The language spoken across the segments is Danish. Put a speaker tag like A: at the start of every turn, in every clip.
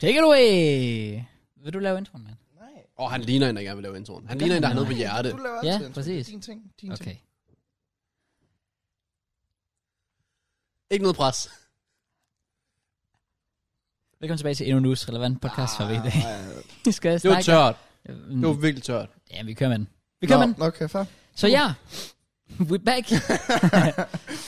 A: Take it away! Vil du lave introen, mand?
B: Nej.
C: Og han ligner en, der gerne vil lave introen. Han ligner en, der har noget på hjertet.
B: Du laver
A: Ja,
B: altid en ting.
A: præcis.
B: Din ting. Din
A: Okay.
B: ting.
C: Ikke noget pres.
A: Velkommen tilbage til Endnu News, relevant podcast for i dag. Vi skal
C: Ah, Det var
A: snakke...
C: tørt.
A: Øhm,
C: Det var virkelig tørt.
A: Ja, vi kører med den. Vi kører med den.
B: Nå, okay, fair.
A: Så ja, we back.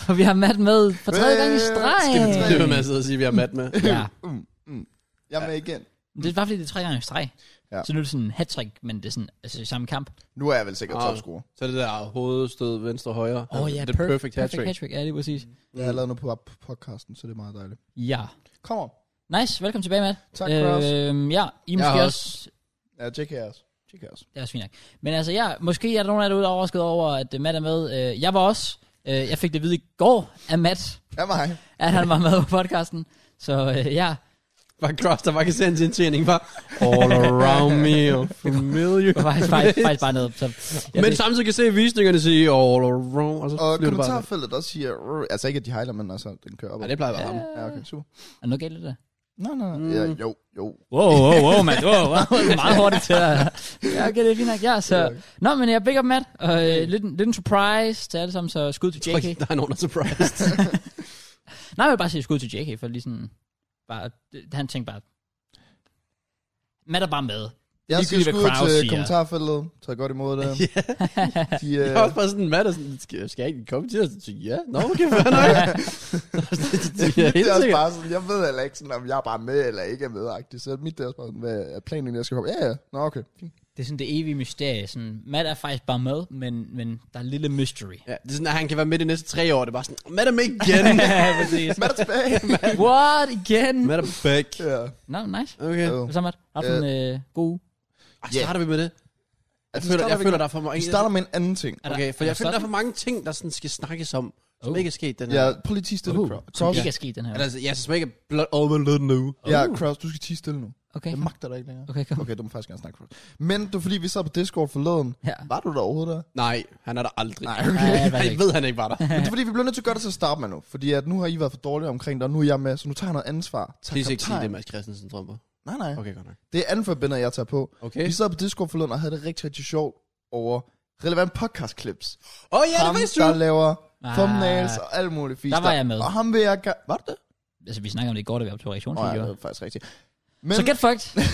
A: og vi har Matt med for tredje gang i streg.
B: Skal vi træ-
C: Det vil man sidde og sige, at vi har mat med.
A: Ja,
B: Mm, mm. Jeg er med igen.
A: det er bare fordi, det er tre gange i streg.
B: Ja.
A: Så nu er det sådan en hat men det er sådan altså, i samme kamp.
B: Nu er jeg vel sikkert
C: Ah.
B: topscorer.
C: Så det der hovedstød venstre højre.
A: Åh oh, ja,
C: The perfect
A: Perfect
C: hat-trick.
A: hat-trick, ja, det er præcis.
B: Jeg har
C: Mm.
B: lavet noget på på podcasten, så det er meget dejligt.
A: Ja.
B: Kom on.
A: Nice, velkommen tilbage, Matt.
B: Tak, Kraus.
A: Øhm, ja, I
C: Jeg
A: måske
C: har
A: også...
B: Ja, JK er også. JK er også.
A: Det er også fint nok. Men altså, ja, måske er der nogen af jer derude, der er overrasket over, at øh, Matt er med. Øh, Jeg var også. Øh, Jeg fik det at vide i går af Matt,
B: Ja, mig.
A: at han var med på podcasten. Så øh, ja,
C: Var Cross, der var kan sende sin tjening, var all around me and familiar.
A: det var faktisk, faktisk, faktisk bare noget. Så jeg
C: Men
A: fik-
C: samtidig kan se visningerne sige all around, og så
B: Og
C: bliver det bare...
B: kommentarfeltet også siger, "Rrr." altså ikke at de hejler, men altså, den kører op.
C: Ja, det plejer at være ham.
B: Ja, okay, super.
A: er nu galt det der?
B: Nå, nå,
C: Mm.
B: ja, jo, jo.
A: Wow, wow, wow, Matt. Wow, wow. Det er meget hurtigt til at... Ja, okay, det er fint nok. Ja, så... Nå, men jeg big up, Matt. Og øh, lidt, en- lidt en surprise til alle sammen, så skud til
C: Jeg tror
A: JK.
C: ikke, Der er nogen, der er surprised.
A: Nej, jeg vil bare sige skud til JK, for lige sådan... Bare, det- han tænkte bare... Matt er bare med.
B: Jeg skal
A: ligegyldigt, hvad
B: skud
A: Kraus
B: til
A: siger.
B: kommentarfeltet. Tag godt imod det.
C: Ja.
B: De,
C: Jeg
B: øh,
C: er også bare sådan, Matt er sådan, skal, skal jeg ikke komme til os? Så siger jeg, Ja, nå, okay, fair nok. Det er
B: det
C: helt
B: er også
C: sikkert.
B: bare sådan, jeg ved heller ikke, sådan, om jeg er bare med eller ikke er med. -agtigt. Så mit det er også bare sådan, hvad er planen, egentlig, jeg skal komme? Ja, ja. Nå, okay. Fint.
A: Det er sådan det evige mysterie. Sådan, Matt er faktisk bare med, men, men der er en lille mystery.
C: Ja, det er sådan, at han kan være med de næste tre år. Det er bare sådan, Matt er med igen.
A: ja, præcis.
B: Hvad er tilbage?
A: What? Igen?
C: Matt er back.
B: ja.
A: Nå, no, nice.
C: Okay.
B: Jo.
A: Hvad så, Matt? Har du
B: Øh.
A: en øh, god uge?
C: Ej,
B: Ja.
C: starter vi med det? Jeg
B: Altså,
C: føler,
B: starter
C: jeg
B: vi-
C: føler der er for mange...
B: Vi starter med en anden ting.
A: Er der-
C: Okay, for
A: er
C: jeg føler, der
A: sådan?
C: er for mange ting, der sådan skal snakkes om, som
A: Oh.
C: ikke er sket den her.
B: Ja, prøv lige at tie stille,
C: Uh,
B: Kraus.
A: Som
B: Kraus.
A: ikke er sket den her.
C: Eller, altså, ja, så som ikke er blot overload nu. Uh.
B: Ja, Kraus, du skal tie stille nu.
A: Okay,
B: Jeg magter dig ikke længere.
A: okay, kom.
B: Okay, du må faktisk gerne snakke, Kraus. Men det var fordi, vi sad på Discord forleden.
A: Ja.
B: Var du der overhovedet der?
C: Nej, han er der aldrig.
B: Nej,
A: Nej,
B: okay.
A: jeg ved
C: jeg
A: ikke.
C: ved, han ikke var der.
B: Men det er fordi, vi bliver nødt til at gøre det til at starte med nu. Fordi at nu har I været for dårlige omkring det, og nu er jeg med, så nu tager jeg noget ansvar. Tak,
C: Please ikke sige det,
B: kaptajn.
C: Mads Christensen drømmer.
B: Nej, nej.
C: Okay, godt nok.
B: Det er anden forbinder, jeg tager på.
C: Okay.
B: Vi sad på Discord forleden og havde det rigtig, rigtig sjovt over relevant podcast clips.
C: Åh oh, ja, det
B: ham,
C: var faktisk
B: der
C: sygt.
B: laver
A: Ah.
B: thumbnails og alt muligt fisk.
A: Der var jeg med.
B: Og ham vil jeg... ga- Var det det?
A: Altså, vi snakker om det i går, da vi var på
B: Nå ja, det
A: reaktionsvideoer.
B: var faktisk rigtigt. Men
A: Så get fucked.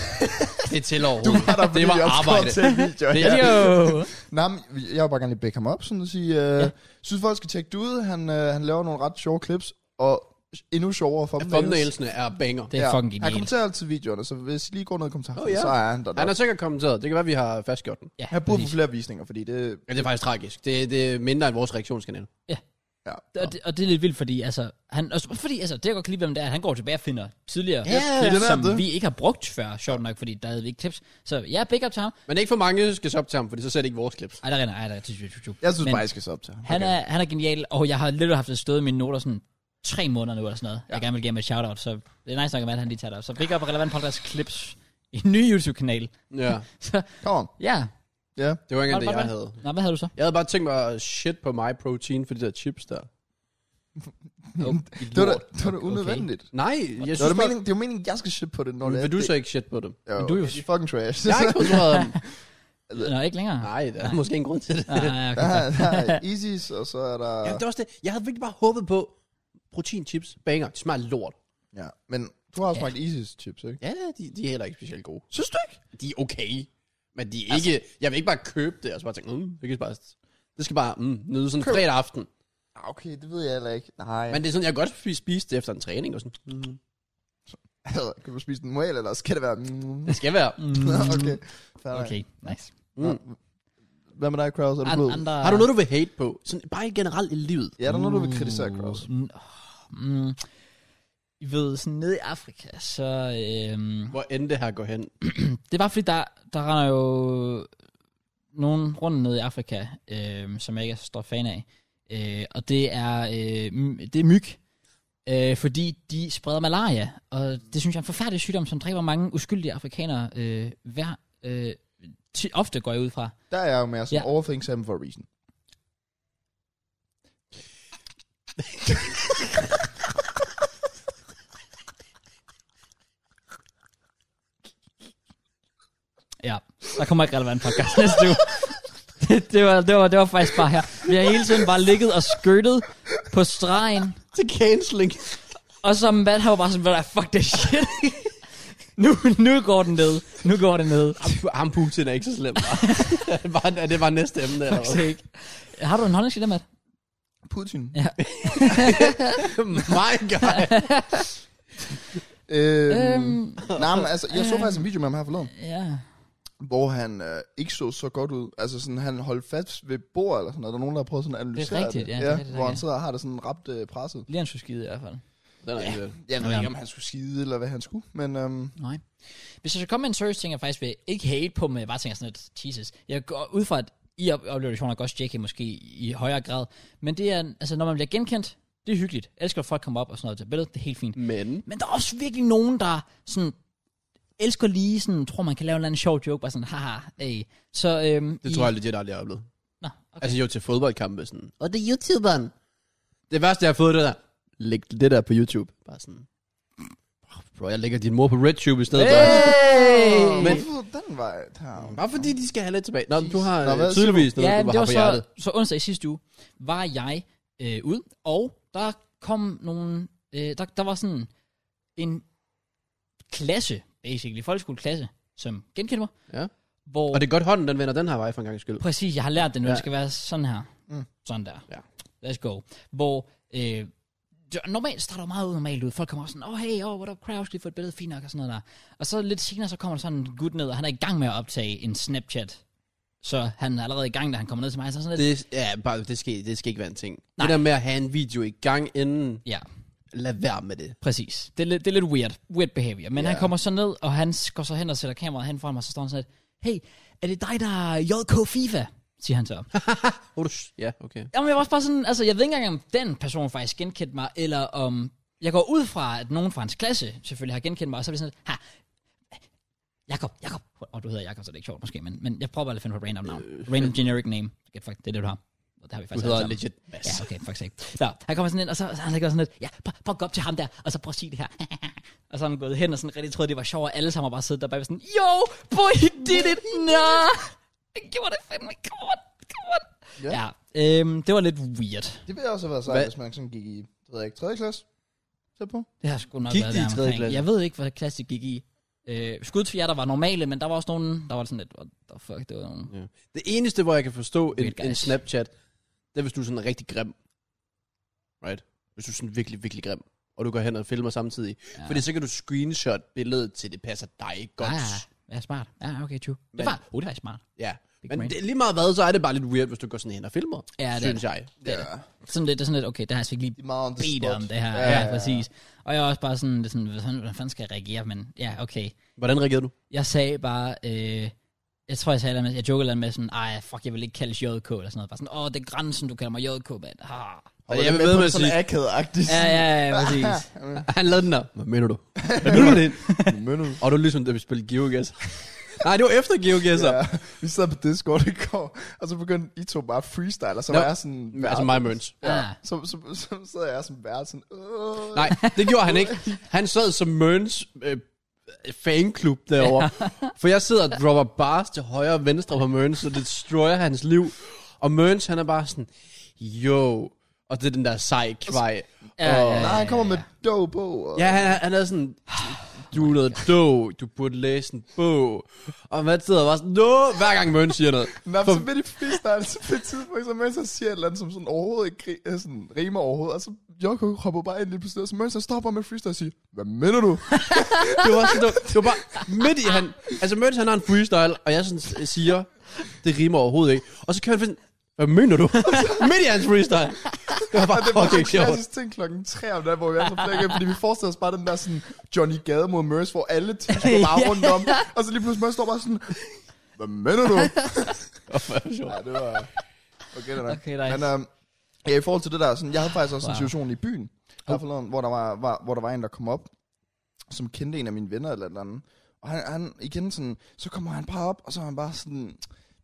C: Det er til
B: du
C: overhovedet.
B: var der, fordi
C: det var
B: jeg opskrev
C: arbejde.
B: til en video.
C: Det
B: Ja.
C: er-
A: Let's go.
B: Nej, men jeg vil bare gerne lige bække ham op, sådan at sige, øh,
A: Ja.
B: ja. synes folk skal tjekke det ud, han, øh, han laver nogle ret sjove clips, og endnu sjovere thumbnails.
C: Thumbnailsene er banger.
A: Det er fucking
B: Han
A: genialt.
B: kommenterer altid videoerne, så hvis I lige går ned og kommentarer,
C: Oh, ja.
B: så er han der.
C: Han
B: Han,
C: har sikkert kommenteret. Det kan være, vi har fastgjort den.
A: Ja,
B: han burde få
A: præcis.
B: flere visninger, fordi det...
C: Ja, det er faktisk tragisk. Det, det er mindre end vores reaktionskanal.
B: Ja.
A: og, det, og det er lidt vildt, fordi altså, han, også, fordi, altså, det er godt kan lide, hvem det er, han går tilbage og finder tidligere
C: Ja,
A: clips,
B: det er
A: som
B: det.
A: vi ikke har brugt før, sjovt nok, fordi der havde vi ikke tips. Så ja, big up til ham.
C: Men ikke for mange skal så op til ham, fordi så ser det ikke vores clips.
A: Ej, der render, ej, der er
B: Jeg synes
A: Men-
B: bare, I skal se op til ham.
A: han, er, han er genial, og jeg har lidt haft det stået i mine noter sådan tre måneder nu eller sådan noget. Ja. Jeg gerne vil give ham et shout-out, så det er nice nok, at han lige tager det op. Så big up relevant podcast clips i en ny YouTube-kanal.
C: Ja,
A: Så
B: Kom on.
A: ja,
B: Ja.
C: det var ikke
A: Var
C: engang
A: det
C: det,
A: bare
C: jeg havde.
A: Nå, hvad havde du så?
C: Jeg havde bare tænkt mig at shit på my protein for de der chips der.
A: Oh,
B: Det var da, det var da unødvendigt. Okay.
C: Nej, jeg
B: Det var
C: synes
B: da
C: bare...
B: meningen, det var meningen, jeg skal shit på det, når
C: Men
B: det
C: Vil du
B: det-
C: så ikke shit på dem?
B: Jo,
A: Men du er jo-
B: de er fucking trash.
C: Jeg har ikke kontrolleret dem.
A: Nå, ikke længere.
C: Nej, der er måske en grund til det.
A: Ah, okay,
B: der,
A: fair.
B: er, der er Easy's, og så er der...
C: Ja, det var også det. Jeg havde virkelig bare håbet på proteinchips. Banger. De smager lort.
B: Ja, men du har også smagt Easy's chips, ikke?
C: Ja, de, de er heller ikke specielt gode.
B: Synes du ikke?
C: De er okay. Men de er ikke... Jeg vil ikke bare købe det, og så bare tænke, mm, det kan bare... Det skal bare mm, nyde sådan en fredag aften.
B: Ah, Okay, det ved jeg heller ikke. Nej.
C: Men det er sådan, jeg kan godt spi- spise det efter en træning og sådan. Mm.
B: Altså, kan du spise den mal, eller skal det være... Mm,
C: Det skal være.
A: Mm,
B: Nå, okay. Fair nok.
A: Okay, nice.
C: Mm.
B: Hvad med dig, Kraus? Er du
A: An,
B: blød?
A: andre...
C: Ah. Har du noget, du vil hate på? Sådan, bare i generelt i livet.
B: Ja, er der noget, du vil kritisere, Kraus?
A: Mm, mm, I ved, sådan nede i Afrika, så... Øhm,
C: Hvor end det her går hen.
A: det er bare fordi, der, der render jo nogen rundt nede i Afrika, øhm, som jeg ikke er så stor fan af. Øh, og det er, øh, m- det er myg. Øh, fordi de spreder malaria, og det synes jeg er en forfærdelig sygdom, som dræber mange uskyldige afrikanere øh, hver... Øh, ti- ofte går jeg ud fra.
B: Der er jeg jo mere sådan,
A: Ja.
B: yeah. all things happen for a reason.
A: Der kommer ikke relevant podcast næste uge. Det, det, var, det, var, det var faktisk bare her. Vi har hele tiden bare ligget og skøttet på stregen.
C: Til canceling.
A: Og så Matt har jo bare sådan, hvad der, fuck det shit. Nu, nu går den ned. Nu går den ned.
C: Ham- Ham Putin er ikke så slem. bare. Bare- er det var næste emne. Eller hvad?
A: Sake. Har du en holdning til det, Matt?
B: Putin.
C: My God.
B: Øhm, øhm.
A: Øhm,
B: Nej, men altså, jeg så
A: øhm.
B: faktisk en video med ham her forleden,
A: ja.
B: hvor han øh, ikke så så godt ud. Altså sådan, han holdt fast ved bord eller sådan noget. Der er nogen, der har prøvet sådan at analysere
A: rigtigt, ja, det
B: det.
A: er rigtigt,
B: hvor
A: ja.
B: han sidder og har det sådan ramt øh, presset.
A: Lige han skulle skide i hvert fald.
C: Den er ikke
B: Jeg ved
A: Ja.
B: ikke, om han skulle skide eller hvad han skulle, men øhm,
A: Nej. Hvis jeg skal komme med en seriøs ting, jeg faktisk vil ikke hate på, men jeg bare tænker sådan lidt, Jesus. Jeg går ud fra, at I op- oplever det sjovt nok også JK måske i højere grad. Men det er, altså når man bliver genkendt, det er hyggeligt. Jeg elsker, at folk kommer op og sådan noget til billedet, det er helt fint.
C: Men.
A: Men der er også virkelig nogen, der sådan elsker lige sådan, tror man kan lave en eller anden sjov joke, bare sådan, haha, ey. Så, øhm,
C: Det
A: I-
C: tror jeg legit aldrig, jeg har oplevet.
A: Nå, okay.
C: Altså jo til fodboldkampe sådan. Og det er YouTuberen. Det værste, jeg har fået, det der. Læg det der på YouTube. Bare sådan. Bro, jeg lægger din mor på RedTube i stedet for.
A: Hey!
C: Men-
B: hvorfor den vej der?
C: Bare fordi de skal have lidt tilbage. Nå, du har
B: Nå,
C: Nå,
B: hvad
C: hvad, tydeligvis noget,
A: Ja,
C: du
A: det var
C: har
A: så,
C: på hjertet.
A: så onsdag i sidste uge, var jeg øh, ud, og der kom nogle, øh, der, der var sådan en klasse, basically, folkeskoleklasse, som genkendte mig,
C: Ja.
A: hvor,
C: Og det er godt hånden, den vender den her vej for en gang skyld.
A: præcis, jeg har lært det nu, ja.
C: Ja.
A: det skal være sådan her,
B: Mm.
A: mm. sådan der,
C: Ja.
A: let's go, hvor, øh, det- normalt starter det meget ud normalt ud, folk kommer op sådan, oh hey, oh, what up, crowd, skal vi få et billede, fint nok, og sådan noget der, og så lidt senere, så kommer der sådan en gut ned, og han er i gang med at optage en Snapchat, så han er allerede i gang, da han kommer ned til mig, så er sådan lidt,
C: Det, ja, bare, det, skal, det skal ikke være en ting.
A: Nej.
C: Nej. Det der med at have en video i gang inden,
A: ja,
C: lad være med det.
A: Præcis. Det er, lidt- det er lidt weird. Weird behavior. Men han kommer så ned, og han s- går så hen og sætter kameraet hen foran mig, og så står han sådan lidt, hey, er det dig, der er JK FIFA? siger han så.
C: Oh, du, ja, okay.
A: Jamen, jeg var også bare sådan, altså, jeg ved ikke engang, om den person faktisk genkendte mig, eller om, jeg går ud fra, at nogen fra hans klasse selvfølgelig har genkendt mig, og så er det sådan lidt, ha, Jakob, Jakob. Og du hedder Jakob, så det er ikke sjovt måske, men, men jeg prøver bare at finde på et random navn. Random generic name. Get fucked, det er det, du har. Og det har vi
C: Øh, Du
A: faktisk alle
C: hedder
A: sammen.
C: legit Mads.
A: Altså, Ja, okay, faktisk ikke. Så han kommer sådan ind, og så, så han ligger sådan lidt, ja, prøv, prøv at gå op til ham der, og så prøv at sige det her. og så er han gået hen og sådan rigtig troede, det var sjovt, og alle sammen har bare siddet der bag sådan, yo, boy, he did it, no. Jeg gjorde det fandme, come on, come on. Ja, øhm, det var lidt weird.
B: Det ville også have været sejt,
C: Hvad?
B: hvis man sådan gik i, det ved jeg ikke, 3. klasse. Sæt på.
A: Det har sgu nok
C: Gik
A: været
C: de i
A: der
C: tredje
A: omkring.
C: klasse?
A: Jeg ved ikke, hvad klasse de gik i. Øh, skud til jer, der var normale, men der var også nogen, der var sådan lidt, what the fuck, det var nogen.
C: Ja. Det eneste, hvor jeg kan forstå en,
A: Weird guys.
C: en Snapchat, det er, hvis du er sådan rigtig grim. Right? Hvis du er sådan virkelig, virkelig grim, og du går hen og filmer samtidig.
A: Ja.
C: Ja. Fordi så kan du screenshot billedet til, det passer dig godt.
A: Ah, ja, smart. Ja, okay, true. Det
C: Men-
A: var, oh, det var smart.
C: Ja.
A: Big
C: Men
A: brain.
C: det, lige meget hvad, så er det bare lidt weird, hvis du går sådan hen og filmer,
A: Ja, det er
C: synes jeg.
A: Det er det. Sådan lidt, det er sådan lidt, okay, det har jeg altså ikke lige
B: De er meget on the
A: bedt
B: spot.
A: om det her. Ja,
B: Ja,
A: ja,
B: ja, ja.
A: præcis. Og jeg er også bare sådan, det er sådan hvordan, hvordan fanden skal jeg reagere? Men ja, okay.
C: Hvordan reagerede du?
A: Jeg sagde bare, øh, jeg tror, jeg sagde et eller andet- jeg jokede lidt med sådan, ej, fuck, jeg vil ikke kaldes JK eller sådan noget. Bare sådan, åh, det er grænsen, du kalder mig JK, mand. Ha.
B: Og
C: jeg
B: jeg
C: vil
B: ved
C: ved
B: med
C: med
B: på
C: at
B: sådan
C: sige-
B: akavet-agtigt.
A: Ja, ja, ja, præcis.
C: Han lavede den der. Hvad mener du? Hvad mener du det?
B: Mønnet.
C: Og du er ligesom, da vi spillede GeoGuess. Nej, det var efter GeoGuess'er.
B: Ja, vi sad på Discord i går, og så begyndte I to bare at freestyle, og så
C: Nå,
B: var jeg sådan...
C: Yeah. Altså
B: vært.
C: mig møns.
B: Ja.
A: Ah.
B: Så, så, så, så sad jeg sådan værd, sådan... Øh.
C: Nej, det gjorde han ikke. Han sad som Mørns øh, fanklub derovre. For jeg sidder og dropper bars til højre og venstre på Mørns, så det destroyer hans liv. Og Mørns, han er bare sådan, jo, og det er den der sej kvej.
A: Ja, ja, ja.
B: Nej, han kommer med dough på. Og...
C: Ja, han, han er sådan, du er noget dog, du burde læse en bog. Og man sidder bare sådan, no, hver gang Mørns siger noget.
B: Nå, men så vil de freestyle så på et tidspunkt, så mens han siger et eller andet, som sådan overhovedet ikke ri- øh, sådan, rimer overhovedet, og så Joko hopper bare ind lige pludselig, og så mens han stopper med freestyle og siger, hvad mener du?
C: Det var, sådan, det, var, det var bare midt i han... Altså, Møns, han har en freestyle, og jeg sådan øh, siger, det rimer overhovedet ikke. Og så kører han sådan, hvad mener du? midt i hans freestyle. Det var bare
B: Det var
C: fucking
B: okay, en
C: sjovt.
B: klassisk ting klokken 3 om natten, hvor vi er så flækket, fordi vi forestiller os bare den der sådan Johnny Gade mod Mørs, hvor alle teams går bare rundt om, og så lige pludselig Mørs står bare sådan, hvad mener du?
C: Det var sjovt.
B: Ja, det var... Okay, det er nok.
A: Okay, nice.
B: Men øhm, ja, i forhold til det der, sådan, jeg havde faktisk også wow. en
A: Wow.
B: situation i byen,
C: Oh.
B: der forleden, hvor, der var, var, hvor der var en, der kom op, som kendte en af mine venner eller et eller andet. Og han, han igen sådan, så kommer han bare op, og så er han bare sådan,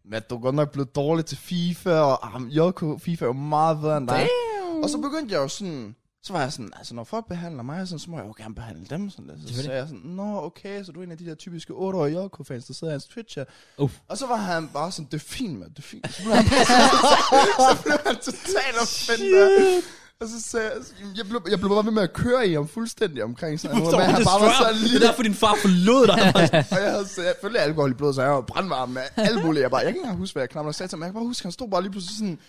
B: Matt, du er godt nok blevet dårlig til FIFA, og ah, men JK FIFA er jo meget bedre end dig. Damn. Og så begyndte jeg jo sådan, Så var jeg sådan, altså når folk behandler mig sådan, så må jeg jo gerne behandle dem sådan lidt. Så
A: Selvfølgelig.
B: sagde jeg sådan, nå okay, så du er en af de der typiske 8-årige JK-fans, der sidder i hans Twitch her.
A: Uff.
B: Og så var han bare sådan, det er fint, mand, det er fint. Så blev han, så blev han totalt offentlig. Og så sagde jeg, jeg blev, jeg blev bare ved med at køre i ham fuldstændig omkring sådan noget, men han bare var så lille.
C: derfor, din far forlod dig.
B: Og jeg havde selvfølgelig alkohol i blodet, så jeg var brandvarm med alt muligt. Jeg, bare, jeg kan ikke engang huske, hvad jeg klamrede og sagde til ham. Jeg kan bare huske, han stod bare lige pludselig sådan,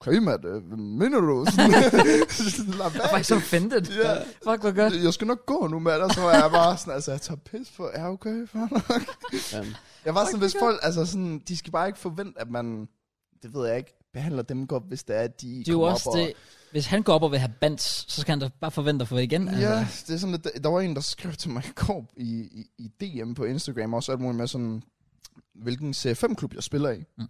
B: okay, Matt, øh, hvad mener du? Sådan, sådan, lad
A: Jeg var
B: være.
A: ikke så offended.
B: Ja.
A: Fuck, hvor godt.
B: Jeg skal nok gå nu, Matt, og så var jeg bare sådan, altså, jeg tager pis på, ja, okay, fair nok. Jeg var sådan, hvis folk, altså sådan, de skal bare ikke forvente, at man, det ved jeg ikke, behandler dem godt, hvis det er, at de
A: Det er jo
B: kommer
A: også
B: op og-
A: det, hvis han går op og vil have bands, så skal han da bare forvente at få det igen. Altså.
B: Ja, det er sådan lidt, der var en, der skrev til mig i går i, i, i DM på Instagram, også alt muligt med sådan, hvilken C5-klub jeg spiller i.
A: Mm.
B: Mm.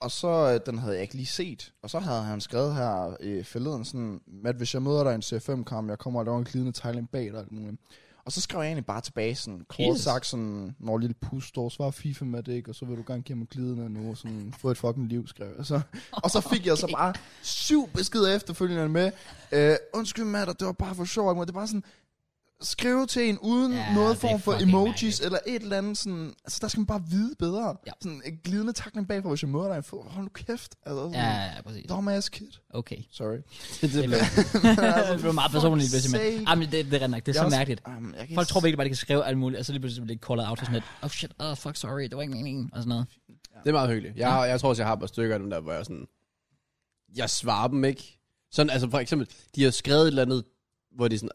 B: Og så, øh, den havde jeg ikke lige set, og så havde han skrevet her øh, forleden sådan, Matt, hvis jeg møder dig i en C5-kamp, jeg kommer og laver en glidende tegling bag dig og alt muligt. Og så skrev jeg egentlig bare tilbage sådan, kort
A: Jesus.
B: sagt sådan, når lille pus står, så var FIFA med det ikke, og så vil du gerne give mig glidende nu, og sådan, få et fucking liv, skrev jeg. Så, og så fik jeg så bare syv beskeder efterfølgende med, øh, undskyld Matt, og det var bare for sjov, ikke? det var bare sådan, skrive til en uden
A: Ja,
B: ja,
A: det
B: noget
A: er
B: form for
A: fucking
B: emojis
A: mærkeligt.
B: eller et eller andet sådan, altså der skal man bare vide bedre.
A: Ja.
B: Ja. Sådan en glidende takning bagfra, hvis jeg møder dig, fod. hold nu kæft, altså sådan,
A: ja,
B: ja.
A: ja præcis.
B: dumbass kid,
A: Okay.
B: sorry.
A: det blev meget personligt, hvis jeg
B: sake.
A: mener. Jamen, det, det er rent nok. Det er
B: Jeg
A: så
B: også-
A: mærkeligt.
B: Um, jeg kan
A: Folk
B: ikke
A: tror virkelig bare, de kan skrive alt muligt, og så lige pludselig bliver det callet out og sådan lidt, oh shit, oh fuck, sorry, det var ikke meningen, og sådan noget.
C: Det er meget hyggeligt. Jeg, har, jeg tror også, jeg har et par stykker af dem der, hvor jeg sådan... Jeg svarer dem ikke. Sådan, altså for eksempel, de har skrevet et eller andet, hvor de er sådan...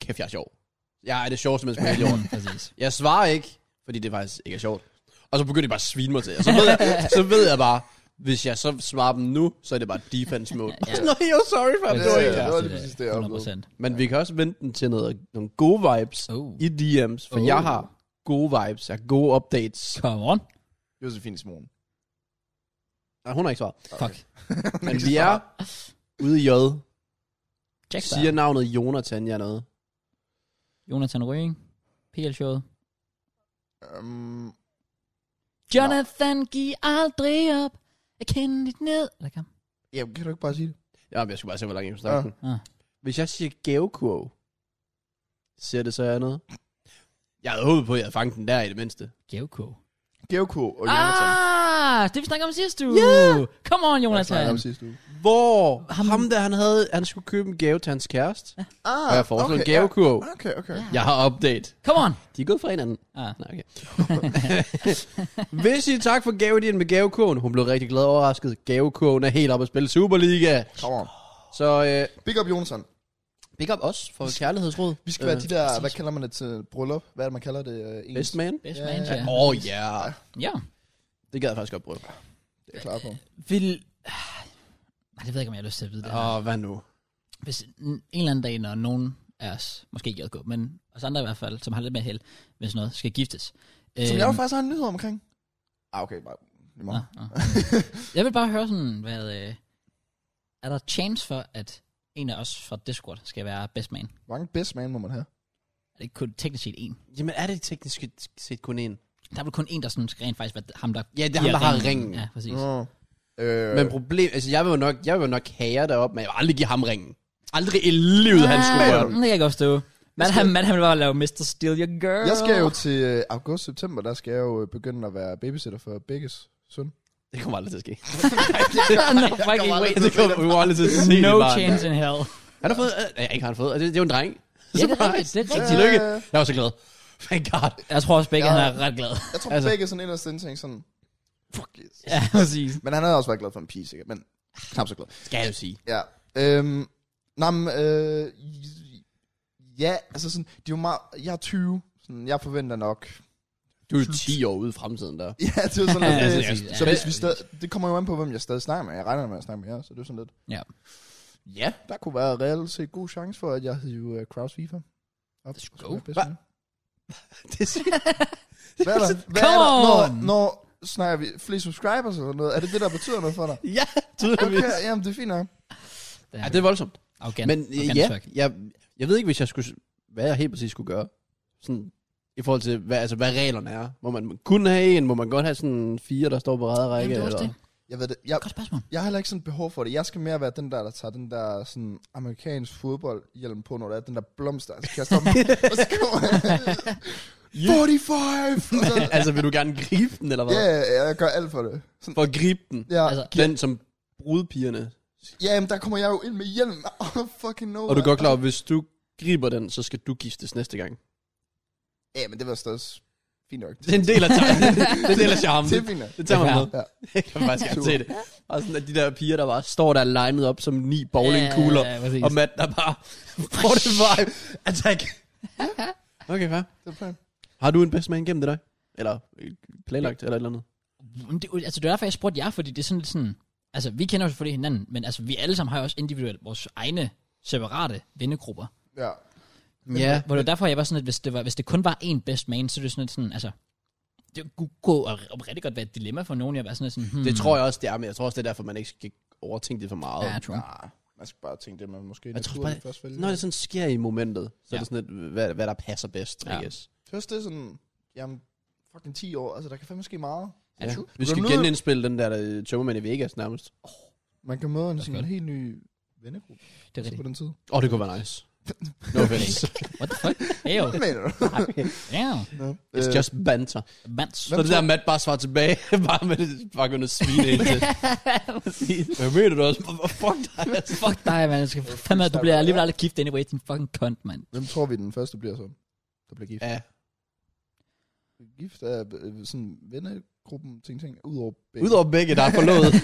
C: Kæft, jeg er sjov. Jeg er det sjoveste menneske på hele jorden.
A: Mm, præcis.
C: Jeg svarer ikke, fordi det faktisk ikke er sjovt. Og så begynder de bare at svine mig til. Og så ved jeg, så ved jeg bare, hvis jeg så svarer dem nu, så er det bare defense mode.
A: Ja.
C: Ja. Nå, jeg er sorry for det.
B: var
C: det.
B: ikke-
C: Ja.
B: det var lige præcis det, jeg
A: 100
B: oplevede.
C: Men vi kan også vente den til noget, nogle gode vibes
A: Oh,
C: i DM's. For
A: Oh.
C: jeg har gode vibes. Jeg har gode updates.
A: come on.
B: Josefine Smolen.
C: Nej, hun har ikke svaret.
A: Fuck.
C: Men vi er ude i J.
A: Jack
C: Siger navnet Jonathan jer noget?
A: Jonathan Røing. PL-showet.
B: Um,
A: Jonathan, giv aldrig op. Jeg kender dit ned. Eller kan
B: ja, kan du ikke bare sige det?
C: Ja, men jeg skulle bare se, hvor langt jeg snakke. den.
A: Ah.
C: Hvis jeg siger gavekurv, siger det så jer noget? Jeg havde håbet på, at jeg havde fanget den der i det mindste.
A: GVK.
B: GVK og Jonathan.
A: Ah, det vi snakker om sidste uge. Come on,
B: Jeg snakkede
A: Jonathan.
B: om sidste uge.
C: Hvor
A: Ham-
C: ham, ham der, han havde, han skulle købe en gave til hans kæreste. Ja.
B: Ah,
C: Og jeg foreslår okay, Ah. en
B: ja.
C: gavekurv.
B: Okay, okay.
A: Ja.
C: Jeg har update.
A: Come on.
C: De er gået fra hinanden.
A: Ah.
C: Nej, okay. Hvis I tak for gavedien med gavekurven. Hun blev rigtig glad og overrasket. Gavekurven er helt oppe at spille Superliga.
B: Come on.
C: Så øh,
B: Big up Jonathan.
C: big up os for kærlighedsråd.
B: Vi skal være de der, hvad kalder man det til bryllup? Hvad er det, man kalder det? øh, egentlig?
C: Best man.
A: Best
B: Ja,
A: man,
B: ja.
A: ja.
C: Åh, oh, ja. Yeah.
A: Ja.
C: Det gad jeg faktisk godt prøve.
B: Det er jeg klar på.
A: Vil... Nej, det ved jeg ikke, om jeg har lyst til at vide det. her.
C: Åh, oh, hvad nu?
A: hvis n- en eller anden dag, når nogen af os, måske ikke JK, men os andre i hvert fald, som har lidt mere held med sådan noget, skal giftes.
B: Som
A: Øhm,
B: jeg jo faktisk har en nyhed omkring. Ah, okay, bare lige
A: nå,
B: meget.
A: nå. jeg vil bare høre sådan, hvad... Øh, er der chance for, at en af os fra Discord skal være best man?
B: Hvor mange best man må man have?
A: Er det kun teknisk set en?
C: Jamen, er det teknisk set kun en?
A: Der er vel kun en, der sådan skal rent faktisk være ham, der...
C: Ja, det er ham,
A: giver
C: der har ringen.
A: Ja, præcis.
B: Nå. Øh,
C: Men problem, altså jeg vil jo nok, jeg vil jo nok have dig op, men jeg vil aldrig give ham ringen. Aldrig i livet, han skulle
A: Ah,
C: røre
A: Det
C: den.
A: kan jeg godt stå. Man, han, man, han vil bare lave Mr. Steal Your Girl.
B: jeg skal jo til øh, august-september, der skal jeg jo øh, begynde at være babysitter for begges søn.
C: Det kommer aldrig til at ske.
A: no, fucking
B: aldrig
A: wait.
B: til
C: Det kommer vi jo aldrig til at se.
A: No
C: det barn.
A: chance in hell.
C: Han har fået, øh, ja, ikke har han fået, det, det er jo en dreng.
A: Ja, det er rigtigt. Det er rigtigt.
B: Øh,
C: Tillykke. Jeg var så glad. Thank God.
A: Jeg tror også, begge
B: Ja.
A: han er ret glad.
B: Jeg tror,
C: Altså-
B: altså. begge sådan inderst inde tænkte sådan, fuck yes.
A: ja, præcis.
B: Men han havde også været glad for en pige, sikkert. Men knap så glad.
C: Skal jeg jo sige.
B: Ja. Øhm, nej, men, øh, ja, altså sådan, de var meget, jeg er 20, sådan, jeg forventer nok.
C: Du er jo 10 år ude i fremtiden der.
B: Ja, det er jo sådan
A: Ja,
B: lidt,
A: præcis.
B: det, så hvis vi stadig, det kommer jo an på, hvem jeg stadig snakker med. Jeg regner med at snakke med jer, så det er sådan lidt.
A: Ja.
B: Ja, der kunne være reelt set god chance for, at jeg hed jo uh, Kraus FIFA. Op,
A: Let's go.
B: skulle være bedst
C: Hva?
B: med.
C: Det er sygt.
B: Hvad er der? Hvad
A: Come
B: er der?
A: on!
B: Når, når snakker vi flere subscribers eller noget? Er det det, der betyder noget for dig?
C: Ja, tydeligvis.
B: Okay, jamen det er fint nok.
C: Ja, det er voldsomt.
A: Arrogant.
C: Men øh,
A: Arrogant
C: ja,
A: fuck.
C: jeg, jeg ved ikke, hvis jeg skulle, hvad jeg helt præcis skulle gøre. Sådan, I forhold til, hvad, altså, hvad reglerne er. Må man kun have en, må man godt have sådan fire, der står på ræde række.
A: Jamen, det er også
C: eller,
A: det.
B: Jeg ved det, jeg,
A: Godt spørgsmål.
B: jeg har heller ikke sådan behov for det. Jeg skal mere være den der, der tager den der sådan amerikansk fodboldhjelm på, når der er den der blomster. Så kaster den, og så kommer han, 45! Og så,
C: altså, vil du gerne gribe den, eller hvad?
B: ja, ja, jeg gør alt for det. Sådan,
C: For at gribe den.
B: ja,
A: Altså,
B: altså,
C: Den som brudpigerne.
B: ja jamen, der kommer jeg jo ind med hjelm. Oh, fucking no.
C: Og du er godt klar, over, hvis du griber den, så skal du giftes næste gang.
B: Ja, men det var stadig fint nok.
C: Det er en del af charmen. det er en del af charmen.
B: Det er fint nok.
C: Det tager man
A: Ja.
C: med.
B: Ja.
C: Jeg kan faktisk gerne
B: Super.
C: se det. Og sådan, at de der piger, der bare står der linet op som ni bowlingkugler.
A: Ja, ja, ja, præcis.
C: og Matt, der bare... 45 attack. Okay, hvad?
B: Det er fint.
C: Har du en best man gennem det dig? Eller øh, planlagt, eller et eller andet?
A: Men det, altså, det er derfor, jeg spurgte jer, fordi det er sådan lidt sådan... Altså, vi kender jo selvfølgelig hinanden, men altså, vi alle sammen har jo også individuelt vores egne separate vennegrupper.
B: Ja.
C: Ja.
A: Hvor det var derfor, jeg var sådan lidt, hvis det, var, hvis det kun var én best man, så er det sådan lidt sådan, altså... Det kunne gå og, og rigtig godt være et dilemma for nogen, jeg var sådan lidt sådan... Hmm,
C: Det tror jeg også, det er, men jeg tror også, det er derfor, man ikke skal overtænke det for meget.
A: Ja, true.
B: Ah, man skal bare tænke det, man måske
C: Jeg tror
B: naturligt
C: bare-
B: først vælger.
C: Når det sådan sker i momentet,
A: Ja.
C: så ja. er det sådan lidt, hvad, hvad der passer bedst, ja.
A: Ja.
C: I guess.
B: Først det er sådan, jamen, fucking 10 år, altså der kan fandme ske meget.
C: Ja.
B: true.
C: Vi
B: Du kan
C: skal
B: møde-
C: genindspille den der øh, tømmermænd i Vegas nærmest. Åh,
B: Man kan møde en,
A: That's
B: sådan, en
A: good.
B: helt ny vennegruppe altså,
A: Det er
B: på
A: rigtigt.
B: den tid.
C: oh, det kunne være nice. No offense.
A: What the fuck? Hey, yo.
B: Hvad mener du?
A: Damn.
B: Nå.
C: It's
B: Øh,
C: just banter.
A: Mans.
C: Så det der Matt bare svarer tilbage, bare med det, bare kunne svine hele tiden. Hvad mener du også? Hvor- hvor Fuck dig.
A: Fuck dig, man. Jeg skal fandme, at du bliver alligevel aldrig gift anyway, din fucking cunt, mand.
B: Hvem tror vi den første bliver så? Der bliver gift. Ja.
C: Ja.
B: Gift er øh, sådan vennegruppen, ting, ting, udover begge.
C: Udover begge, der er forlovet.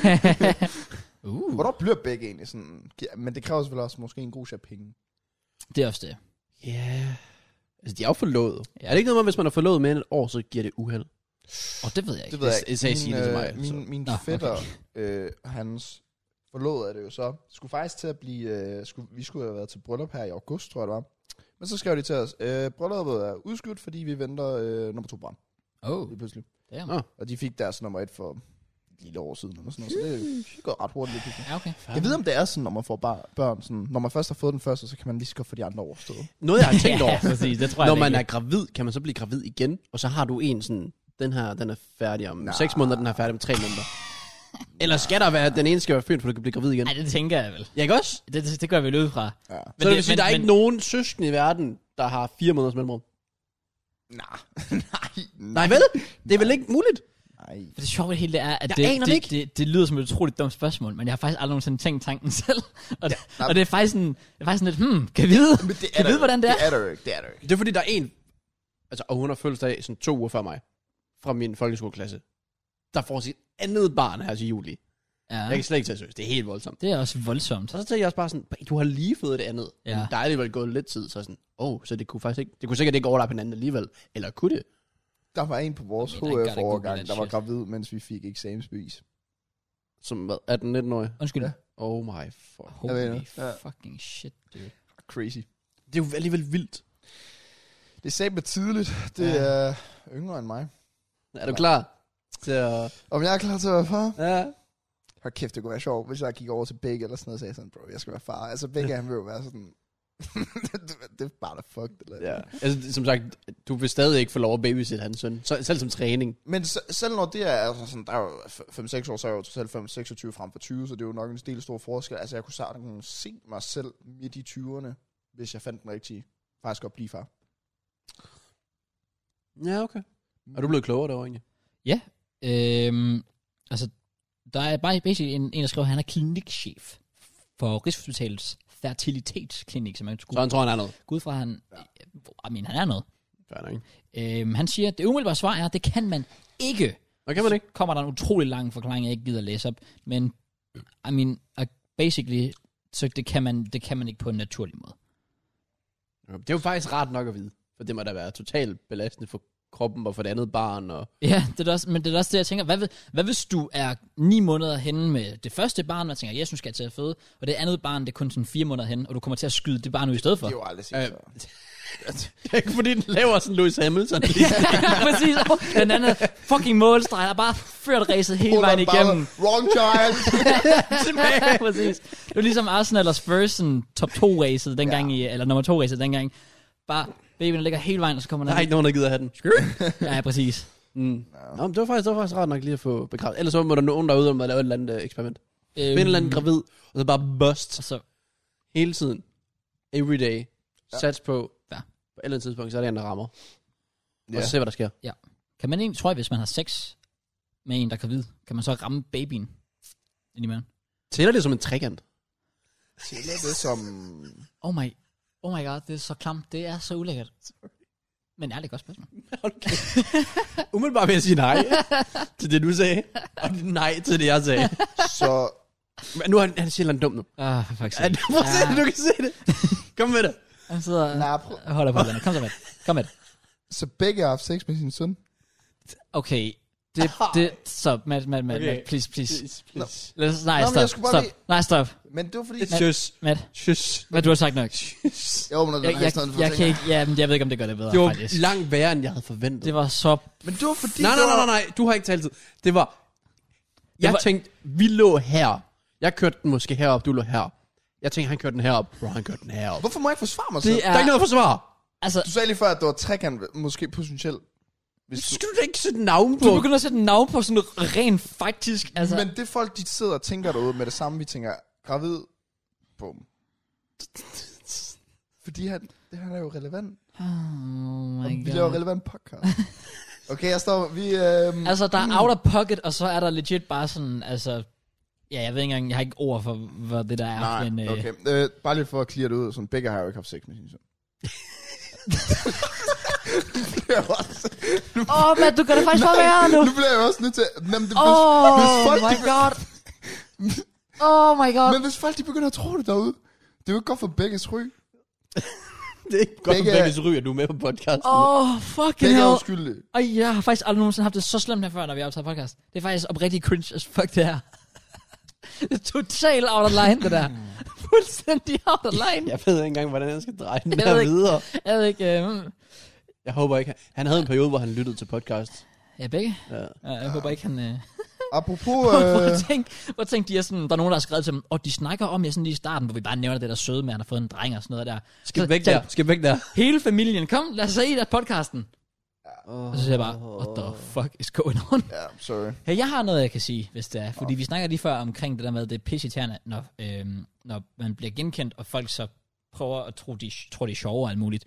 A: uh,
B: Hvornår bliver begge egentlig sådan? Ja, Men det kræver selvfølgelig også måske en god chat penge.
A: det er også det.
C: Ja. Yeah. Altså, de er jo forlovet.
A: Ja.
C: Ja. Er det ikke noget med, hvis man er forlovet mere end et år, så giver det uheld?
A: Og det ved jeg ikke.
B: Det ved jeg
C: Det-
B: ikke.
C: det sagde Signe til mig,
B: øh, Min,
C: så.
B: min
A: Nå,
B: fætter, øh, hans forlod er det jo så, skulle faktisk til at blive, øh, skulle, vi skulle have været til bryllup her i august, tror jeg det var. Men så skrev de til os, øh, brylluppet er udskudt, fordi vi venter øh, nummer to barn,
A: Oh,
B: lige pludselig.
A: damn.
C: Nå.
B: Og de fik deres nummer et for et lille år siden, eller sådan noget, så det, det går ret hurtigt lige pludselig.
A: Ja, okay.
B: Jeg ved, om det er sådan, når man får bar- børn, sådan, når man først har fået den første, så kan man lige så godt få de andre overstået.
C: Noget, jeg har tænkt over.
A: Ja, præcis. Det tror jeg
C: Når
A: da
C: man er
A: ikke.
C: gravid, kan man så blive gravid igen, og så har du en sådan, den her, den er færdig om 6 måneder, den er færdig om 3 måneder. Eller skal der være, den ene skal være født, for du kan blive gravid igen?
A: Ej, det tænker jeg vel.
C: Ja, ikke også?
A: Det, det, det gør vi lød fra.
B: Ja.
C: Men så det vil sige, der er ikke nogen søskende i verden, der har 4 måneders mellemrum.
B: Nej, nej,
C: Nej, vel? Det er vel ikke muligt?
B: nej.
A: For det sjove ved det hele det er, at
C: Jeg
A: det,
C: aner
A: det,
C: det ikke.
A: Det, det, lyder som et utroligt dumt spørgsmål, men jeg har faktisk aldrig nogensinde tænkt tanken selv. og, det,
B: nej.
A: og det er faktisk sådan, det er faktisk sådan lidt, hmm, kan vi vide,
B: Men det
A: kan vi vide
B: er der jo
A: hvordan
B: ikke.
A: det er?
B: Det er der jo ikke, det er der jo ikke.
C: Det er fordi, der er en, altså, og hun har fødselsdag sådan to uger før mig, fra min folkeskoleklasse, der får sit andet barn her til juli. Ja.
A: Ja,
C: Jeg kan slet ikke tage seriøst. Det er helt voldsomt.
A: det er også voldsomt.
C: Og så tænker jeg også bare sådan, du har lige fået det andet.
A: Ja.
C: Men Der er alligevel gået lidt tid, så sådan, åh, oh, så det kunne faktisk ikke, det kunne sikkert ikke overlappe hinanden alligevel. Eller kunne det?
B: Der var en på vores
A: Jeg mener ikke, der er det
B: HF-overgang,
A: Google
B: der var
A: shit.
B: gravid, mens vi fik eksamensbevis.
C: Som hvad, 18-19-årig?
A: Undskyld.
B: Ja.
C: Oh my fuck.
B: Jeg ved
A: Holy
B: det. Ja.
A: fucking shit, dude.
B: Crazy.
C: Det er jo alligevel vildt.
B: Det er satme tidligt. Det
C: Ja.
B: er yngre end mig.
C: Er du klar? Så,
B: Om jeg er klar til at være far?
C: ja.
B: Hold kæft, det kunne være sjovt, hvis jeg gik over til Begge eller sådan noget og sagde sådan, bro, jeg skal være far. Altså, Begge, han vil jo være sådan... det, det, er bare da fucked. Eller?
C: ja. Altså, som sagt, du vil stadig ikke få lov at babysitte hans søn. Så, selv som træning.
B: Men se- selv når det er, altså sådan, der er jo f- 5-6 år, så er jeg jo selv 5-26 frem for 20, så det er jo nok en del stor forskel. Altså, jeg kunne sagtens se mig selv midt i 20'erne, hvis jeg fandt den rigtige. Faktisk godt blive far.
C: Ja, okay. Er du blevet klogere derovre egentlig?
A: Øhm, altså, der er bare basically en, en der skriver, at han er klinikchef for Rigshospitalets fertilitetsklinik, som man skulle
C: Så han tror, han er noget.
A: gå ud fra, han, ja. I mean, han er noget.
C: Fair nok.
A: Øhm, han siger, at det umiddelbare svar er, at det kan man ikke.
C: Nå, kan man ikke?
A: Kommer der en utrolig lang forklaring, jeg ikke gider at læse op, men I mean, uh, basically, så det kan, man, det kan man ikke på en naturlig måde.
C: Det er jo faktisk rart nok at vide. For det må da være totalt belastende for kroppen og for det andet barn. Og...
A: Ja, det er da også, men det er da også det, jeg tænker. Hvad, vil- hvad hvis du er ni måneder henne med det første barn, og tænker, yes, nu skal jeg til at føde, og det andet barn, det er kun sådan fire måneder henne, og du kommer til at skyde det barn ud i stedet for?
B: Det er jo aldrig set,
C: Øh,
B: så.
C: det er ikke fordi, den laver sådan Louis Hamilton.
A: Præcis. Og den anden fucking målstreg har bare ført racet hele vejen igennem.
B: Wrong child!
A: Ja, Præcis. Det var ligesom Arsenal og Spurs sådan, top 2 racet dengang, ja. i, eller nummer 2 racet dengang. Bare babyen ligger hele vejen, og så kommer den
C: der er ikke nogen, der gider have den.
A: anden. Ja, præcis.
C: Mm.
B: Ja.
C: Nå, men det var, faktisk, det var faktisk rart nok lige at få bekræftet. Ellers så må der nogen derude, om der laver et eller andet øh, eksperiment.
A: Øhm,
C: Find en eller anden gravid, og så bare bust
A: Og så,
C: hele tiden. Every day.
B: Ja.
C: Sats på.
A: Ja.
C: På et eller andet tidspunkt, så er det en, der rammer. Ja. Og
B: Ja.
C: så se, hvad der sker.
A: kan man egentlig, tror jeg, hvis man har sex med en, der er gravid, kan man så ramme babyen ind i maven?
C: Tæller det som en trekant?
B: Tæller det som...
A: Oh my, oh my god, det er så klamt. Det er så ulækkert. Men ærligt godt spørgsmål.
C: Okay. Umiddelbart vil jeg sige nej til det, du sagde. Og nej til det, jeg sagde.
B: Så...
C: Men nu er han, han siger noget dumt nu.
A: Ah, faktisk.
C: Ja, du, prøv at se det, du kan se det. Kom med det.
A: Han sidder
B: Nej, prøv.
A: og holder på den. Kom så med det. Kom med det.
B: Så begge har haft sex med sin søn?
A: Okay, det, det, stop, Matt, Matt, Matt,
C: Okay.
A: okay. Matt, please, please.
C: please.
A: Lad os, nej,
B: Nå, men
A: stop,
B: jeg skulle bare
A: stop.
B: lige-
A: Nej, stop.
B: Men det var fordi...
C: It's just,
A: Matt,
C: just.
A: hvad du har sagt nok.
B: Jeg åbner den
A: Jeg,
B: her
A: jeg,
B: i stedet for
A: jeg,
B: at
A: kan
B: tænke-
A: ikke, ja, men jeg ved ikke, om det gør det bedre,
C: Det var
A: faktisk.
C: langt værre, end jeg havde forventet.
A: Det var så...
B: Men det var fordi...
C: Nej, nej,
B: det
C: nej,
B: var-
C: nej, nej, du har ikke talt tid. Det var, jeg
A: var-
C: tænkte, vi lå her. Jeg kørte den måske herop, du lå her. Jeg tænkte, han kørte den herop, bro, han kørte den herop.
B: Hvorfor må jeg ikke forsvare mig
A: Det
B: selv?
C: Der er ikke noget at forsvare.
A: Altså,
B: Du sagde lige før, at det var trekant, måske potentielt. Hvis
C: Så
B: du...
C: skal du da ikke sætte navn på.
A: du begynder at sætte navn på sådan noget rent faktisk. Altså,
B: Men det folk, de sidder og tænker derude med det samme, vi tænker, gravid, bum. Fordi han, det her er jo relevant.
A: oh
B: Og
A: my
B: vi laver
A: god.
B: relevant podcast. Okay, jeg står, vi... Øhm,
A: Altså, der er out of pocket, og så er der legit bare sådan, altså... Ja, jeg ved ikke engang, jeg har ikke ord for, hvad det der er.
B: nej,
A: men, øh,
B: okay. Øh, bare lige for at clear det ud, sådan, begge har jo ikke haft sex med sin søn. Nu bliver jeg også-
A: Åh, oh, Matt, du gør det faktisk bare værre nu.
B: nu bliver jeg også nødt til... Jamen, det, hvis,
A: Åh,
B: hvis
A: oh,
B: folk,
A: my
B: de,
A: god. Oh my god.
B: men hvis folk de begynder at tro det derude, det er jo ikke godt for begges ryg.
C: Det er ikke godt,
B: Begge-
C: begge... hvis ryger du er med på podcasten.
A: Åh, oh, fucking
B: Begge er
A: hell.
B: jo skyldige.
A: Og jeg har faktisk aldrig nogensinde haft det så slemt her før, når vi har optaget podcast. Det er faktisk oprigtigt cringe as fuck, det her. det er totalt out of line, det der. Fuldstændig out of line.
C: Jeg ved ikke engang, hvordan jeg skal dreje den
A: Jeg
C: her
A: ved ikke.
C: videre.
A: Jeg ved ikke... Øh,
C: Jeg håber ikke. Han havde en periode, hvor han lyttede til podcast.
A: ja, begge.
C: Ja.
A: Jeg, jeg håber ikke, han... Øh,
B: Apropos...
A: Prøv
B: Øh,
A: at tænke, prøv at tænke, de er sådan, der er nogen, der har skrevet til dem, og de snakker om jer sådan lige i starten, hvor vi bare nævner det der søde med, at han har fået en dreng og sådan noget der.
C: Skal
A: Så-
C: væk der. Skal væk der.
A: Hele familien, kom, lad os se i der podcasten.
C: Oh.
A: Og så siger jeg bare, what the fuck is going on?
B: ja, sorry.
A: Hey, jeg har noget, jeg kan sige, hvis det er. Fordi vi snakker lige før omkring det der med, at det er pissetærende, når, øhm, når man bliver genkendt, og folk så prøver at tro, de, tror, de er sjove og alt muligt.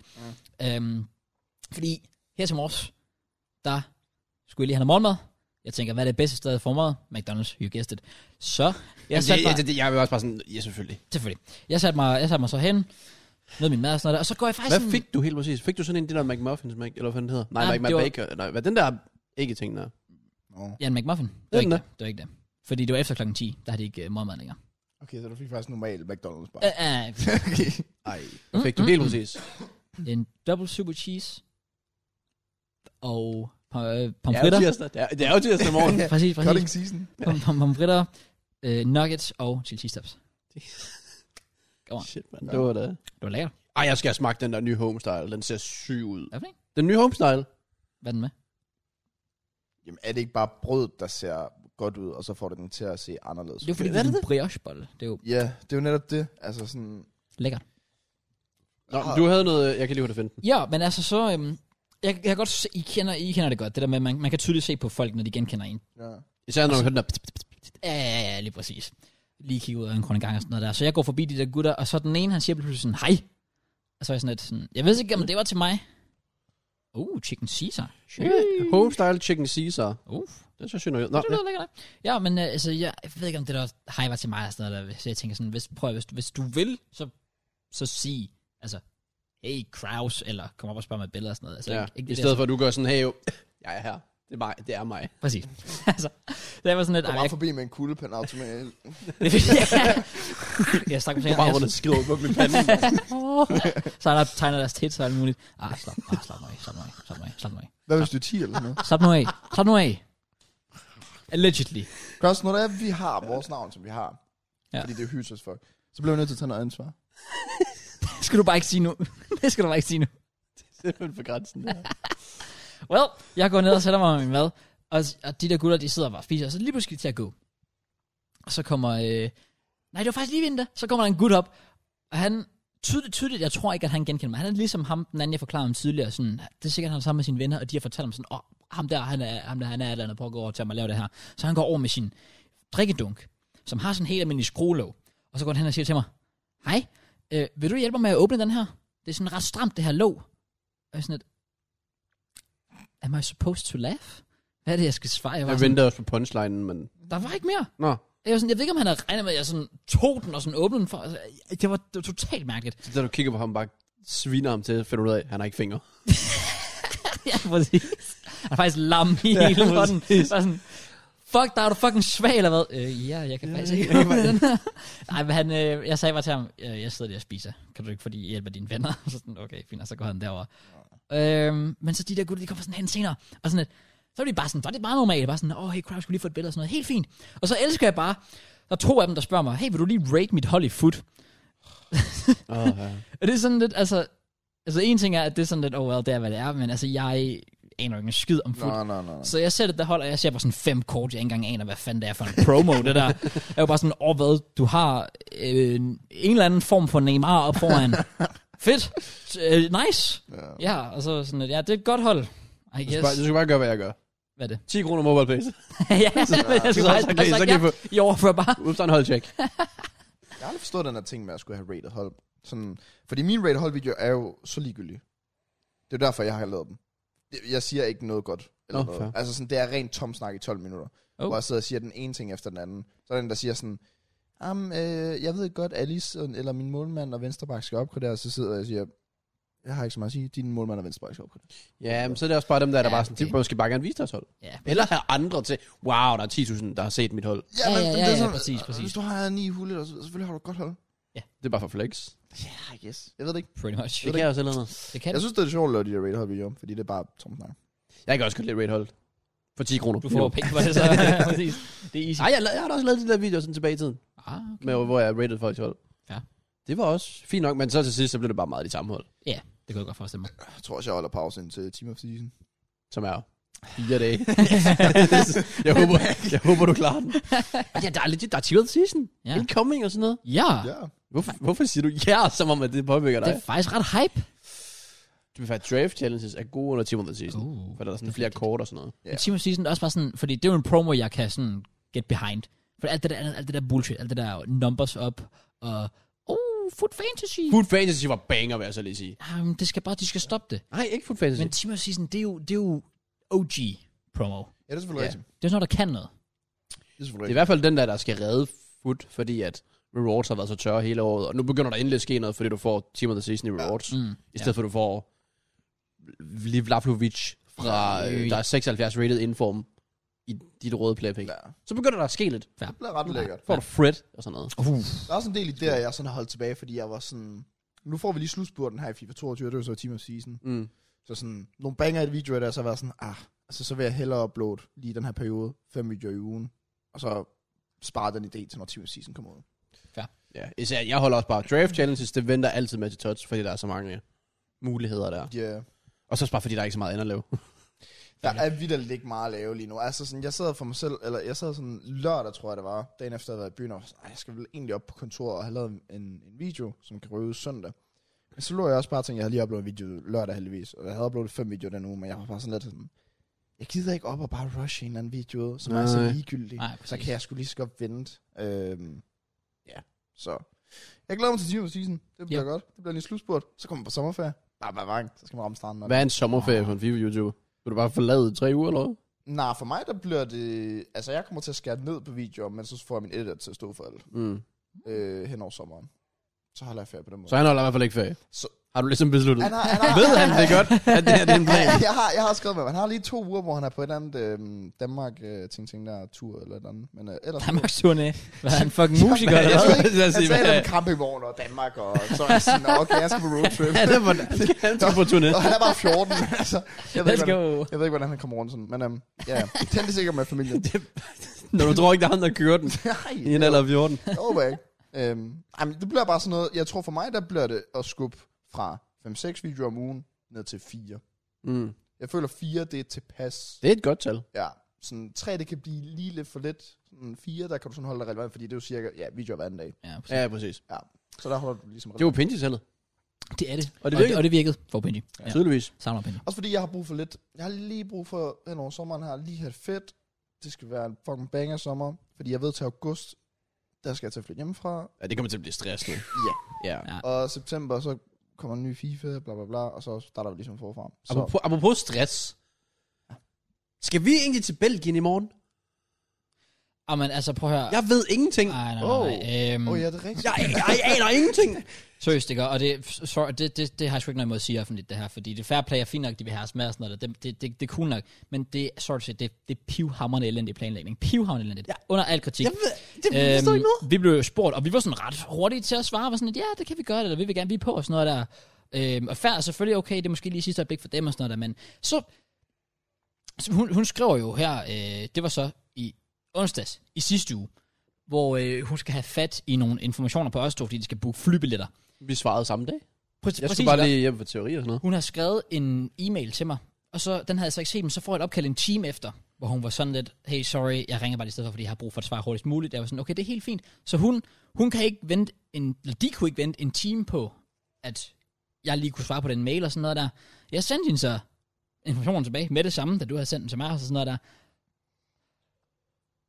A: Mm. Øhm, fordi her til morges, der skulle jeg lige have noget morgenmad. Jeg tænker, hvad er det bedste sted for morgenmad? McDonald's, you guessed it. Så jeg satte mig,
C: det, det, jeg vil også bare sådan, ja selvfølgelig.
A: selvfølgelig, jeg satte mig, jeg satte mig så hen, med min mad og sådan noget, der, og så går jeg faktisk
C: Hvad
A: sådan-
C: fik du helt præcis? Fik du sådan en, det der McMuffins, Mac, eller hvad den hedder? Nej,
A: Nej,
C: Nej
A: det var-
C: McMuffin, var... nej, hvad den der ikke ting der?
B: Nå.
A: Ja, en McMuffin. Det
C: den
A: var, ikke
C: der?
A: det. det var ikke det. Fordi det var efter klokken 10, der havde de ikke uh, morgenmad længere.
B: Okay, så du fik faktisk normal McDonald's bare.
A: Uh, uh,
B: okay.
C: Ej,
A: øh.
C: hvad
A: Mm,
C: fik du helt præcis?
A: en double super cheese og øh,
C: Det er jo
A: pomfritter. Ja,
C: tirsdag. Det er, det er jo tirsdag morgen.
A: præcis,
B: Cutting
A: præcis.
B: season.
A: Pom, pom, pomfritter, øh, nuggets og chili cheese tops.
C: Shit, man. Det var det.
A: Det var lækkert.
C: Ej, jeg skal have smagt den der nye homestyle. Den ser syg ud.
A: Hvad for en?
C: Den nye homestyle?
A: Hvad er den med?
B: Jamen, er det ikke bare brød, der ser godt ud, og så får det den til at se anderledes
A: Det er jo
B: ud?
A: fordi,
C: Hvad
A: det
C: er
A: er
C: det,
A: en briochebolle. Det er jo
B: Ja, det er jo netop det. Altså sådan...
A: lækkert.
C: Nå, men du havde noget, jeg kan lige hurtigt finde den.
A: Ja, men altså så... Øhm, jeg, jeg kan godt se, I kender, I kender det godt. Det der med, at man, man kan tydeligt se på folk, når de genkender en.
B: Ja.
C: Især når du hørte den der...
A: Ja, ja, ja, lige præcis. Lige kigge ud af en grøn gang og sådan noget der. Så jeg går forbi de der gutter, og så den ene, han siger pludselig sådan, hej. Og så er jeg sådan lidt sådan, jeg ved ikke, om det var til mig. Uh, chicken Caesar. Shit.
C: Homestyle chicken Caesar.
A: Uh,
C: Den ser syg nok ud. Nå,
A: det lyder lækkert. Ja, men øh, altså, jeg, jeg ved ikke, om det der hej var til mig og sådan noget der. Så jeg tænker sådan, hvis, prøv, at- hvis, hvis du vil, så, så sig, altså, hey Kraus, eller kom op og spørg mig et billede og sådan noget. Altså,
C: ja.
A: ikke, ikke
C: I
A: det der
C: stedet for, at du gør sådan, hey, jo, jeg er her. Det er mig. Det er mig.
A: sådan- Præcis. altså, det var sådan lidt, ej,
B: Jeg var
A: jeg,
B: bare forbi med en kuglepen automat.
A: jeg, jeg stak på
C: Du
A: tænderne,
C: bare
A: jeg-
C: rundt og skriver på min pande.
A: så er der tegner deres tits og alt muligt. Ah, slap, ah, slap nu af, slap nu af, slap nu af, slap nu af.
B: Hvad hvis du er 10 eller sådan noget?
A: Slap nu af, slap nu af. Allegedly.
B: Cross, når det er, vi har vores navn, som vi har,
A: Ja.
B: ja. fordi det er hyggeligt for, så bliver vi nødt til at tage noget ansvar.
A: Det skal du bare ikke sige nu. Det skal du bare ikke sige nu.
C: Simpelthen for grænsen. der.
A: Well, jeg går ned og sætter mig med min mad. Og, og de der gutter, de sidder bare og spiser, og så lige pludselig til at gå. Og så kommer... Øh, nej, det var faktisk lige vinter. Så kommer der en gut op, og han... Tydeligt, tydeligt, jeg tror ikke, at han genkender mig. Han er ligesom ham, den anden, jeg forklarede om tidligere. Sådan, det er sikkert, han er sammen med sine venner, og de har fortalt ham sådan, åh, ham der, han er, ham der, han er et eller andet, prøv at gå over til mig og lave det her. Så han går over med sin drikkedunk, som har sådan en helt almindelig skruelåg. Og så går han hen og siger til mig, hej, øh, vil du hjælpe mig med at åbne den her? Det er sådan ret stramt, det her låg. Og jeg er sådan et, am I supposed to laugh? Hvad er det, jeg skal svare? Jeg var
C: Jeg
A: sådan,
C: venter også på punchlinen, men...
A: der var ikke mere.
C: Nå,
A: Jeg, var sådan, jeg ved ikke, om han havde regnet med, at jeg sådan tog den og sådan åbnede den for. Altså, det, var, det var totalt mærkeligt.
C: så da du kigger på ham, bare sviner ham til, finder du ud af, han har ikke fingre.
A: ja, præcis. Han er faktisk lam i
C: Ja,
A: ja, hele hånden.
C: præcis.
A: Bare sådan, fuck dig, er du fucking svag eller hvad? Øh, ja, jeg kan
C: Ja,
A: faktisk
C: jeg
A: ikke
C: kan
A: åbne
C: faktisk-
A: den her. Nej, men han, øh, jeg sagde bare til ham, øh, jeg sidder lige og spiser. Kan du ikke, fordi jeg hjælper dine venner? Så sådan, okay, fint, og så går han derover. Øhm, men så de der gutter, de kommer sådan hen senere, og sådan lidt, så er de bare sådan, var det bare normalt, bare sådan, åh, oh, hey, crowd, skulle lige få et billede og sådan noget, helt fint. Og så elsker jeg bare, der er to af dem, der spørger mig, hey, vil du lige rate mit hold i foot?
C: Åh, ja.
A: Og det er sådan lidt, altså, altså en ting er, at det er sådan lidt, oh well, det er, hvad det er, men altså, jeg aner jo ikke en skid om foot.
B: Nej, nej, nej.
A: Så jeg ser det, der holder, jeg ser bare sådan fem kort, jeg ikke engang aner, hvad fanden det er for en promo, det der. Jeg er jo bare sådan, åh oh, hvad, du har øh, en en eller anden form for Neymar op foran. Fedt, øh, nice.
B: Ja.
A: Ja, og så sådan, lidt, ja, det er et godt hold. I
C: Du, skal
A: guess.
C: bare, du skal bare gøre, hvad jeg gør.
A: Hvad er det?
C: 10 kroner mobile pay.
A: ja, jeg skulle
C: så-
A: faktisk
C: så
A: bare
C: kan I- så
A: sagt,
C: kan I
A: ja, I overfører bare.
C: Udstående holdcheck.
B: Jeg har aldrig forstået den her ting med, at jeg skulle have rated hold. Sådan, fordi min rated hold video er jo så ligegyldig. Det er jo derfor, jeg har lavet dem. Det- Jeg siger ikke noget godt. Eller
C: Nå,
B: oh, noget.
C: fair.
B: Altså sådan, det er rent tom snak i 12 minutter.
A: Oh.
B: Oh. Hvor jeg sidder og siger den ene ting efter den anden. Så er der en, der siger sådan, Jamen, øh, jeg ved godt, Alice øh, eller min målmand og venstreback skal opgradere, og så sidder jeg og siger, jeg har ikke så meget at sige, din målmand og venstreback skal opgradere.
C: Ja, men så er det også bare dem, der, der
A: Ja,
C: bare sådan,
A: det-
C: de måske bare gerne vise deres hold.
A: Ja.
C: Eller have andre til, wow, der er 10.000, der har set mit hold.
A: Ja, ja,
B: men
A: ja,
B: det er
A: ja,
B: sådan,
A: præcis,
B: øh,
A: præcis.
B: Hvis du har ni huller, så selvfølgelig har du et godt hold.
C: Det er bare for flex.
B: Ja, yes. Jeg ved det ikke.
A: Pretty much.
C: Det kan jeg også eller andet.
A: Det kan
B: Jeg synes, det er sjovt at lave de der rated hold videoer, fordi det er bare tom snak.
C: Jeg kan også godt lide rate hold. For 10 kroner.
A: du får penge for det, så præcis. Det er easy.
C: Ej, jeg, la- jeg har da også lavet de der videoer sådan tilbage i tiden,
A: Ah, okay.
C: med, hvor jeg rated folks hold.
A: Ja.
C: Det var også fint nok, men så til sidst, så blev det bare meget de samme hold,
A: Ja, det kunne jeg godt forestille mig.
B: Jeg tror også, jeg holder pause indtil Team of Season.
C: som er fire dage. jeg, håber, jeg håber, du klarer den. Ej, ja, der er lidt, der er 10 season.
A: Ja.
C: Ja. Incoming og sådan noget.
A: Ja,
B: Ja.
C: Hvorfor, hvorfor siger du ja, som om, at det påvirker
A: det
C: dig?
A: er faktisk ret hype.
C: Du vil faktisk draft challenges er gode under 10 måneder season. Uh,
A: Uh.
C: for der er sådan flere kort og sådan noget.
A: Ja. Team of Season er også bare sådan, fordi det er jo en promo, jeg kan sådan get behind. For alt det der, alt det der bullshit, alt det der numbers up, og oh, Foot Fantasy.
C: Food Fantasy var banger, vil jeg så lige sige.
A: Jamen, det skal bare, de skal stoppe det.
C: Nej, ikke Food Fantasy.
A: Men Team of Season, det er jo, det er jo OG promo.
B: Ja, det er selvfølgelig
C: Ja.
B: rigtigt.
A: Det er jo sådan noget, der kan noget.
B: Det er selvfølgelig
C: Det er i hvert fald den der, der skal redde Food, fordi at rewards har været så tørre hele året, og nu begynder der endelig at ske noget, fordi du får Team of the Season i rewards, ja.
A: Mm.
C: i stedet ja. for at du får Liv Lavlovic fra, øh, der er 76 rated inform i dit røde playpick. Ja.
B: rigtigt. Ja.
C: Så begynder der at ske lidt.
B: Det bliver ret lækkert.
C: Får du Fred og sådan noget.
A: Uh.
B: Der er også en del idéer, jeg sådan har holdt tilbage, fordi jeg var sådan... Nu får vi lige slutspurten her i FIFA 22, det er jo så Team of Season.
C: Mm.
B: Så sådan nogle banger i et video, der så var sådan, ah, altså så vil jeg hellere uploade lige den her periode, fem videoer i ugen, og så spare den idé til, når Team of Season kommer ud.
C: Ja, især, jeg holder også bare draft challenges, det venter altid med til touch, fordi der er så mange muligheder der.
B: Ja, yeah.
C: Og så også bare fordi der er ikke så meget andet at lave.
B: der er vidderligt ikke meget at lave lige nu. Altså sådan, jeg sad for mig selv, eller jeg sad sådan lørdag, tror jeg det var, dagen efter jeg havde været i byen, og var sådan, "Ej, jeg skal vel egentlig op på kontoret og have lavet en, en video, som kan røve søndag. Men så lå jeg også bare og tænkte, jeg havde lige uploadet en video lørdag heldigvis, og jeg havde uploadet fem videoer den uge, men jeg var bare sådan lidt sådan, jeg gider ikke op og bare rushe en eller anden video, som er så
C: Nej.
B: ligegyldig.
A: Nej, præcis.
B: så kan jeg skulle lige så godt vente. Øhm, ja, så. Jeg glæder mig til Team of the Season. Det bliver
A: Ja.
B: godt. Det bliver lige slutspurt. Så kommer man på sommerferie. Bare, bare, bare, så skal man ramme stranden. op.
C: Hvad er en sommerferie for en FIFA-YouTuber? Vil du bare forlade i tre uger, eller hvad?
B: Nej, for mig der bliver det... Altså, jeg kommer til at skære ned på videoer, men så får jeg min editor til at stå for alt
C: Mm.
B: øh, hen over sommeren. Så holder jeg ferie på den måde.
C: Så han holder i hvert fald ikke ferie. Så...
B: Så-
C: Har du ligesom besluttet?
B: Han har, han har,
C: Ved han det godt, at det her det er en plan?
B: jeg, har, jeg har skrevet med ham. Han har lige to uger, hvor han er på et eller andet øh, Danmark øh, ting, ting der tur eller et eller andet. Men øh, ellers...
A: Danmarks turné. Hvad er han fucking musiker,
C: Jeg
A: eller hvad?
C: skulle ikke
B: Han
C: sige,
B: taler
C: hvad-
B: om campingvogn og Danmark, og så er jeg sådan, "Nå, okay, jeg skal på roadtrip.
C: Ja, det var han tog på turné.
B: og han er bare 14, altså. Jeg ved,
A: Let's
B: ikke,
A: go.
B: hvordan, jeg ved ikke, hvordan han kommer rundt sådan. Men øhm, ja, ja. Tænd det sikkert med familien.
C: Når du tror ikke, det er ham, der kører den
B: Nej,
C: i en alder af 14.
B: Det håber jeg ikke. Øhm, ej, men det bliver bare sådan noget, jeg tror for mig, der bliver det at skubbe fra 5-6 videoer om ugen ned til 4.
C: Mm.
B: Jeg føler 4, det er tilpas.
C: Det er et godt tal.
B: Ja, sådan 3, det kan blive lige lidt for lidt. Sådan 4, der kan du sådan holde dig relevant, fordi det er jo cirka, ja, videoer hver anden dag.
A: Ja, præcis.
C: Ja, præcis.
B: Så der holder du ligesom
C: Det var pinjetallet.
A: Det er det.
C: Og
A: Og det,
C: det
A: og det,
C: virkede.
A: og det virkede for Benji. Ja.
C: Tydeligvis.
A: Savner Benji.
B: Også fordi jeg har brug for lidt. Jeg har lige brug for, hen over sommeren her, lige have det fedt. Det skal være en fucking banger sommer. Fordi jeg ved til august, der skal jeg til at flytte hjemmefra.
C: Ja, det kommer til at blive stress nu.
B: Ja.
C: Ja.
A: Ja.
B: Og september, så kommer en ny FIFA, bla bla bla. Og så starter vi ligesom forfra. Så,
C: Apropos, apropos stress. Skal vi egentlig til Belgien i morgen?
A: Ah, men altså, prøv at høre.
C: Jeg ved ingenting.
A: Ej, nej, nej, nej. Øhm,
B: åh oh, ja, det er rigtigt.
C: Jeg, jeg, jeg aner ingenting.
A: Seriøst, ikke? Og det, sorry, det, det, det har jeg sgu ikke noget imod at sige offentligt, det her. Fordi det fair play er fint nok, de vil have os med og sådan noget. der. Det, det, det, det er cool nok. Men det, sorry, to say, det, det er pivhammerende elendig planlægning. Pivhammerende elendigt. Ja. Under al kritik. Øhm,
C: Jeg ved, det forstår ikke noget.
A: vi blev jo spurgt, og vi var sådan ret hurtige til at svare. Var sådan, at, ja, det kan vi gøre, eller vi vil gerne, vi er på, og sådan noget der. Øhm, og fair er selvfølgelig okay, det er måske lige sidste øjeblik for dem og sådan noget der, men så... så hun, hun skriver jo her, øh, det var så i onsdags, i sidste uge, hvor øh, hun skal have fat i nogle informationer på os to, fordi de skal booke flybilletter.
C: Vi svarede samme dag.
A: Præcis,
C: Jeg
A: præcis,
C: skulle bare
A: ikke?
C: lige hjem for teori og sådan noget.
A: Hun har skrevet en e-mail til mig, og så, den havde jeg så ikke set, men så får jeg et opkald en time efter, hvor hun var sådan lidt, hey, sorry, jeg ringer bare lige i stedet for, fordi jeg har brug for et svar hurtigst muligt. Jeg var sådan, okay, det er helt fint. Så hun, hun kan ikke vente en, eller de kunne ikke vente en time på, at jeg lige kunne svare på den mail og sådan noget der. Jeg sendte hende så informationen tilbage med det samme, da du havde sendt den til mig og sådan noget der.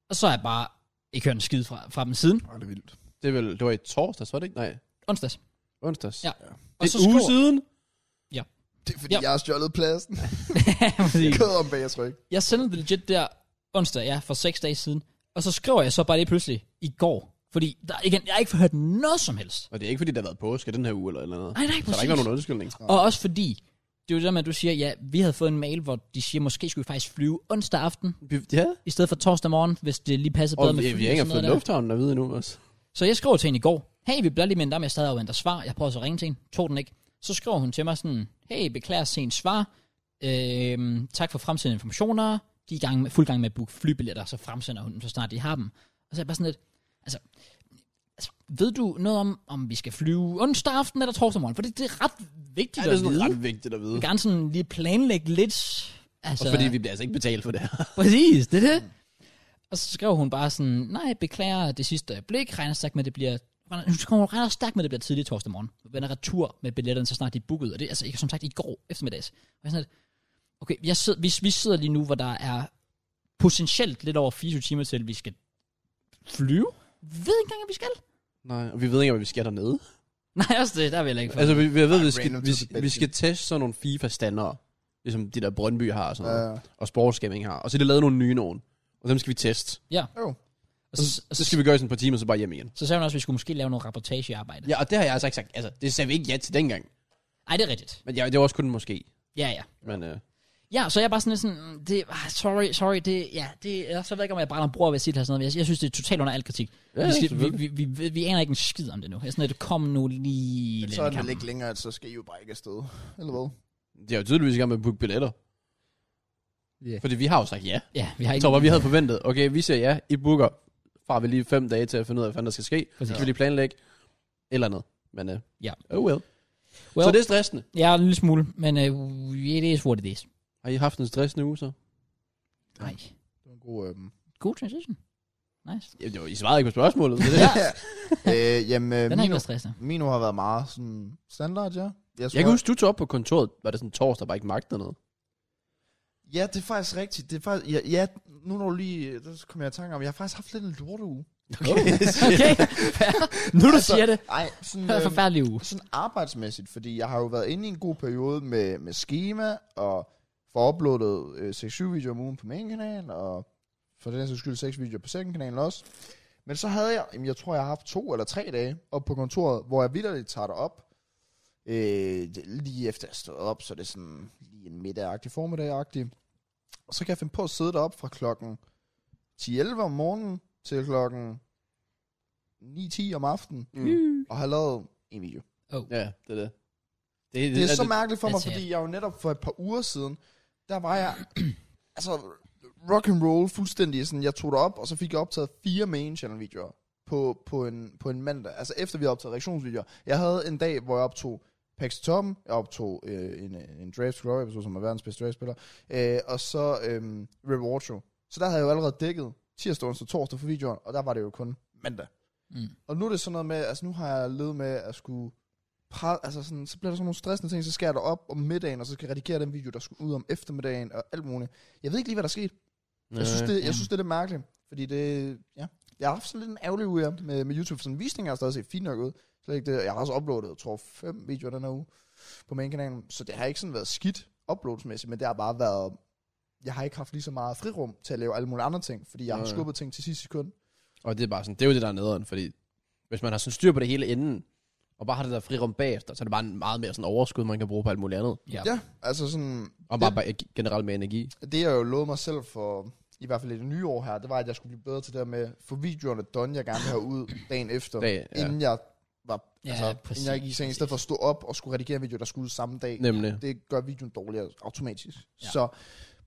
A: Og så er jeg bare ikke hørt en skid fra, fra dem siden.
B: Ej, det er vildt.
C: Det, er vel, det var i torsdags, var det ikke? Nej,
A: Onsdags.
C: onsdags.
A: Ja.
C: Det er
A: så
C: en uge
A: skriver-
C: siden.
B: Det er fordi,
A: Ja.
B: jeg har stjålet pladsen.
A: Præcis.
B: Kød om bag, jeg tror ikke.
A: Jeg sendte det legit der onsdag, ja, for seks dage siden. Og så skriver jeg så bare lige pludselig i går. Fordi der, igen, jeg har ikke hørt noget som helst.
C: Og det er ikke, fordi der har været påske den her uge eller noget.
A: Nej, nej,
C: Så der er
A: præcis.
C: ikke været nogen undskyldning.
A: Og også fordi, det er jo det der med, at du siger, ja, vi havde fået en mail, hvor de siger, måske skulle vi faktisk flyve onsdag aften,
C: Vi- Ja,
A: i stedet for torsdag morgen, hvis det lige passer
C: og
A: bedre med
C: vi,
A: fly
C: vi har
A: og
C: ikke
A: sådan
C: engang fået
A: noget der.
C: lufthavnen at vide endnu også.
A: Så jeg skriver til hende i går, hey, vi bliver lige mindet om, jeg stadig afventer svar. Jeg prøver så at ringe til hende, tog den ikke. Så skriver hun til mig sådan, hey, beklager sent svar. Øhm, tak for fremsendte informationer. De er i gang med, fuld gang med at booke flybilletter, så fremsender hun dem, så snart de har dem. Og så er jeg bare sådan lidt, altså, altså ved du noget om, om vi skal flyve onsdag aften eller torsdag morgen? For det, det er ret vigtigt
C: Ja,
A: ja,
C: det er
A: at
C: sådan
A: vide. Ret...
C: ret vigtigt at vide.
A: Jeg vil gerne sådan lige planlægge lidt. Altså,
C: Også fordi vi bliver altså ikke betalt for det her.
A: Præcis, det er det. Mm. Og så skrev hun bare sådan, nej, beklager det sidste øjeblik, regner stærkt med, det bliver hun skrev, hun regner stærkt med, det bliver tidligt torsdag morgen. Vi vender retur med billetterne, så snart de er booket. Og det er altså, ikke som sagt, i går eftermiddags. Og jeg er sådan, lidt, okay, jeg sidder, vi, vi sidder lige nu, hvor der er potentielt lidt over 24 timer til, at vi skal flyve. Vi ved ikke engang, at vi skal.
C: Nej, og vi ved ikke, hvad vi skal dernede.
A: Nej, også det, der vil jeg ikke få.
C: Altså, vi, vi ved, vi
B: Ej,
C: skal,
B: random
C: vi,
B: til
C: skal- vi
B: Belgien.
C: skal teste sådan nogle FIFA-standere. Ligesom de der Brøndby har og sådan noget.
B: Uh,
C: Og sportsgaming har. Og så er det lavet nogle nye nogen. Og dem skal vi teste.
B: jo.
A: Og
C: Og
A: så,
C: så,
A: og
C: så
A: så,
C: skal vi gøre i sådan et par timer, og så bare hjem igen.
A: så sagde hun også, at vi skulle måske lave noget rapportagearbejde.
C: Ja, og det har jeg altså ikke sagt. Altså, det sagde vi ikke ja til dengang.
A: Ej, det er rigtigt.
C: Men ja, det var også kun måske.
A: Ja, ja.
C: Men øh,
A: Ja, så jeg er bare sådan lidt sådan, mm, det, ah, sorry, sorry, det, ja, det, jeg så ved jeg ikke, om jeg brænder bror ved at sige det her sådan noget, men jeg, jeg synes, det er totalt under al kritik.
C: Ja,
A: Ja, vi, skal, vi,
C: selvfølgelig.
A: vi, vi, vi, vi, aner ikke en skid om det nu. Jeg er sådan lidt, kom nu lige
B: Men
A: lidt
B: så er
A: i
B: det vel
A: kampen.
B: ikke længere, at så skal I jo bare ikke afsted. Eller hvad?
C: det er jo tydeligvis i gang med at booke billetter.
A: Ja.
C: Fordi vi har jo sagt ja.
A: Ja, vi har
C: Jeg
A: ikke...
C: tror bare, vi havde forventet. Okay, vi siger ja. I booker. Far vi lige fem dage til at finde ud af, hvad fanden der skal ske. Så
A: Præcis.
C: skal vi lige planlægge. Eller noget. Men øh,
A: Ja.
C: oh well. well. Så
A: Well.
C: det er stressende.
A: Ja, en lille smule, men uh, it is what it is.
C: Har I haft en stressende uge så?
A: Nej.
B: Det var en god... Øhm.
A: God transition. Nice.
C: Ja, det var- I svarede ikke på spørgsmålet. Så det,
A: Ja,
B: øh, jamen, øh,
A: den har ikke
B: Mino,
A: været stressende.
B: Mino har været meget sådan standard, ja. Jeg,
C: jeg kan huske, du tog op på kontoret. Var det sådan torsdag, bare ikke magtede noget?
B: Ja, det er faktisk rigtigt. Det er faktisk, ja, ja, nu når du lige, der kom jeg i tanke om, jeg har faktisk haft lidt en lorte uge.
A: Okay, fair. nu du siger det.
B: Ej, sådan,
A: Det er en
B: Altså, øh,
A: forfærdelig uge.
B: sådan arbejdsmæssigt, fordi jeg har jo været inde i en god periode med, med schema, og får uploadet øh, 6-7 videoer om ugen på min kanal, og for den sags skyld 6 videoer på second kanalen også. Men så havde jeg, jamen, jeg tror jeg har haft to eller tre dage op på kontoret, hvor jeg vidderligt tager det op, øh, lige efter jeg stod op, så det er sådan lige en middagagtig formiddag Og så kan jeg finde på at sidde deroppe fra klokken 10-11 om morgenen til klokken 9-10 om aftenen,
C: Mm.
B: og har lavet en video.
C: Ja, det er det. Det,
B: Det altså, er så mærkeligt for mig,
A: irriterende.
B: fordi jeg jo netop for et par uger siden, der var jeg, altså, rock and roll fuldstændig sådan, jeg tog det op, og så fik jeg optaget fire main channel videoer på, på, en, på en mandag, altså efter vi havde optaget reaktionsvideoer. Jeg havde en dag, hvor jeg optog Pax til Toppen, jeg optog øh, en, en Draft Glory episode, som er verdens bedste draftspiller, øh, og så øh, Reward Show. Så der havde jeg jo allerede dækket tirsdag, onsdag, torsdag for videoen, og der var det jo kun mandag.
A: Mm.
B: Og nu er det sådan noget med, altså nu har jeg levet med at skulle pre- altså sådan, så bliver der sådan nogle stressende ting, så skærer der op om middagen, og så skal jeg redigere den video, der skulle ud om eftermiddagen, og alt muligt. Jeg ved ikke lige, hvad der skete. Jeg synes, det, jeg synes, det er lidt mærkeligt, fordi det, ja. Jeg har haft sådan lidt en ærgerlig uge ja, med, med YouTube, for sådan visninger har stadig set fint nok ud. Slet ikke det. Jeg har også uploadet, jeg tror, fem videoer den her uge på min kanal, så det har ikke sådan været skidt uploadsmæssigt, men det har bare været, jeg har ikke haft lige så meget frirum til at lave alle mulige andre ting, fordi jeg har
C: Nej.
B: skubbet ting til sidste sekund.
C: Og det er bare sådan, det er jo det, der er nederen, fordi hvis man har sådan styr på det hele inden, og bare har det der frirum bagefter, så er det bare en meget mere sådan overskud, man kan bruge på alt muligt andet.
A: Ja.
B: Ja, altså sådan,
C: Og bare, bare generelt med energi.
B: det jeg jo lovede mig selv for, i hvert fald i det nye år her, det var, at jeg skulle blive bedre til det der med, for videoerne done, jeg gerne vil have ud dagen efter,
C: Dag, ja.
B: inden jeg var,
A: Ja,
B: altså,
A: præcis,
B: inden jeg gik i seng, i stedet for at stå op og skulle redigere en video, der skulle ud samme dag.
C: Nemlig.
B: Det gør videoen dårligere automatisk.
A: Ja.
B: Ja. Så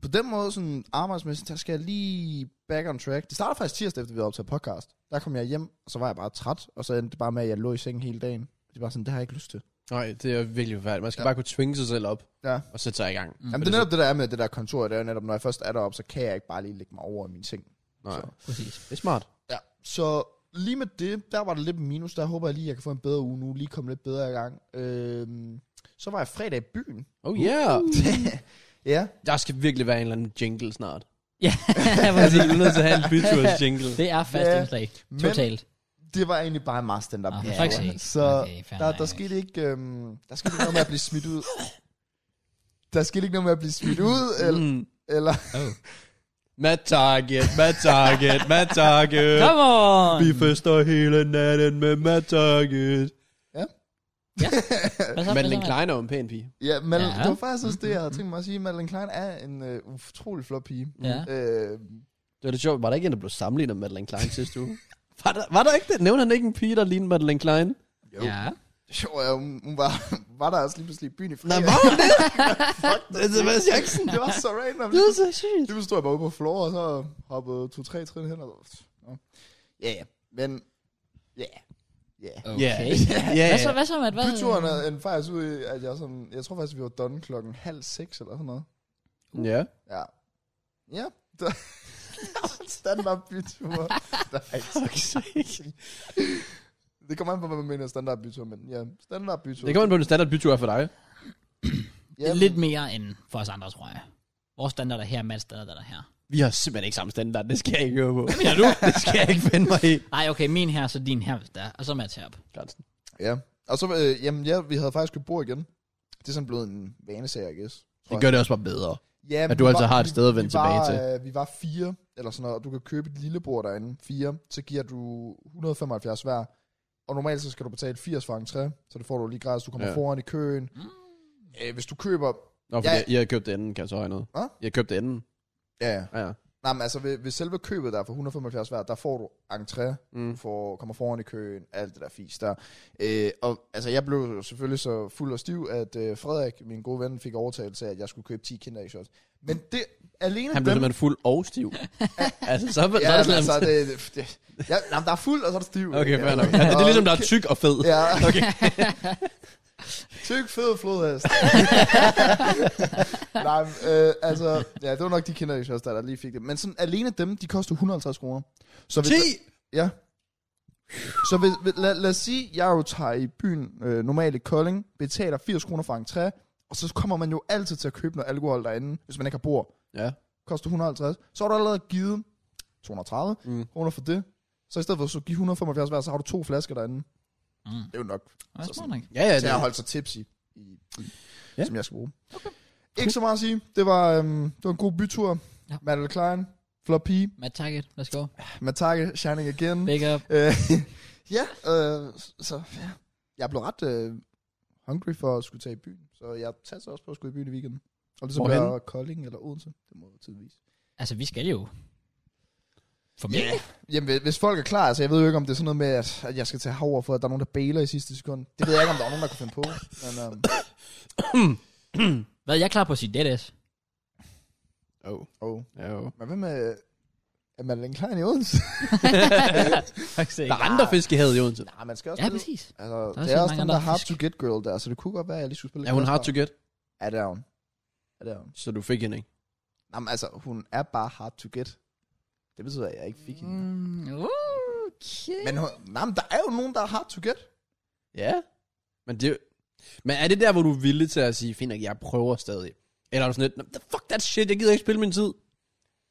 B: på den måde, sådan arbejdsmæssigt, der skal jeg lige back on track. Det starter faktisk tirsdag, efter vi havde optaget podcast. Der kom jeg hjem, og så var jeg bare træt, og så endte det bare med, at jeg lå i sengen hele dagen. Det var sådan, det har jeg ikke lyst til.
C: Nej, det er virkelig forfærdeligt. Man skal ja.
B: Ja.
C: bare kunne tvinge sig selv op,
B: Ja.
C: og sætte sig i gang.
A: Mm.
B: Jamen, det er netop det, der er med det der kontor, det er jo netop, når jeg først er deroppe, så kan jeg ikke bare lige lægge mig over i min seng.
C: Nej.
A: præcis.
C: Det er smart.
B: Ja, så lige med det, der var der lidt minus. Der håber jeg lige, jeg kan få en bedre uge nu. Lige komme lidt bedre i gang. Øhm, så var jeg fredag i byen.
C: Oh yeah.
B: ja,
C: Der skal virkelig være en eller anden jingle snart.
A: Ja,
C: Altså,
A: præcis.
C: du er nødt til at have en byturs jingle.
A: Det er fast
B: Ja,
A: indslag.
B: men-
A: Totalt.
C: Øh,
B: det var egentlig bare meget stand-up.
A: Ah, for
B: Ja,
A: fuck's sake.
B: så
A: Okay, fair
B: der,
A: nok.
B: der, skete ikke, øhm, der skete ikke noget med at blive smidt ud. Der skete ikke noget med at blive smidt ud, eller,
C: Mm.
B: eller
A: Oh.
C: Mad target, mad target, mad target.
A: Come on!
C: Vi fester hele natten med mad target.
A: Hvad så, hvad så,
C: Madeline
A: mand?
C: Klein er jo en pæn pige.
B: ja, Madel,
A: Ja.
B: ja. det var faktisk også det, jeg havde tænkt mig at sige. Madeleine Klein er en øh, utrolig flot pige.
A: Ja.
B: Øh,
C: Det var det sjovt. Var der ikke en, der blev sammenlignet med Madeline Klein sidste uge? Var der, var der ikke det? Nævner han ikke en pige, der lignede Madeline Klein?
B: jo,
A: Ja.
B: ja. jo ja, hun, hun var, var der også lige pludselig i byen i
C: Nej,
B: fredag.
C: var hun det? det er Mads Jackson.
B: det var så random.
C: Det er så sygt.
B: Det stod jeg bare ude på floor, og så hoppede to-tre trin hen, og så- Nå. Ja, ja, men... Ja, ja.
A: Okay.
C: Ja,
A: Hvad så, hvad så, Matt? Hvad?
B: Byturen er en faktisk ud i, at jeg sådan... Jeg tror faktisk, vi var done klokken halv seks eller sådan noget.
C: ja.
B: Ja. Ja, der, der var en stand-up bytur. Der er ikke det kommer an på, hvad man mener stand-up bytur, men ja, stand-up bytur.
C: Det kommer an på, om en standard bytur er for dig.
A: Det
B: ja,
A: er lidt mere end for os andre, tror jeg. Vores standard er her, Mads standard er her.
C: Vi har simpelthen ikke samme standard. Det skal jeg ikke høre på. Ja, du? Det skal jeg ikke finde mig i.
A: Nej, okay, min her, så din her, hvis der er, og så Mads herop.
C: Grænsen.
B: Ja, og så... Øh, jamen, ja, vi havde faktisk købt bord igen. Det er sådan blevet en vanesag, I guess. tror
C: Det
B: jeg.
C: gør det også bare bedre.
B: Ja, men
C: du
B: vi
C: altså
B: var-
C: har et
B: vi-
C: sted at vende
B: vi var,
C: tilbage
B: Øh, vi var fire, eller sådan noget, og du kan købe et lille bord derinde, fire, så giver du 175 hver. Og normalt så skal du betale 80 for entré, så det får du lige gratis, du kommer
C: Ja.
B: ja. foran i køen. Øh, hvis du køber...
C: Nå, fordi
B: Ja.
C: jeg, jeg har købt enden, kan jeg så høje noget.
B: Hva?
C: Jeg har købt enden.
B: Ja, ja.
C: Ja, ja.
B: Nej, men altså ved, ved selve købet der for 175 hver, der får du entré,
C: Mm.
B: mm. får, kommer foran i køen, alt det der fis der. Øh, og altså, jeg blev jo selvfølgelig så fuld og stiv, at øh, Frederik, min gode ven, fik overtagelse af, at jeg skulle købe 10 kinderægshots. Men det alene...
C: Han blev
B: dem-
C: simpelthen fuld og stiv. altså, så, så,
B: Ja,
C: er det
B: men
C: slemt.
B: altså, det, det, det, ja, nej, men der er fuld, og så er der stiv.
C: Okay, fair
B: ja,
C: nok. Ja, det er ligesom, der er tyk og fed.
B: Ja,
C: Okay.
B: tyk, fed flodhest. nej, men, øh, altså, ja, det var nok de kinder, der, der lige fik det. Men sådan, alene dem, de koster 150 kroner. Så
C: 10!
B: Ja. Så hvis, hvis- lad, lad os sige, jeg jo tager i byen øh, normalt i Kolding, betaler 80 kroner for entré, og så kommer man jo altid til at købe noget alkohol derinde, hvis man ikke har bord.
C: Ja.
B: Koster 150. Så har du allerede givet 230
C: Mm.
B: mm. kroner for det. Så i stedet for at så give 175 hver, så har du to flasker derinde. Mm.
A: Mm.
B: Det er jo nok.
A: Hvad
B: Så
A: så,
B: sådan.
A: nok.
C: Ja, ja.
B: Så jeg har holdt så tips i, i, i
C: Ja.
B: ja. som jeg skal bruge. Okay. Ikke så meget at sige. Det var, øhm, det var en god bytur.
A: Ja.
B: Ja. Madeleine Klein, Flop Pige,
A: Matt Target, let's go.
B: Matake, Shining Again.
A: Big up.
B: Øh, ja, øh, så ja. jeg blev ret øh, hungry for at skulle tage i byen, så jeg tager så også på at skulle i byen i weekenden. Og det så
C: Hvorhen?
B: bliver Kolding eller Odense, det må jeg tidligvis.
A: Altså, vi skal jo. Formentlig.
B: Jamen, hvis- hvis folk er klar, altså jeg ved jo ikke, om det er sådan noget med, at, at jeg skal tage havover for, at der er nogen, der bailer i sidste sekund. Det ved jeg ikke, om der er nogen, der kunne finde på. Men, øhm. øh,
A: Hvad, jeg er klar på at sige dead ass.
C: Oh.
B: oh.
C: Ja, jo.
B: Men hvad med, er Madeleine Klein i Odense?
C: Der er andre fisk i havet i Odense.
B: Nej, man skal også
A: Ja,
B: spille-
A: præcis.
B: Altså,
A: også
B: det er
A: lidt
B: også
A: mange
B: den der
A: andre
B: Hard
A: fisk.
B: to Get Girl der, så det kunne godt være, at jeg lige skulle spille
C: Ja, hun har to get,
B: Ja, det er hun. Ja, det er hun.
C: så du fik hende, ikke?
B: Jamen altså, hun er bare hard to get. Det betyder, at jeg ikke fik hende.
A: Mm, okay.
B: Men, hun, nej, men der er jo nogen, der er hard to get.
C: Ja. Men det, er jo- Men er det der, hvor du er villig til at sige, fint nok, jeg prøver stadig? Eller er du sådan lidt, "Nå, fuck that shit, jeg gider ikke spille min tid.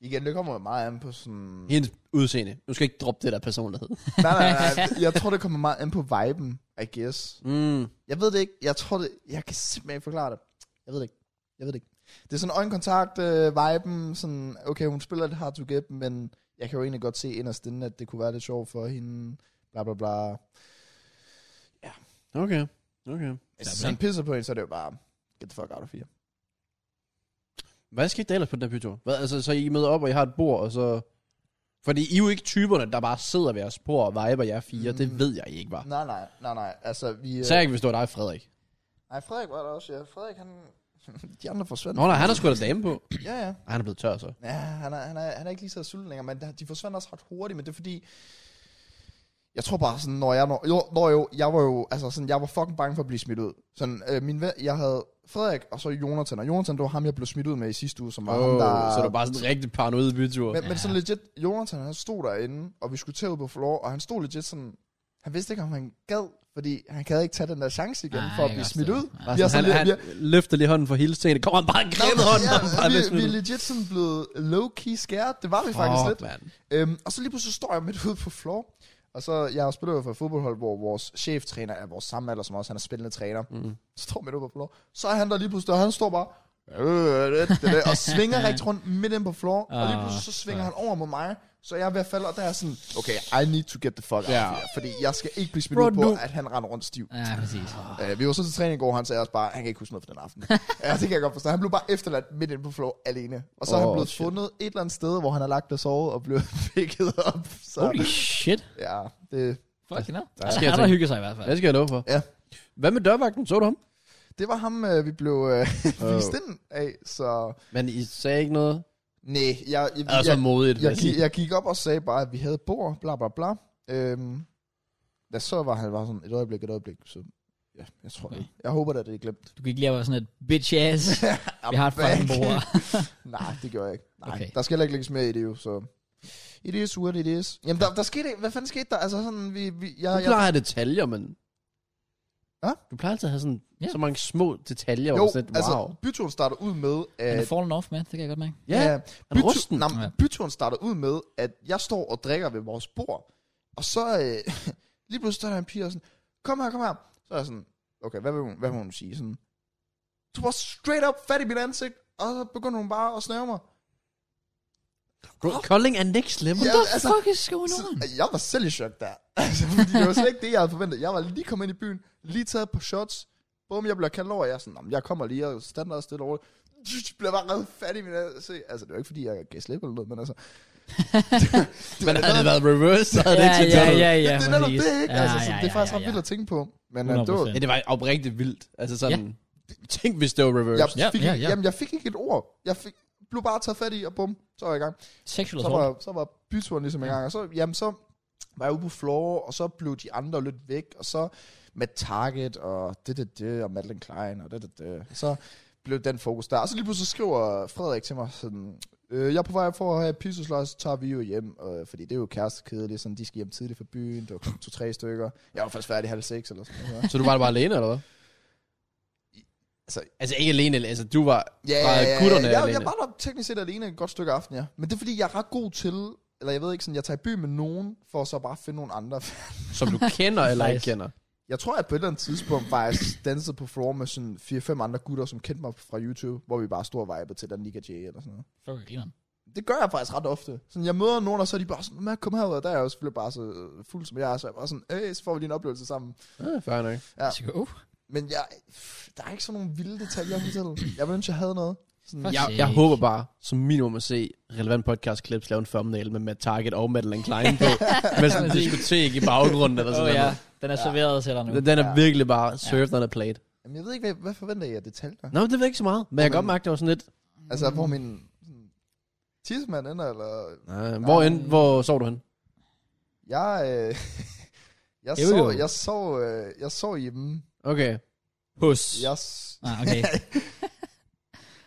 B: Igen, det kommer jo meget an på sådan...
C: Hendes udseende. Du skal ikke droppe det der personlighed.
B: nej, nej, nej, nej. Jeg tror, det kommer meget an på viben, I guess.
C: Mm.
B: Jeg ved det ikke. Jeg tror det... Jeg kan simpelthen ikke forklare det. Jeg ved det ikke. Jeg ved det ikke. Det er sådan øjenkontakt, øh, viben, sådan... Okay, hun spiller lidt hard to get, men jeg kan jo egentlig godt se inderst inden, at det kunne være lidt sjovt for hende. Bla, bla, bla.
C: Okay. Okay.
B: Hvis han pisser på hende, så er det jo bare... Get the fuck out of here.
C: Hvad skete der ellers på den her bytur? Hvad, altså, så I møder op, og I har et bord, og så... Fordi I er jo ikke typerne, der bare sidder ved jeres bord og viber jer fire. Mm. Det ved jeg I ikke, var.
B: Nej, nej, nej, nej. Altså, vi... Øh...
C: Så jeg ikke, hvis det var dig, Frederik.
B: Nej, Frederik var der også, ja. Frederik, han... De andre forsvandt.
C: Nå nej, han har sgu da dame på.
B: Ja, ja.
C: Ej, han er blevet tør så.
B: Ja, han er, han er, han er ikke lige så sulten længere, men der- de forsvandt også ret hurtigt, men det er fordi, jeg tror bare sådan, når jeg, når, jo, når jo, jeg var jo, altså sådan, jeg var fucking bange for at blive smidt ud. Sådan, øh, min ven, jeg havde Frederik, og så Jonathan, og Jonathan, det var ham, jeg blev smidt ud med i sidste uge, som var ham,
C: Oh,
B: der...
C: så er du bare sådan en rigtig paranoid bytur.
B: Men, men sådan legit, Jonathan, han stod derinde, og vi skulle tage ud på floor, og han stod legit sådan, han vidste ikke, om han gad, fordi han kan ikke tage den der chance igen,
A: Nej,
B: for
A: jeg
B: at blive
A: kan
B: smidt
A: godt
B: ud.
A: se det. Altså,
C: Bare
B: Vi har
C: sådan,
B: sådan
C: han,
B: lidt-
C: han løfter lige hånden fra hele scenen. Kommer han bare og griber hånden.
B: Ja,
C: bare
B: vi,
C: bliver smidt
B: vi er
C: ud.
B: legit sådan blevet low-key scared. Det var vi faktisk
C: Fuck,
B: lidt.
C: mand.
B: Øhm, og så lige pludselig står jeg midt ude på floor. Og så, jeg spiller jo for et fodboldhold, hvor vores cheftræner er vores samme alder som også, han er spillende træner. Mm. Står midt ude på floor. Så er han der lige pludselig, og han står bare, øh, det, det, det, og svinger rigtig rundt midt ind på floor. Og
C: Ah,
B: lige pludselig så svinger han over mod mig. Så jeg er ved at falde, og der er jeg sådan, okay, I need to get the fuck out of
C: Ja.
B: here. Fordi jeg skal ikke blive smidt
C: Bro,
B: ud på,
C: du-
B: at han render rundt stiv.
A: Ja, præcis.
B: Øh, vi var så til træning i går, og han sagde også bare, han kan ikke huske noget fra den aften. ja, det kan jeg godt forstå. Han blev bare efterladt midt inde på floor alene. Og så oh, er han
C: Åh,
B: blevet
C: shit.
B: fundet et eller andet sted, hvor han har lagt og sovet og blevet pikket op. Så
A: Holy shit.
B: ja, det,
A: Fucking hell.
C: der sker
A: Han har
C: ting.
A: hygget sig i hvert fald.
C: Det skal jeg love for.
B: Ja.
C: Hvad med dørvagten? Så du ham?
B: det var ham, øh, vi blev øh, vist ind af. Så
C: Men I sagde ikke noget?
B: nej, jeg, jeg,
C: Altså
B: jeg,
C: modigt, vil
B: jeg,
C: jeg
B: gik,
C: sige.
B: jeg gik op og sagde bare, at vi havde et bord, bla bla bla. Øhm, da så var han bare sådan, et øjeblik, et øjeblik. Så ja, jeg tror, jeg, jeg håber da, det er glemt.
A: Du gik lige over sådan et bitch ass. Vi har et fucking bord.
B: Nej, det gjorde jeg ikke. Nej,
A: Okay.
B: okay. der skal heller ikke lægges mere i det jo, så... It is what it is. Jamen, der, der skete... Hvad fanden skete der? Altså sådan, vi... vi jeg,
C: Du
B: jeg,
C: plejer at have detaljer, men...
B: Hva?
C: Du plejer altid at have sådan,
A: Ja.
C: så mange små detaljer.
B: jo,
C: Jo, sådan, wow.
B: altså, byturen starter ud med...
A: Han
B: At,
A: er fallen off, man. Det kan jeg godt mærke.
C: ja, ja, han er rusten.
B: nej,
A: Ja.
B: men byturen starter ud med, at jeg står og drikker ved vores bord, og så... Øh, lige pludselig står der en pige og sådan... Kom her, kom her. Så er jeg sådan... Okay, hvad vil hun, hvad vil hun sige? Sådan... Du var straight up fat i mit ansigt, og så begynder hun bare at snæve mig.
C: Bro, Kolding er next level.
B: Ja,
A: What the
B: altså-
A: fuck is going on?
B: Så, jeg var selv i chok der. Altså, fordi det var slet ikke det, jeg havde forventet. Jeg var lige kommet ind i byen, lige taget på shots. Bum, jeg bliver kaldt over, og jeg er sådan, "Nå, men jeg kommer lige og standard stille over. Jeg bliver bare reddet fat i min se. Altså, det var ikke, fordi jeg gav slip eller noget, men altså... det,
C: Men havde det været reverse, så havde
A: Ja,
C: det ikke set
A: ja,
C: sådan ud.
A: ja, ja.
B: ja, det er netop det, ikke? altså, så det er faktisk ret vildt at tænke på. Men øh, det var,
A: 100%.
C: Ja, det var oprigtigt vildt. Altså sådan, tænk hvis det var reverse.
B: jeg,
C: Yep.
A: Ja,
B: fik,
A: ja,
B: ja,
A: ja.
B: Jamen, jeg fik ikke et ord. Jeg fik, blev bare taget fat i, og bum, så var jeg i gang.
A: Sexual
B: så
A: assault.
B: var, så var byturen ligesom i gang, og så, jamen, så var jeg ude på floor, og så blev de andre lidt væk, og så med Target, og det, det, det, og Madeleine Klein, og det, det, det. Så blev den fokus der. Og så lige pludselig skriver Frederik til mig sådan, øh, jeg er på vej for at have pisseslag, så tager vi jo hjem, øh, fordi det er jo kærestekedeligt, sådan, de skal hjem tidligt fra byen, det var kun to-tre stykker. Jeg var først færdig halv seks, eller sådan noget.
C: Så du var bare alene, eller hvad?
B: Altså,
C: Altså ikke alene, altså du var
B: Ja,
C: fra
B: ja, ja,
C: gutterne
B: ja, jeg,
C: alene.
B: jeg var der teknisk set alene et godt stykke aften, ja. Men det er fordi, jeg er ret god til, eller jeg ved ikke, sådan, jeg tager i by med nogen, for så bare at finde nogle andre.
C: som du kender eller ikke
A: Nice.
C: kender.
B: Jeg tror, at på et eller andet tidspunkt faktisk dansede på floor med sådan 4-5 andre gutter, som kendte mig fra YouTube, hvor vi bare stod og vibede til den Nika J eller sådan noget.
A: Fuck, jeg griner.
B: Det gør jeg faktisk ret ofte. Sådan, jeg møder nogen, og så er de bare sådan, man, kom herud, og der er jeg jo selvfølgelig bare så øh, fuld som jeg er, så jeg er bare sådan, øh, så får vi lige en oplevelse sammen.
C: Ja, fair nok.
B: Ja.
A: Let's go.
B: Men jeg, der er ikke sådan nogle vilde detaljer at fortælle. Jeg ville ønske, jeg havde noget. Sådan,
A: Fuck.
B: ja.
C: Jeg,
A: Sick.
C: jeg håber bare, som minimum at se relevant podcast clips lave en thumbnail med Matt Target og Madeline Klein på, med sådan en diskotek i baggrunden eller
A: Åh
C: sådan
A: ja,
C: noget.
A: den er serveret til dig nu.
C: Den- Den er
B: Ja.
C: virkelig bare served on a plate.
B: Jamen, jeg ved ikke, hvad, hvad forventer jeg af detaljer?
C: Nå, men det ved jeg ikke så meget, men jeg kan godt mærke, det var sådan lidt...
B: Altså, hvor min sådan, tissemand ender, eller...
C: Uh, hvor, end, hvor sov du hen?
B: Jeg, øh, jeg,
A: Here we
B: sov,
A: go.
B: jeg sov, øh, jeg sov hjemme.
C: Okay.
A: Hus.
B: Jeg, s-
A: Ah, okay.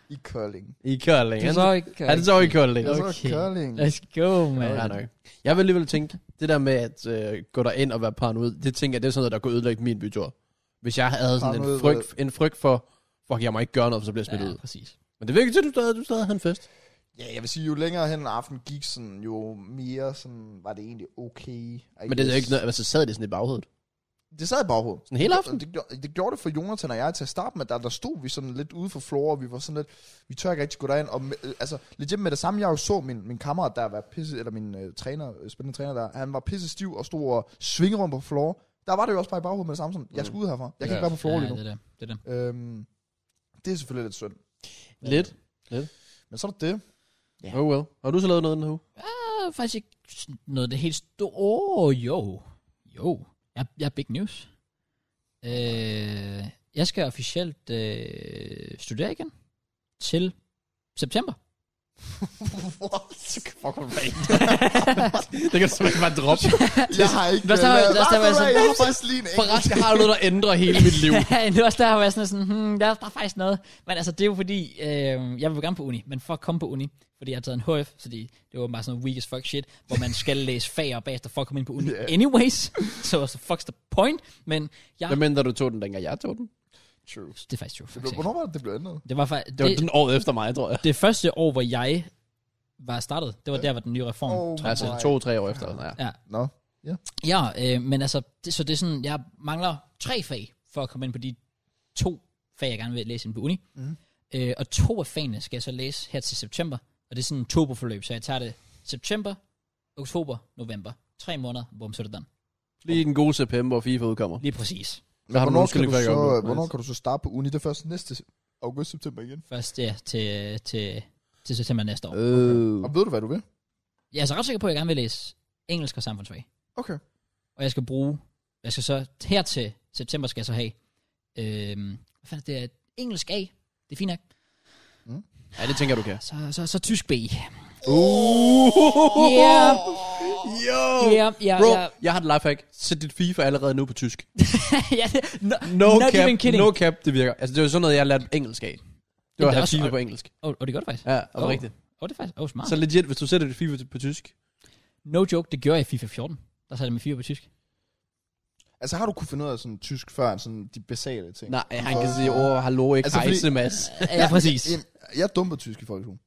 B: I Kolding.
C: I Kolding.
A: Du
C: Han,
A: så
C: så,
A: ikke...
C: han sov i Kolding.
B: Jeg okay. så
A: Okay.
B: Kolding.
A: Let's go, man.
C: Ja, nok. Jeg vil alligevel tænke, det der med at øh, gå derind og være paranoid, øh. det tænker jeg, det er sådan noget, der kunne ødelægge min bytur. Hvis jeg havde sådan en
B: Paranoid,
C: frygt, en frygt for, fuck, jeg må ikke gøre noget, for så bliver jeg smidt
A: Ja,
C: ud.
A: præcis.
C: Men det virker til, at du stadig, du stadig havde en fest.
B: Ja, jeg vil sige, jo længere hen ad aftenen gik, sådan, jo mere sådan, var det egentlig okay. I
C: Men det er jo
B: guess.
C: ikke noget, altså sad det sådan i baghovedet.
B: Det sad i baghovedet.
C: Sådan hele aftenen?
B: Det, gjorde- det, gjorde det for Jonathan og jeg til at starte med, der, der stod vi sådan lidt ude for floor, og vi var sådan lidt, vi tør ikke rigtig gå derind. Og med, øh, altså, legit med det samme, jeg jo så min, min kammerat der var pisse, eller min øh, træner, øh, spændende træner der, han var pisse stiv og stod og svingede rundt på floor. Der var det jo også bare i baghovedet med det samme, sådan, jeg skal ud herfra. Jeg
C: Mm. Ja.
B: kan ikke være på floor
A: Ja,
B: lige nu.
A: det er det. det, er det.
B: Øhm, det er selvfølgelig lidt synd.
C: Lidt.
B: Men så er der det.
C: Yeah. Oh well. Har du så lavet noget den her uge?
A: Der er faktisk ikke sådan noget af det helt store. Oh, jo. Jo. Jeg, jeg er big news. Øh, jeg skal officielt øh, studere igen til september.
B: What?
C: Fuck, det kan du simpelthen bare droppe.
B: Jeg har ikke...
A: Der
B: Der,
A: står-
B: der,
A: der står-
B: der, jeg har
A: der-
B: faktisk lige en
C: For
B: enkelt.
C: resten jeg har jo noget, der ændrer hele mit liv.
A: Ja, det er også der, hvor jeg sådan er sådan, hmm, der, der er faktisk noget. Men altså, det er jo fordi, øh, jeg vil gerne på uni, men for at komme på uni, fordi jeg har taget en HF, så det det var bare sådan noget weak as fuck shit, hvor man skal læse fag og bagefter for at komme ind på uni
B: Ja.
A: yeah. anyways. Så so, fuck's the point. Men jeg,
C: Hvad mindre du tog den, dengang jeg tog den?
B: True.
A: det er faktisk jo.
B: Det blev, hvornår var det, det blev ændret?
A: Det var faktisk...
C: Det var den året efter mig, tror jeg.
A: det første år, hvor jeg var startet, det var der, hvor den nye reform
B: Oh
A: oh.
B: my-
A: trådte.
C: Altså to-tre år efter. Ja.
B: Nå.
A: Ja, øh, men altså, det, så det er sådan, jeg mangler tre fag, for at komme ind på de to fag, jeg gerne vil læse ind på uni.
B: Mhm.
A: Mm. Øh, og to af fagene skal jeg så læse her til september, og det er sådan en toberforløb, så jeg tager det september, oktober, november. Tre måneder, bum, så er det done.
C: Lige den gode september, hvor FIFA udkommer.
A: Lige præcis.
C: Der har du
B: Hvornår,
C: nogen
B: skal du
C: skilling for, at gøre
B: så,
C: det.
B: hvornår
C: Nice.
B: kan du så starte på uni? Det er først næste se- august, september igen.
A: Først ja, til, til, til september næste år. Øh.
C: Øh.
B: Og ved du, hvad du vil?
A: Jeg er så ret sikker på, at jeg gerne vil læse engelsk og samfundsfag.
B: Okay.
A: og jeg skal bruge, jeg skal så, her til september skal jeg så have, øhm, hvad fanden er det, engelsk A, det er fint nok,
C: Ja, det tænker jeg, du kan.
A: så, så, så tysk B. Ja,
C: Uh.
A: yeah,
C: Yo.
A: ja, ja,
C: Bro,
A: ja.
C: jeg har et lifehack. Sæt dit FIFA allerede nu på tysk.
A: ja det, no,
C: No
A: Not
C: cap,
A: even kidding.
C: no cap, det virker. Altså, det var sådan noget, jeg lærte engelsk af. Det
A: det
C: var
A: er
C: at have
A: også-
C: FIFA på engelsk.
A: oh, oh, det gør det faktisk.
C: Ja, og
A: Oh.
C: rigtigt.
A: Oh, det er faktisk, oh, smart. Så,
C: Så legit, hvis du sætter dit FIFA på tysk.
A: no joke, det gjorde jeg i FIFA 14. Der satte jeg med 4 på tysk.
B: Altså har du kunne finde ud af sådan tysk før, sådan de basale ting?
C: Nej, han kan sige, åh, hallo, ikke
B: Altså,
C: altså,
B: fordi-
C: hejse, Mads.
A: Ja, præcis.
B: Jeg, jeg, jeg dumpede tysk i folkeskolen.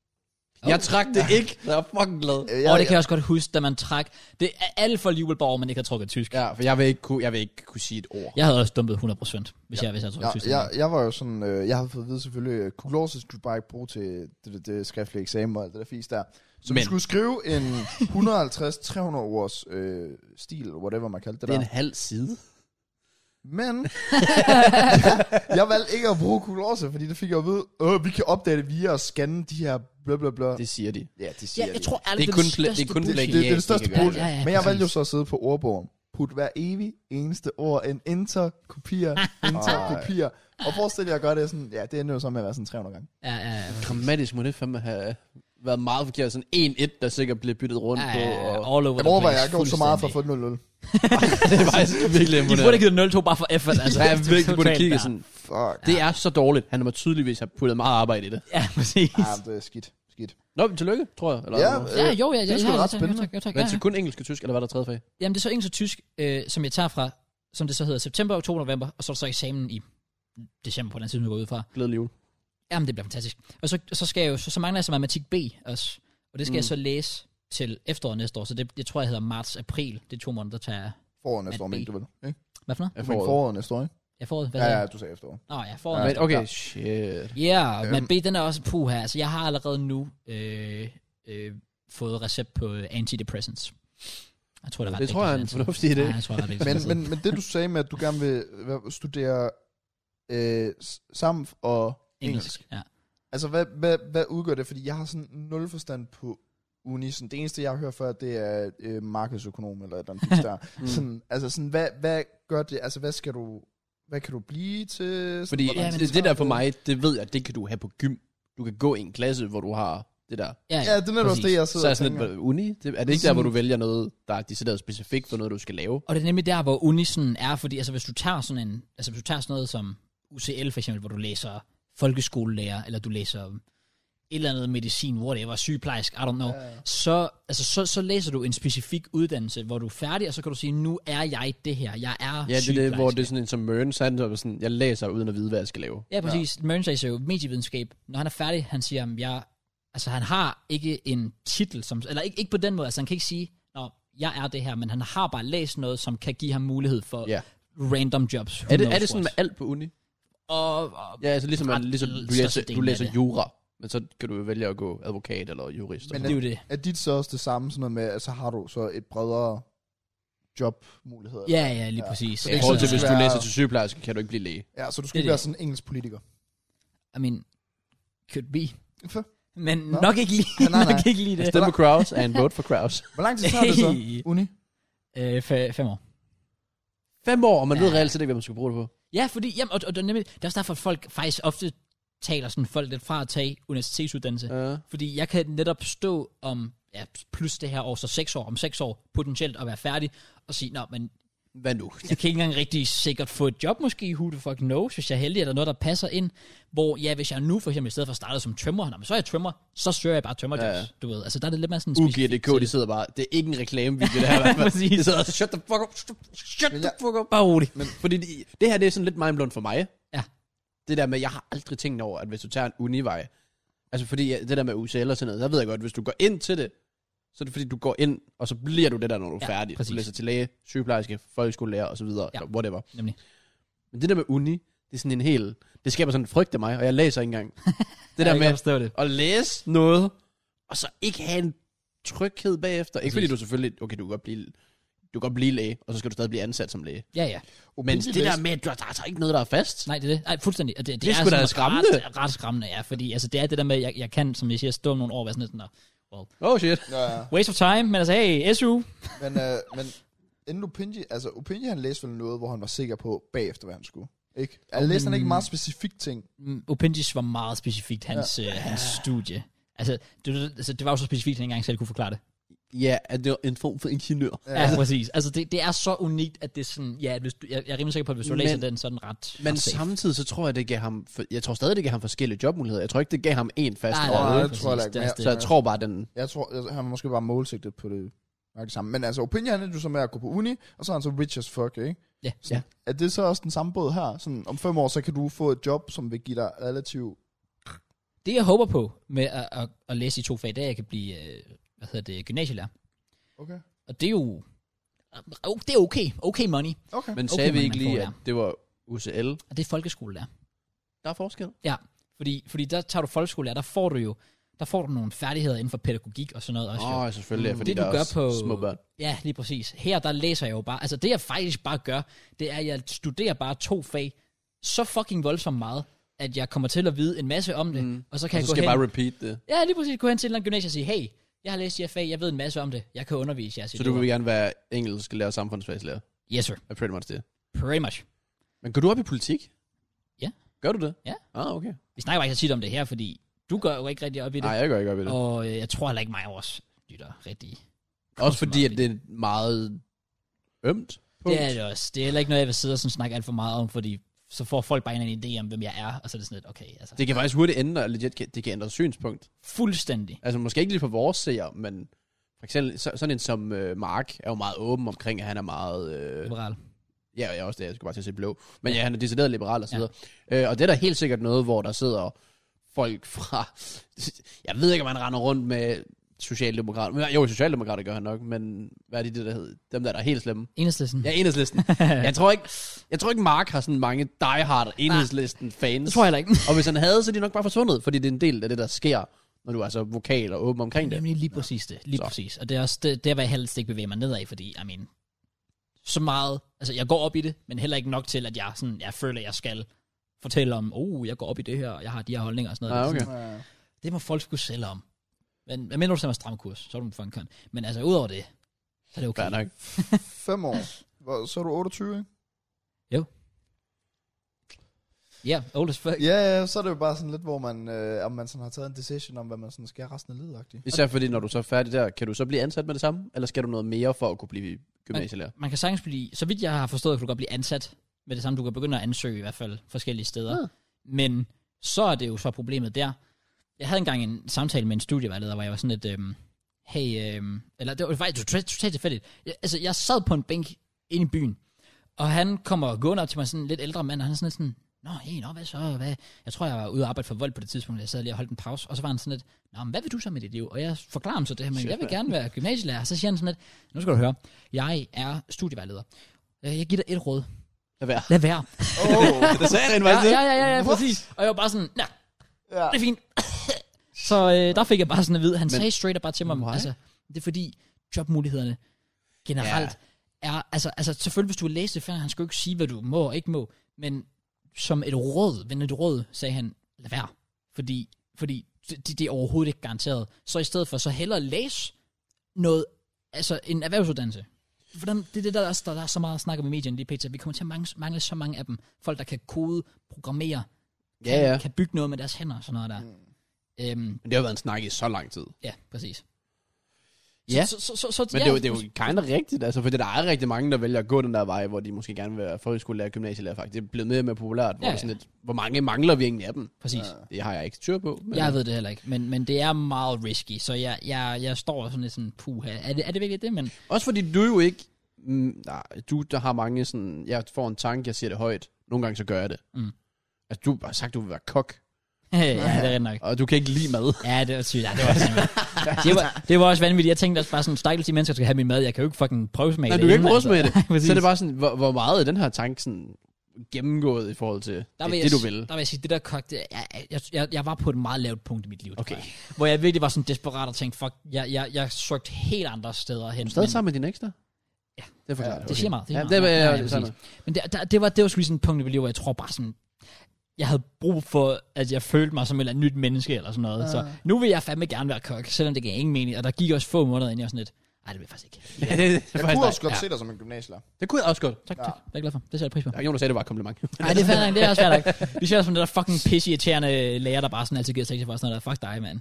C: Jeg trak det ikke. Jeg er fucking glad.
B: Øh,
A: Og det kan jeg også godt huske, da man trak. Det er alt for alligevel bare over, man ikke har trukket tysk. Ja.
C: Ja, for jeg vil ikke kunne, jeg vil ikke kunne sige et ord.
A: Jeg havde også dumpet 100%, hvis jeg, hvis jeg havde trukket
B: jeg,
A: tysk.
B: jeg, jeg, jeg var jo sådan, øh, jeg havde fået at vide selvfølgelig, øh, kugloses du bare ikke bruge til det, det, det skriftlige eksamen og det der fisk der. Så Men. vi
C: Men-
B: skulle skrive en 150-300 ords øh, stil, whatever man kaldte det,
C: Det er
B: der.
C: en halv side.
B: Men jeg valgte ikke at bruge kuglose, fordi det fik jeg at vide, øh, vi kan opdage det via at scanne de her bla bla bla.
C: Det siger de.
B: ja, det
A: ja,
B: siger
A: jeg
B: de.
A: tror ærligt,
C: Det er
A: den
C: kun pla- det er
A: største
C: kun
A: bullshit.
B: Det, det, det er det største
C: Ja,
B: brud.
A: ja, ja,
B: Men jeg valgte jo
A: præcis.
B: så at sidde på ordbogen. Put hver evig eneste ord en interkopier, interkopier. Og forestil jer at gøre det sådan, ja, det ender jo så med at være sådan 300 gange.
A: Ja, ja, ja.
C: Grammatisk må det fandme have været meget forkert. Sådan 1-1, der sikkert bliver byttet rundt
A: Ja,
C: på.
A: ja, ja,
C: Og...
A: all over
B: Jeg
A: the
B: overvejer,
A: place,
B: jeg går så meget for at
A: fuldstændig.
B: få 0
C: det er faktisk
A: De
C: virkelig
A: burde
C: imponerende.
A: have givet 0-2 bare for effort. Altså,
C: Altså, jeg virkelig burde
A: totalt
C: kigge
A: der.
C: sådan.
B: Fuck.
C: Det er så dårligt. Han må tydeligvis have puttet meget arbejde i det.
A: Ja, præcis.
B: Ja, Ah, det er skidt. Skidt.
C: Nå, men tillykke, tror jeg. Eller,
B: Ja,
C: eller-
B: øh,
A: Ja, jo, ja,
B: det
A: ja,
B: er sgu
A: ja,
B: da
A: ja,
B: ret
A: tak,
B: spændende.
A: Jo, tak, jo, tak,
C: Men
A: ja,
C: til
A: ja.
C: kun engelsk og tysk, eller hvad er der tredje fag?
A: Jamen, det er så engelsk og tysk, øh, som jeg tager fra, som det så hedder, september, oktober, november, og så er der så eksamen i december på den side, vi går ud fra.
C: Glædelig jul.
A: Jamen, det bliver fantastisk. Og så, så skal jeg jo, så, så mangler jeg så matematik B også. Og det skal mm. jeg så læse til efteråret næste år, så det, det tror jeg hedder marts, april. Det er to måneder, der tager jeg.
B: Foråret næste
A: Men
B: år, men
A: det-
B: du vil. Ikke?
A: Hvad for noget?
C: Jeg
B: Du mener foråret næste år, ikke?
A: Jeg får hvad
B: Ja,
A: hedder
B: ja,
A: det?
B: du sagde efterår.
A: Nå, jeg får
B: Ja.
A: ja.
C: Men okay, shit.
A: Ja, yeah,
B: Øhm.
A: men B, den er også puha. Altså, jeg har allerede nu øh, øh, fået recept på øh, antidepressants. Jeg tror, det er ret
C: Det tror jeg er en
A: vigtigt, altså.
C: fornuftig idé.
A: Ja, jeg tror, det er ret vigtigt,
B: Men,
A: altså.
B: men, men det du sagde med, at du gerne vil hvad, studere øh, s- sammen og engelsk.
A: Ja.
B: Altså, hvad, hvad, hvad udgør det? Fordi jeg har sådan nul forstand på uni. Sådan, det eneste, jeg hører før, det er øh, markedsøkonom eller et eller andet fisk der. mm. sådan, altså, sådan, hvad, hvad gør det? Altså, hvad skal du... Hvad kan du blive til? Sådan,
C: Fordi
B: hvordan
A: Ja, men
C: det, det
B: tager
C: der for
B: du-
C: mig, det ved jeg, det kan du have på gym. Du kan gå i en klasse, hvor du har det der.
A: Ja,
B: Ja, det er netop også det, jeg sidder
C: Så er sådan
B: og tænker.
C: lidt uni. Det, er det ikke der, hvor du vælger noget, der er decideret specifikt for noget, du skal lave?
A: Og det er nemlig der, hvor unisen er, fordi altså, hvis du tager sådan en, altså hvis du tager sådan noget som UCL for eksempel, hvor du læser folkeskolelærer, eller du læser et eller andet medicin, whatever, sygeplejersk, I don't know,
B: Ja, ja.
A: så, altså, så, så læser du en specifik uddannelse, hvor du er færdig, og så kan du sige, nu er jeg det her, jeg er
C: Ja, det er det, hvor det er
A: sygeplejerske.
C: sådan en som Mørens, han er sådan, jeg læser uden at vide, hvad jeg skal lave.
A: Ja, præcis. Ja. Mørens læser jo medievidenskab. Når han er færdig, han siger, at jeg, altså, han har ikke en titel, som, eller ikke, ikke på den måde, altså han kan ikke sige, Nå, jeg er det her, men han har bare læst noget, som kan give ham mulighed for
C: Ja.
A: random jobs. Who
C: Er det, er
A: knows
C: det sådan
A: what?
C: med alt på uni?
A: Og, og
C: Ja, altså ligesom, man,
A: Ret-
C: ligesom du, læser,
A: størstedelen
C: du
A: af
C: læser
A: det.
C: jura, men så kan du jo vælge at gå advokat eller jurist.
B: Men
A: det er jo det.
B: Er dit så også det samme, sådan noget med, at så har du så et bredere jobmulighed?
A: Ja, ja, lige præcis.
B: Så det
C: I
B: er
C: forhold til,
B: sådan,
C: hvis du
B: det skal
C: læser
B: være-
C: til sygeplejerske, kan du ikke blive læge.
B: ja så du
A: Det er
B: skulle
A: det.
B: være sådan en engelsk politiker.
A: I mean, could be.
B: For,
A: Men
B: Nå.
A: nok ikke lige,
B: Ja, nej,
A: nok
B: nej.
A: ikke lige det.
C: Stem på Kraus and vote for Kraus.
B: hvor lang tid tager det så? Uni?
A: Øh, fe- fem år.
C: Fem år, og man ved
A: Ja.
C: reelt set ikke, hvad man skal bruge det på.
A: Ja, fordi, jamen, og, og det, er nemlig, det er også derfor, at folk faktisk ofte taler sådan folk lidt fra at tage universitetsuddannelse. Ja.
C: Ja.
A: Fordi jeg kan netop stå om, ja, plus det her år, så seks år, om seks år potentielt at være færdig, og sige, nå, men
C: Hvad nu?
A: jeg kan ikke engang rigtig sikkert få et job måske, who the fuck knows, hvis jeg er heldig, er der noget, der passer ind, hvor ja, hvis jeg nu for eksempel i stedet for startede som tømrer, nå, men så er jeg tømrer, så søger jeg bare tømmerjobs,
C: Ja,
A: ja,
C: ja.
A: ja. du ved, altså der er det lidt mere sådan
C: UG.dk, de sidder bare, det er ikke en reklamevideo, det her. i hvert fald.
A: Præcis.
C: De sidder og, shut the fuck up, shut the- shut
B: Men
C: the
B: jeg-
C: fuck up.
A: Bare rolig.
C: Men fordi det, det her, det er sådan lidt mindblown for mig.
A: Ja.
C: Det der med, jeg har aldrig tænkt over, at hvis du tager en univej, altså fordi ja, det der med UCL og sådan noget, der ved jeg godt, hvis du går ind til det, så er det fordi, du går ind, og så bliver du det der, når du er
A: Ja,
C: færdig.
A: præcis.
C: Du læser til læge, sygeplejerske, folkeskolelærer osv., ja.
A: Ja.
C: eller whatever.
A: Nemlig.
C: Men det der med uni, det er sådan en hel, det skaber sådan en frygt af mig, og jeg læser ikke engang. det
A: Ja,
C: der
A: jeg
C: med
A: kan forstå det.
C: at læse noget, og så ikke have en tryghed bagefter. Ikke fordi
A: Præcis.
C: du selvfølgelig, okay, du kan godt blive, du kan godt blive læge, og så skal du stadig blive ansat som læge.
A: Ja, ja.
C: Men
B: Ubildig
C: det der
B: læst.
C: med, at der, der er altså ikke noget, der er fast.
A: Nej,
C: Nej.
A: det er det. Nej, fuldstændig. Og det, det,
C: Det er
A: er,
C: sgu da
A: sådan
C: skræmmende.
A: Ret, ret skræmmende, ja. Fordi altså, det er det der med, at jeg, jeg kan, som jeg siger, stå om nogle år og være sådan lidt sådan, "Nå, well,
C: Oh shit.
B: Ja, ja.
A: waste of time, men altså, hey, SU.
B: Men, øh, men inden Opinji, altså Opinji han læste vel noget, hvor han var sikker på bagefter, hvad han skulle. Ikke? Altså, Jeg læste han ikke en meget specifik ting.
A: Mm, Opinjis var meget specifikt hans, ja. øh, hans studie. Altså det, altså, det var jo så specifikt, at han ikke engang selv kunne forklare det.
C: Ja, at det er en form for ingeniør.
A: Ja, ja præcis. Altså, det, det er så unikt, at det er sådan, ja, at hvis du, jeg, jeg er rimelig sikker på, at hvis du
C: Men-
A: men, læser den, så er den ret
C: Men
A: ret safe.
C: samtidig så tror jeg, det gav ham, for, jeg tror stadig, det gav ham forskellige jobmuligheder. Jeg tror ikke, det gav ham en fast
A: Nej,
C: nej,
A: nej,
B: Åh,
A: nej,
B: det
A: præcis,
B: tror jeg da ikke
A: det er
B: mere.
A: også
C: Så jeg tror bare, den...
B: Jeg tror, jeg, han var måske bare målsigtet på det, nok det samme. Men altså, Opinji han er jo så med at gå på uni, og så er han så rich as fuck, ikke?
A: Ja.
B: Sådan, Er det så også den samme båd her? Sådan, om fem år, så kan du få et job, som vil give dig relativt...
A: Det jeg håber på med at, at, at læse i to fag, det er, at jeg kan blive øh, hvad hedder det, gymnasielærer.
B: Okay.
A: Og det er jo oh, det er okay. Okay money.
B: Okay.
C: Men
A: Okay,
C: sagde vi
A: man
C: ikke
A: får
C: lige,
A: det.
C: at det var UCL?
A: Og det er folkeskolelærer.
C: Der er forskel.
A: Ja, fordi, fordi der tager du folkeskolelærer, der får du jo der får du nogle færdigheder inden for pædagogik og sådan noget også.
C: Åh,
A: jo.
C: oh, selvfølgelig,
A: Mm.
C: fordi
A: Det,
C: der
A: du
C: er
A: gør
C: også
A: på-
C: små børn.
A: Ja, lige præcis. Her, der læser jeg jo bare... Altså, det jeg faktisk bare gør, det er, at jeg studerer bare to fag så fucking voldsomt meget, at jeg kommer til at vide en masse om det, mm. og så kan
C: Og
A: jeg
C: så
A: gå
C: skal
A: hen...
C: jeg bare repeat det.
A: Ja, lige præcis. Gå hen til en eller anden gymnasie og sige, hey, jeg har læst de her fag, jeg ved en masse om det, jeg kan undervise jer.
C: Så du vil gerne være engelsk lærer og samfundsfagslærer.
A: Yes, sir.
C: Er pretty much det.
A: Pretty much.
C: Men går du op i politik?
A: Ja.
C: Gør du det?
A: Ja.
C: Ah, okay.
A: Vi snakker bare ikke så tit om det her, fordi du går jo ikke rigtig op i det.
C: Nej, jeg går ikke op i det.
A: Og øh, jeg tror heller ikke mig og vores lytter rigtig.
C: Også fordi,
A: meget
C: at det er meget ømt. punkt.
A: Det er det også. Det er heller ikke noget, jeg vil sidde og sådan snakke alt for meget om, fordi så får folk bare en eller anden idé om, hvem jeg er, og så er det sådan lidt, okay, altså. Det...
C: Det kan faktisk hurtigt ændre, og legit, kan- det kan ændre synspunkt.
A: Fuldstændig.
C: Altså måske ikke lige på vores seer, men for eksempel så, sådan en som øh, Mark er jo meget åben omkring, at han er meget... Øh,
A: Liberal.
C: ja, jeg er også det, jeg skulle bare til at sige blå. Men ja, han er decideret liberal og så videre. Øh, og det er da helt sikkert noget, hvor der sidder folk fra... Jeg ved ikke, om han render rundt med socialdemokrater. Men, Jo, socialdemokrater gør han nok, men hvad er det, det der hedder? Dem der, der er helt slemme.
A: Enhedslisten.
C: Ja, enhedslisten. jeg, tror ikke, jeg tror ikke, Mark har sådan mange diehard enhedslisten-fans.
A: Det tror jeg heller ikke.
C: Og hvis han havde, så er de nok bare forsvundet, fordi det er en del af det, der sker, når du er så vokal og åben omkring det.
A: Nemlig lige præcis det. Lige
C: Så.
A: så. præcis. Og det er også det, der, hvor jeg helst ikke bevæger mig nedad, i, fordi, I mean, så meget, altså jeg går op i det, men heller ikke nok til, at jeg, sådan, jeg føler, at jeg skal fortælle om, oh, jeg går op i det her, og jeg har de her holdninger og sådan noget.
C: Ah,
A: Det er
C: okay.
A: sådan,
B: Ja.
A: Det må folk skulle selv om. Men hvad mener du, at stram kurs? Så er du en fucking køn. Men altså, udover det, så er det okay.
C: Fair nok.
B: Fem år. Hvor, så er du 28, ikke?
A: Ja, yeah, old as fuck.
B: Ja, ja, så er det jo bare sådan lidt, hvor man, øh, om man sådan har taget en decision om, hvad man sådan skal resten af livet -agtigt.
C: Især fordi, når du så er færdig der, kan du så blive ansat med det samme? Eller skal du noget mere for at kunne blive gymnasielærer?
A: Man kan sagtens blive, så vidt jeg har forstået, kan du godt blive ansat med det samme. Du kan begynde at ansøge i hvert fald forskellige steder.
C: Ja.
A: Men så er det jo så problemet der, jeg havde engang en samtale med en studievejleder, hvor jeg var sådan lidt, øhm, hey, øhm, eller det var faktisk totalt totalt tilfældigt. Jeg, altså, jeg sad på en bænk inde i byen, og han kommer gående op til mig, sådan en lidt ældre mand, og han er sådan lidt sådan, Nå, hey, nå, hvad så? Hvad? Jeg tror, jeg var ude og arbejde for vold på det tidspunkt, jeg sad lige og holdt en pause, og så var han sådan lidt, Nå, men hvad vil du så med dit liv? Og jeg forklarer ham så det her, men jeg vil gerne være gymnasielærer. Så siger han sådan lidt, nu skal du høre, jeg er studievejleder. Øh, Jeg giver dig et råd.
C: Lad være.
A: Lad være.
B: Oh,
C: Det sagde jeg rent
A: Ja,
C: faktisk.
A: ja, ja, ja, ja
B: What?
A: præcis. Og jeg var bare sådan, nej,
B: ja.
A: det er fint. Så øh, der fik jeg bare sådan at vide, han sagde straight up bare til mig,
C: Why?
A: altså, det er fordi jobmulighederne generelt er, altså, altså selvfølgelig hvis du læser det færdigt, han skulle ikke sige, hvad du må og ikke må, men som et råd, men et råd, sagde han, lad være, fordi, fordi det, det er overhovedet ikke garanteret. Så i stedet for, så hellere læse noget, altså en erhvervsuddannelse. For dem, det er det, der, også- der, der er så meget snak om i medierne lige pt. Vi kommer til at mangle, mangle så mange af dem. Folk, der kan kode, programmere,
C: Ja, ja.
A: kan bygge noget med deres hænder og sådan noget der. Mm. Øhm,
C: Men det har været en snak i så lang tid.
A: ja, præcis.
C: Ja.
A: Så, så, så, så, ja,
C: Men det, er jo, det er jo kinda rigtigt, altså, for der er rigtig mange, der vælger at gå den der vej, hvor de måske gerne vil være folkeskolelærer og gymnasielærer, faktisk. Det er blevet mere og mere populært, hvor,
A: Ja,
C: ja, ja. Sådan
A: ja.
C: lidt, hvor mange mangler vi egentlig af dem? Øh,
A: Præcis.
C: Det har jeg ikke styr på. Men,
A: Jeg ved det heller ikke, men, men det er meget risky, så jeg, jeg, jeg står sådan lidt sådan, puha, er det, er det virkelig det? Men
C: Også fordi du jo ikke... Mm, nej, du der har mange sådan... Jeg får en tanke, jeg siger det højt. Nogle gange så gør jeg det.
A: Mm.
C: Altså, du har sagt, du vil være kok,
A: ja, det er rigtigt nok.
C: og du kan ikke lide mad.
A: Ja, det var sygt. Ja, det var, simpelthen- det, var, det var også vanvittigt. Jeg tænkte også bare sådan, stakkels de mennesker skal have min mad, jeg kan jo ikke fucking prøvesmage
C: Nej,
A: det.
C: du kan ikke
A: inden,
C: bruges med det.
A: altså. Præcis.
C: Så er det bare sådan, hvor, hvor meget er den her tanke sådan gennemgået i forhold til
A: Der vil
C: det,
A: jeg,
C: det, du
A: s-
C: vil?
A: Der vil jeg sige, det der kok, det, jeg, jeg, jeg, jeg, var på et meget lavt punkt i mit liv. tror
C: Okay.
A: Jeg, hvor jeg virkelig var sådan desperat og tænkte, fuck, jeg, jeg, jeg søgte helt andre steder hen.
C: Stadig
A: men-
C: sammen med din ekstra?
A: Ja.
C: Det forklarer
B: Ja,
A: Det siger meget. Det, siger
C: Ja,
A: meget.
C: det var- ja,
A: præcis.
C: sådan.
A: Men det, der, det, var, det var sgu lige sådan et punkt i mit liv, hvor jeg tror bare sådan, jeg havde brug for, at jeg følte mig som et eller andet nyt menneske eller sådan noget. Uh. Så nu vil jeg fandme gerne være kok, selvom det gav ingen mening. Og der gik også få måneder ind i sådan lidt, nej, det vil jeg faktisk ikke.
C: Ja, det, det,
B: Jeg
C: det,
B: kunne
C: det,
B: også godt se dig som en gymnasielærer.
C: det kunne jeg også godt.
A: Tak,
B: Ja.
A: tak. Det er jeg glad for. Det sætter jeg pris på.
C: Der er ikke nogen, der sagde, det var et kompliment.
A: Nej, det er fair nok. Det er også fair nok. Vi ser også som det der fucking pisse irriterende lærer, der bare sådan altid giver sektion for sådan noget. der. Fuck dig, mand.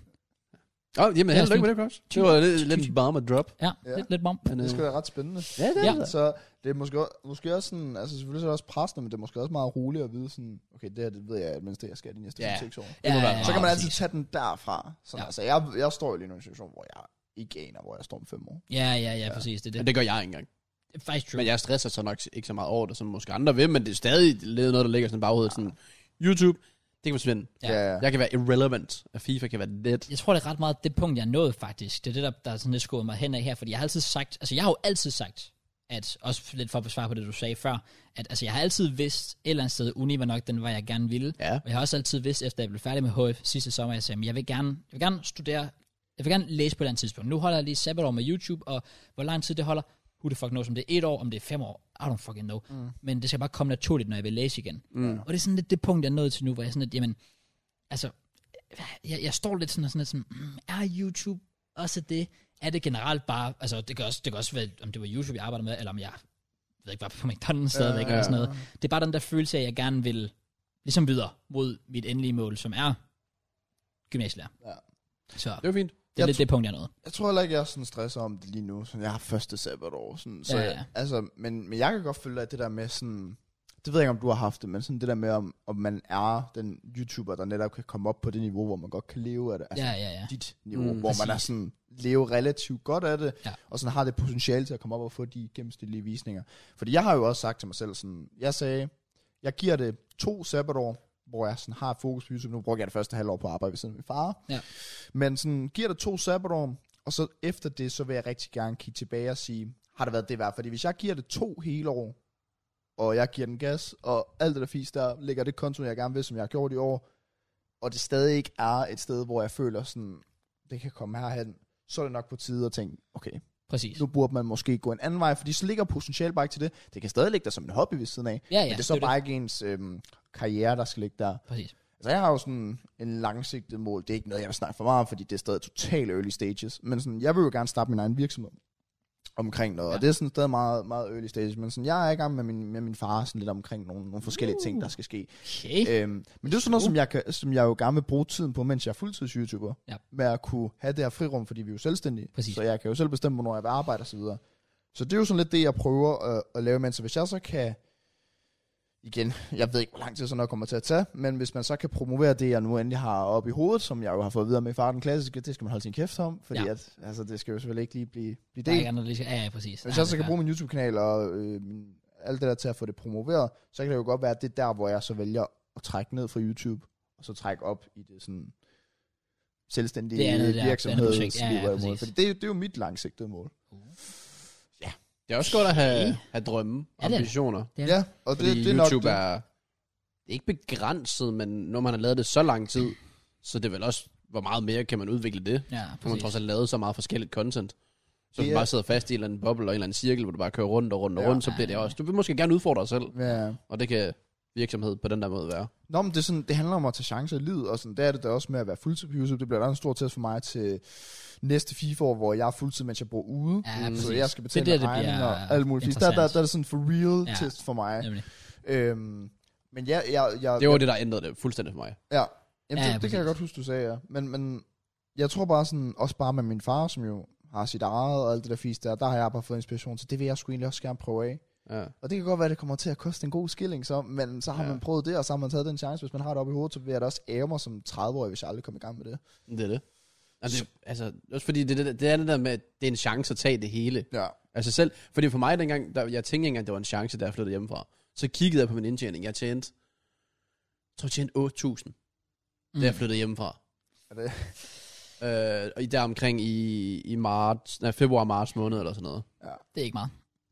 C: Åh, oh, jamen,
A: Ja,
C: held og lykke med det, Cross. Det var lidt, lidt en bomb og drop.
A: Ja,
B: Ja.
A: lidt, lidt mom.
C: Men,
B: Det
C: øh,
B: skal være ret spændende.
C: ja, det
A: Ja.
C: er det.
B: Så det er måske, også- måske også sådan, altså selvfølgelig så er det også pressende, men det er måske også meget roligt at vide sådan, okay, det her det ved jeg, at mindst det jeg skal de næste
C: Ja.
B: 5-6 år.
C: må være-
B: Så kan man
A: præcis.
B: altid tage den derfra. Sådan,
A: Ja.
B: ja. altså, jeg, jeg står jo lige nu i en situation, hvor jeg ikke aner, hvor jeg står om 5 år.
A: Ja, ja, ja, præcis. Det er
C: Men
A: det.
C: det gør jeg ikke engang.
A: Det er faktisk true.
C: Men jeg stresser så nok ikke så meget over det, som måske andre vil, men det er stadig lidt noget, der ligger sådan i baghovedet. Sådan, YouTube, det kan forsvinde.
A: Ja.
B: ja.
C: Jeg kan være irrelevant, og FIFA kan være dead.
A: jeg tror, det er ret meget det punkt, jeg nåede faktisk. Det er det, der, der er sådan lidt skåret mig hen af her, fordi jeg har altid sagt, altså jeg har jo altid sagt, at, også lidt for at besvare på det, du sagde før, at altså, jeg har altid vidst, et eller andet sted, uni var nok den vej, jeg gerne ville.
C: Ja.
A: Og jeg har også altid vidst, efter jeg blev færdig med HF sidste sommer, jeg sagde, "Men jeg vil gerne, jeg vil gerne studere, jeg vil gerne læse på et eller andet tidspunkt. Nu holder jeg lige sabbatår med YouTube, og hvor lang tid det holder, who the fuck knows, om det er et år, om det er fem år, I don't fucking know. Mm. Men det skal bare komme naturligt, når jeg vil læse igen. Mm. Og det er sådan lidt det punkt, jeg er nået til nu, hvor jeg sådan lidt, jamen, altså, jeg, jeg står lidt sådan, og sådan lidt sådan, mm, er YouTube også det? Er det generelt bare, altså det kan også, det kan også være, om det var YouTube, jeg arbejdede med, eller om jeg, ved ikke, var på McDonald's stadigvæk, ja, eller
B: Ja, ja,
A: sådan noget. Det er bare den der følelse af, at jeg gerne vil, ligesom videre, mod mit endelige mål, som er gymnasielærer.
B: Ja.
A: Så det
C: Det var fint.
A: er
B: Jeg
A: lidt det punkt, jeg nåede.
B: Jeg tror heller ikke, jeg er sådan stresset om det lige nu. Sådan, jeg har første sabbatår. Sådan, så,
A: Ja,
B: ja,
A: ja.
B: ja. Altså, men, men jeg kan godt føle, at det der med sådan... Det ved jeg ikke, om du har haft det, men sådan det der med, om, om man er den YouTuber, der netop kan komme op på det niveau, hvor man godt kan leve af det. Altså,
A: Ja, ja, ja.
B: dit niveau,
C: Mm,
B: mm, hvor man er
A: præcis.
B: sådan, leve relativt godt af det,
A: Ja.
B: og sådan har det potentiale til at komme op og få de gennemsnitlige visninger. Fordi jeg har jo også sagt til mig selv sådan, jeg sagde, jeg giver det to sabbatår, hvor jeg sådan har et fokus på YouTube. Nu bruger jeg det første halvår på at arbejde ved siden af min far.
A: Ja.
B: Men sådan, giver det to sabbatår, og så efter det, så vil jeg rigtig gerne kigge tilbage og sige, har det været det værd? Fordi hvis jeg giver det to hele år, og jeg giver den gas, og alt det der fisk der, ligger det konto, jeg gerne vil, som jeg har gjort i år, og det stadig ikke er et sted, hvor jeg føler sådan, det kan komme herhen, så er det nok på tide at tænke, okay,
A: Præcis.
B: nu burde man måske gå en anden vej, fordi så ligger potentiale bare ikke til det. Det kan stadig ligge der som en hobby ved siden af,
A: Ja, ja.
B: men det er så
A: jo
B: bare ikke ens øhm, karriere, der skal ligge der.
A: Præcis.
B: Altså jeg har jo sådan en langsigtet mål, det er ikke noget, jeg vil snakke for meget om, fordi det er stadig totalt early stages, men sådan, jeg vil jo gerne starte min egen virksomhed omkring noget, ja.
A: Ja.
B: og det er sådan stadig meget, meget early stages, men sådan, jeg er i gang med min, med min far sådan lidt omkring nogle, nogle forskellige ting, der skal ske.
A: Okay.
B: Øhm, men det er jo sådan noget, som jeg, kan, som jeg jo gerne vil bruge tiden på, mens jeg er fuldtids-YouTuber.
A: Ja.
B: Med at kunne have det her frirum, fordi vi er jo selvstændige.
A: Præcis.
B: Så jeg kan jo selv bestemme, hvornår jeg vil øh, arbejde osv. Så videre. så det er jo sådan lidt det, jeg prøver at, at lave, mens hvis jeg så kan igen, jeg ved ikke, hvor lang tid sådan noget kommer til at tage, men hvis man så kan promovere det, jeg nu endelig har oppe i hovedet, som jeg jo har fået videre med i far den klassiske, det skal man holde sin kæft om, fordi
A: Ja.
B: ja. at, altså, det skal jo selvfølgelig ikke lige blive, blive
A: Der er
B: delt.
A: ikke andet, der lige skal... Ja, ja, præcis.
B: Hvis
A: Ja,
B: jeg
A: det
B: så
A: er
B: kan
A: klart.
B: bruge min YouTube-kanal og øh, min- alt det der til at få det promoveret, så kan det jo godt være, at det er der, hvor jeg så vælger at trække ned fra YouTube, og så trække op i det sådan selvstændige
A: Det andet der, det andet projekt. Ja, ja,
B: virksomhedsliv. Ja, ja,
A: præcis.
B: Fordi det, er jo- det er jo mit langsigtede mål.
C: Det er også godt at have,
A: Okay.
C: have drømme,
A: Ja, det er det.
C: ambitioner.
A: Ja.
B: Ja, og
C: Fordi
B: det, det er nok
C: YouTube
B: det.
C: er ikke begrænset, men når man har lavet det så lang tid, så det er vel også, hvor meget mere kan man udvikle det?
A: Ja,
C: For man
A: præcis.
C: trods alt lavet så meget forskelligt content. Så hvis
B: Det
C: man
B: er-
C: bare sidder fast i en eller anden boble og en eller anden cirkel, hvor du bare kører rundt og rundt og
B: Ja.
C: rundt, så bliver det også. Du vil måske gerne udfordre dig selv,
B: Ja.
C: og det kan virksomhed på den der måde være.
B: Nå, men det, er sådan, det handler om at tage chancer i livet, og sådan, det er det da også med at være fuldtid på YouTube. Det bliver da en stor test for mig til næste FIFA-år, hvor jeg er fuldtid, mens jeg bor ude.
A: Ja,
B: Mm, så
A: præcis.
B: jeg skal
A: Det er
B: betale det,
A: der, det
B: det regninger
A: bliver
B: og alt muligt. Der, der, der, er det sådan en for real
A: Ja.
B: ja. test for mig.
A: Nemlig.
B: Øhm, men ja, jeg, jeg,
C: Det var det, der ændrede det fuldstændig for mig.
B: Ja, Jamen,
A: Ja,
B: ja,
A: ja,
B: det, det kan jeg
A: præcis.
B: godt huske, du sagde, ja. Men, men jeg tror bare sådan, også bare med min far, som jo har sit eget og alt det der fisk der, der har jeg bare fået inspiration til, det vil jeg sgu egentlig også gerne prøve af.
C: Ja.
B: Og det kan godt være, at det kommer til at koste en god skilling, så, men så har
C: Ja.
B: ja. man prøvet det, og så har man taget den chance. Hvis man har det oppe i hovedet, så vil jeg da også ære mig som 30-årig, hvis jeg aldrig kom i gang med det.
C: Det er det. Altså, altså også fordi det, det, det er det der med, at det er en chance at tage det hele.
B: Ja.
C: Altså selv, fordi for mig dengang, der, jeg tænkte ikke engang, at det var en chance, da jeg flyttede hjemmefra. Så kiggede jeg på min indtjening. Jeg tjente, jeg tror jeg tjente 8.000, mm. da jeg flyttede hjemmefra.
B: Er det?
C: Øh, og i der omkring i, i marts, nej, februar-marts måned eller sådan noget.
A: Det er ikke meget.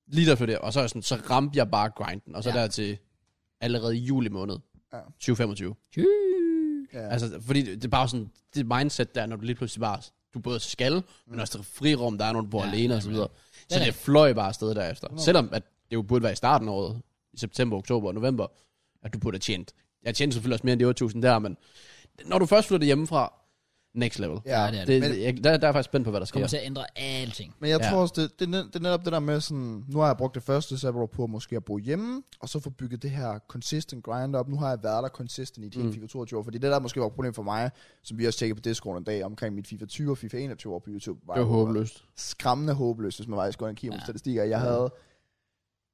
C: Lige der flyttede jeg, og så, er jeg sådan, så ramte jeg bare grinden. Og så
A: Ja.
C: ja. der til allerede i juli måned,
B: Ja.
C: 2025.
B: Ja.
C: Ja. Altså, fordi det, det er bare sådan, det mindset der, når du lige pludselig bare, du både skal, men også det frirum, der er, når du bor
A: Ja,
C: Mm. ja, alene og så
A: nemlig.
C: videre.
A: er
C: Så det
A: rigtigt.
C: fløj bare afsted derefter.
B: Nå.
C: Selvom at det jo burde være i starten af året, i september, oktober og november, at du burde have tjent. Jeg tjente selvfølgelig også mere end de 8.000 der, men når du først flytter hjemmefra, next level. Ja,
A: Ja, det er
C: det,
B: Men,
C: det, jeg, der, der er jeg faktisk spændt på, hvad der sker.
A: Kommer til at ændre alting.
B: men jeg
C: Ja.
B: ja. tror også, det, det, er net- det, er netop det der med sådan, nu har jeg brugt det første sabbatår på måske at bo hjemme, og så få bygget det her consistent grind op. Nu har jeg været der consistent i de mm. FIFA 22 år, fordi det der måske var et problem for mig, som vi også tjekkede på Discord en dag, omkring mit FIFA 20 og FIFA 21 år på YouTube. Var
C: Det er
B: jo,
C: håbløst.
B: skræmmende håbløst, hvis man faktisk går ind og kigger på
A: Ja.
B: statistikker. Jeg havde,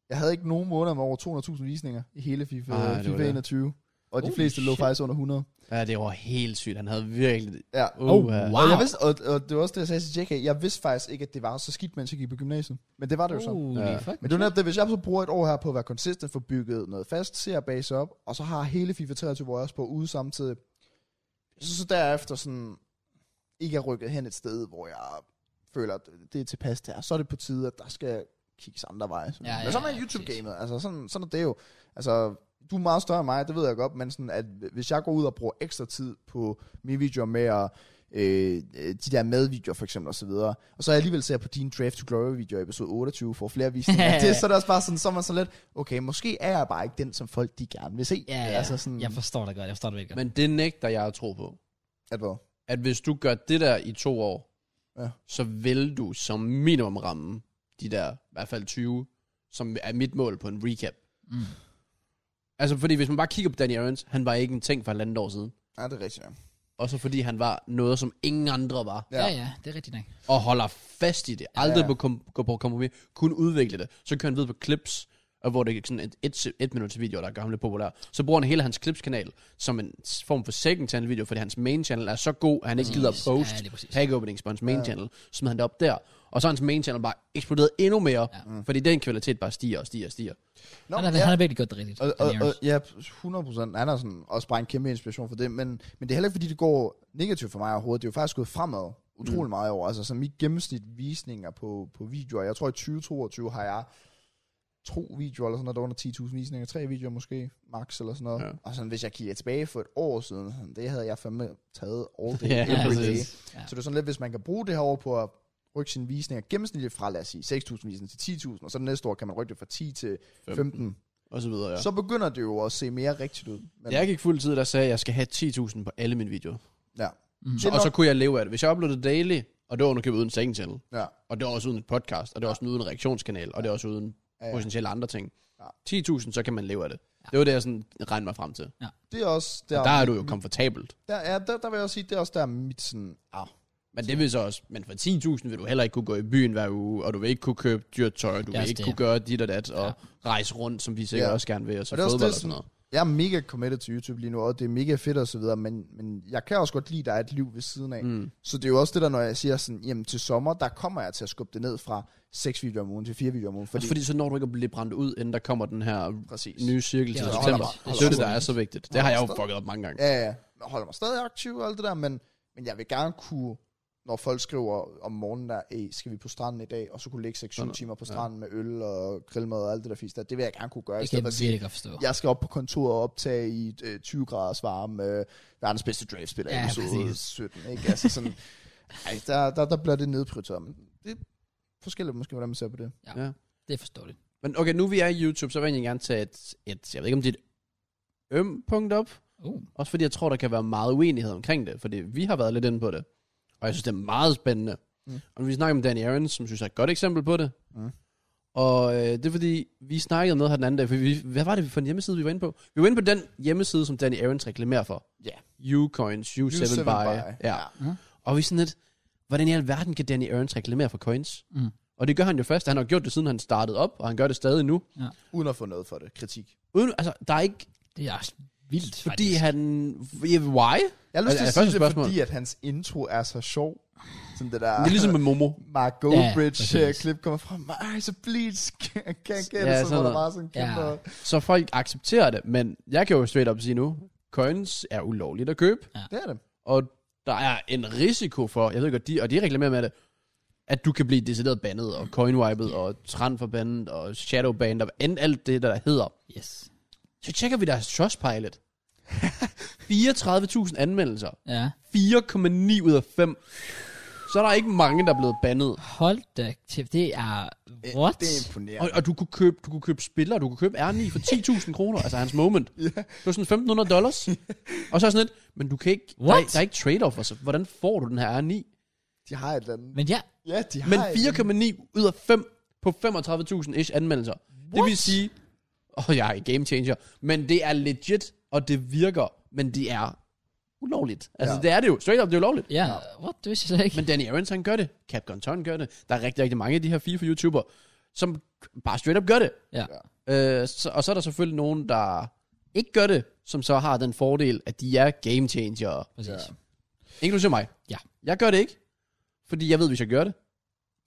B: jeg havde ikke nogen måneder med over 200.000 visninger i hele FIFA,
C: Ej, det var
B: Ej, FIFA
C: det.
B: 21. Og de
A: Holy
B: fleste lå
A: shit.
B: faktisk under 100.
C: Ja, det var helt sygt. Han havde virkelig...
B: Ja.
C: Uh, oh,
A: wow.
B: Og, jeg vidste, og, og, det var også det, jeg sagde til JK. Jeg vidste faktisk ikke, at det var så skidt, mens jeg gik på gymnasiet. Men det var det jo så.
A: Holy
C: Ja.
A: fuck.
B: Men det er jo netop det, hvis jeg så bruger et år her på at være consistent, få bygget noget fast, ser at base op, og så har hele FIFA 23, hvor jeg også på ude samtidig, så, så derefter sådan, ikke er rykket hen et sted, hvor jeg føler, at det er tilpas der, så er det på tide, at der skal kigges andre veje.
A: Ja, ja,
B: Men så er
A: ja,
B: man
A: præcis.
B: YouTube-gamet, altså sådan, sådan er det jo. Altså, du er meget større end mig, det ved jeg godt, men sådan, at hvis jeg går ud og bruger ekstra tid på mine videoer med at øh, øh, de der madvideoer for eksempel og så videre. Og så alligevel ser jeg på din Draft to Glory video i episode 28 får flere visninger. det, så er det også bare sådan, så er man så lidt, okay, måske er jeg bare ikke den, som folk de gerne vil se.
A: Ja, ja.
B: Altså sådan,
A: Jeg forstår dig godt, jeg forstår dig virkelig godt.
C: Men det nægter jeg at tro på.
B: at hvor?
C: At hvis du gør det der i to år,
B: Ja.
C: så vil du som minimum ramme de der, i hvert fald 20, som er mit mål på en recap.
A: Mm.
C: Altså, fordi hvis man bare kigger på Danny Aarons, han var ikke en ting for halvandet år siden.
B: Ja, det er rigtigt. Ja.
C: Også fordi han var noget, som ingen andre var.
A: Ja, ja, det er rigtigt nok.
C: og holder fast i det. Aldrig
B: Ja.
C: ja. kom, går på kompromis. Kun udvikle det. Så kører han videre på clips, og hvor det er sådan et, et, et minuts video, der gør ham lidt populær. Så bruger han hele hans clips-kanal som en s- form for second channel video, fordi hans main channel er så god, at han ikke gider at
A: Præcis.
C: post
A: Ja, lige
C: ja,
A: præcis.
C: pack openings på hans main ja. channel. Så smider han det op der. Og så er hans main channel bare eksploderet endnu mere,
B: Mm.
C: ja. fordi den kvalitet bare stiger og stiger og stiger.
B: Nå,
A: Han, er,
B: ja.
A: han er virkelig godt det er rigtigt.
B: Og, og,
A: Daenerys.
B: og, ja, 100 procent. Han er sådan også bare en kæmpe inspiration for det. Men, men det er heller ikke, fordi det går negativt for mig overhovedet. Det er jo faktisk gået fremad utrolig mm. meget over. Altså, så mit gennemsnit visninger på, på videoer. Jeg tror, i 2022 har jeg to videoer eller sådan noget, der er under 10.000 visninger. Tre videoer måske, max eller sådan noget.
C: Ja.
B: Ja. Og sådan, hvis jeg kigger tilbage for et år siden, sådan, det havde jeg fandme taget all day,
C: Ja,
B: ja, every day.
C: præcis.
A: Ja.
B: Så det er sådan lidt, hvis man kan bruge det her over på at rykke sine visninger gennemsnitligt fra, lad os sige, 6.000 visninger til 10.000, og så næste år kan man rykke det fra 10 til 15
C: Og så videre, ja.
B: ja.
C: Så,
B: så begynder det jo at se mere rigtigt ud. Men,
C: da jeg gik fuld tid, der sagde jeg, at jeg skal have 10.000 på alle mine videoer.
B: ja.
A: Mm.
B: Det
C: Så,
B: er
C: Mhm. og så
B: nok-
C: kunne jeg leve af det. Hvis jeg uploadede daily, og det var underkøbet uden second channel,
B: ja.
C: Og det er også uden et podcast, og det er også uden en reaktionskanal, og det er også uden
B: Ja, ja.
C: potentielle andre ting.
B: Ja.
C: 10.000, så kan man leve af det. Det var det, jeg sådan regnede mig frem til.
B: Det er også der,
C: Der er du jo komfortabelt.
B: der, ja, der, der vil jeg også sige, det er også der mit sådan, ah,
C: Men det vil så også, men for 10.000 vil du heller ikke kunne gå i byen hver uge, og du vil ikke kunne købe dyrt tøj, du
A: er også
C: vil ikke
A: det.
C: kunne gøre dit og dat, og rejse rundt, som vi sikkert
B: Ja.
C: også gerne vil, og så
B: Og det er også
C: fodbold og
B: det,
C: sådan
B: sådan,
C: noget.
B: jeg er mega committed til YouTube lige nu, og det er mega fedt og så videre, men, men jeg kan også godt lide, at der er et liv ved siden af. Mm. Så det er jo også det der, når jeg siger sådan, jamen til sommer, der kommer jeg til at skubbe det ned fra 6 videoer om ugen til 4 videoer om ugen, fordi,
C: Fordi, fordi så når du ikke at blive brændt ud, inden der kommer den her
B: Præcis.
C: nye cirkel til
A: Ja,
B: holder
C: september.
B: mig-
C: Det
B: holder
C: er jo
B: mig
C: det, der er så vigtigt. Det har jeg jo
B: mig
C: fucket op mange gange.
B: Ja, ja. Jeg holder mig stadig aktiv og alt det der, men, men jeg vil gerne kunne, når folk skriver om morgenen der, hey, skal vi på stranden i dag, og så kunne ligge 6-7 timer på stranden med øl og grillmad og alt det der fisk der, det vil jeg gerne kunne gøre, i
A: Det kan
B: stedet
A: jeg
B: for at sige,
A: virkelig godt forstå.
B: jeg skal op på kontoret og optage i et, øh, 20 graders varme, øh, verdens bedste draftspiller,
A: Ja,
B: ja, episode
A: præcis.
B: 17, ikke? Altså sådan, ej, der, der, der bliver det nedprioriteret, men det er forskelligt måske, hvordan man ser på det.
A: Det er forståeligt.
C: Men okay, nu vi er i YouTube, så vil jeg egentlig gerne tage et, et jeg ved ikke om det er et øm punkt op.
A: Uh.
C: Også fordi jeg tror, der kan være meget uenighed omkring det, fordi vi har været lidt inde på det. Og jeg synes, det er meget spændende. Mm.
B: Mm.
C: Og vi snakker om Danny Aarons, som synes er et godt eksempel på det. Mm.
B: Mm.
C: Og øh, det er fordi, vi snakkede om noget her den anden dag, for vi, hvad var det for en hjemmeside, vi var inde på? Vi var inde på den hjemmeside, som Danny Aarons reklamerer for.
B: Ja.
C: Yeah. Ucoins, U7,
B: U7
C: Buy.
B: Buy.
C: Ja.
A: Mhm.
C: Og vi er sådan lidt, hvordan i alverden kan Danny Aarons reklamere for coins?
A: Mm.
C: Og det gør han jo først, han har gjort det, siden han startede op, og han gør det stadig nu.
B: Uden at få noget for det, kritik.
C: Uden, altså, der er ikke,
A: Det er også vildt,
C: fordi
A: faktisk.
C: han, ja, why?
B: Jeg har lyst
C: Er- er det
B: til at sige
C: første
B: det,
C: spørgsmål?
B: fordi at hans intro er så sjov. Sådan det der...
C: Det er ligesom med Momo.
B: Mark
A: Ja,
B: Goldbridge-klip
A: præcis.
B: kommer fra mig, så please, can't get
C: Ja,
B: ja, it,
C: sådan
B: så var der
C: noget.
B: bare sådan en kæmpe...
A: Ja.
B: Ja.
C: Så folk accepterer det, men jeg kan jo straight up sige nu, coins er ulovligt at købe,
B: Det er det.
C: og der er en risiko for, jeg ved godt, de, og de reklamerer med det, at du kan blive decideret bandet, og coinwipet, og transferbandet, og shadowbandet, og end alt det, der hedder.
A: Yes.
C: Så tjekker vi deres Trustpilot. 34.000 anmeldelser.
A: Ja.
C: 4,9 ud af 5. Så er der ikke mange, der er blevet bandet.
A: Hold da kæft, det er... What?
B: Det er imponerende.
C: Og, og du, kunne købe, du kunne købe spillere, du kunne købe R9 for 10.000 kroner, altså hans moment. Yeah. Det var sådan 1.500 dollars. og så er sådan lidt, men du kan ikke, der,
A: What?
C: er, der er ikke trade-off, altså. Hvordan får du den her R9?
B: De har et eller andet.
A: Men ja,
B: Ja, de har
C: Men
B: et eller andet.
C: 4,9 ud af 5 på 35.000 ish anmeldelser. What? Det vil sige, åh, oh, jeg er en game changer, men det er legit, og det virker, men det er ulovligt. Altså, ja.
B: Ja.
C: det er det jo. Straight up, det er ulovligt.
A: ja, what? Det vidste jeg slet ikke.
C: Men Danny Aarons, han gør det. Cap Gunton gør det. Der er rigtig, rigtig mange af de her FIFA-YouTuber, som bare straight up gør det.
A: ja.
C: Øh, så, og så er der selvfølgelig nogen, der ikke gør det, som så har den fordel, at de er game changer.
A: Præcis.
C: Inklusive mig.
A: Ja.
C: Jeg gør det ikke, fordi jeg ved, hvis jeg gør det,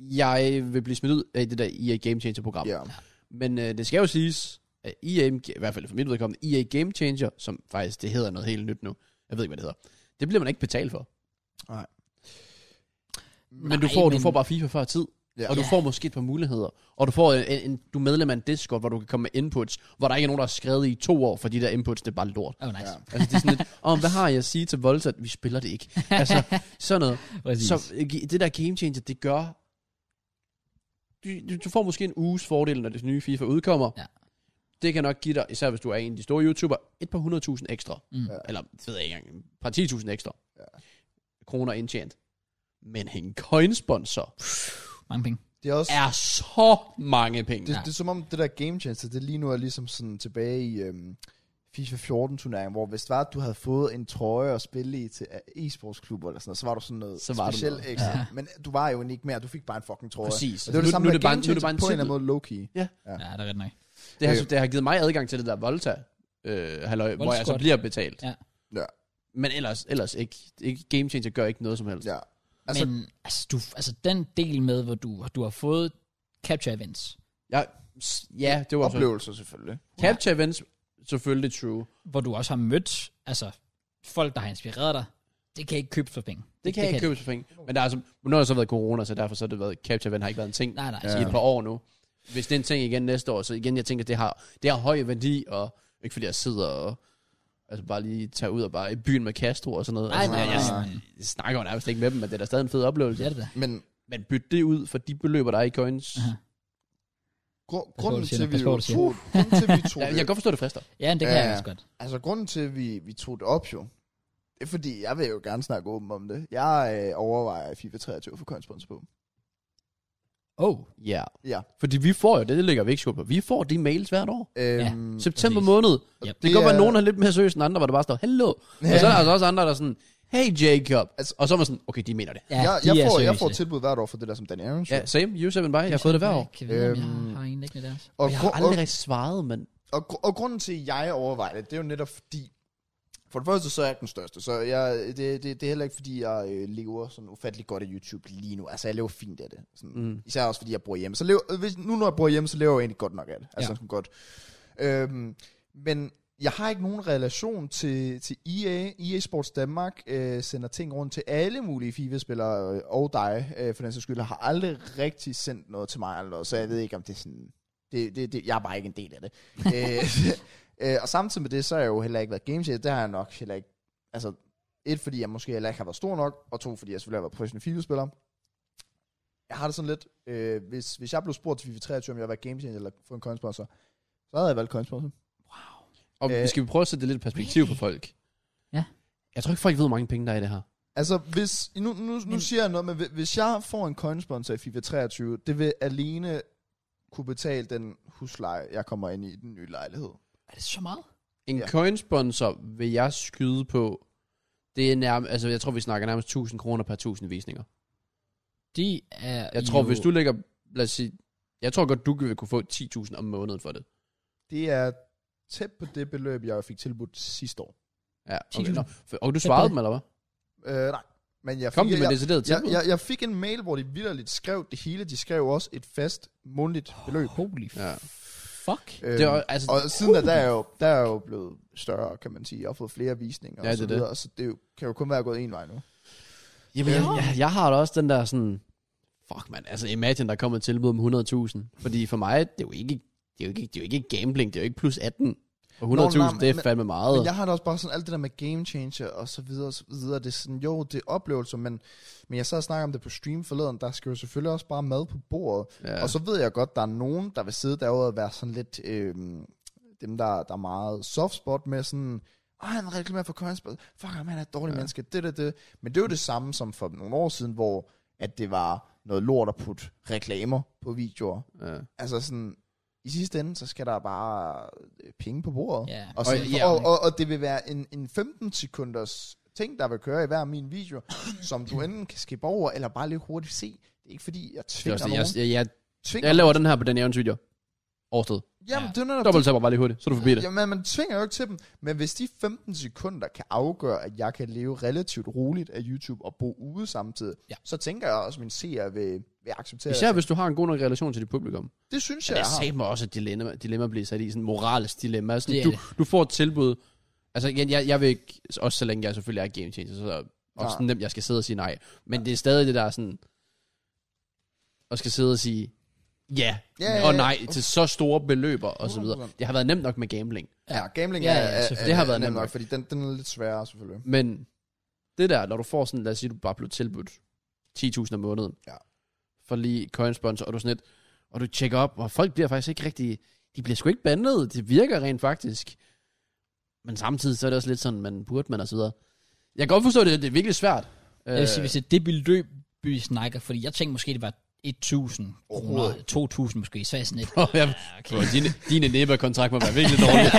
C: jeg vil blive smidt ud af det der EA Game Changer-program.
B: Ja.
C: Men øh, det skal jo siges, at EA, i hvert fald for mit vedkommende, EA Game Changer, som faktisk, det hedder noget helt nyt nu. Jeg ved ikke, hvad det hedder. Det bliver man ikke betalt for.
B: Nej.
C: Men, du, får, du får bare FIFA før tid.
B: Ja.
C: Og du
A: Ja.
C: får måske et par muligheder. Og du får en, en, du er medlem af en Discord, hvor du kan komme med inputs, hvor der ikke er nogen, der har skrevet i to år, for de der inputs, det er bare lort.
A: Oh, nice.
B: Ja.
C: Altså, det er sådan lidt, om hvad har jeg at sige til Volta? Vi spiller det ikke. Altså, sådan noget.
A: Præcis.
C: Så øh, gi- det der game changer, det gør... Du, du- du får måske en uges fordel, når det nye FIFA udkommer.
A: Ja.
C: Det kan nok give dig, især hvis du er en af de store YouTuber, et par hundredtusind ekstra.
A: Mm.
B: Ja.
C: Eller, det ved jeg ikke engang, et par 10.000 ekstra.
B: Ja.
C: Kroner indtjent. Men en coinsponsor
A: Mange penge.
B: Det er også...
C: er så mange penge.
B: Det,
A: Ja.
B: det, er som om det der game changer, det lige nu er ligesom sådan tilbage i øhm, FIFA 14 turneringen, hvor hvis det var, at du havde fået en trøje at spille i til øh, e-sportsklubber eller sådan noget, så var du sådan noget
C: Så var du
B: specielt
C: noget.
B: ekstra. Ja. Men du var jo ikke mere, du fik bare en fucking trøje.
C: Præcis.
B: Og det var
C: Nu-
B: det samme
C: nu er
B: med
C: det bare en-
B: Game
C: nu er det
B: Changer
C: bare en
B: på en eller anden måde low-key.
A: Ja, ja det er ret nok.
C: Det har,
B: Øh.
C: det har givet mig adgang til det der Volta, øh, halløj, hvor jeg så
A: Squad.
C: bliver betalt.
A: Ja.
B: Ja.
C: Men ellers, ellers ikke, ikke. Game Changer gør ikke noget som helst.
B: Ja.
A: Altså,
B: Altså-
A: Men altså, du, altså, den del med, hvor du, du har fået capture events.
C: Jeg, s- ja det var så.
B: Oplevelser selvfølgelig.
C: Capture events, selvfølgelig true.
A: hvor du også har mødt altså, folk, der har inspireret dig, det kan ikke købes for penge.
C: Det kan jeg ikke købe for penge. Men der er altså, nu har der så været corona, så derfor så har det været, Capture event har ikke været en ting
A: Nej, nej.
C: i et par år nu. Hvis det er en ting igen næste år, så igen, jeg tænker, det har, det har høj værdi, og ikke fordi jeg sidder og altså bare lige tager ud og bare i byen med Castro og sådan noget.
A: Nej,
C: altså,
A: nej,
C: jeg,
A: nej.
C: jeg, snakker jo nærmest ikke med dem, men det er da stadig en fed oplevelse.
A: Det er det da.
B: Men
C: Men byt det ud for de beløber, der er i coins.
A: Aha.
B: gru-
A: du
B: grunden
A: siger,
B: til,
A: pas
B: vi
A: på,
B: jo
A: du siger.
B: tog, grunden til, vi tog
C: Jeg, jeg kan
B: det,
C: godt forstå, det frister.
A: Ja, men det kan
B: Ja,
A: jeg
B: ja.
A: også godt.
B: altså grunden til, vi, vi tog det op jo, det er fordi, jeg vil jo gerne snakke åbent om det. Jeg øh, overvejer FIFA 23 for kønsbunds på.
A: Oh,
C: Ja. Yeah.
B: Ja.
C: Fordi vi får jo, det, det ligger vi ikke skjult på, vi får de mails hvert år.
B: Øhm,
C: Mm, September
A: præcis.
C: måned.
A: Yep.
C: Det kan
B: Det
C: godt være, at
B: er-
C: nogen er lidt mere seriøse end andre, hvor der bare står, hello. Og
B: Ja.
C: så er der altså også andre, der er sådan, hey Jacob. Altså, og så var man sådan, okay, de mener det.
A: Ja,
B: jeg,
A: de
B: jeg,
A: er
B: får, jeg
A: seriøse.
B: får tilbud hvert år for det der som Danny Aarons.
C: Ja, same, you seven by, jeg har fået det hver år.
A: Jeg kan vide, om jeg
B: Øhm,
A: har- har en liggende deres.
B: Og,
C: Jeg har
B: gru- og,
C: aldrig svaret, men
B: og, gru- og, grunden til, at jeg overvejer det, det er jo netop fordi, for det første, så er jeg den største. Så jeg, det, det, det er heller ikke, fordi jeg øh, lever sådan ufattelig godt af YouTube lige nu. Altså, jeg lever fint af det. Sådan, mm. Især også, fordi jeg bor hjemme. Så lever, hvis, nu, når jeg bor hjemme, så lever jeg egentlig godt nok af det. Altså,
A: Ja.
B: ja. sådan godt. Øhm, men jeg har ikke nogen relation til, til E EA. EA Sports Danmark øh, sender ting rundt til alle mulige FIFA-spillere, øh, og dig, øh, for den sags skyld, og har aldrig rigtig sendt noget til mig eller noget, så jeg ved ikke, om det er sådan... Det, det, det, jeg er bare ikke en del af det. øh, øh, og samtidig med det, så har jeg jo heller ikke været gamechanger. Det har jeg nok heller ikke... Altså, et, fordi jeg måske heller ikke har været stor nok, og to, fordi jeg selvfølgelig har været professionel FIFA-spiller. Jeg har det sådan lidt... Øh, hvis, hvis jeg blev spurgt til FIFA 23, om jeg var gamechanger eller få en coinsponsor, så havde jeg valgt coinsponsor.
C: og
B: Øh.
C: øh, skal vi prøve at sætte det lidt i perspektiv på folk?
A: Ja.
C: Jeg tror ikke, folk ved, hvor mange penge der er i det her.
B: Altså, hvis, nu, nu, nu
A: Men-
B: siger jeg noget, men hvi- hvis jeg får en coinsponsor i FIFA 23, det vil alene kunne betale den husleje, jeg kommer ind i i den nye lejlighed.
A: Er det så meget?
C: En
B: Ja.
C: ja. coinsponsor vil jeg skyde på, det er nærmest, altså jeg tror, vi snakker nærmest 1000 kroner per 1000 visninger.
A: De er
C: Jeg tror,
A: jo-
C: hvis du lægger, lad os sige, jeg tror godt, du vil kunne få 10.000 om måneden for det.
B: Det er tæt på det beløb, jeg fik tilbudt sidste år.
C: Ja, okay.
A: 10.000.
C: Nå, for- og du
A: Det er
C: svarede
A: det.
C: dem, eller hvad?
B: Øh, nej, men jeg
C: Kom
B: fik,
C: de med
B: jeg,
C: det decideret
B: jeg,
C: tilbud?
B: jeg, jeg fik en mail, hvor de vidderligt skrev det hele. De skrev også et fast, mundligt beløb.
A: Holy
C: Ja.
A: fuck.
B: Øh,
C: Det var, altså,
B: og siden da, der er, jo, der er jo blevet større, kan man sige. Jeg har fået flere visninger
C: Ja,
B: og
C: det
B: så
C: er det.
B: videre, så det er jo, kan jo kun være gået en vej nu.
C: Jamen, jeg,
A: Ja.
C: jeg, jeg har da også den der sådan... Fuck, mand. Altså, imagine, der kommer et tilbud om 100.000. Fordi for mig, det er jo ikke, det er jo ikke, det er jo ikke gambling. Det er jo ikke plus 18. Og 100.000,
B: Nå, nej,
C: det er
B: men-
C: fandme meget.
B: Men jeg har da også bare sådan alt det der med game changer og så videre og så videre. Det er sådan, jo, det er oplevelser, men, men jeg sad og snakkede om det på stream forleden. Der skal jo selvfølgelig også bare mad på bordet. Ja.
C: ja.
B: Og så ved jeg godt, der er nogen, der vil sidde derude og være sådan lidt... Øh, dem, der, der er meget softspot med sådan... Ej, han reklamerer for Coinspot. Fuck ham, han er et dårligt ja.
C: Ja.
B: menneske. Det, det, det. Men det er jo det samme som for nogle år siden, hvor at det var noget lort at putte reklamer på videoer.
C: ja.
B: Altså sådan, i sidste ende, så skal der bare øh, penge på bordet.
A: Ja.
B: Og, sådan,
C: Og-
B: og,
C: ja.
B: og, og, og det vil være en, en 15 sekunders ting, der vil køre i hver min video, som du enten kan skippe over, eller bare lige hurtigt se. Det er ikke fordi, jeg
C: Det er
B: tvinger
C: også,
B: nogen.
C: det. jeg, jeg, jeg,
B: tvinger,
C: jeg, laver den her på den evens video. Oversted.
B: jamen, det er netop
C: Dobbelt tapper bare lige hurtigt, så er du forbi det.
B: det. Jamen, man tvinger jo ikke til dem. Men hvis de 15 sekunder kan afgøre, at jeg kan leve relativt roligt af YouTube og bo ude samtidig,
A: Ja.
B: ja. så tænker jeg også, at min seer vil, vil acceptere
C: Især
B: det.
C: hvis du har en god nok relation til dit publikum.
B: Det synes
C: Ja, det
B: jeg, jeg
C: er
B: har.
C: satme også et dilemma, dilemma at blive sat i, sådan et moralsk dilemma. Sådan,
A: Det er
C: du,
A: det.
C: du får et tilbud. Altså igen, jeg, jeg vil ikke, også så længe jeg selvfølgelig er game changer, så er det også
B: Nej.
C: nemt, jeg skal sidde og sige nej. Men det er stadig det der sådan, og skal sidde og sige ja,
B: Ja, ja,
C: og
B: ja.
C: nej til så store beløber og så videre.
B: 100%.
C: Det har været nemt nok med gambling.
B: Ja, gambling
A: Ja,
B: ja,
A: ja,
B: ja, er, er,
A: selvfølgelig.
C: Det har været
B: er nem
C: nemt nok.
B: nok, fordi den, den er lidt sværere selvfølgelig.
C: Men det der, når du får sådan, lad os sige, du bare blev tilbudt 10.000 om måneden.
B: Ja.
C: For lige coinsponsor, og du sådan lidt, og du tjekker op, og folk bliver faktisk ikke rigtig, de bliver sgu ikke bandet, det virker rent faktisk. Men samtidig, så er det også lidt sådan, man burde man og så videre. Jeg kan godt forstå, det, det er virkelig svært.
A: Jeg vil sige, hvis det er det beløb, vi snakker, fordi jeg tænkte måske, det var 1.000 kroner, 2.000 måske, så er jeg sådan lidt,
C: Bro, Øh, jeg,
A: Ah,
C: bro, dine, dine næberkontrakt må være virkelig dårlige.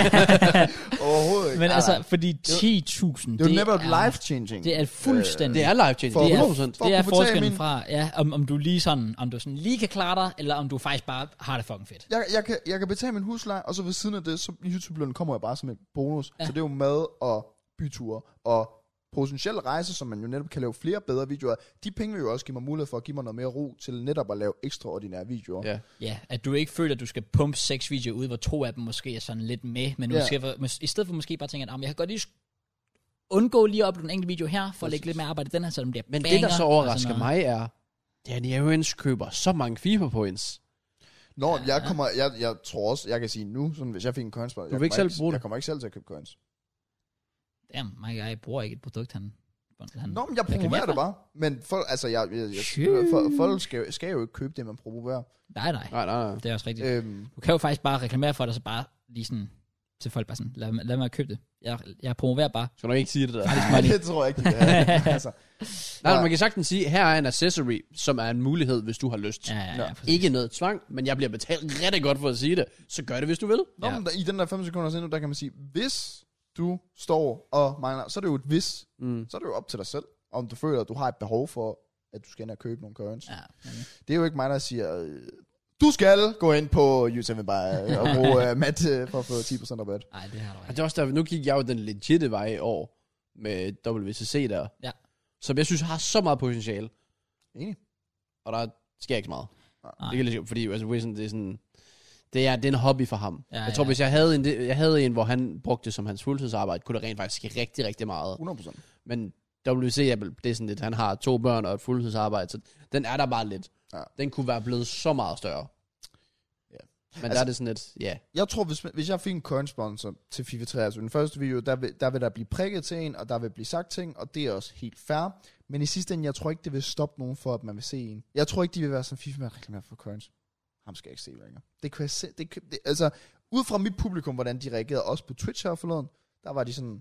B: Overhovedet ikke.
A: Men
B: Nej,
A: altså,
B: nej.
A: fordi 10.000,
B: det er jo Øh,
A: det,
B: netop life changing.
A: det er fuldstændig...
C: det er life changing,
B: For-
A: det er,
C: 100%.
B: for at
A: det er
B: kunne betale
A: forskellen
B: min-
A: fra, ja, om, om du lige sådan, om du sådan lige kan klare dig, eller om du faktisk bare har det fucking fedt.
B: Jeg, jeg, kan, jeg kan betale min husleje, og så ved siden af det, så YouTube-løn kommer jeg bare som en bonus. Ja. Så det er jo mad og byture og potentielle rejser, som man jo netop kan lave flere bedre videoer af. De penge vil jo også give mig mulighed for at give mig noget mere ro til netop at lave ekstraordinære videoer.
C: Ja.
A: Ja, at du ikke føler, at du skal pumpe seks videoer ud, hvor to af dem måske er sådan lidt med, men
B: Ja.
A: måske, for, mås- i stedet for måske bare tænke, at "Ah, men jeg kan godt lige sk- undgå lige at uploade en enkelt video her, for at lægge lidt mere arbejde i den her, så den bliver
C: Men
A: banger,
C: det, der så
A: og sådan
C: overrasker
A: noget.
C: mig, er, Danny Evans køber så mange FIFA points.
B: Nå, jeg kommer, jeg, jeg tror også, jeg kan sige nu, sådan, hvis jeg fik en coins, du
C: vil
B: jeg, kommer
C: ikke selv bruge det?
B: jeg kommer ikke selv til at købe coins.
A: Damn, Mike, jeg bruger ikke et produkt, han... han
B: Nå, men jeg
A: Mm. kan
B: promoverer
A: være
B: det bare. Men folk, altså, jeg, jeg,
A: Shit.
B: jeg, folk- folk skal, skal jo ikke købe det, man promoverer.
A: nej, nej,
C: Nej, nej, nej.
A: det er også rigtigt.
B: Øhm,
A: Du kan jo faktisk bare reklamere for det, så bare lige sådan til folk bare sådan, lad, mig- lad mig købe det. Jeg, jeg promoverer bare.
C: Skal nok ikke sige det der.
B: det tror jeg ikke, det er. altså,
C: Nej,
B: Nej.
C: men man kan sagtens sige, her er en accessory, som er en mulighed, hvis du har lyst.
A: Ja, ja, ja,
B: Nå,
A: præcis.
C: Ikke noget tvang, men jeg bliver betalt rigtig godt for at sige det. Så gør det, hvis du vil.
B: Nå,
A: Ja.
B: ja. men der, i den der 5 sekunder sinde, der kan man sige, hvis du står og mangler, så er det jo et vis,
C: Mm.
B: så er det jo op til dig selv, om du føler, at du har et behov for, at du skal ind og købe nogle currency.
A: Ja,
B: Det er jo ikke mig, der siger, øh, du skal gå ind på YouTube Buy og bruge uh, Matt øh, for at få 10% rabat.
A: nej, det har du
C: Og det
A: ikke.
C: er også der, nu gik jeg jo den legitte vej i år med WCC der.
A: Ja.
C: Som jeg synes har så meget potentiale.
B: Enig.
C: Og der sker ikke så meget.
B: Nej.
C: Det kan jeg lige se, fordi altså, Wilson, det er sådan... Det er, det er en hobby for ham.
A: Ja,
C: jeg tror,
A: ja.
C: hvis jeg havde, en, jeg havde en, hvor han brugte det som hans fuldtidsarbejde, kunne det rent faktisk ske rigtig, rigtig meget.
B: 100%.
C: Men WC, er vel- det er sådan lidt, han har to børn og et fuldtidsarbejde, så den er der bare lidt.
B: Ja.
C: Den kunne være blevet så meget større.
B: Ja.
C: Men altså, der
B: Altså-
C: er det sådan lidt, ja.
B: Jeg tror, hvis, hvis jeg fik en coinsponsor til FIFA 23, den første video, der vil, der vil der blive prikket til en, og der vil blive sagt ting, og det er også helt fair. Men i sidste ende, jeg tror ikke, det vil stoppe nogen for, at man vil se en. Jeg tror ikke, de vil være sådan, FIFA med at reklamere for coins. Ham skal jeg ikke se længere. Det kunne jeg se, det, kan- det, altså, ud fra mit publikum, hvordan de reagerede også på Twitch her forleden, der var de sådan,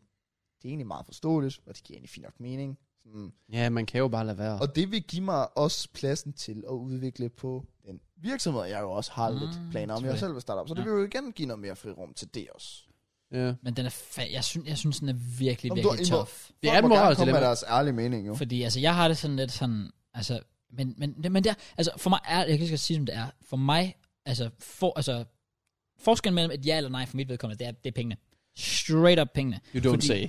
B: det er egentlig meget forståeligt, og det giver egentlig fint nok mening. Sådan,
C: Ja, man kan jo bare lade være.
B: og det vil give mig også pladsen til at udvikle på den virksomhed, jeg jo også har mm,
A: Mm,
B: lidt planer om,
A: selvfølgelig.
B: jeg selv vil starte op. Så det
A: Ja.
B: vil jo igen give noget mere frirum til det også.
C: ja.
A: Men den er fa- jeg, synes, jeg synes, den er virkelig,
B: Om du
A: virkelig
B: er imod-
A: tough.
C: Det er
B: Folk
C: et
B: må
C: moralsk
B: gerne komme med
C: dilemma.
B: deres ærlige mening, jo.
A: Fordi altså, jeg har det sådan lidt sådan, altså, men, men, men det er, altså, for mig er, jeg kan ikke sige, som det er, for mig, altså, for, altså, forskellen mellem et ja eller nej for mit vedkommende, det er, det er pengene. Straight up pengene.
C: You don't
A: fordi,
C: say.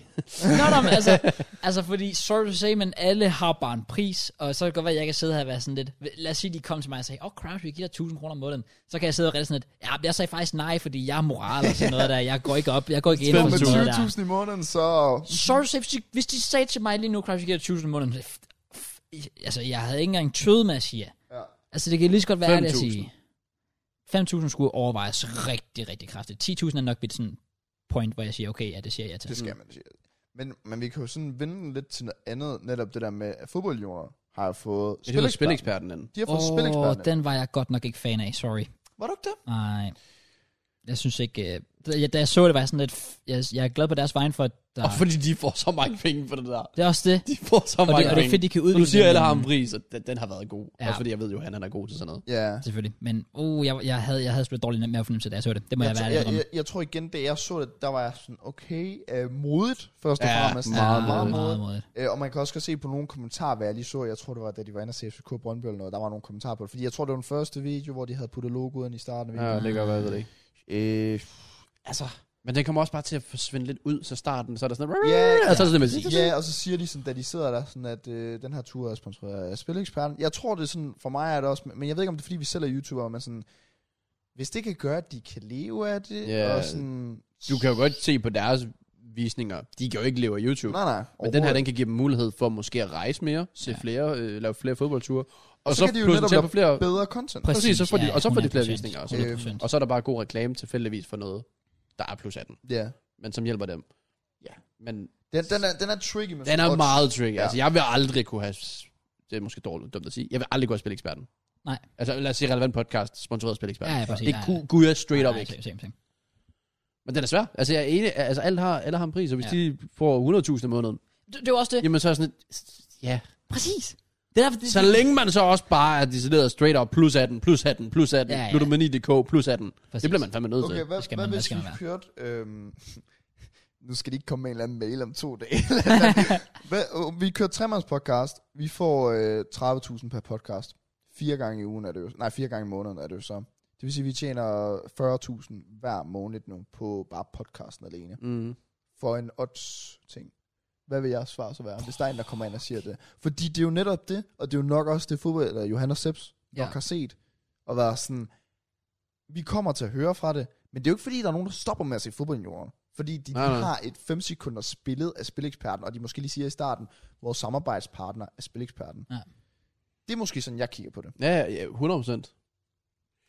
A: Nå, nå, men altså, altså, fordi, sorry to say, men alle har bare en pris, og så kan det godt være, at jeg kan sidde her og være sådan lidt, lad os sige, de kom til mig og sagde, åh, oh, Crouch, vi giver dig 1000 kroner om måneden, så kan jeg sidde og redde sådan lidt, ja, men jeg sagde faktisk nej, fordi jeg er moral og sådan noget der, jeg går ikke op, jeg går ikke ind
B: Men
A: for
B: med
A: sådan noget der.
B: 20.000 i måneden, så...
A: Sorry, så hvis de, hvis de sagde til mig lige nu, Crouch, jeg giver dig 1000 om måneden, f- f- altså, jeg havde ikke engang tøvet med at sige ja.
B: Ja.
A: Altså, det kan lige så godt være, at jeg
C: 5.000.
A: sige. 5.000 skulle overvejes rigtig, rigtig kraftigt. 10.000 er nok mit sådan point, hvor jeg siger, okay, ja, det siger jeg til.
B: Det skal man sige. Men, men vi kan jo sådan vende den lidt til noget andet, netop det der med, at fodboldjuniorer har jo fået
C: Det hedder
B: spileksperten.
C: spileksperten den.
B: De har fået oh,
A: Åh, oh, den var jeg godt nok ikke fan af, sorry.
B: Var du ikke det?
A: Nej. Jeg synes ikke... øh, Da jeg, da jeg så det, var jeg sådan lidt... f- Jeg, jeg er glad på deres vejen for, at der...
C: Og fordi de får så mange penge for det der.
A: Det er også det.
C: De får så
A: Og
C: mange
A: det, og det
C: penge.
A: er fedt, de kan
C: Så
A: udvikle
C: du siger,
A: den,
C: alle har
A: men-
C: en pris, og den, den har været god.
A: Ja.
C: Ja. Også fordi jeg ved jo, han, han er god til sådan noget.
B: Ja.
A: Selvfølgelig. Men uh, jeg, jeg, havde, jeg havde sgu lidt dårlig mavefornemmelse, da jeg så det. Det må jeg,
B: Jeg,
A: være
B: jeg,
A: ærlig at
B: jeg,
A: indrømme.
B: jeg, jeg tror igen, da jeg så det, der var jeg sådan, okay, øh, modigt først og
C: Ja,
B: fremmest.
C: meget
A: Ja,
C: modigt.
A: meget modigt.
B: Øh, og man kan også godt se på nogle kommentarer, hvad jeg lige så. Jeg tror, det var, da de var inde og se FCK Brøndby eller noget, der var nogle kommentarer på det. Fordi jeg tror, det var den første video, hvor de havde puttet logoet i starten.
C: Ja,
B: Ja.
C: det gør jeg ved det ikke.
B: Øh,
C: Altså, men den kommer også bare til at forsvinde lidt ud, så starten, så er der sådan...
B: Ja, ja.
C: og så er det sådan lidt med-
B: ja, og så siger de sådan, da de sidder der, sådan, at øh, den her tur er sponsoreret af Spileksperten. Jeg tror, det er sådan, for mig er det også, men jeg ved ikke, om det er, fordi vi selv er YouTubere, men sådan, hvis det kan gøre, at de kan leve af det,
C: Ja.
B: og sådan...
C: Du kan jo godt se på deres visninger. De kan jo ikke leve af YouTube.
B: Nej, nej.
C: Men den her, den kan give dem mulighed for måske at rejse mere, se
A: Ja.
C: ja. flere, øh, lave flere fodboldture. Og,
B: Og
C: og
B: så
C: så,
B: kan de jo
C: pludselig
B: netop
C: tage
B: lave
C: på flere,
B: Bedre content.
A: Præcis,
C: så får de- og så får de flere
A: 100%,
C: visninger og sådan
A: 100%.
C: og så er der bare god reklame tilfældigvis for noget, der er plus 18,
B: Ja.
C: men som hjælper dem.
B: Ja.
C: Men
B: Den, den, er, den er tricky med
C: den er
B: odds.
C: meget tricky.
B: Ja.
C: Ja. Altså, jeg vil aldrig kunne have... Det er måske dårligt dumt at sige. Jeg vil aldrig kunne have spileksperten.
A: Nej.
C: Altså, lad os sige relevant podcast, sponsoreret
A: Ja,
C: spileksperten.
A: ja, præcis.
C: det
A: Ja, ja.
C: kunne, kunne jeg straight up
A: Nej,
C: ikke.
A: same, same, same.
C: Men den er svær. Altså, jeg er enig. Altså, alle har, alle har en pris, og hvis
A: Ja.
C: ja. de får 100.000 om måneden,
A: Det, det var også det.
C: jamen så er jeg sådan et, Ja,
A: Præcis. Det er derfor, det,
C: Så længe man så også bare er decideret straight up, plus 18, plus 18, plus 18,
A: Ja,
C: ja,
A: ja.
C: ja. ludomani.dk, plus 18.
A: Præcis.
C: Det bliver man fandme nødt til.
B: Okay,
C: Okay.
A: skal
B: hvad, skal
A: man-
B: man, hvad
A: hvad
B: hvis
A: skal
B: vi
A: man være?
B: kørte... Øhm, nu skal de ikke komme med en eller anden mail om to dage. eller et eller andet. hvad, øh, vi kører tremands podcast. Vi får øh, 30.000 per podcast. Fire gange i ugen er det jo... Nej, fire gange i måneden er det jo så. Det vil sige, at vi tjener 40.000 hver måned nu på bare podcasten alene.
C: Mm.
B: For en odds ting. Hvad vil jeres svar så være, hvis der er en, der kommer ind og siger det? Fordi det er jo netop det, og det er jo nok også det fodbold, eller Johannes Seps nok
A: Ja.
B: ja. har set, og været sådan, vi kommer til at høre fra det, men det er jo ikke fordi, der er nogen, der stopper med at se fodbold i jorden. Fordi de
C: Nej, nej.
B: har et 5 sekunders billede af spileksperten, og de måske lige siger i starten, vores samarbejdspartner er spileksperten.
A: Ja.
B: Det er måske sådan, jeg kigger på det.
C: Ja, ja, ja, 100 procent.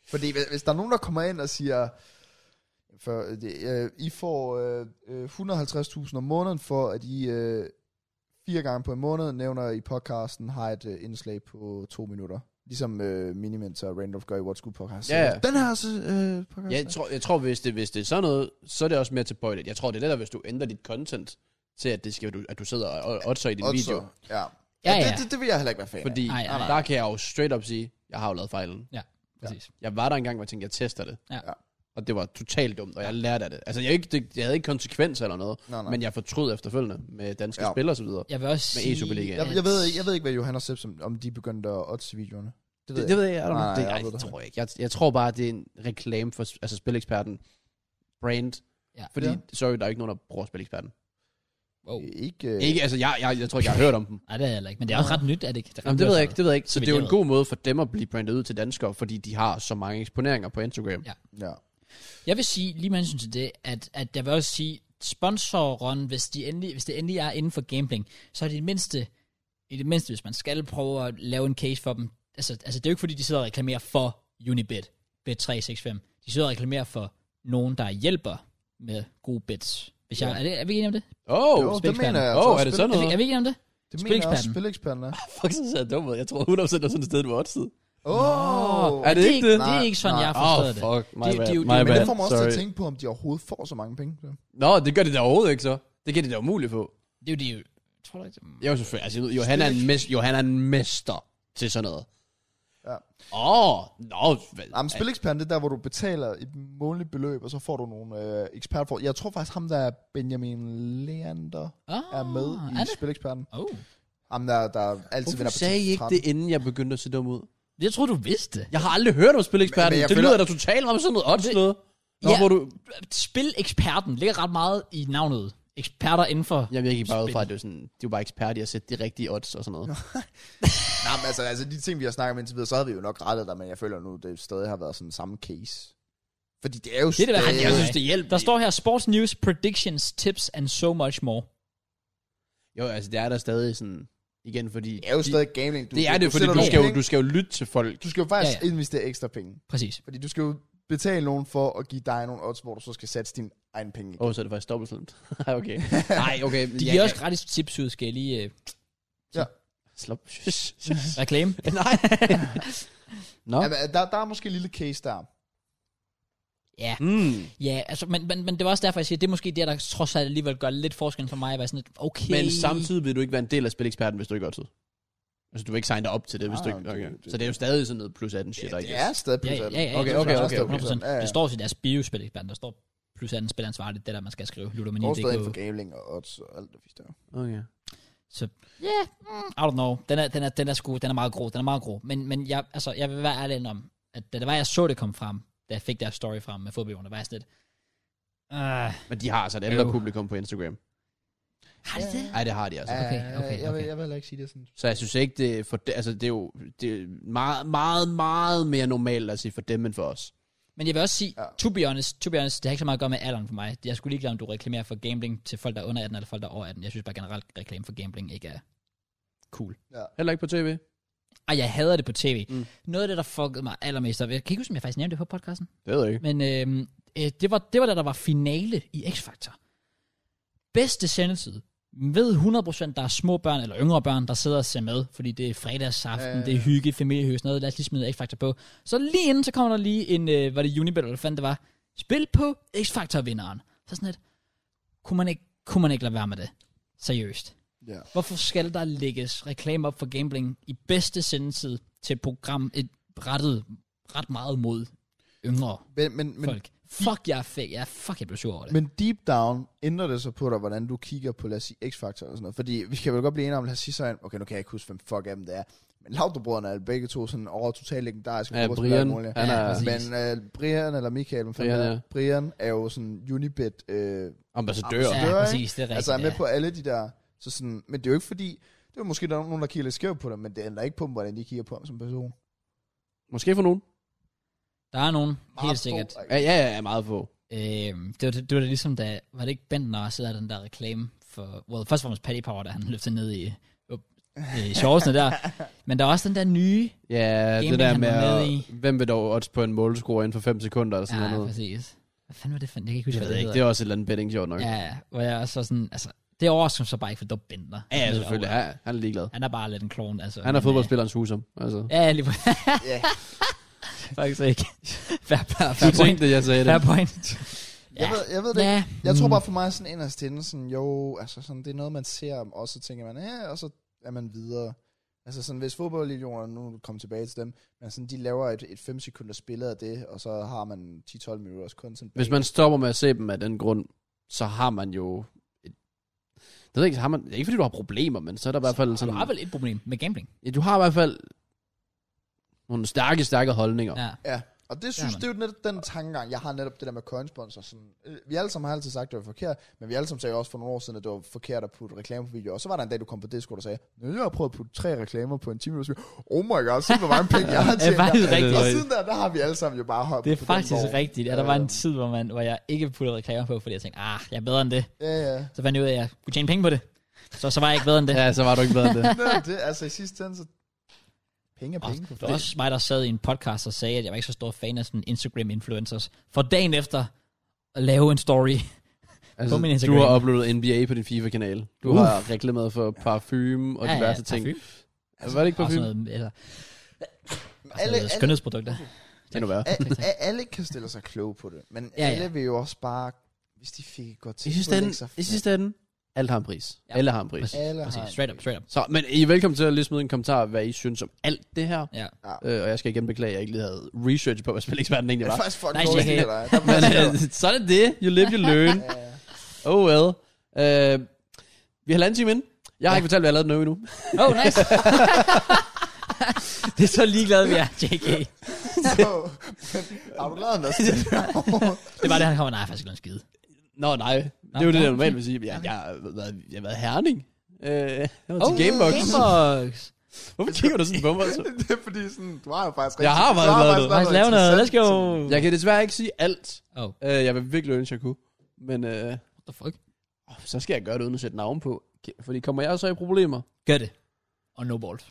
B: Fordi hvis, hvis der er nogen, der kommer ind og siger, for, øh, det, øh, I får øh, øh, 150.000 om måneden for, at I øh, fire gange på en måned nævner i podcasten, har et øh, indslag på to minutter. Ligesom øh, Minimens og Randolph gør i What's Good podcast.
C: Ja, ja.
B: Den her øh, podcast.
C: Jeg tror, jeg tror hvis, det, hvis det er sådan noget, så er det også mere til bøjlet. Jeg tror, det er det der, hvis du ændrer dit content til, at, det skal, du, at du sidder og og otter i din
B: Odds,
C: video.
B: Ja.
A: Ja,
B: Og
A: ja.
B: Det, det, det vil jeg heller ikke være fan af.
C: Fordi
A: Nej,
C: nej,
A: nej, nej.
C: nej, der kan jeg jo straight up sige, jeg har jo lavet fejlen.
A: Præcis.
C: Jeg var der engang, hvor jeg tænkte, jeg tester det.
A: Ja.
B: Ja.
C: Og det var totalt dumt, og jeg lærte af det. Altså, jeg, ikke, det, jeg havde ikke konsekvenser eller noget,
B: Nej, nej.
C: men jeg fortrød efterfølgende med danske
B: Ja.
C: ja. spillere og så videre.
A: Jeg vil også
C: Med
A: sige...
C: E-Superligaen.
B: Jeg, jeg, ved, ikke- jeg ved ikke, hvad Johan og Sepp, som, om de begyndte at odds videoerne.
C: Det, det, det ved jeg, jeg,
B: Nej,
C: nej, det,
B: jeg
C: jeg, jeg
B: ved det
C: tror jeg ikke. Jeg, jeg tror bare, det er en reklame for s- altså, spileksperten brand.
A: Ja.
C: Fordi,
B: Ja.
C: ja. sorry, der er ikke nogen, der bruger spileksperten.
A: Wow.
B: Ikke, øh,
C: Ikke, altså, jeg, jeg, jeg tror ikke, jeg har hørt om dem.
A: Nej, det er heller ikke. Men det er også ret nyt, er det ikke? Der
C: Jamen, det ved jeg ikke, det ved jeg ikke. Så
A: Som
C: det
A: i
C: er jo
A: det
C: en god måde for dem at blive brandet ud til danskere, fordi de har så mange eksponeringer på Instagram.
A: Ja.
C: Ja.
B: Ja.
A: Jeg vil sige, lige med hensyn til det, at, at jeg vil også sige, sponsoren, hvis, de endelig, hvis det endelig er inden for gambling, så er det i det mindste, i det mindste, hvis man skal prøve at lave en case for dem, altså, altså det er jo ikke fordi, de sidder og reklamerer for Unibet, Bet365. De sidder og reklamerer for nogen, der hjælper med gode bets. Hvis jeg, er, det, er vi enige om det?
C: Oh,
B: Jo, det
A: Spilleksperten.
B: mener jeg.
C: Åh,
B: altså
C: er
B: også.
C: det
B: Spil-
C: sådan
A: Er vi,
C: noget?
A: er vi enige om det?
B: Det mener jeg også,
A: Spilleksperten.
B: spileksperten er.
C: Fuck, så ser jeg dum ud. Jeg tror 100% det var sådan et sted, du var opsid.
B: Åh!
C: Er det
A: det, er
C: ikke det?
A: det er ikke sådan,
B: Nej,
A: jeg har
C: Åh,
A: forstået det.
C: fuck. My
A: Det- det er
C: bad.
A: jo- det er
C: My
A: jo-
B: Men
C: bad.
B: det får mig også til
C: Sorry.
B: at tænke på, om de overhovedet får så mange penge. Så.
C: Nå, det gør det da overhovedet ikke så. Det kan det da umuligt få.
A: Det er jo det, er jo- tror du ikke? det-
C: Jo, selvfølgelig. Altså, jo, han er, en mes- jo, han er en mester til sådan noget.
B: Ja.
C: Åh, nå. hvad-
B: Jamen, spileksperten, det er der, hvor du betaler et månedligt beløb, og så får du nogle øh, ekspertfolk. Jeg tror faktisk, ham der er Benjamin Leander
A: Ah,
B: er med
A: er
B: i
A: det?
B: Spileksperten.
A: Oh.
B: Ham der, der altid
C: Hvorfor
B: vinder på
C: sagde I ikke
B: 13.
C: det, inden jeg begyndte at se dum ud?
A: Jeg tror du vidste det.
C: Jeg har aldrig hørt om
B: Men-
C: spileksperten.
B: men jeg
C: Det
B: føler-
C: lyder da totalt om sådan noget odds noget. Nå,
A: Ja.
C: hvor du...
A: Spileksperten ligger ret meget i navnet. Eksperter inden for...
C: Jamen, jeg gik bare ud fra, at det var sådan, de var bare ekspert i at sætte de rigtige odds og sådan noget.
B: Nej, men altså, altså, de ting, vi har snakket om indtil videre, så havde vi jo nok rettet dig, men jeg føler nu, det stadig har været sådan samme case. Fordi det er jo
A: Det er det, hvad han-
C: jeg
A: Øh,
C: synes, det hjælper.
A: Der står her, sports news, predictions, tips and so much more.
C: Jo, altså, det er der stadig sådan... Igen, fordi...
B: det er jo stadig gambling. Du,
C: Det er det, fordi
B: sætter
C: du
B: nogle
C: skal, jo,
B: penge.
C: du skal jo lytte til folk.
B: du skal jo faktisk
A: Ja,
B: ja,
A: ja.
B: ja. investere ekstra penge.
A: Præcis.
B: Fordi du skal jo betale nogen for at give dig nogle odds, hvor du så skal sætte din egen penge. i.
C: Åh, oh, så er det faktisk dobbelt slemt. Nej, okay. Nej, okay.
A: De giver også gratis tips ud, skal jeg lige øh,
C: Slap.
A: reklame.
C: Nej. Nå.
B: Ja, men der, der er måske en lille case der.
A: ja,
C: Mm.
A: ja altså, men, men, men det var også derfor, jeg siger, det er måske det, der trods alt alligevel gør lidt forskel for mig, at være sådan lidt, okay.
C: Men samtidig vil du ikke være en del af spileksperten, hvis du ikke har tid. Altså, du vil ikke signe dig op til det, hvis
B: Nej,
C: du ikke...
B: nej, det-
C: Okay.
B: det-
C: Så det er jo stadig sådan noget plus 18 shit,
B: ja,
C: I
B: det
C: guess.
B: er stadig
A: Ja,
B: plus
A: ja, ja,
B: 18.
A: ja,
C: Okay,
A: ja,
C: okay,
A: ja,
C: okay,
A: ja,
C: okay.
A: 100%.
B: Ja, ja.
A: Det står også i deres biospil, der står plus 18 spilansvarligt, det der, man skal skrive. Ludomani,
B: Og stadig inden
A: det
B: for gambling og odds og alt det fisk der.
C: Okay.
A: Så ja, yeah, mm, I don't know. Den er, den er, den er sgu, den er meget grå, den er meget grå. Men, men jeg, altså, jeg vil være ærlig om, at da det var, jeg så det komme frem, da jeg fik deres story frem med fodboldjorden, der var jeg sådan lidt, uh, har
C: Men de har altså et ældre
A: Jo.
C: publikum på Instagram.
A: det det?
C: Nej, det har de altså.
B: Ja,
A: okay, okay,
B: Jeg vil,
A: okay.
B: jeg vil heller ikke sige det sådan.
C: Så jeg synes ikke, det er for... de- Altså, det er jo det er meget, meget, meget mere normalt at sige for dem, end for os.
A: Men jeg vil også sige, ja.
B: Ja.
A: to, be honest, to be honest, det har ikke så meget at gøre med alderen for mig. Jeg skulle lige glemme, om du reklamerer for gambling til folk, der er under 18 eller folk, der er over 18. Jeg synes bare generelt, reklame for gambling ikke er cool.
C: Heller ikke på tv.
A: Og jeg hader det på tv. Mm.
C: Mm.
A: Noget af det, der fuckede mig allermest op, jeg kan ikke huske, om jeg faktisk nævnte det på podcasten.
C: Det ved jeg ikke.
A: Men øhm, øh, det, var, det var da der var finale i X-Factor. Bedste sendetid. Ved 100% der er små børn eller yngre børn, der sidder og ser med, fordi det er fredagsaften,
B: Ja, ja,
A: det er hygge, familiehøs, noget, lad os lige smide X-Factor på. Så lige inden, så kommer der lige en, øh, var det Unibet, eller hvad fanden det var, spil på X-Factor-vinderen. Så sådan lidt, kunne man, ikke, kunne man ikke lade være med det? Seriøst.
B: Ja.
A: Hvorfor skal der lægges reklame op for gambling i bedste sendetid til et program, et rettet ret meget mod yngre
B: Men, men, men,
A: folk. Fuck, jeg er fæk. Jeg er fuck, jeg blev sur over det. Men,
B: men deep down ændrer det så på dig, hvordan du kigger på, lad os sige, X-Factor og sådan noget. Fordi vi kan vel godt blive enige om, lad os sige sådan, okay, nu kan jeg ikke huske, hvem fuck af dem det er. Men Laudrup-brødrene er begge to sådan over totalt legendariske.
C: Ja,
B: fodboldspillere og
C: Brian.
B: alt muligt.
C: Han
A: Ja,
C: er
A: præcis.
B: Men øh, Brian eller Michael, hvem fanden
C: Brian,
B: er
C: ja.
B: Brian er jo sådan Unibet, øh,
C: ambassadør.
A: ja,
B: det er
A: præcis, det er rigtigt.
B: altså er med
A: ja.
B: på alle de der, så sådan, men det er jo ikke fordi, det er jo måske der er nogen, der kigger lidt skævt på dem, men det ændrer ikke på dem, hvordan de kigger på ham som person.
C: Måske for nogen.
A: Der er nogen, helt
B: få,
A: sikkert.
B: ikke?
C: Ja, ja, ja, meget få.
A: Øhm, det, var, det, det var da ligesom, da... Var det ikke Bent, der sidder den der reklame for... Well, først og fremmest Paddy Power, da han løftede ned i... Op, i shortsene der. Men der er også den der nye...
C: Ja,
A: Gaming,
C: det der
A: han
C: med,
A: var med
C: at-
A: i.
C: hvem vil dog odds på en målscore inden for 5 sekunder, eller sådan
A: Ja,
C: noget.
A: præcis. Hvad fanden var det for... Jeg kan ikke huske,
C: Jeg
A: hvad
C: ved
A: det
C: ikke, det
A: hedder.
C: er også et eller andet betting, sjovt nok. Ja,
A: Ja, ja, hvor jeg også var sådan... Altså, det overrasker mig så bare ikke, for det var Bent, der.
C: ja selvfølgelig. Ja, han er ligeglad.
A: Han er bare lidt en klon, altså.
C: Han er
A: Men, øh,
C: fodboldspillerens husum. Altså.
A: Ja, lige på...
B: Ja.
A: Faktisk ikke. Fair, fair,
C: Du
A: fair point.
C: tænkte, jeg sagde det.
A: Fair point.
B: Jeg,
A: Ja.
B: ved, jeg ved det
A: Ja, Mm.
B: Jeg tror bare for mig sådan inderst inde, sådan, jo, altså sådan, det er noget, man ser om, og så tænker man, ja, og så er man videre. Altså sådan, hvis fodboldlegioner, nu kommer tilbage til dem, men sådan, de laver et, et 5 sekunders billede af det, og så har man 10-12 minutters content. bag.
C: Hvis man stopper med at se dem af den grund, så har man jo... Et, det ved jeg ikke, så har man, ikke fordi du har problemer, men så er der i hvert fald
A: Så
C: sådan...
A: du har vel et problem med gambling?
C: ja, du har i hvert fald nogle stærke, stærke holdninger.
A: Ja.
B: Ja, og det synes,
A: man.
B: det er jo netop den tankegang, jeg har netop det der med coinsponsor. Sådan, øh, vi alle sammen har altid sagt, at det var forkert, men vi alle sammen sagde også for nogle år siden, at det var forkert at putte reklamer på video. Og så var der en dag, du kom på Discord og sagde, nu jeg har prøvet at putte tre reklamer på en 10 minutter. Oh my god, se hvor mange penge jeg har
A: Det er
B: tjent. her."
A: faktisk rigtigt.
B: Og siden der, der har vi alle sammen jo bare hoppet
A: Det er
B: på den
A: faktisk
B: vogn.
A: rigtigt. Ja, der var en tid, hvor, man, hvor jeg ikke puttede reklamer på, fordi jeg tænkte, ah, jeg er bedre end det.
B: Øh, Ja, ja.
A: Så fandt jeg ud af, at jeg kunne tjene penge på det. Så, så var jeg ikke bedre end det.
C: ja så var du ikke bedre end det.
B: Nå, det, altså i sidste ende, så penge er
A: Og
B: penge.
A: det var også mig, der sad i en podcast og sagde, at jeg var ikke så stor fan af sådan Instagram-influencers. For dagen efter at lave en story. På min
C: Altså,
A: Instagram.
C: du har uploadet NBA på din FIFA-kanal. Du
A: Uff.
C: har reklameret for parfume og
A: Ja, ja,
C: diverse ting.
A: parfume.
C: Altså, var det ikke
A: Og sådan
C: parfume?
A: noget, eller, og sådan
B: Alle,
A: noget
B: alle,
A: skønhedsprodukter.
C: Det er nu værre.
B: alle, alle kan stille sig kloge på det, men
A: Ja,
B: ja,
A: ja.
B: alle vil jo også bare, hvis de fik et godt
C: I
B: til,
C: sidste ende, i sidste ende alt har en pris.
A: Ja.
C: Alle har en pris.
B: Alle
A: Præcis,
B: har-
A: straight up, straight up.
C: Så, men I er velkommen til at lige smide en kommentar, hvad I synes om alt det her.
A: Ja.
C: Øh, og jeg skal igen beklage, at jeg ikke lige havde research på, hvad spileksperten egentlig
B: Det er
C: var.
B: faktisk fucking
A: Nej,
B: dårligt
A: jeg-
B: af dig. Der var-
C: Men øh, sådan er det. You live, you learn.
B: Ja, ja.
C: Oh well. Øh, vi er halvanden time inde. Jeg har
A: Ja.
C: ikke fortalt, hvad jeg lavede nu endnu.
A: Oh, nice. det er så ligeglad, vi er, JK.
B: Så- men har du lavet noget stille derovre?
A: Det var det, han kommer, nej, jeg har faktisk ikke lavet en skide.
C: Nå, nej. Det er jo det, jeg normalt vil sige. Jeg, jeg, har været- jeg har været herning. Øh, jeg var til Gamebox.
A: Oh, Gamebox.
C: Hvorfor kigger du sådan på mig? Så?
B: Det er fordi sådan, du har jo faktisk
C: Jeg har
B: du
C: faktisk lavet
A: Lad os lave noget, let's go.
B: interessant.
C: Jeg kan desværre ikke sige alt.
A: Oh,
C: Øh, jeg vil virkelig ønske, jeg kunne. Men øh,
A: what the fuck?
C: åh, så skal jeg gøre det uden at sætte navn på. Fordi kommer jeg så i problemer?
A: Gør det. Og no balls.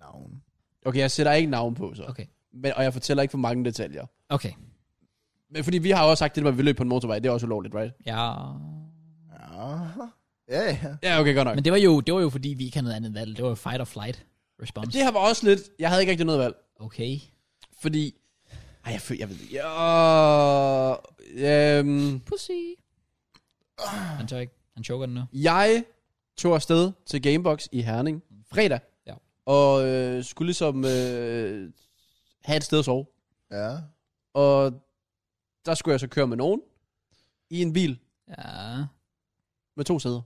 B: Navn.
C: Okay, jeg sætter ikke navn på så.
A: Okay.
C: Men, og jeg fortæller ikke for mange detaljer.
A: Okay.
C: Men fordi vi har jo også sagt, det der med, at vi løb på en motorvej, det er også ulovligt, right?
A: Ja.
B: Ja, ja.
C: Ja, okay, godt nok.
A: Men det var jo, det var jo fordi, vi ikke havde noget andet valg. Det var jo fight or flight response.
C: Det her var også lidt... Jeg havde ikke rigtig noget valg.
A: Okay.
C: Fordi... Ej, jeg føler... Jeg ved ikke... Jeg, øhm,
A: Pussy. Han tør ikke. Han choker den nu.
C: jeg tog afsted til Gamebox i Herning fredag.
A: Ja.
C: Og øh, skulle ligesom øh, have et sted at sove.
B: Ja.
C: Og der skulle jeg så køre med nogen i en bil
A: Ja.
C: med to sæder.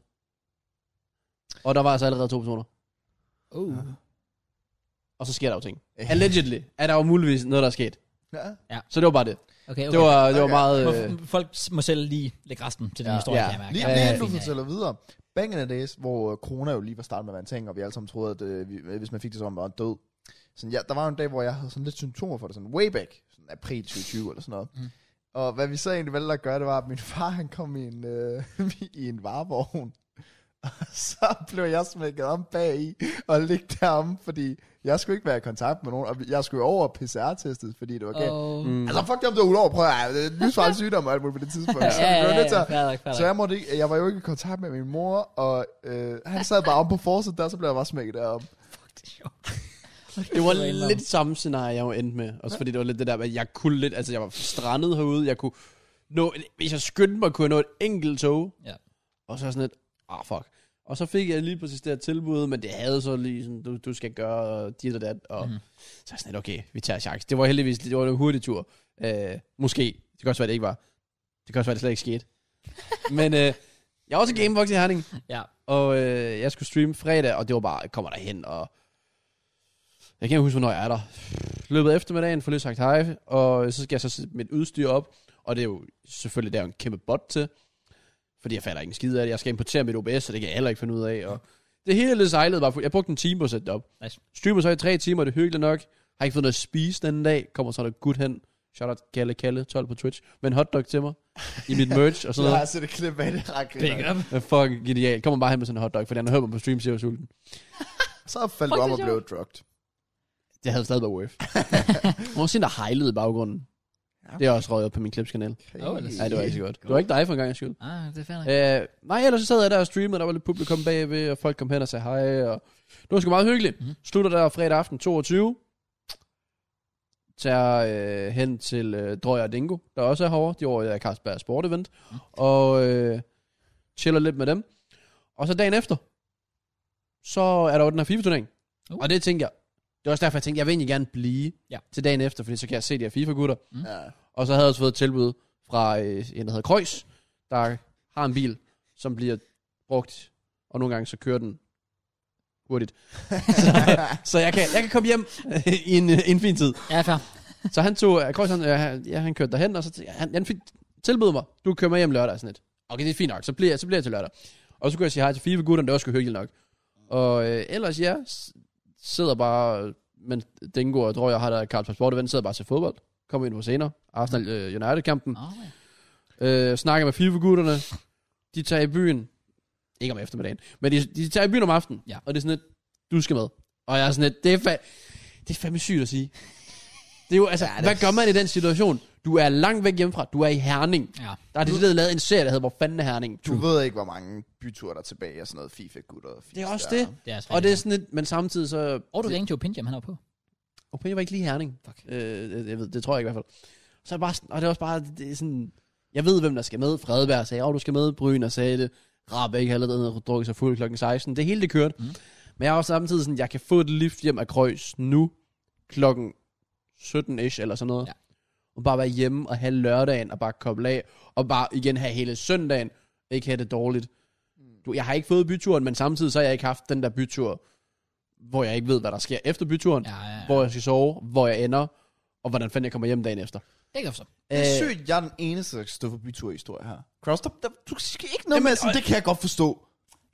C: Og der var altså allerede to personer.
A: Uh.
C: Og så sker der jo ting. Allegedly er der jo muligvis noget, der er sket.
B: Ja.
C: Så det var bare det.
A: Okay, okay.
C: Det var, det var
B: Okay.
C: meget...
A: Må,
C: Øh,
A: folk må selv lige lægge resten til den
B: Ja.
A: historie,
C: Ja.
A: kan jeg mærke.
B: Lige,
A: Jeg er
B: lige
A: helt
B: inden du
A: fin af.
B: fortæller videre. Back in the days, hvor øh, corona jo lige var startet med at være en ting, og vi alle sammen troede, at øh, vi- hvis man fik det, så var man bare død. Sådan, ja, der var jo en dag, hvor jeg havde sådan lidt symptomer for det, sådan way back, sådan april 2020 eller sådan noget.
A: Mm.
B: Mm. Og hvad vi så egentlig valgte at gøre, det var, at min far, han kom i en, øh, i en varevogn, og så blev jeg smækket om bag i og ligge deromme, fordi jeg skulle ikke være i kontakt med nogen, og jeg skulle over PCR-testet, fordi det var galt. Oh.
A: Oh.
C: mm,
B: Altså, fuck dem, det var ulovligt, prøv at høre, det er livsfarlig sygdom og alt muligt på det tidspunkt.
A: Ja,
B: Så
A: ja,
B: vi blev
A: ja,
B: nødt til
A: ja,
B: at-
A: fair nok, fair
B: så
A: nok.
B: jeg, måtte ikke, jeg var jo ikke i kontakt med min mor, og øh, han sad bare om på forsiden der, så blev jeg bare smækket derop.
A: Fuck, det er sjovt. Okay,
C: det var
A: det var en
C: lidt samme scenarie, jeg jo endte med. Også fordi det var lidt det der med, at jeg kunne lidt... Altså, jeg var strandet herude. Jeg kunne nå... Hvis jeg skyndte mig, kunne jeg nå et enkelt tog.
A: Ja.
C: Og så sådan lidt... Ah, oh, fuck. Og så fik jeg lige præcis det her tilbud, men det havde så lige sådan, du, du skal gøre dit og dat, og
A: Mhm.
C: mm. så er jeg sådan lidt, okay, vi tager chance. Det var heldigvis, det var en hurtig tur. Øh, måske. Det kan også være, det ikke var. Det kan også være, det slet ikke skete. men øh, jeg var også Gamebox i Herning.
A: Ja.
C: Og øh, jeg skulle streame fredag, og det var bare, jeg kommer derhen, og jeg kan ikke huske, hvornår jeg er der. Løbet af eftermiddagen, får lige sagt hej, og så skal jeg så sætte mit udstyr op, og det er jo selvfølgelig der er jo en kæmpe bot til, fordi jeg fatter ikke en skid af det. Jeg skal importere mit OBS, så det kan jeg heller ikke finde ud af, og det hele lidt sejlede bare. fu- Jeg brugte en time på at sætte det op.
A: Nice.
C: Streamer så i tre timer, det er hyggeligt nok. Har ikke fået noget at spise den dag. Kommer så der gut hen. Shout out Kalle Kalle, 12 på Twitch. Med en hotdog til mig. I mit merch og
B: Så
C: sådan
B: har
C: noget.
B: jeg set et klip af det, ret
A: Big
B: griner.
A: up.
C: Det er fucking genialt. Kommer bare hen med sådan en hotdog, for han har hørt mig på stream, siger jeg var sulten.
B: Så faldt
A: Fuck,
B: du om
A: det
B: og
A: er
B: blev drugt.
C: Det havde stadig været worth. Måske der hejlede i baggrunden.
B: Ja.
C: Det er også røget op på min klipskanal.
A: Åh, ellers-
C: Ja, det var ikke så godt. Det var ikke dig for en gang, skyld.
A: Ah, det er fair nok.
C: Øh, nej, ellers så sad jeg der og streamede, der var lidt publikum bagved, og folk kom hen og sagde hej, og det var sgu meget hyggeligt.
A: Mhm.
C: Mm-hmm. Slutter der fredag aften 22. Tager øh, hen til øh, Drøj og Dingo, der også er herovre. De er over i øh, Carlsberg Sport Event.
A: Mhm.
C: Og øh, chiller lidt med dem. Og så dagen efter, så er der jo den her FIFA-turnering.
A: Uh.
C: Og det tænkte jeg, det var også derfor, jeg tænkte, jeg vil egentlig gerne blive
A: Ja. Mhm.
C: til dagen efter, fordi så kan jeg se de her FIFA-gutter.
B: Ja.
C: Og så havde jeg også fået et tilbud fra øh, en, der hedder Kreuz, der har en bil, som bliver brugt, og nogle gange så kører den hurtigt. så, så jeg, kan, jeg kan komme hjem i en, øh, en fin tid.
A: Ja, Ah, fair.
C: Så han tog, øh, Kreuz, han, øh, han- ja, han kørte derhen, og så t- han, han fik, tilbød mig, du kører mig hjem lørdag, sådan lidt. Okay, det er fint nok, så bliver, jeg- så bliver jeg til lørdag. Og så kunne jeg sige hej til fire gutterne, det var sgu hyggeligt nok. Og øh, ellers, ja, s- sidder bare, men Dingo og Drøg, jeg har der Karlsberg Sportevent, sidder bare til fodbold. Kommer ind på senere, Arsenal øh, United-kampen.
A: Nå, ja.
C: Øh, snakker med FIFA-gutterne. De tager i byen. Ikke om eftermiddagen. Men de, de tager i byen om aftenen.
A: Ja.
C: Og det er sådan lidt, du skal med. Og jeg er sådan lidt, det er, fa- det er fandme sygt at sige. Det er jo, altså, ja, hvad gør man i den situation? Du er langt væk hjemmefra. Du er i Herning.
A: ja.
C: Der er decideret lavet en serie, der hedder, hvor fanden er Herning?
B: Du ved ikke, hvor mange byture der er tilbage og sådan noget FIFA-gutter. og
C: Det er
B: fisk
C: også
B: der.
C: det.
A: Det er altså
C: Og det er sådan lidt, men samtidig så...
A: og du ringte jo Pinjam, han er på.
C: Okay, jeg var ikke lige i Herning.
A: Fuck.
C: Øh, jeg, jeg ved, det tror jeg ikke i hvert fald. Så er det bare sådan, og det er også bare, det er sådan, jeg ved, hvem der skal med. Fredberg sagde, åh, du skal med, Bryn, og sagde det. Rabeck havde allerede drukket sig fuld klokken 16. Det hele, det kørte.
A: Mm.
C: Mm. Men jeg er også samtidig sådan, jeg kan få et lift hjem af Krøs nu, klokken 17-ish eller sådan noget.
A: Ja.
C: Ja. Og bare være hjemme og have lørdagen og bare koble af. Og bare igen have hele søndagen. Ikke have det dårligt. Du, jeg har ikke fået byturen, men samtidig så har jeg ikke haft den der bytur, hvor jeg ikke ved, hvad der sker efter byturen
A: Ja, ja, ja.
C: hvor jeg skal sove, hvor jeg ender, og hvordan fanden jeg kommer hjem dagen efter.
A: Det kan jeg forstå.
B: Det er
C: Øh,
B: sygt, jeg er den eneste, der kan stå for bytur-historie her. Cross, der, der, du skal ikke noget
C: Jamen,
B: med sådan,
C: og-
B: det kan jeg godt forstå.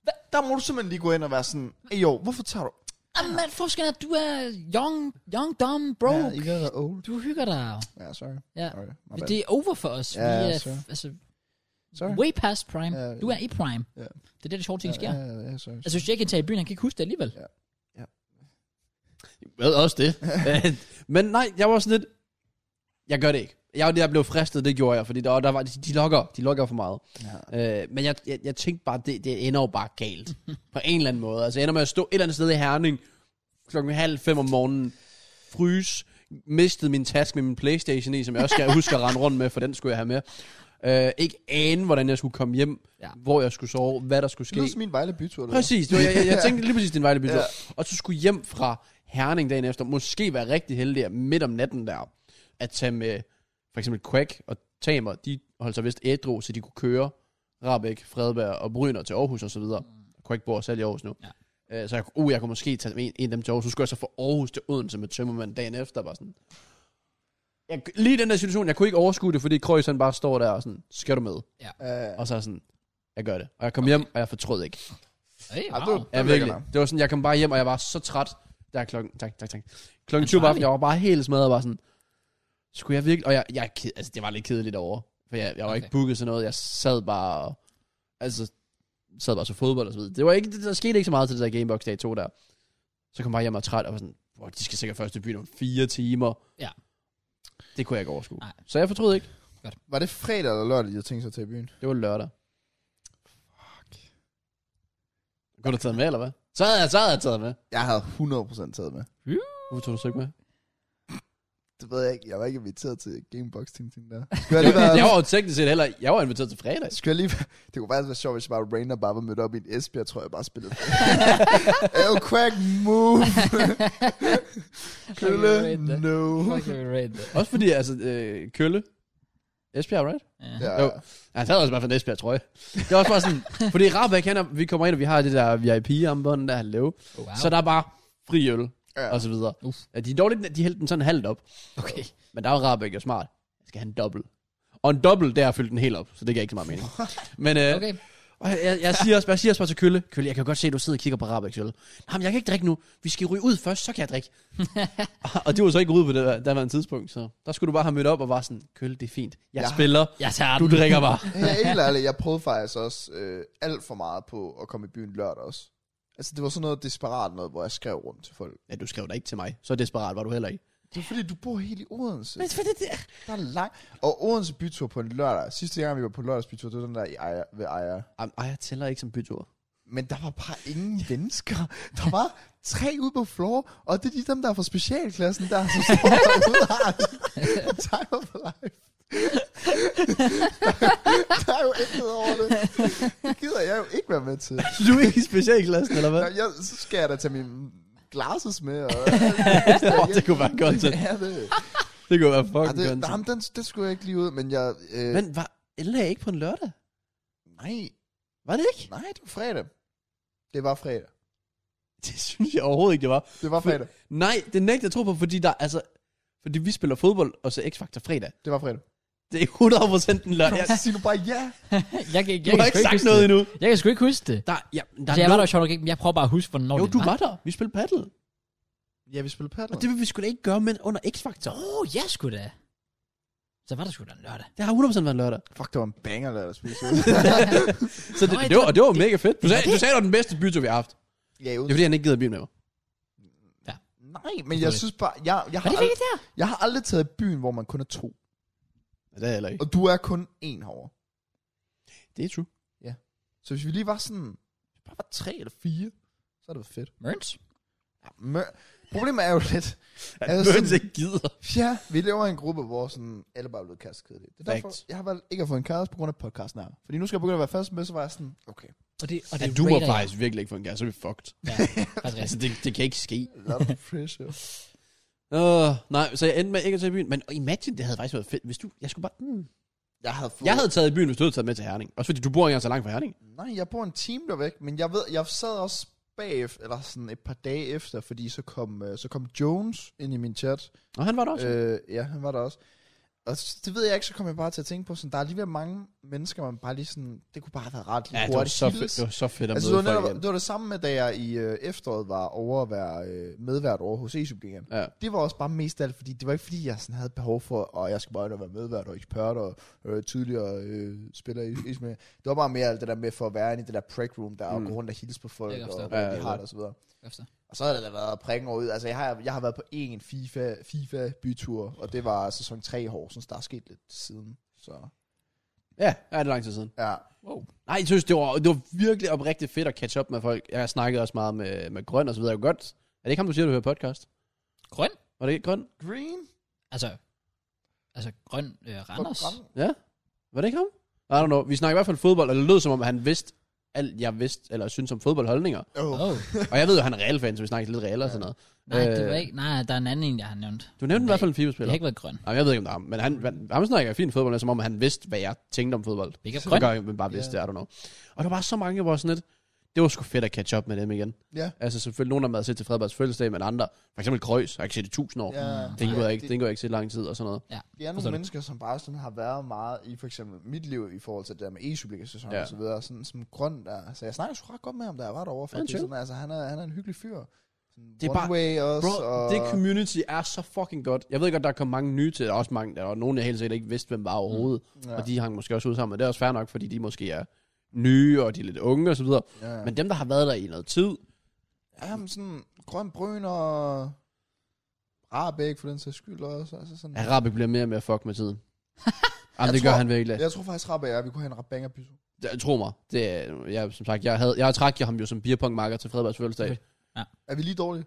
B: Hva? Der må du simpelthen lige gå ind og være sådan, "Ey, jo, hvorfor tager du...
A: Jamen, hvad forskellen Ah, er, at du er young, young, dumb, broke.
B: Ja, I kan være old.
A: Du hygger dig.
B: Ja, sorry.
A: Ja.
B: Sorry, my
A: Men
B: bad.
A: det er over for os.
B: Ja,
A: vi er
B: sorry.
A: f- altså,
B: sorry.
A: way past prime.
B: Ja,
A: Du er i prime.
B: Ja.
A: Det er det, det sjove ting sker.
B: Ja, ja, ja, sorry.
A: Altså, hvis Jack kan tage i byen, han kan ikke huske det alligevel.
C: Hvad også det? Øh, Men nej, jeg var sådan lidt, jeg gør det ikke. Jeg, jeg blev fristet, det gjorde jeg, fordi der, der var, de, de lokker, de lokker for meget. Ja. Øh, men jeg, jeg, jeg tænkte bare, det, det ender jo bare galt, på en eller anden måde. Altså jeg ender med at stå et eller andet sted i Herning, klokken halv fem om morgenen, fryse, mistede min task med min Playstation i, som jeg også skal huske at rende rundt med, for den skulle jeg have med. Øh, ikke ane, hvordan jeg skulle komme hjem,
A: Ja.
C: ja. hvor jeg skulle sove, hvad der skulle
B: Det
C: ske.
B: lyder som min Vejle bytur. det der.
C: Præcis, det var, jeg, jeg, jeg tænkte lige præcis din Vejle bytur. Ja. Og så skulle hjem fra Herning dagen efter, måske være rigtig heldig at midt om natten der, at tage med for eksempel Quack og Tamer, de holdt sig vist ædru, så de kunne køre Rabeck, Fredberg og Bryner til Aarhus og så videre. Quack bor selv i Aarhus nu. Mm. Ja. Så jeg, uh, jeg kunne måske tage en, en af dem til Aarhus. Så skulle jeg så fra Aarhus til Odense med Tømmermand dagen efter. Bare sådan. Jeg, lige i den der situation, jeg kunne ikke overskue det, fordi Kreuz han bare står der og sådan, skal du med?
B: Øh,
C: Og så er jeg sådan, jeg gør det. Og jeg kom okay. hjem, og jeg fortrød ikke.
A: Hey,
B: ej,
A: wow.
B: det
C: Ja,
B: er
C: virkelig.
B: lækkert.
C: Det var sådan, jeg kom bare hjem, og jeg var så træt. Der er klokken, tak, tak, tak. Klokken 20 på aftenen, jeg var bare helt smadret og var sådan, skulle jeg virkelig, og jeg, jeg er ked, altså det var lidt kedeligt over, for jeg, jeg var okay. ikke
A: Okay.
C: booket sådan noget, jeg sad bare, og, altså, sad bare så fodbold og så videre. Det var ikke, der skete ikke så meget til det der Gamebox dag 2 der. Så kom jeg bare hjem og var træt, og var sådan, wow, de skal sikkert først i byen om fire timer.
A: Ja.
C: Det kunne jeg ikke overskue.
A: Nej.
C: Nej. Så jeg fortrød ikke.
B: var det fredag eller lørdag, de havde tænkt sig til byen?
C: Det var lørdag. Fuck. Kunne du have taget med, eller hvad? Så havde jeg, så havde jeg taget med.
B: Jeg havde 100% taget med.
C: Hvorfor tog du så ikke med?
B: Det ved jeg ikke. Jeg var ikke inviteret til Gamebox Team Team der. Skulle
C: Jeg,
B: jeg lige være...
C: jeg var jo teknisk set heller, jeg var inviteret til fredag.
B: Skulle jeg lige... Det kunne faktisk være sjovt, hvis jeg bare Rainer bare var mødt op i en Esbjerg, tror jeg bare spillede. El Quack, move! Kølle,
A: Okay, wait, da.
B: no.
A: Fuck, jeg vil rate det.
C: Også fordi, altså, øh, Kølle, Esbjerg, right?
B: Ja.
C: Jo. Ja, han havde også i hvert fald en Esbjerg trøje. Det er også bare sådan, fordi Rabeck, han er, vi kommer ind, og vi har det der VIP-armbånd, der er lav. Wow.
A: Wow.
C: Så der er bare fri øl,
B: Ja.
C: og så videre.
A: Uff.
C: Ja, de er dårligt, de hældte den sådan halvt op.
A: Okay.
C: Men der er jo Rabeck jo smart. Jeg skal have en dobbelt. Og en dobbelt, der fyldte den helt op, så det giver ikke så meget mening. Men øh,
A: Okay.
C: Og jeg, jeg, siger også, jeg siger også bare til Kølle, Kølle, jeg kan godt se, at du sidder og kigger på Rabex øl. Jamen, jeg kan ikke drikke nu. Vi skal ryge ud først, så kan jeg drikke. og, og det var så ikke ude på det der, der var en tidspunkt, så der skulle du bare have mødt op og var sådan, Kølle, det er fint. Jeg
B: Ja.
C: ja. spiller,
A: Jeg tager
C: du
A: den.
C: drikker bare.
B: Jeg er helt ærlig, jeg prøvede faktisk også øh, alt for meget på at komme i byen lørdag også. Altså, det var sådan noget desperat noget, hvor jeg skrev rundt til folk.
C: ja, du skrev da ikke til mig. Så desperat var du heller ikke.
B: Det er fordi, du bor helt i Odense.
C: for det der.
B: Der er langt. Og Odense bytur på en lørdag. Sidste gang, vi var på lørdags bytur, det var den der i Ejer, ved Ejer.
C: Jamen, ej, jeg tæller ikke som bytur.
B: Men der var bare ingen mennesker. Der var tre ude på floor, og det er de dem, der er fra specialklassen, der som står derude og har time of life. der er jo intet over det. Det gider jeg jo ikke være med til.
C: Du er ikke i specialklassen, eller
B: Nå,
C: hvad?
B: Jeg, så skal jeg da tage min glasses med. Og,
C: det kunne være godt, så.
B: Ja, det,
C: Det kunne være
B: ja,
C: fucking
B: det,
C: godt.
B: jamen, den, det skulle jeg ikke lige ud, men jeg... Øh,
C: Men var LA ikke på en lørdag?
B: nej,
C: Var det ikke?
B: nej, det var fredag. Det var fredag.
C: Det synes jeg overhovedet ikke, det var.
B: Det var fredag.
C: Nej, det nægter jeg tro på, fordi der altså... Fordi vi spiller fodbold og så X-Factor fredag.
B: Det var fredag.
C: Det er 100% en lørdag.
B: Ja. Så altså, siger du bare ja.
A: Jeg, kan, jeg,
C: Du
A: kan
C: har
A: sgu
C: ikke sagt
A: huske
C: noget
A: det.
C: endnu.
A: Jeg kan sgu ikke huske det.
C: Der, ja, der
A: Der
C: er
A: jeg var
C: noget-
A: der sjovt nok ikke, men jeg prøver bare at huske, hvornår
C: Jo,
A: det
C: du
A: var.
C: var der. Vi spillede paddle.
B: Ja, vi spillede paddle.
C: Og det vil vi sgu da ikke gøre, men under X-Factor.
A: Åh, oh, jeg skulle da. Så var der sgu da en lørdag.
C: Det har 100% været en lørdag.
B: Fuck, det var en banger, der spiste.
C: Så det,
A: Nå, ja,
C: det, var, det var mega fedt. Du sagde, du sagde, det var den bedste bytur, vi har haft.
B: ja, jo.
C: Det er fordi, han ikke gider i byen med mig.
B: Nej, men jeg synes bare, jeg, jeg,
A: Var
B: har
A: det
B: aldrig,
A: virkelig der?
B: jeg har aldrig taget i byen, hvor man kun er to.
C: Ja, Det er heller ikke.
B: Og du er kun en herovre.
C: Det er true.
B: Så hvis vi lige var sådan, bare var tre eller fire, så havde det været fedt.
A: Mørns?
B: Ja, mør- Problemet er jo lidt,
C: At
B: Altså,
C: Burns
B: sådan-
C: ikke gider.
B: ja, vi lever i en gruppe, hvor sådan, alle bare er blevet kærestekedelige. Det er derfor,
C: Facts.
B: jeg har valgt ikke at få en kæreste på grund af podcasten her. Fordi nu skal jeg begynde at være fast med, så var jeg sådan, okay.
A: Og det, og
C: Ja,
A: det
C: du må
A: rater jeg.
C: faktisk virkelig ikke få en gas, så er vi fucked.
A: Ja, faktisk
C: Altså,
A: rigtigt.
C: det, det kan ikke ske.
B: Lot of pressure.
C: Åh, nej, så jeg endte med ikke at tage i byen. Men imagine, det havde faktisk været fedt, hvis du... Jeg skulle bare... Mm.
B: Jeg havde fået...
C: Jeg havde taget i byen, hvis du havde taget med til Herning. Også fordi du bor ikke engang så langt fra Herning.
B: Nej, jeg bor en time der væk, men jeg ved, jeg sad også bagefter, eller sådan et par dage efter, fordi så kom, øh, så kom Jones ind i min chat.
C: Og han var der også. Øh.
B: Øh, ja, han var der også. Og s- det ved jeg ikke, så kom jeg bare til at tænke på, sådan, der er alligevel mange mennesker, man bare lige sådan, det kunne bare have været ret
C: Ja,
B: lige
C: det var, så fedt,
B: Hilse.
C: det var så fedt at altså,
B: Altså, det, var
C: møde folk
B: netop,
C: igen.
B: det var det samme med, da jeg i øh, efteråret var over at være øh, medvært over hos E-Superligaen.
C: Ja.
B: Det var også bare mest af alt, fordi det var ikke fordi, jeg sådan havde behov for, og jeg skal bare ind og være medvært og ekspert og øh, tidligere øh, spiller i e Det var bare mere alt det der med for at være inde i det der preg room der, mm.
C: Mm.
B: og gå rundt og hilse på folk,
A: Det kan jeg
B: og
A: forstå.
B: hvad
C: Ja,
B: de
C: ja,
B: har
C: ja.
B: det og så videre.
A: Efter.
B: Og så har det da været prikken over ud. Altså, jeg har, jeg har været på en FIFA, FIFA bytur, og det var sæson 3 i Horsens. Der er sket lidt siden, så
C: ja, ja, det er lang tid siden.
B: ja.
A: Wow.
C: Nej, jeg synes, det var, det var virkelig oprigtigt fedt at catch up med folk. Jeg snakkede også meget med, med Grøn og så videre. Jeg kunne godt. Er det ikke ham, du siger, du hører podcast?
A: Grøn?
C: Var det ikke Grøn?
B: Green?
A: Altså, altså grøn øh, Randers?
C: Ja. Var det ikke ham? I don't know. Vi snakker i hvert fald fodbold, og det lød som om, han vidste alt, jeg vidste, eller synes om fodboldholdninger.
B: Oh.
A: Oh.
C: og jeg ved jo, han er Real-fan, så vi snakker lidt Real og sådan noget.
A: Nej, det var
C: Øh,
A: ikke. Nej, der er en anden en, jeg har nævnt.
C: Du nævnte i hvert fald en
A: Det
C: FIFA-spiller.
A: har ikke været grøn.
C: Nej, jeg ved ikke, om det er ham, men han, han, ham snakker jeg fint fodbold, som om han vidste, hvad jeg tænkte om fodbold.
A: Det er ikke
C: Så
A: grøn.
C: gør jeg, men bare vidste det, I don't know. Og der var så mange, hvor jeg sådan lidt, det var sgu fedt at catch up med dem igen.
B: Ja.
C: Altså selvfølgelig nogle af dem havde set til Fredbergs fødselsdag, men andre, for eksempel Krøjs, har jeg ikke set i tusind år.
B: Ja.
C: Den
B: Nej,
C: kunne jeg ikke,
B: det-
C: den kunne jeg ikke se i lang tid og sådan noget.
B: Det er nogle
A: Forstår du?
B: mennesker, som bare sådan har været meget i for eksempel mit liv i forhold til det der med e-cyklingsæson
C: Ja.
B: ja. og så videre, sådan som grøn der. Så jeg snakker sgu ret godt med ham, da jeg var derovre,
C: Han er
B: faktisk.
C: chill.
B: Sådan, altså, han er, han er en hyggelig fyr. Sådan,
C: Det er
B: one
C: bare-
B: way også,
C: Bro,
B: og...
C: det community er så fucking godt. Jeg ved godt, der kom mange nye til, og også mange, der var nogen, jeg helt sikkert ikke vidste, hvem var overhovedet.
B: ja,
C: Og de hang måske også ud sammen, og det er også fair nok, fordi de måske er nye, og de er lidt unge og så videre.
B: ja.
C: Men dem, der har været der i noget tid,
B: ja, men sådan grøn brøn og Rabeck for den sags skyld også. Altså sådan.
C: at Rabi bliver mere og mere fuck med tiden. Jamen,
B: Jeg
C: det gør
B: tror-
C: han virkelig.
B: Jeg tror faktisk, Rabeck og jeg, vi kunne have en ret banger bytur.
C: Jeg, tro mig. Det, er- jeg, som sagt, jeg, havde, jeg trak jo ham jo som beerpongmarker til Fredbergs fødselsdag.
A: Okay.
B: Er vi lige dårlige?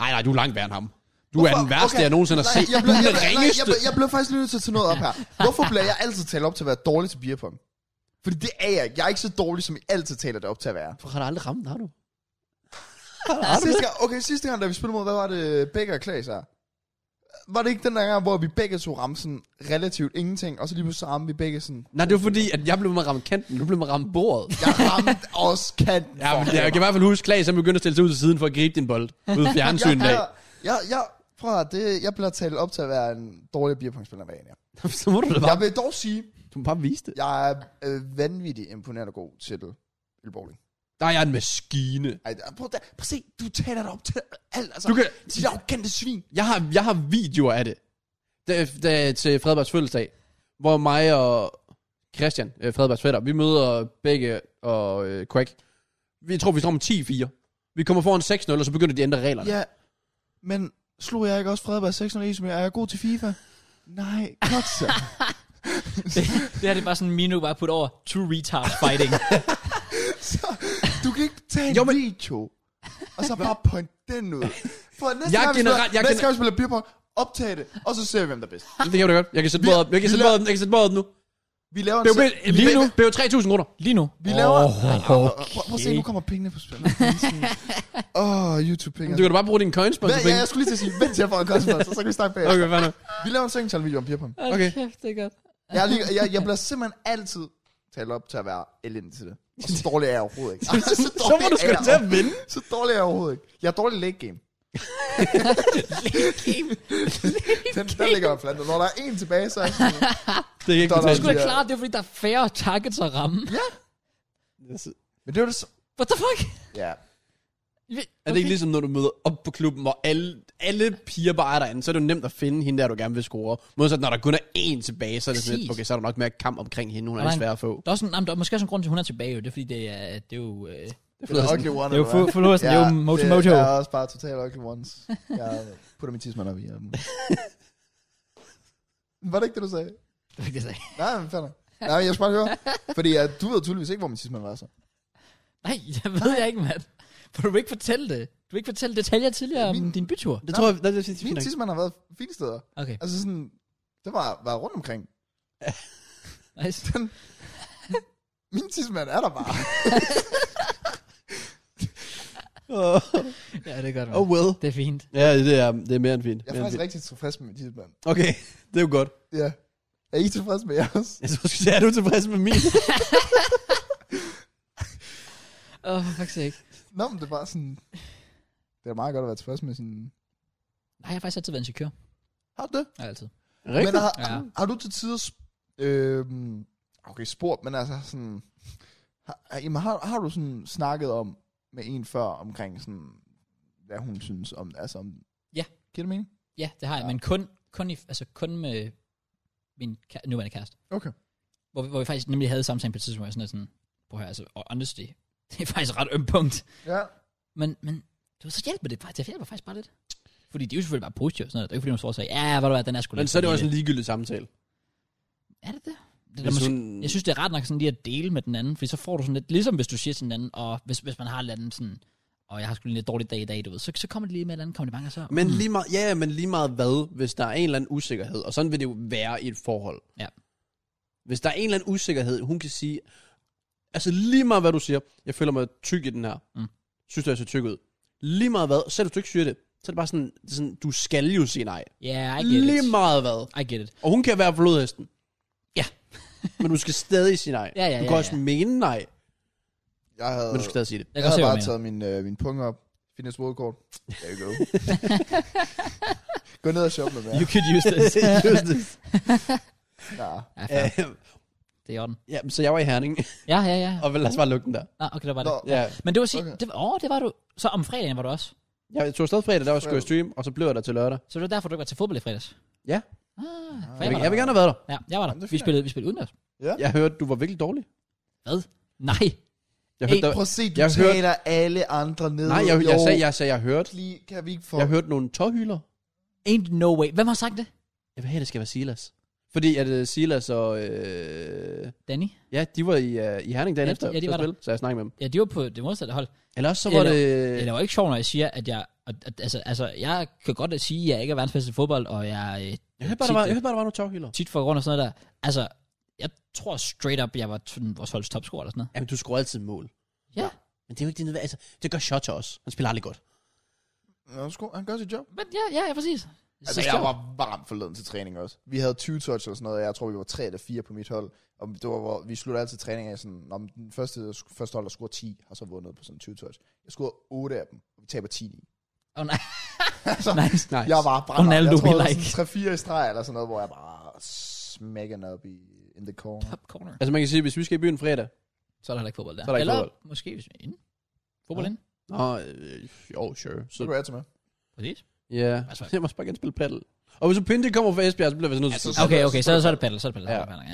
C: Nej, nej, du er langt værre end ham. Du er
B: Hvorfor?
C: den værste,
B: Okay.
C: jeg nogensinde har
B: Nej,
C: set.
B: jeg blev,
C: Du er
B: jeg,
C: den
B: jeg, jeg,
C: ringeste.
B: jeg, blev, jeg blev faktisk nødt til at tage noget op her. Hvorfor bliver jeg altid talt op til at være dårlig til beerpong? Fordi det er jeg ikke. Jeg er ikke så dårlig, som I altid taler det op til at være.
C: Hvorfor har du aldrig ramt, har du?
B: sidste gang, okay, sidste gang, da vi spillede mod, hvad var det, Becker og Klaas her? Var det ikke den der gang, hvor vi begge to ramte sådan relativt ingenting, og så lige pludselig så ramte vi begge sådan...
C: Nej, det var fordi, at jeg blev med at ramme kanten, du blev med at ramme bordet.
B: Jeg ramte også kanten.
C: Ja, men
B: for
C: jeg kan i hvert fald huske, Klaas, han begyndte at stille sig ud til siden for at gribe din bold. Ude i
B: jeg,
C: fjernsynet af.
B: jeg, jeg, jeg, prøv at høre, det, jeg bliver talt op til at være en dårlig beerpongspiller, hvad jeg egentlig er.
C: Så må du da bare,
B: Jeg vil dog sige,
C: du må bare vise det.
B: jeg er øh, vanvittigt imponeret og god til ølbowling.
C: Der er jeg en maskine.
B: Ej, der- prøv, der, prøv at se, du taler dig op til alt, altså.
C: Du kan,
B: De arrogante svin.
C: jeg, har, jeg har videoer af det. Da, da, til Fredbergs fødselsdag, hvor mig og Christian, øh, Fredbergs fætter, vi møder begge og øh, Quack. Vi tror, vi står om 10-4. Vi kommer foran 6-0, og så begynder de at ændre reglerne.
B: Ja, men slog jeg ikke også Fredberg 600 som jeg er god til FIFA? Nej, godt så.
A: det, det her det er bare sådan, Mino bare put over, true retard fighting.
B: så du kan ikke tage en
C: Jo,
B: jo,
C: men-
B: men... video, og så bare pointe den ud. For næste
C: Jeg
B: gang, vi
C: generelt-
B: spiller,
C: jeg
B: næste gang, vi spiller beerpong, optag det, og så ser vi, hvem der er bedst.
C: Det kan du godt. Jeg kan sætte bordet op. Jeg kan sætte bordet, op. jeg kan sætte bordet op nu.
B: Vi laver en
C: Blev,
B: sag-
C: blev, lige nu, blev 3.000 kroner.
A: Lige nu.
B: Vi laver...
C: Åh,
B: Oh, okay.
C: okay.
B: prøv, prøv at se, nu kommer pengene på spil. Åh, oh, YouTube-penge.
C: Du kan da bare bruge din coinspons
B: Hvad, ja, jeg skulle lige til at sige, vent til jeg får en kostbar, så, så kan vi snakke bagefter.
C: Okay, fair nok.
B: Vi laver en sengtal video om Pirpon.
C: Okay.
A: Kæft, det er godt.
B: Jeg, er lige, jeg, jeg bliver simpelthen altid talt op til at være elendig til det. Og så dårlig er jeg overhovedet ikke. Altså, så,
C: Så må du sgu
B: dårlig
C: til
B: er
C: at
B: jeg,
C: vinde.
B: så dårlig er jeg overhovedet ikke. Jeg er dårlig i late game. Den, der ligger jeg plantet. Når der er en tilbage, så er jeg sådan,
C: Det kan ikke
A: Du
C: betale.
B: Sådan.
A: skulle da
B: Ja.
A: klare, det er fordi, der er færre targets at ramme.
B: Men det var det så...
A: What the fuck?
B: Ja.
C: Er det ikke ligesom, når du møder op på klubben, hvor alle, alle piger bare er derinde, så er det jo nemt at finde hende der, du gerne vil score. Modsat, når der kun er én tilbage, så er det sådan lidt,
A: Præcis.
C: okay, så er der nok mere kamp omkring hende, hun er
A: Og der
C: lidt
A: er en-
C: svær at få.
A: Der er, også en, jamen, der er måske også en grund til, at hun er tilbage. Jo. Det er fordi, det er, det er jo... Øh,
B: Det er ugly one.
A: det er jo
B: eller
A: for,
B: hvad?
A: for det er jo mojo mojo.
B: Jeg er også bare totalt ugly ones. Jeg putter min tidsmand op i hjernen. Var det ikke det, du sagde?
A: Det var ikke det, jeg sagde.
B: Nej, men fanden. Nej, men jeg skal bare høre. Fordi uh, du ved tydeligvis ikke, hvor min tidsmand var så.
A: Nej, jeg ved jeg ikke, mand. For du vil ikke fortælle det. Du vil ikke fortælle detaljer tidligere om
B: Min-
A: din bytur.
C: Det tror jeg, det, det, det,
B: Min
C: det,
B: tidsmand har været fine steder.
A: Okay,
B: Altså sådan, det var, var rundt omkring.
A: nice.
B: Min tidsmand er der bare.
A: Ja, det er godt,
C: Oh
A: mand.
C: well.
A: Det er fint.
C: Ja, det er, det er mere end fint.
B: Jeg er
C: Mere end
B: faktisk rigtig tilfreds med min tidsmand.
C: fint. Okay, det er jo godt.
B: Ja. Er I tilfreds med jeres?
C: Jeg tror, du sige, er du tilfreds med min?
A: Åh, oh, faktisk ikke.
B: Nå, men det er bare sådan... Det er meget godt at være tilfreds med sin...
A: Nej, jeg har faktisk altid været insecure.
B: Har du det?
A: Nej, altid.
B: Men har,
A: Ja.
B: har du til tider... sp- Øhm, okay, spurgt, men altså sådan... Har, jamen, har, har du sådan snakket om med en før omkring sådan, hvad hun synes om, altså om...
A: Ja.
B: Giver det mening?
A: Ja, det har jeg, men kun, kun, i, altså kun med min kæ- nuværende kæreste.
B: Okay.
A: Hvor, vi- hvor vi faktisk nemlig havde samtalen på et tidspunkt, hvor jeg sådan, er sådan prøv at høre, altså, og honesty, det er faktisk et ret øm punkt.
B: Ja.
A: Men, men du ved, så hjælper det faktisk, det hjælper faktisk bare lidt. Fordi det er jo selvfølgelig bare positivt og sådan noget. Det er jo ikke fordi, hun står og siger, ja, hvad du hvad, den er sgu
C: Men
A: lidt
C: så er det jo
A: for
C: også en
A: lille."
C: ligegyldig samtale.
A: Er det det? det er
C: Hvis
A: måske,
C: hun-
A: Jeg synes, det er ret nok sådan lige at dele med den anden, fordi så får du sådan lidt, ligesom hvis du siger til den anden, og hvis, hvis man har et eller andet sådan, og jeg har sgu en lidt dårlig dag i dag, du ved, så, så kommer det lige med et eller andet kompliment, og så...
C: Men lige meget, ja, ja, men lige meget hvad, hvis der er en eller anden usikkerhed, og sådan vil det jo være i et forhold.
A: Ja.
C: Hvis der er en eller anden usikkerhed, hun kan sige, altså lige meget hvad du siger, jeg føler mig tyk i den her,
A: Mm.
C: synes du, jeg ser tyk ud. Lige meget hvad, selv hvis du ikke siger det, så er det bare sådan, det er sådan du skal jo sige nej.
A: Ja, yeah, I get
C: Lige
A: it.
C: meget hvad.
A: I get it.
C: Og hun kan være flodhesten.
A: Ja.
C: men du skal stadig sige nej.
A: Ja, ja,
C: du
A: ja,
C: kan også
A: ja.
C: mene nej,
B: Jeg havde...
C: men du skal stadig sige det.
A: Jeg
B: Jeg,
A: kan
B: jeg
A: se,
B: har
A: hvad
B: bare
A: du mener.
B: taget min, øh, min punkt op. Find et sprogkort. There you go. Gå ned og shop med mig.
A: You could use this.
C: Just det.
B: Nah.
A: ja, fair.
C: Ja,
A: det er i orden.
C: ja, men så jeg var i Herning,
A: Ja, ja, ja.
C: og lad os bare lukke den der.
A: Nå, okay, der var
B: Nå,
A: det.
C: Ja.
A: Men det var sige,
B: Okay.
A: det, var- åh, det var du. Så om fredagen var du også.
C: Jeg tog afsted fredag, der var sgu i stream, og så blev jeg der til lørdag.
A: Så det var derfor, du ikke var til fodbold i fredags.
C: Ja.
A: Ah, for
C: Jeg
A: jeg,
C: vil,
A: var
C: jeg
A: der.
C: vil gerne have været der.
A: Ja, jeg var der.
B: Jamen, det er
A: Vi
B: fint.
A: spillede, vi spillede udendørs.
C: Jeg hørte, du var virkelig dårlig.
A: Nej.
C: Jeg
A: Hey,
C: hørte, der,
B: Prøv at se, du
C: Jeg
B: jeg
C: hørte-
B: taler alle andre ned.
C: nej, jeg, jeg,
B: Jo,
C: sagde, jeg sagde, jeg hørte.
B: Lige, kan vi ikke få...
C: Jeg hørte nogle tårhyler.
A: Ain't no way. Hvem har sagt det?
C: Jeg vil have, det skal være Silas. Fordi at uh, Silas og... Øh,
A: Danny?
C: ja, de var i, uh, i Herning dagen
A: Ja,
C: efter.
A: ja, de
C: for at
A: var der.
C: spille, Så jeg snakkede med dem.
A: Ja, de var på det modsatte hold.
C: Eller også så var
A: Eller-
C: det...
A: Det er jo ikke sjovt, når jeg siger, at jeg... At, at, altså, altså, jeg kan godt at sige, at jeg ikke er verdens bedste i fodbold, og jeg øh,
C: Jeg hørte bare, der var, jeg hørte bare, der var nogle tårhyler.
A: tit for grund og sådan noget der. Altså, jeg tror straight up, jeg var sådan vores holds topscorer eller sådan noget.
C: Jamen, du scorer altid mål.
A: Ja.
C: Men det er jo ikke det nødvendige. Altså, det gør Shotter også. Han spiller aldrig godt.
B: Nå, sgu, han gør sit job.
A: Men ja, ja, ja præcis.
B: Altså, jeg var varm forleden til træning også. Vi havde 20 touch og sådan noget, og jeg tror, vi var 3 eller 4 på mit hold. Og det var, hvor vi sluttede altid træning af sådan, om den første, første hold, der scorer 10, har så vundet på sådan 20 touch. Jeg scorede 8 af dem, og vi taber 10 i.
A: Åh, nej.
B: altså,
A: Nice.
C: Nej.
B: Jeg var bare
A: Ronaldo
B: jeg tror,
A: be
B: det var
A: like.
B: sådan 3-4 i streg eller sådan noget, hvor jeg bare smækker den op i in the corner.
A: Top corner.
C: Altså, man kan sige, hvis vi skal i byen fredag...
A: Så er der heller ikke fodbold der.
C: Så er der ikke
A: Eller
C: fodbold.
A: måske hvis vi er inde. Fodbold
C: Ja.
A: inde.
C: Nå, øh, jo, sure. Så,
B: Så du er til med.
A: Præcis.
C: ja.
A: Altså-
C: Jeg må bare gerne spille paddle. Og hvis Pinte kommer fra Esbjerg, så bliver vi sådan nødt til
B: Altså,
C: at
B: så-
A: Okay,
B: er det-
A: okay, så,
B: så er
A: så,
B: det
A: er det paddle, så er det paddle, så er
C: Ja.
A: det paddle,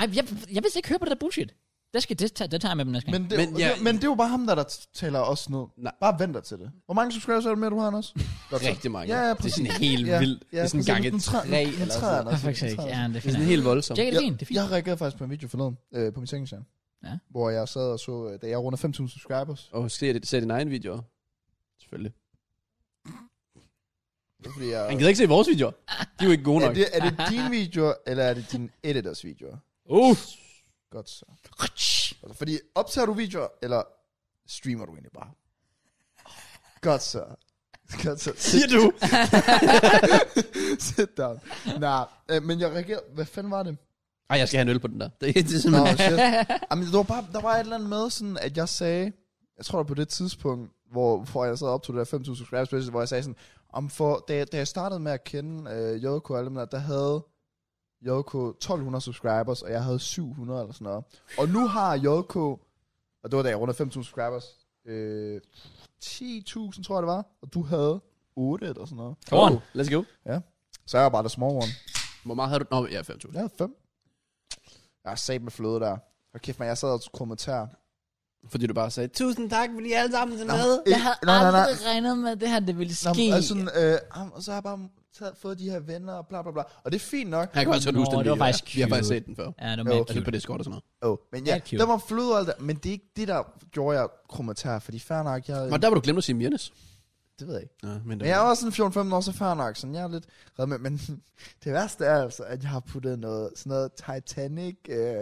A: ja. Nej, jeg, jeg vidste ikke høre på det der bullshit. Det, skal, det, tager, det tager jeg med dem næste gang.
B: Men
A: Men,
B: det,
C: Men
B: men,
C: jeg-
B: ja, det, men det er jo bare ham, der, der taler os ned.
C: Nej.
B: Nej. Bare venter til det. Hvor mange subscribers er du med, du har, Anders? Godt så.
C: Rigtig mange.
B: Ja, ja,
C: det er sådan helt
B: Ja,
C: vildt. Ja, det er sådan
B: præcis.
C: gange
B: Den træ-
C: tre
B: den- den
C: eller
B: træ,
C: sådan noget.
A: ja,
B: Anders, den
A: faktisk ikke.
B: træ.
A: Ja, det er
C: Det er
A: fint.
C: sådan helt voldsomt.
A: Tjek det, det er fint, det er fint.
B: Jeg reagerede faktisk på en video forleden øh, på min sengeskærm.
A: Ja.
B: Hvor jeg sad og så, øh, da jeg runder 5.000 subscribers.
C: Og se, det- se din egen videoer. Selvfølgelig.
B: Det er, fordi jeg,
C: Han gider ikke se vores videoer. De er jo ikke gode
B: er,
C: nok.
B: det, er det dine videoer, eller er det dine editors videoer?
C: Uh.
B: Godt så. Altså, Fordi optager du videoer, eller streamer du egentlig bare? Godt så. Godt så.
C: Siger du?
B: Sit down. Nej, øh, men jeg reagerede... Hvad fanden var det?
C: Ej, jeg skal have en øl på den der. Det, det er
B: Nå,
C: simpelthen...
B: shit. Jamen, der var, bare, der var et eller andet med, sådan, at jeg sagde... Jeg tror, det var på det tidspunkt, hvor, hvor jeg sad op til det der 5.000 subscribers special, hvor jeg sagde sådan... Om for, da, jeg- da jeg startede med at kende øh, Joko og alle dem der, der havde Joko 1.200 subscribers, og jeg havde 700 eller sådan noget. Og nu har Joko... Og det var da jeg rundede 5.000 subscribers. Øh, 10.000, tror jeg det var. Og du havde 8 eller sådan noget.
A: Come on.
C: Oh, let's go.
B: Så er jeg bare the small one.
C: Hvor meget havde du? Nå, ja, 5.000.
B: Jeg havde fem. Jeg har sat med fløde der. Og kæft, man, jeg sad og kommentar.
C: Fordi du bare sagde, tusind tak, fordi I alle sammen er
B: Nå,
C: med.
B: ikke-
A: Jeg havde
B: nej, nej, nej.
A: aldrig regnet med, at det her det ville
B: Nå,
A: ske.
B: men, altså, sådan, øh, ah, og så har jeg bare taget, fået de her venner og bla bla bla. Og det er fint nok.
C: Jeg kan faktisk godt
A: Nå,
C: huske den
A: det var
C: video.
A: faktisk
C: Vi har faktisk
A: cute.
C: set den før.
A: Ja, det var
B: Jo.
A: meget
B: Altså,
C: Altså
A: cute.
C: på Discord og sådan noget.
B: Oh, men ja,
A: That's cute.
B: der var fløde og alt det, Men det er ikke det, der gjorde jeg kommentar. Fordi fair nok, jeg,
C: Men der var du glemt at sige Mirnes.
B: det ved jeg ikke.
C: Ja, men
B: Men jeg er også sådan 14-15 år, så fair nok. Sådan, jeg er lidt red med. Men det værste er altså, at jeg har puttet noget, sådan noget Titanic øh,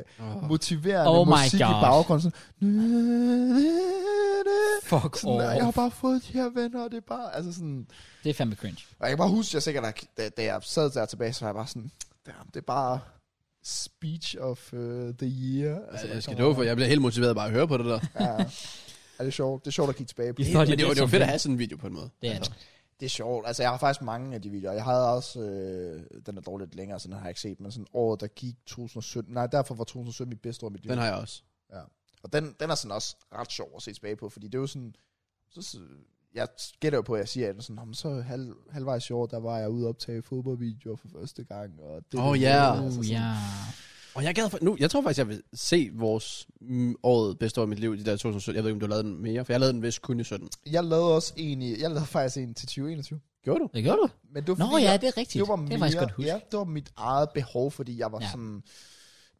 B: motiverende
A: Oh my
B: musik
A: gosh.
B: i baggrunden. Sådan.
A: Fuck
B: Sådan, øh,
A: off.
B: jeg har bare fået de her venner, og det er bare, altså sådan...
A: Det er fandme cringe.
B: Og jeg kan bare huske, jeg sikkert, at da, da jeg sad der tilbage, så var jeg bare sådan, damn, det er bare speech of uh, the year.
C: Altså,
B: der
C: jeg skal
B: kommer-
C: dog for, jeg bliver helt motiveret bare at høre på det der.
B: Ja, er det er sjovt. Det er sjovt at kigge tilbage på.
A: I
B: Det,
A: står-
C: Men det, var, det var
A: som
C: fedt at
A: det.
C: have sådan en video på en måde.
A: Det er
C: Altså,
B: det er sjovt. Altså, jeg har faktisk mange af de videoer. Jeg havde også, øh, den er dog lidt længere, så den har jeg ikke set, men sådan året, der gik 2017. Nej, derfor var 2017 mit bedste år i mit liv.
C: Den har jeg også.
B: Og den, den er sådan også ret sjov at se tilbage på, fordi det er jo sådan, så, så- jeg gætter jo på, at jeg siger, at sådan, "Nå, men så halv, halvvejs i år, der var jeg ude og optage fodboldvideoer for første gang. Og det
C: Oh,
B: det- Altså,
C: ja.
A: Oh,
B: sådan-
A: ja.
C: Og jeg gad for, nu, jeg tror faktisk, jeg vil se vores mm, året bedste år i mit liv, de der 2017. Jeg ved ikke, om du lavede den mere, for jeg lavede den vist kun i 17.
B: Jeg lavede også en i, jeg lavede faktisk en til 2021.
C: Gjorde du?
A: Det gjorde du.
B: Men det var,
A: Nå
B: fordi
A: ja,
B: jeg,
A: det er rigtigt. Det, var det kan jeg faktisk godt huske.
B: ja, det var mit eget behov, fordi jeg var
A: Ja.
B: ja. sådan,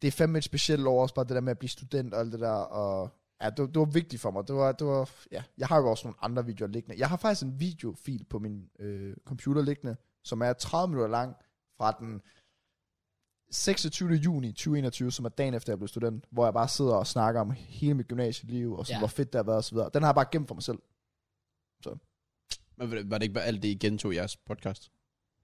B: det er fandme et specielt år, også bare det der med at blive student og alt det der, og ja, det, det var vigtigt for mig. Det var, det var, ja, jeg har jo også nogle andre videoer liggende. Jeg har faktisk en videofil på min øh, computer liggende, som er 30 minutter lang fra den 26. juni 2021, som er dagen efter jeg blev student, hvor jeg bare sidder og snakker om hele mit gymnasieliv, og sådan,
A: Ja.
B: ja. hvor fedt det har været osv. Den har jeg bare gemt for mig selv.
C: Men var det- var det ikke bare alt det, I gentog i jeres podcast?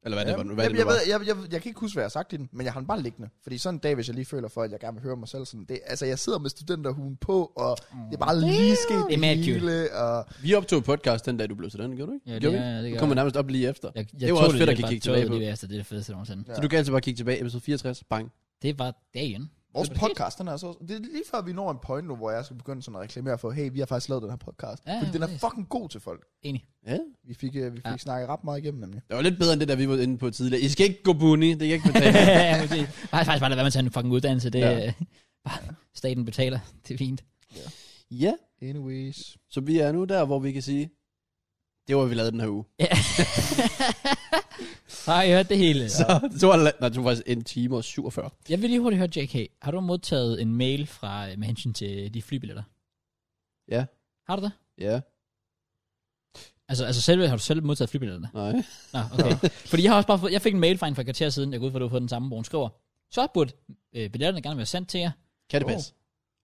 C: Eller hvad det var?
B: Jamen,
C: Hvad det
B: jamen,
C: nu
B: jeg,
C: var?
B: ved, jeg, jeg, jeg kan ikke huske, hvad jeg har sagt i den, men jeg har den bare liggende. Fordi sådan en dag, hvis jeg lige føler for, at jeg gerne vil høre mig selv sådan, det, altså jeg sidder med studenterhuen på, og det er bare lige sket
A: Mm. Det er mad cute.
B: hele, og
C: Vi optog podcast den dag, du blev til den, gjorde du ikke?
A: Ja, det-
C: gjorde vi
A: ja, det
C: ikke?
A: gjorde
C: Du kommer
A: jeg.
C: nærmest op lige efter.
A: Jeg, jeg
C: Det var
A: tog
C: også fedt at
A: jeg
C: kan
A: bare
C: kigge tilbage
A: tog
C: på.
A: Det, efter, det er det fedeste nogensinde.
B: Ja.
C: Så du kan altid bare kigge tilbage, episode 64, bang.
A: Det var dagen.
B: vores
A: Det er
B: podcast, den er så, det er lige før vi når en point nu, hvor jeg skal begynde sådan at reklamere for, hey, vi har faktisk lavet den her podcast.
A: Ja,
B: Ja, fordi den er
A: præcis.
B: fucking god til folk.
A: Enig.
C: Ja.
B: Vi fik, øh, vi fik
A: Ja.
B: ja. snakket ret meget igennem nemlig.
C: Det var lidt bedre end det, der vi var inde på tidligere. I skal ikke gå bunny, det kan jeg ikke betale.
A: ja, men det er faktisk bare lade være med at tage en fucking uddannelse. Det,
C: Ja.
A: ja. bare, staten betaler. Det er fint.
C: ja,
B: Anyways.
C: så vi er nu der, hvor vi kan sige, det var, vi lavede den her uge.
A: Ja. så har I hørt det hele.
C: Så det var, la- nej, det var faktisk en time og 47.
A: Jeg vil lige hurtigt høre, JK. Har du modtaget en mail fra, øh, med hensyn til de flybilletter?
C: Ja.
A: Har du det?
C: Ja,
A: Altså, altså selv, har du selv modtaget flybilletterne?
C: nej.
A: Nå, okay. Fordi jeg har også bare fået, jeg fik en mail fra en for et kvarter siden, jeg går ud for, at du har fået den samme, hvor hun skriver, så burde øh, billetterne gerne være sendt til jer.
C: Kan det
B: Åh.
C: passe?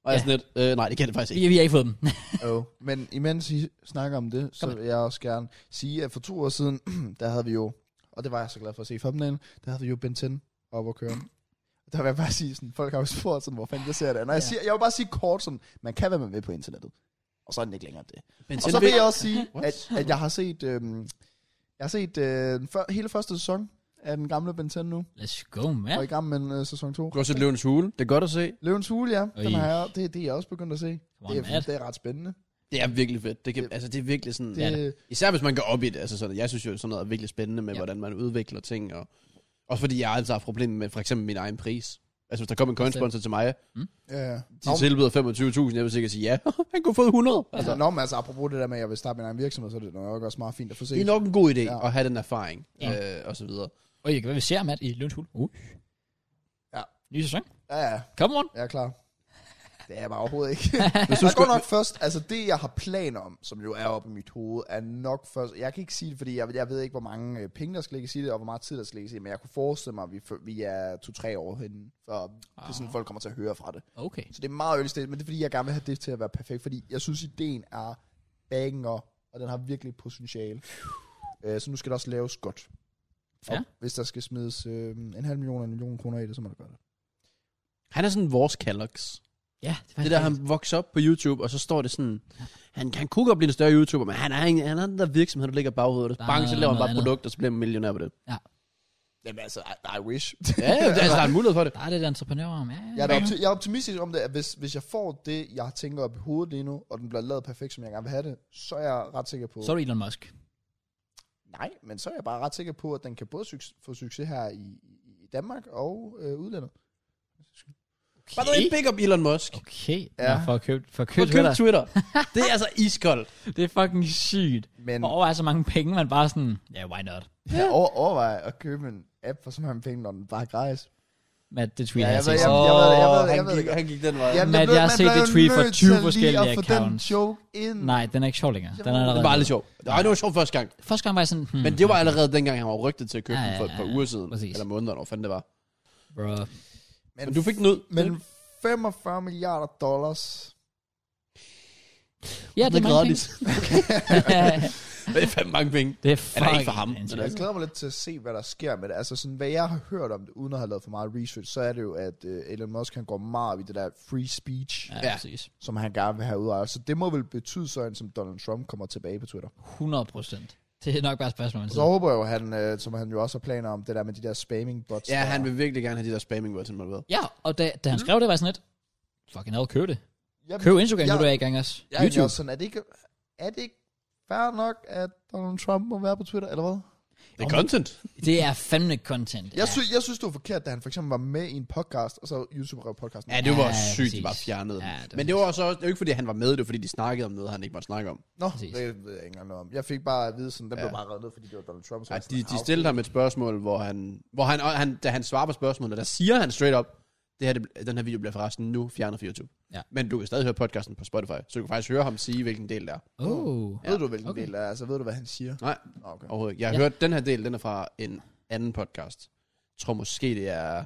C: Og jeg er sådan lidt, øh, nej, det kan det faktisk
A: Vi,
C: ikke.
A: vi har ikke fået dem.
B: Oh. Men imens I snakker om det, så
A: Kom med.
B: vil jeg også gerne sige, at for to år siden, der havde vi jo, og det var jeg så glad for at se i thumbnailen, der havde vi jo Ben 10 op at køre. Der vil jeg bare sige, sådan, folk har jo spurgt, sådan, hvor fanden jeg ser det. Når jeg,
A: Ja.
B: siger, jeg vil bare sige kort, sådan, man kan være med på internettet. Og så er den ikke længere end
A: Altså,
B: det.
C: Men
B: Og
C: til
B: så vil
C: det-
B: jeg også sige,
C: What?
B: at, at jeg har set, øhm, jeg har set øh, den før, hele første sæson af den gamle Ben 10 nu,
A: Let's go, man.
B: og i gang med en, øh, sæson 2.
C: Gå til Løvens Hule. Det er godt at se.
B: Løvens Hule, ja. Den
A: Øj.
B: har jeg, det, det er jeg også begyndt at se.
A: Come on,
B: Det er,
A: Matt.
B: det er ret spændende.
C: Det er virkelig fedt. Det, kan, altså, det er virkelig sådan...
B: Det,
A: det.
C: Især hvis man går op i det. Altså, sådan, jeg synes jo, sådan noget er virkelig spændende med,
A: Ja.
C: ja. hvordan man udvikler ting. Og, også fordi jeg altså har problemer med for eksempel min egen pris. Altså, hvis der kom en coinsponsor til mig,
B: ja. ja.
C: de tilbyder 25.000, jeg vil sikkert sige ja. Han kunne få 100. Altså,
B: Altså, nå, men altså, apropos det der med, at jeg vil starte min egen virksomhed, så er det nok også meget fint at få
C: det er
B: set.
C: nok en god idé
B: Ja.
C: ja. at have den erfaring,
A: Ja.
C: ja. øh, og så videre.
A: Og jeg kan være, vi ser Matt i Lønshul. Uh.
B: Ja.
A: Ny sæson.
B: Ja, ja,
A: Come on.
B: jeg er klar. Det er jeg bare overhovedet ikke. Hvis du skal... nok først, altså det jeg har planer om, som jo er oppe i mit hoved, er nok først, jeg kan ikke sige det, fordi jeg, jeg ved ikke, hvor mange øh, penge, der skal ligge i det, og hvor meget tid, der skal ligge i det, men jeg kunne forestille mig, at vi, fø- vi er to-tre år henne, før ah. det er sådan, folk kommer til at høre fra det.
A: Okay.
B: Så det er meget øjelig sted, men det er fordi, jeg gerne vil have det til at være perfekt, fordi jeg synes, ideen er banger, og den har virkelig potentiale. Øh, så nu skal der også laves godt. Og
A: Ja.
B: hvis der skal smides øh, en halv million eller en million kroner i det, så må der gøre det.
C: Han er sådan vores Kellogg's.
A: Ja, det,
C: Det der, han vokser op på YouTube, og så står det sådan... Han, han kunne godt blive en større YouTuber, men han er en, han er den der virksomhed, der ligger i baghovedet.
A: Der
C: Der
A: er
C: Bang, så
A: noget-
C: laver han
A: noget
C: bare
A: andet.
C: produkter, så bliver man millionær på det.
B: Jamen altså, I, I wish.
C: Ja, ja, altså, der er en mulighed for det.
A: Der er lidt entreprenører om. Ja,
B: Jeg er, da opti- jeg er optimistisk om det, at hvis, hvis jeg får det, jeg tænker op i hovedet lige nu, og den bliver lavet perfekt, som jeg gerne vil have det, så er jeg ret sikker på...
A: Så er du Elon Musk.
B: Nej, men så er jeg bare ret sikker på, at den kan både suc- få succes her i, i- i Danmark og øh, udlandet.
C: Bare noget en big up Elon Musk.
A: Okay. Ja.
B: Ja.
A: for at købe, for at
C: På
A: købe
C: køb
A: Twitter.
C: Twitter. Det er altså iskoldt.
A: Det er fucking sygt.
B: Men
A: Og overvej så mange penge, man bare sådan, ja, yeah, why not?
B: jeg over, overvejer at købe en app for så mange penge, når den bare er gratis.
A: Men det tweet
B: Ja,
A: har jeg
B: jeg ved-
A: set.
B: jeg-
A: så-
B: jeg ved det, jeg ved det, jeg
C: han,
B: ved det
C: gik,
B: godt.
C: han gik den vej.
B: Jamen,
A: Matt,
B: blev-
A: jeg har set
B: blev
A: det
B: jo
A: tweet fra
B: nødt
A: 20
B: til lige at
A: forskellige
B: få
A: accounts.
B: den joke ind.
A: Nej, den er ikke sjov længere. Den er
C: Det
A: allerede.
C: var aldrig sjovt. Nej, det var sjovt første gang.
A: Første gang var jeg sådan, hmm,
C: Men det var allerede dengang, han var rygtet til at købe
A: Ja,
C: den
A: ja,
C: for et par
A: ja,
C: uger siden.
A: præcis.
C: Eller måneder, eller hvor fanden det var.
A: bro.
C: Men du fik den ud.
B: Men 45 milliarder dollars.
A: Ja, det er mange
C: gratis.
A: penge.
C: Det er fandme mange penge.
A: det er
C: Han er ikke for
A: fucking
C: ham.
A: sindssygt.
B: Jeg glæder mig lidt til at se, hvad der sker med det. Altså sådan, hvad jeg har hørt om det, uden at have lavet for meget research, så er det jo, at øh, Elon Musk han går meget op i det der free speech, ja.
A: Ja,
C: Ja.
A: præcis.
B: som han gerne vil have ud Så det må vel betyde sådan, som Donald Trump kommer tilbage på Twitter.
A: 100 procent. Det er nok bare et spørgsmål, man
B: Og så
A: siger.
B: håber jeg jo, at han, øh, som han jo også har planer om, det der med de der spamming bots.
C: Ja,
B: der-
C: han vil virkelig gerne have de der spamming words involveret.
A: Ja, og da, da han skrev det, var jeg sådan lidt, fucking ad, køb det.
B: Jamen,
A: Køb Instagram,
B: jeg-
A: nu er du er i gang også.
B: Jeg er egentlig
A: YouTube.
B: også sådan, er det ikke, er det ikke fair nok, at Donald Trump må være på Twitter, eller hvad?
C: Det er content.
A: Det er fandme content.
B: Jeg, sy- jeg synes, det var forkert, da han for eksempel var med i en podcast, og så YouTube rev podcasten.
C: Ja, det var
A: Ja,
C: ja, sygt, de
A: præcis.
C: bare fjernede
A: Ja,
C: ja,
A: det var
C: Men det var så også, det var ikke fordi, han var med, det var fordi, de snakkede om noget, han ikke måtte snakke om.
B: Nå,
A: præcis.
B: det ved jeg ikke engang noget om. Jeg fik bare at vide, sådan, den
C: Ja.
B: blev bare reddet, fordi det var Donald Trump. så
C: Ja,
B: jeg
C: de,
B: sådan,
C: de
B: ah,
C: stillede ham et spørgsmål, hvor han, hvor han, og han da han svarer på spørgsmålet, der siger han straight up, det her, det, den her video bliver forresten nu fjernet fra YouTube.
A: Ja.
C: Men du kan stadig høre podcasten på Spotify, så du kan faktisk høre ham sige, hvilken del der er.
A: Oh.
B: okay. Ved du, hvilken
A: Okay.
B: okay. del er? Altså, ved du, hvad han siger?
C: Nej,
B: Nå, Okay.
C: overhovedet ikke. Jeg har
A: Ja.
C: ja. hørt, den her del, den er fra en anden podcast. Jeg tror måske, det er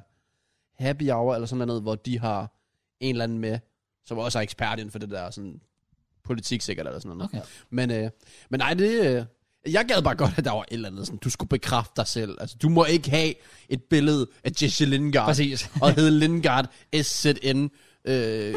C: Happy Hour eller sådan noget, hvor de har en eller anden med, som også er ekspert inden for det der sådan, politik sikkert eller sådan noget.
A: Okay.
C: Men, øh, men nej, det... Øh, jeg gad bare godt, at der var et eller andet sådan, du skulle bekræfte dig selv. Altså, du må ikke have et billede af Jesse Lingard.
A: Præcis.
C: Og hedde Lingard SZN. Øh,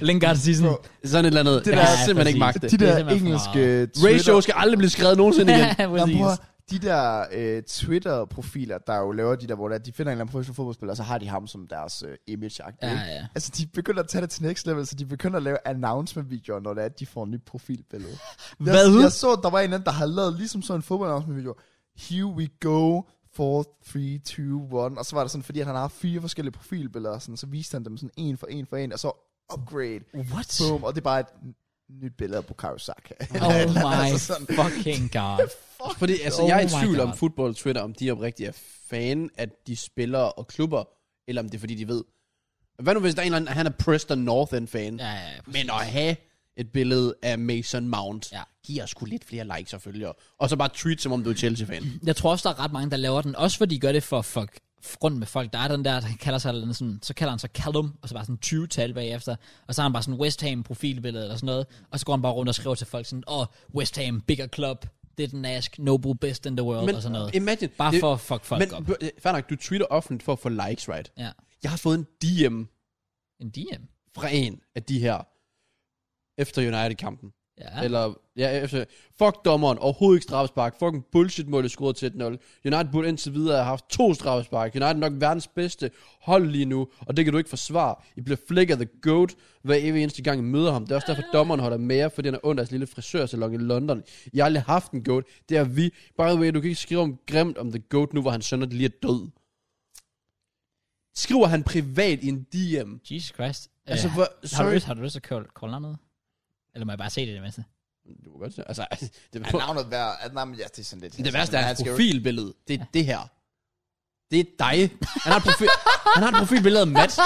A: Lingard season.
C: sådan et eller andet. Det
A: der-
C: der, jeg kan simpelthen ikke
A: præcis.
C: magte.
B: De
A: Det er
B: der
A: simpelthen for
B: engelske
C: Ratio skal aldrig blive skrevet nogensinde igen.
B: Jamen, prøv, at- de der øh, Twitter-profiler, der jo laver de der, hvor der, de finder en eller anden professionel fodboldspiller, og så har de ham som deres øh, image
A: Ja,
B: ja.
A: ja.
B: Altså, de begynder at tage det til next level, så de begynder at lave announcement-videoer, når det er, at de får en ny profilbillede.
A: Hvad?
B: Jeg, jeg så, at der var en anden, der har lavet ligesom sådan en fodboldannouncement-video. Here we go, 4, 3, 2, 1. Og så var det sådan, fordi han har haft fire forskellige profilbilleder, sådan, så viste han dem sådan en for en for en, og så upgrade.
A: What?
B: Boom, og det er bare et n- nyt billede af Bukayo Saka.
A: Oh
B: Eller
A: my
B: altså sådan.
A: fucking god.
C: Også Fordi altså,
A: Oh
C: jeg er i
A: my
C: tvivl
A: God.
C: om fodbold og Twitter, om de oprigtigt er fan af de spillere og klubber, eller om det er fordi, de ved. Hvad nu hvis der er en eller anden, han er Preston North End fan,
A: Ja, ja, præcis.
C: men at have et billede af Mason Mount,
A: Ja.
C: ja. giver sgu lidt flere likes og følgere. Og så bare tweet, som om du er Chelsea-fan.
A: Jeg tror også, der er ret mange, der laver den. Også fordi de gør det for fuck rundt med folk. Der er den der, der kalder sig, eller sådan, så kalder han sig Callum, og så bare sådan 20-tal bagefter. Og så har han bare sådan West Ham profilbillede eller sådan noget. Og så går han bare rundt og skriver til folk sådan, åh, oh, West Ham, bigger club, didn't ask, Noble best in the world, men, og sådan noget.
C: imagine.
A: Bare
C: det-
A: for at fuck folk
C: men,
A: op.
C: b- eh, fair nok, du tweeter offentligt for at få likes, right?
A: Ja,
C: Jeg har fået en DM
A: en DM.
C: fra en af de her, efter United-kampen.
A: Ja, eller,
C: Eller, ja, efter, fuck dommeren, overhovedet ikke straffespark, fucking bullshit mål, scoret til 1-0. United burde indtil videre have haft to straffespark. United er nok verdens bedste hold lige nu, og det kan du ikke forsvare. I bliver flækket the goat hver evig eneste gang, I møder ham. Det er også derfor,
A: Ah.
C: dommeren holder med jer, fordi han er under deres lille frisørsalon i London. Jeg har aldrig haft en goat. Det er vi. By the way, du kan ikke skrive om grimt om the goat nu, hvor han sønner lige er død. Skriver han privat i en DM?
A: Jesus Christ.
C: Altså,
A: Altså, øh,
C: hvor,
A: har, du
C: sorry.
A: lyst, har du lyst til at call, call ham noget? Eller må jeg bare se det i det mindste?
C: Du må godt se. Altså, det
B: Er navnet værd? Er navnet, ja, det er sådan lidt.
C: Det værste er
B: han
C: hans
B: skal jo-
C: profilbillede. Det er det her. Det er dig. Han har et, profil, han har et profilbillede af Matt.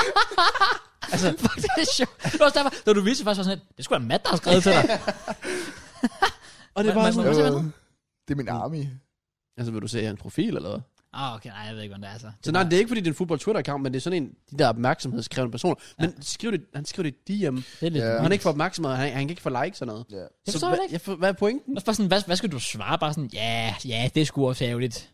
A: altså, fuck, det er sjovt. Det var også derfor, når du viste det faktisk var sådan lidt, det skulle være Matt, der har skrevet til dig.
C: Og det
A: Men-
C: var
A: men-
C: sådan...
A: Hvad
B: Jeg
A: så
B: ved,
A: med
B: det er min army.
C: Altså, vil du se hans profil eller hvad?
A: Ah, okay, nej, jeg ved ikke, hvad det er, så.
C: Så nej, det er ikke, fordi det er en fodbold Twitter-account, men det er sådan en, de der opmærksomhedskrævende personer. Men skriv det, han skriver det DM,
A: det er lidt
B: Ja.
A: ja.
C: og han ikke får opmærksomhed, han, han kan ikke få likes og noget.
B: Ja.
A: Det
C: så
A: forstår
C: hvad,
A: jeg ikke.
C: Jeg for, hvad er pointen?
A: Også bare sådan, hvad, hvad skal du svare? Bare sådan, ja, ja, det er sgu også ærgerligt.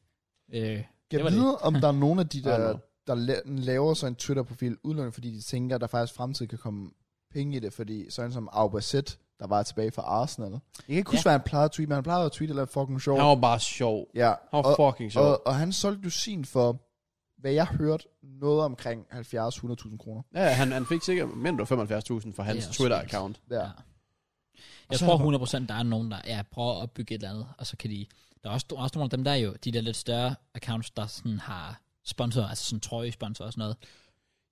A: Øh,
B: Kan
A: Det
B: jeg
A: var det.
B: vide, om der er nogen af de
C: I don't
B: der,
C: know.
B: der la- laver så en Twitter-profil udelukkende, fordi de tænker, at der faktisk fremtid kan komme penge i det, fordi sådan som Aubacet, der var tilbage fra Arsenal. Jeg kan ikke huske, hvad han plejede at tweete, men han plejede at tweete eller fucking sjov.
C: Han var bare sjov.
B: Ja,
C: Han var
B: og,
C: fucking sjov.
B: og, og, han solgte jo sin for, hvad jeg hørte, noget omkring 70-100.000 kroner.
C: Ja, han, han fik sikkert mindre end 75.000 for hans
A: Det er også
C: Twitter-account.
B: Ja.
A: Ja. Jeg
B: så er
A: tror
B: der bare-
A: 100% der er nogen, der ja, prøver at opbygge et eller andet, og så kan de... Der er også, der er også nogle af dem, der er jo de der lidt større accounts, der sådan har sponsorer, altså sådan trøjesponsor og sådan noget.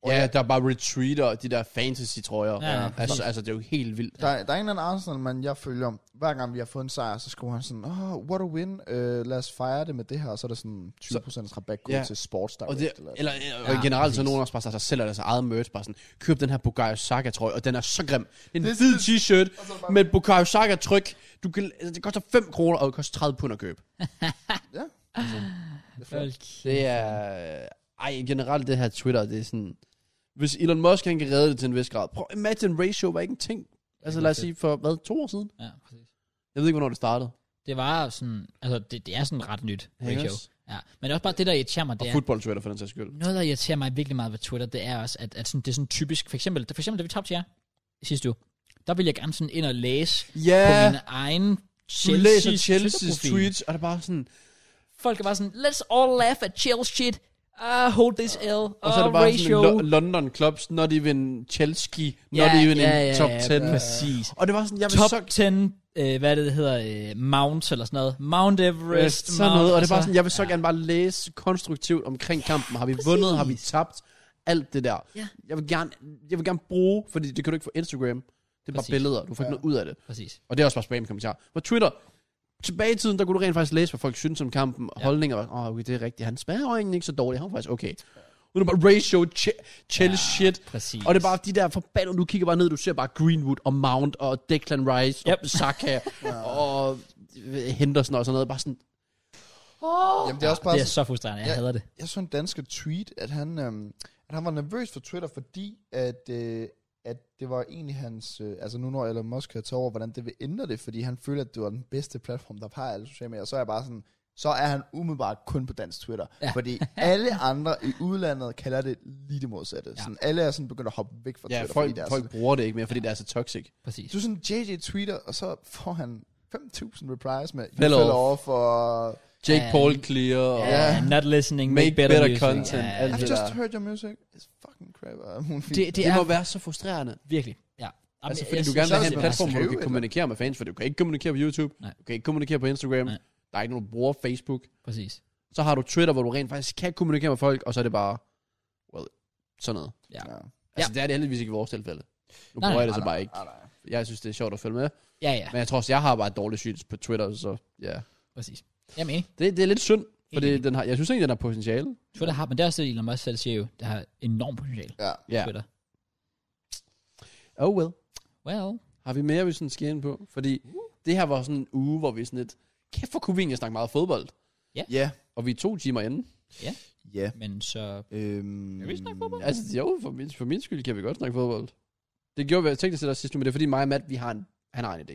C: Ja, der er bare retreater, de der fantasy-trøjer.
A: Ja,
C: Ja,
A: præcis.
C: altså, altså, det er jo helt vildt.
B: Der, er- der er en eller anden Arsenal-mand, jeg følger. Hver gang vi har fået en sejr, så skriver han sådan, oh, what a win, uh, lad os fejre det med det her. Og så er der sådan 20% rabatkode
C: Ja.
B: til Sports Direct.
C: Og, det,
B: eller,
C: eller, eller,
A: Ja,
C: og generelt så er
A: præcis.
C: nogen også bare sig selv deres eget merch, bare sådan, køb den her Bukayo Saka trøje, og den er så grim. Det er en
B: Det-
C: hvid
B: det- så er det
C: t-shirt
B: bare-
C: med et Bukayo Saka tryk. Du kan, altså, det koster 5 kroner, og det koster 30 pund at købe.
B: ja.
A: Folk.
C: Det er... Ej, generelt det her Twitter, det er sådan... Hvis Elon Musk han kan redde det til en vis grad. Prøv, imagine ratio var ikke en ting. Altså lad os sige, for hvad, to år siden?
A: Ja, præcis.
C: Jeg ved ikke, hvornår det startede.
A: Det var sådan... Altså, det, det er sådan ret nyt.
C: Ikke
A: Ratio.
C: også?
A: Ja. Men det er også bare det, der irriterer mig,
C: Og
A: det er...
C: football Twitter for den sags skyld.
A: Noget, der irriterer mig virkelig meget ved Twitter, det er også, at, at sådan, det er sådan typisk... For eksempel, for eksempel da vi tabte til jer sidste uge, der ville jeg gerne sådan ind og læse
C: Ja,
A: på min egen
C: du
A: Chelsea's
C: læser Chelsea's
A: Twitter-profil.
C: tweets, og det er bare sådan...
A: Folk er bare sådan, let's all laugh at chill shit. Ah, hold this L. Ah,
C: Og så er det bare ratio. sådan Lo- London Clubs, not even Chelsea, not even in top 10.
A: præcis.
C: Og det var sådan, jeg vil
A: Top
C: så...
A: 10, øh, hvad er det, det hedder, øh, Mount eller sådan noget. Mount Everest.
C: sådan
A: Mount,
C: noget, og det var
A: altså-
C: sådan, jeg vil så gerne bare læse konstruktivt omkring kampen. Har vi vundet, har vi tabt, alt det der.
A: Ja.
C: Jeg, vil gerne, jeg vil gerne bruge, fordi det kan du ikke få Instagram. Det er bare
A: Præcis.
C: billeder, du får ikke noget ud af det.
A: Præcis.
C: Og det er også bare spam kommentarer. På Twitter, tilbage i tiden, der kunne du rent faktisk læse, hvad folk synes om kampen, ja. holdninger, og åh, okay, det er rigtigt, han smager jo egentlig ikke så dårligt, han var faktisk okay. Nu er det bare ratio, ch- chill ja, shit,
A: præcis.
C: og det er bare de der forbandede, du kigger bare ned, du ser bare Greenwood og Mount og Declan Rice yep.
A: Yep.
C: og Saka og øh, Henderson og sådan noget, bare sådan,
B: Jamen, det er også bare
A: Det er så frustrerende, jeg
B: Ja.
A: hader det.
B: jeg så en dansker tweet, at han, øhm, at han var nervøs for Twitter, fordi at, øh, at det var egentlig hans, øh, altså nu når Elon Musk har taget over, hvordan det vil ændre det, fordi han føler, at det var den bedste platform, der var alle sociale medier, og så er jeg bare sådan, så er han umiddelbart kun på dansk Twitter, ja. fordi alle andre i udlandet kalder det lige det modsatte. Ja. Sådan, alle er sådan begyndt at hoppe væk fra
C: ja,
B: Twitter,
C: folk,
B: fordi det er
C: folk bruger det ikke mere, fordi det er så toxic.
A: Præcis.
B: så, du er sådan JJ tweeter, og så får han 5.000 replies med, you
C: Fell
B: fell
C: off."
B: off, og
C: Jake
A: Ja.
C: Paul clear, og
A: Ja, not listening, make,
C: Make
A: better,
C: better
A: music.
C: content,
A: Ja,
C: alt
B: I've
C: det
B: just
C: der.
B: heard your music, it's fucking crap. og hun fik-
A: det, det,
C: det, det
A: er
C: må være så frustrerende.
A: virkelig, ja. Jamen,
C: Altså, fordi
A: jeg-
C: du gerne vil
A: jeg-
C: have en
B: så-
A: jeg-
C: platform, hvor du
B: skrive
C: kan
B: et
C: kommunikere med fans, for du kan ikke kommunikere på YouTube,
A: Nej.
C: du kan ikke kommunikere på Instagram,
A: Nej.
C: der er ikke nogen, der bruger Facebook.
A: Præcis.
C: Så har du Twitter, hvor du rent faktisk kan kommunikere med folk, og så er det bare, well, sådan noget.
A: Ja.
B: Ja.
C: Altså, det er det heldigvis ikke i vores tilfælde. Nu
A: Nej,
C: bruger
A: nej,
C: jeg det så
B: nej,
C: bare ikke.
B: nej, nej.
C: Jeg synes, det er sjovt at følge med.
A: Ja, ja,
C: Men jeg tror også, jeg har bare et dårligt syn på Twitter, så ja.
A: præcis. Jeg mener,
C: Det, det er lidt synd, for
A: Enig.
C: det, den har, jeg synes ikke, den har potentiale.
A: Twitter har, men det er også det, Elon Musk selv siger jo, det har enormt potentiale,
B: Ja.
C: Ja.
A: Twitter.
C: Oh well.
A: Well,
C: Har vi mere, vi sådan skal ind på? Fordi
A: Uh.
C: det her var sådan en uge, hvor vi sådan lidt, kæft for kunne vi egentlig snakke meget fodbold.
B: Ja.
C: Og vi er to timer inde.
B: Ja.
A: men så...
B: Øhm,
A: Kan vi snakke fodbold?
C: Altså jo, for min, for min skyld kan vi godt snakke fodbold. Det gjorde vi teknisk set også sidst nu, men det er fordi mig og Matt, vi har en, han har en idé.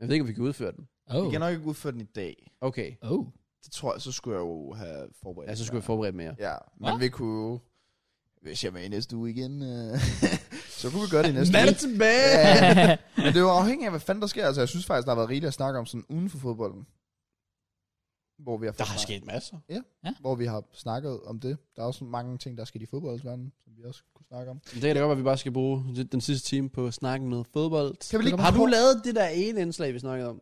C: Jeg ved ikke, om vi kan udføre den.
A: Oh,
B: Vi kan nok ikke udføre den i dag.
C: Okay,
A: oh.
B: Det tror jeg, så skulle jeg jo have forberedt.
C: ja, så skulle
B: mig.
C: vi forberede mere.
B: Ja, men
A: Hva?
B: vi kunne jo... Hvis jeg var i næste uge igen, øh, så kunne vi gøre det i næste
C: Matt er
B: uge.
C: tilbage!
B: Ja, men det er jo afhængigt af, hvad fanden der sker. Altså, jeg synes faktisk, der har været rigeligt at snakke om sådan uden for fodbolden. Hvor vi har, fået
C: Der har
B: snak-
C: sket masser.
B: hvor vi har snakket om det. Der er også mange ting, der er sket i fodboldverdenen, som vi også kunne snakke om.
C: Det kan da godt være, at vi bare skal bruge den sidste time på at snakke med fodbold.
B: Kan vi lige
C: har du
B: prøve-
C: lavet det der ene indslag, vi snakkede om?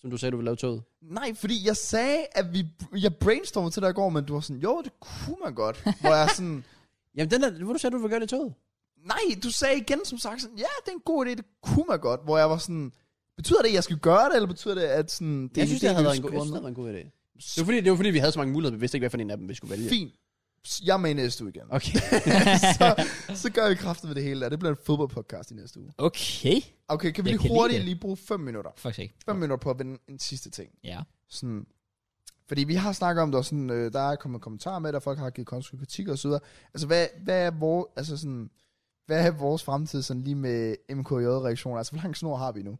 C: Som du sagde, du ville lave toget?
B: Nej, fordi jeg sagde, at vi, jeg brainstormede til dig i går, men du var sådan, jo, det kunne man godt. Hvor jeg er sådan,
C: Jamen, den der, hvor du sagde, du ville gøre det i toget.
B: nej, du sagde igen som sagt sådan, ja, det er en god idé, det kunne man godt, hvor jeg var sådan, betyder det, at jeg skal gøre det, eller betyder det, at sådan, det
C: Det jeg synes,
B: en
C: det
B: idé,
C: havde
B: vi
C: været en god,
B: skulle
C: jeg
B: gå
C: synes, det
B: ned?
C: havde været en god idé. Det var, fordi, det var fordi, vi havde så mange muligheder, vi vidste ikke, hvad for en af dem vi skulle vælge.
B: Fint. Jeg er med i næste uge igen.
C: Okay.
B: så, så gør vi kraftet med det hele, og det bliver en fodboldpodcast i næste uge.
A: Okay.
B: Okay, kan vi
A: Jeg
B: lige
A: kan lide
B: hurtigt
A: det.
B: lige bruge 5 minutter?
A: Faktisk ikke.
B: 5 minutter på at vende en sidste ting.
A: Ja.
B: Sådan, fordi vi har snakket om det, og sådan, øh, der er kommet kommentarer med, der folk har givet konstruktiv kritik og så videre. Altså, hvad, hvad er vores, altså sådan, hvad er vores fremtid sådan lige med MKJ-reaktioner? Altså, hvor lang snor har vi nu?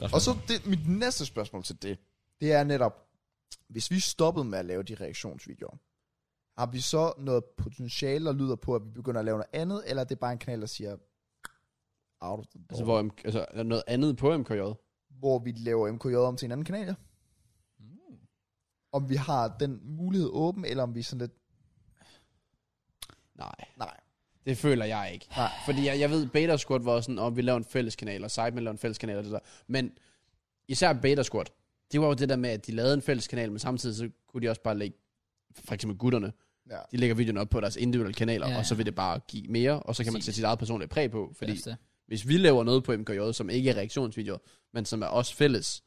A: Godt
B: Og så det, mit næste spørgsmål til det, det er netop, hvis vi stoppede med at lave de reaktionsvideoer, har vi så noget potentiale, der lyder på, at vi begynder at lave noget andet, eller er det bare en kanal, der siger, out of the
C: Altså,
B: door, hvor...
C: hvor, M- altså, er der noget andet på MKJ?
B: hvor vi laver MKJ om til en anden kanal? Ja? Om vi har den mulighed åben, eller om vi er sådan lidt,
C: Nej,
B: nej,
C: det føler jeg ikke.
B: nej.
C: Fordi jeg, jeg ved, Beta Squad var sådan, om vi laver en fælles kanal, og Sidemen laver en fælles kanal og det der. Men især Beta Squad, det var jo det der med, at de lavede en fælles kanal, men samtidig så kunne de også bare lægge, for eksempel gutterne,
B: Ja.
C: de lægger videoen op på deres individuelle kanaler,
A: Ja,
C: ja,
A: ja.
C: og så vil det bare give mere, og så kan man
A: Præcis.
C: sætte sit eget personlige præg på. Fordi
A: Fordi...
C: hvis vi laver noget på MKJ, som ikke er reaktionsvideoer, men som er os fælles,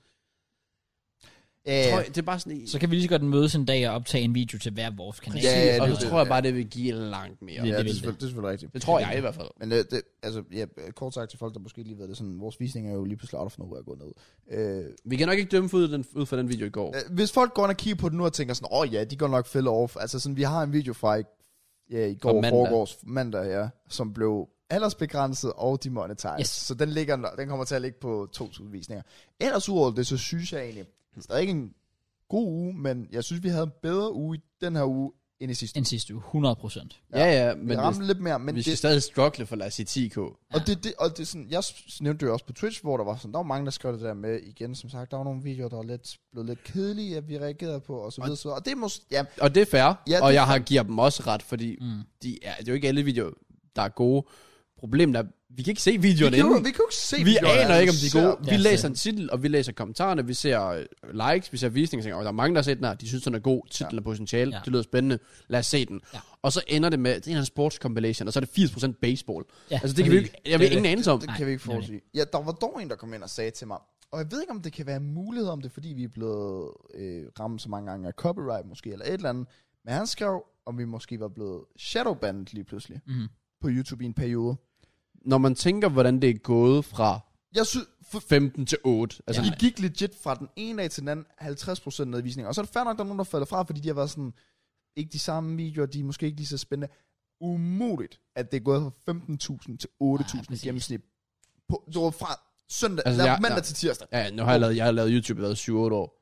B: Ja,
C: tror jeg, det er bare sådan,
A: Så kan vi lige så godt mødes en dag og optage en video til hver vores kanal.
C: Præcis, ja,
B: det
C: og
B: er
C: så
B: det.
C: tror jeg bare, det vil give langt mere.
A: det
B: ja,
A: vil
B: det, er
A: det.
B: selvfølgelig- det er selvfølgelig rigtigt.
C: Det tror jeg i hvert fald.
B: Men øh, det, altså, ja, kort sagt til folk, der måske ikke lige ved det, sådan, vores visninger er jo lige pludselig out of nowhere gået ned. Øh,
C: Vi kan nok ikke dømme ud, den, ud fra den video i går.
B: Øh, Hvis folk går ind og kigger på det nu og tænker sådan, åh oh, ja, de går nok fell off. Altså sådan, vi har en video fra i, ja, i går,
C: Fra
B: mandag.
C: mandag.
B: foregårs mandag, ja, som blev aldersbegrænset og demonetized.
A: Yes.
B: Yes. Så den, ligger, den kommer til at ligge på to udvisninger. Ellers udover det, så synes jeg egentlig, det er ikke en god uge, men jeg synes, vi havde en bedre uge i den her uge end i sidste.
A: End sidste uge. 100 procent.
C: Ja, ja,
B: Men
C: men
B: det ramte lidt mere, men
C: vi, vi
B: det,
C: skal stadig struggle for lad os sige 10k.
B: og det, det, og det er sådan, jeg s- nævnte det jo også på Twitch, hvor der var sådan, der var mange, der skrev det der med igen, som sagt, der var nogle videoer, der var lidt, blevet lidt kedelige, at vi reagerede på, og så videre, og, så videre. og det er måske, ja,
C: Og det er fair,
B: det er
C: og jeg har, giver dem også ret, fordi mm. de er, det er jo ikke alle videoer, der er gode. Problemet er, vi kan ikke se videoerne
B: vi kan, jo,
C: inden.
B: vi kan jo ikke se
C: Vi
B: videoerne,
C: aner ikke, om de
B: altså,
C: er
B: ser-
C: gode. Vi
A: Ja,
C: læser
A: så-
C: en titel, og vi læser kommentarerne, vi ser øh, likes, vi ser visninger, og tænker, "Åh, der er mange, der har set den her, de synes, den er god, titlen er potentiale,
A: Ja.
C: det lyder spændende, lad os se den.
A: Ja.
C: Og så ender det med, det er en eller anden sports compilation, og så er det 80% baseball.
A: Ja,
C: altså det kan vi jo ikke,
A: præcis. Det
C: jeg vil
A: er
C: ingen anelse om.
B: Det
A: Nej,
B: kan vi ikke
A: det er det.
B: forudsige. Ja, der var dog en, der kom ind og sagde til mig, og jeg ved ikke, om det kan være en mulighed om det, fordi vi er blevet øh, ramt så mange gange af copyright måske, eller et eller andet, men han skrev, om vi måske var blevet shadowbandet lige pludselig
A: Mhm.
B: på YouTube i en periode.
C: Når man tænker, hvordan det er gået fra
B: Jeg synes, for,
C: 15 til 8, altså
B: Altså, de gik legit fra den ene dag til den anden 50% nedvisninger. Og så er det fair nok, der er nogen, der falder fra, fordi de har været sådan, ikke de samme videoer, de er måske ikke lige så spændende. Umuligt, at det er gået fra 15.000 til 8.000
A: Ah, præcis.
B: gennemsnit. På, det var fra søndag,
C: Altså,
B: altså,
C: jeg-
B: mandag
C: jeg-
B: til tirsdag.
C: Ja, nu har jeg lavet, jeg har lavet YouTube i været 7-8 år.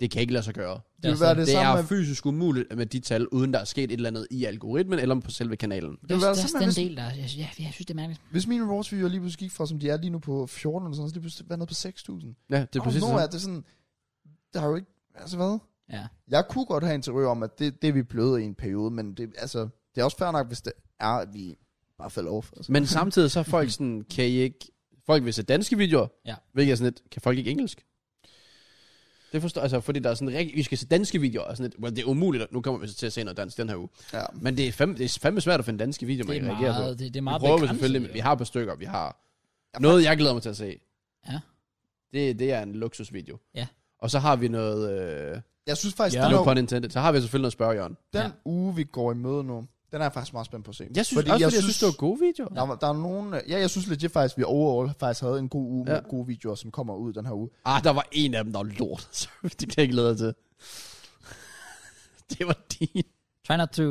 C: Det kan ikke lade sig gøre.
B: Det vil
A: er
B: være
A: sådan-
B: det,
C: Det
B: samme
C: er
B: med,
C: fysisk umuligt med de tal, uden der er sket et eller andet i algoritmen eller på selve kanalen.
A: Det er,
B: være
A: det er
B: sådan,
A: også den
B: hvis-
A: del, der... Jeg, ja, jeg synes, det er mærkeligt.
B: hvis mine rewards videoer lige pludselig gik fra, som de er lige nu på 14 eller sådan noget, så lige pludselig være nede på 6.000.
C: Ja, det er præcis
B: det,
C: sådan.
B: er det sådan, der har jo ikke, altså hvad?
A: Ja.
B: Jeg kunne godt have en teori om, at det, det er vi blevet i en periode, men det, altså, det er også fair nok, hvis det er, at vi bare falder over. Altså.
C: Men samtidig så er folk sådan, kan I ikke... Folk vil se danske videoer,
A: Ja.
C: hvilket er sådan lidt, kan folk ikke engelsk? Det forstår altså, fordi der er sådan rigtig, vi skal se danske videoer, og sådan lidt, well, det er umuligt, at- nu kommer vi så til at se noget dansk den her uge.
B: Ja.
C: Men det er, fem, det er fandme svært at finde danske videoer, man
A: Det
C: kan
A: er
C: reagere på.
A: meget, det, det er meget
C: vi prøver vi
A: begrænset,
C: selvfølgelig, men
A: jo.
C: vi har et par stykker, vi har noget, jeg glæder mig til at se.
A: Ja.
C: Det, det er en luksusvideo.
A: Ja.
C: Og så har vi noget, øh,
B: Jeg synes faktisk,
A: Jørgen.
B: den,
C: no
B: her,
C: pun intended, så har vi selvfølgelig noget spørgjørn.
A: Ja.
B: den ja. uge, vi går i møde nu, den er jeg faktisk meget spændt på at se.
C: Jeg synes fordi også, jeg, fordi synes, jeg synes, det var gode videoer.
B: Der, var- der er nogen, ja, jeg synes legit faktisk, vi overall faktisk havde en god uge med
C: Ja.
B: gode videoer, som kommer ud den her uge.
C: Ah, der var en af dem, der var lort. Så det kan jeg ikke glæde jer til. det var din.
A: Try not to...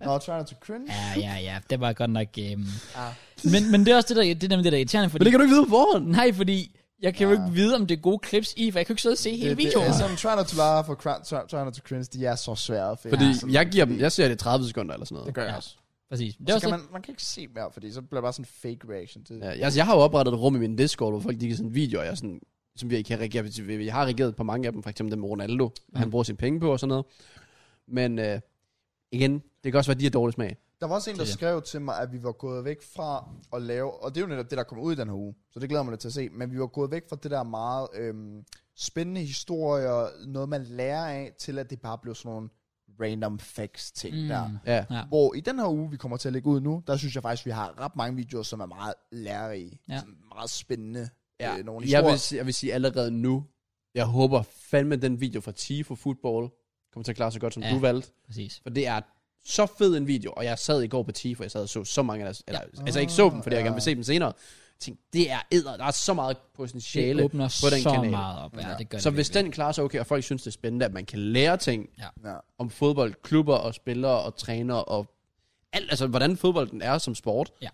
B: Nå, try not to cringe.
A: Ja, ja, ja. Det var godt nok... Øhm.
B: Ja.
A: Men, men det er også det, der, det, er nemlig det, der er irriterende, fordi...
C: Men det kan du ikke vide på forhånd.
A: Nej, fordi... Jeg kan jo ikke vide, om det er gode clips i, for jeg kan jo ikke sidde og se hele
B: det, altså-
A: videoen.
B: Det, er sådan, try not to laugh og cra- try, try not to cringe, de er så svære. at finde.
C: Fordi
B: sådan,
C: jeg giver dem, jeg ser det i 30 sekunder eller sådan noget.
B: det gør jeg
A: Ja.
B: også.
A: Præcis. Det er
B: Så
A: også
B: kan
A: lidt-
B: man, man kan ikke se mere, fordi så bliver det bare sådan en fake reaction. Det, ja.
C: Ja, jeg, altså, jeg har jo oprettet et rum i min Discord, hvor folk de kan sådan videoer, jeg sådan, som vi ikke kan reagere på. Jeg har reageret på mange af dem, for eksempel dem med Ronaldo, mm. han bruger sine penge på og sådan noget. Men øh, igen, det kan også være, at de har dårlig smag.
B: Der var også en, der
A: Det er
B: skrev til mig, at vi var gået væk fra at lave, og det er jo netop det, der kommer ud i den her uge, så det glæder jeg mig lidt til at se, men vi var gået væk fra det der meget øhm, spændende historier, noget man lærer af, til at det bare blev sådan nogle random facts ting mm. der.
C: Ja.
A: Ja.
B: Hvor i den her uge, vi kommer til at lægge ud nu, der synes jeg faktisk, vi har ret mange videoer, som er meget lærerige,
A: Ja.
B: ja. meget spændende, ja.
C: ja.
B: øh, nogle
C: jeg,
B: historier.
C: vil, si- jeg vil sige allerede nu, jeg håber fandme, at den video fra Tifo Football kommer til at klare sig godt, som
A: Ja.
C: ja. du valgte.
A: Præcis.
C: For det er så fed en video, og jeg sad i går på TIFO, og jeg sad og så så mange af deres,
A: Ja.
C: ja. eller, altså ikke så dem, fordi ja.
B: Ja.
C: jeg gerne vil se dem senere. Jeg tænkte, det er æder, der er så meget potentiale
A: Det åbner
C: på den
A: så
C: kanal.
A: meget op. Ja, det gør
C: Så
A: det
C: hvis
A: virkelig.
C: den klarer sig okay, og folk synes, det er spændende, at man kan lære ting
B: Ja.
C: om fodbold, klubber og spillere og træner og alt, altså hvordan fodbolden er som sport,
A: Ja.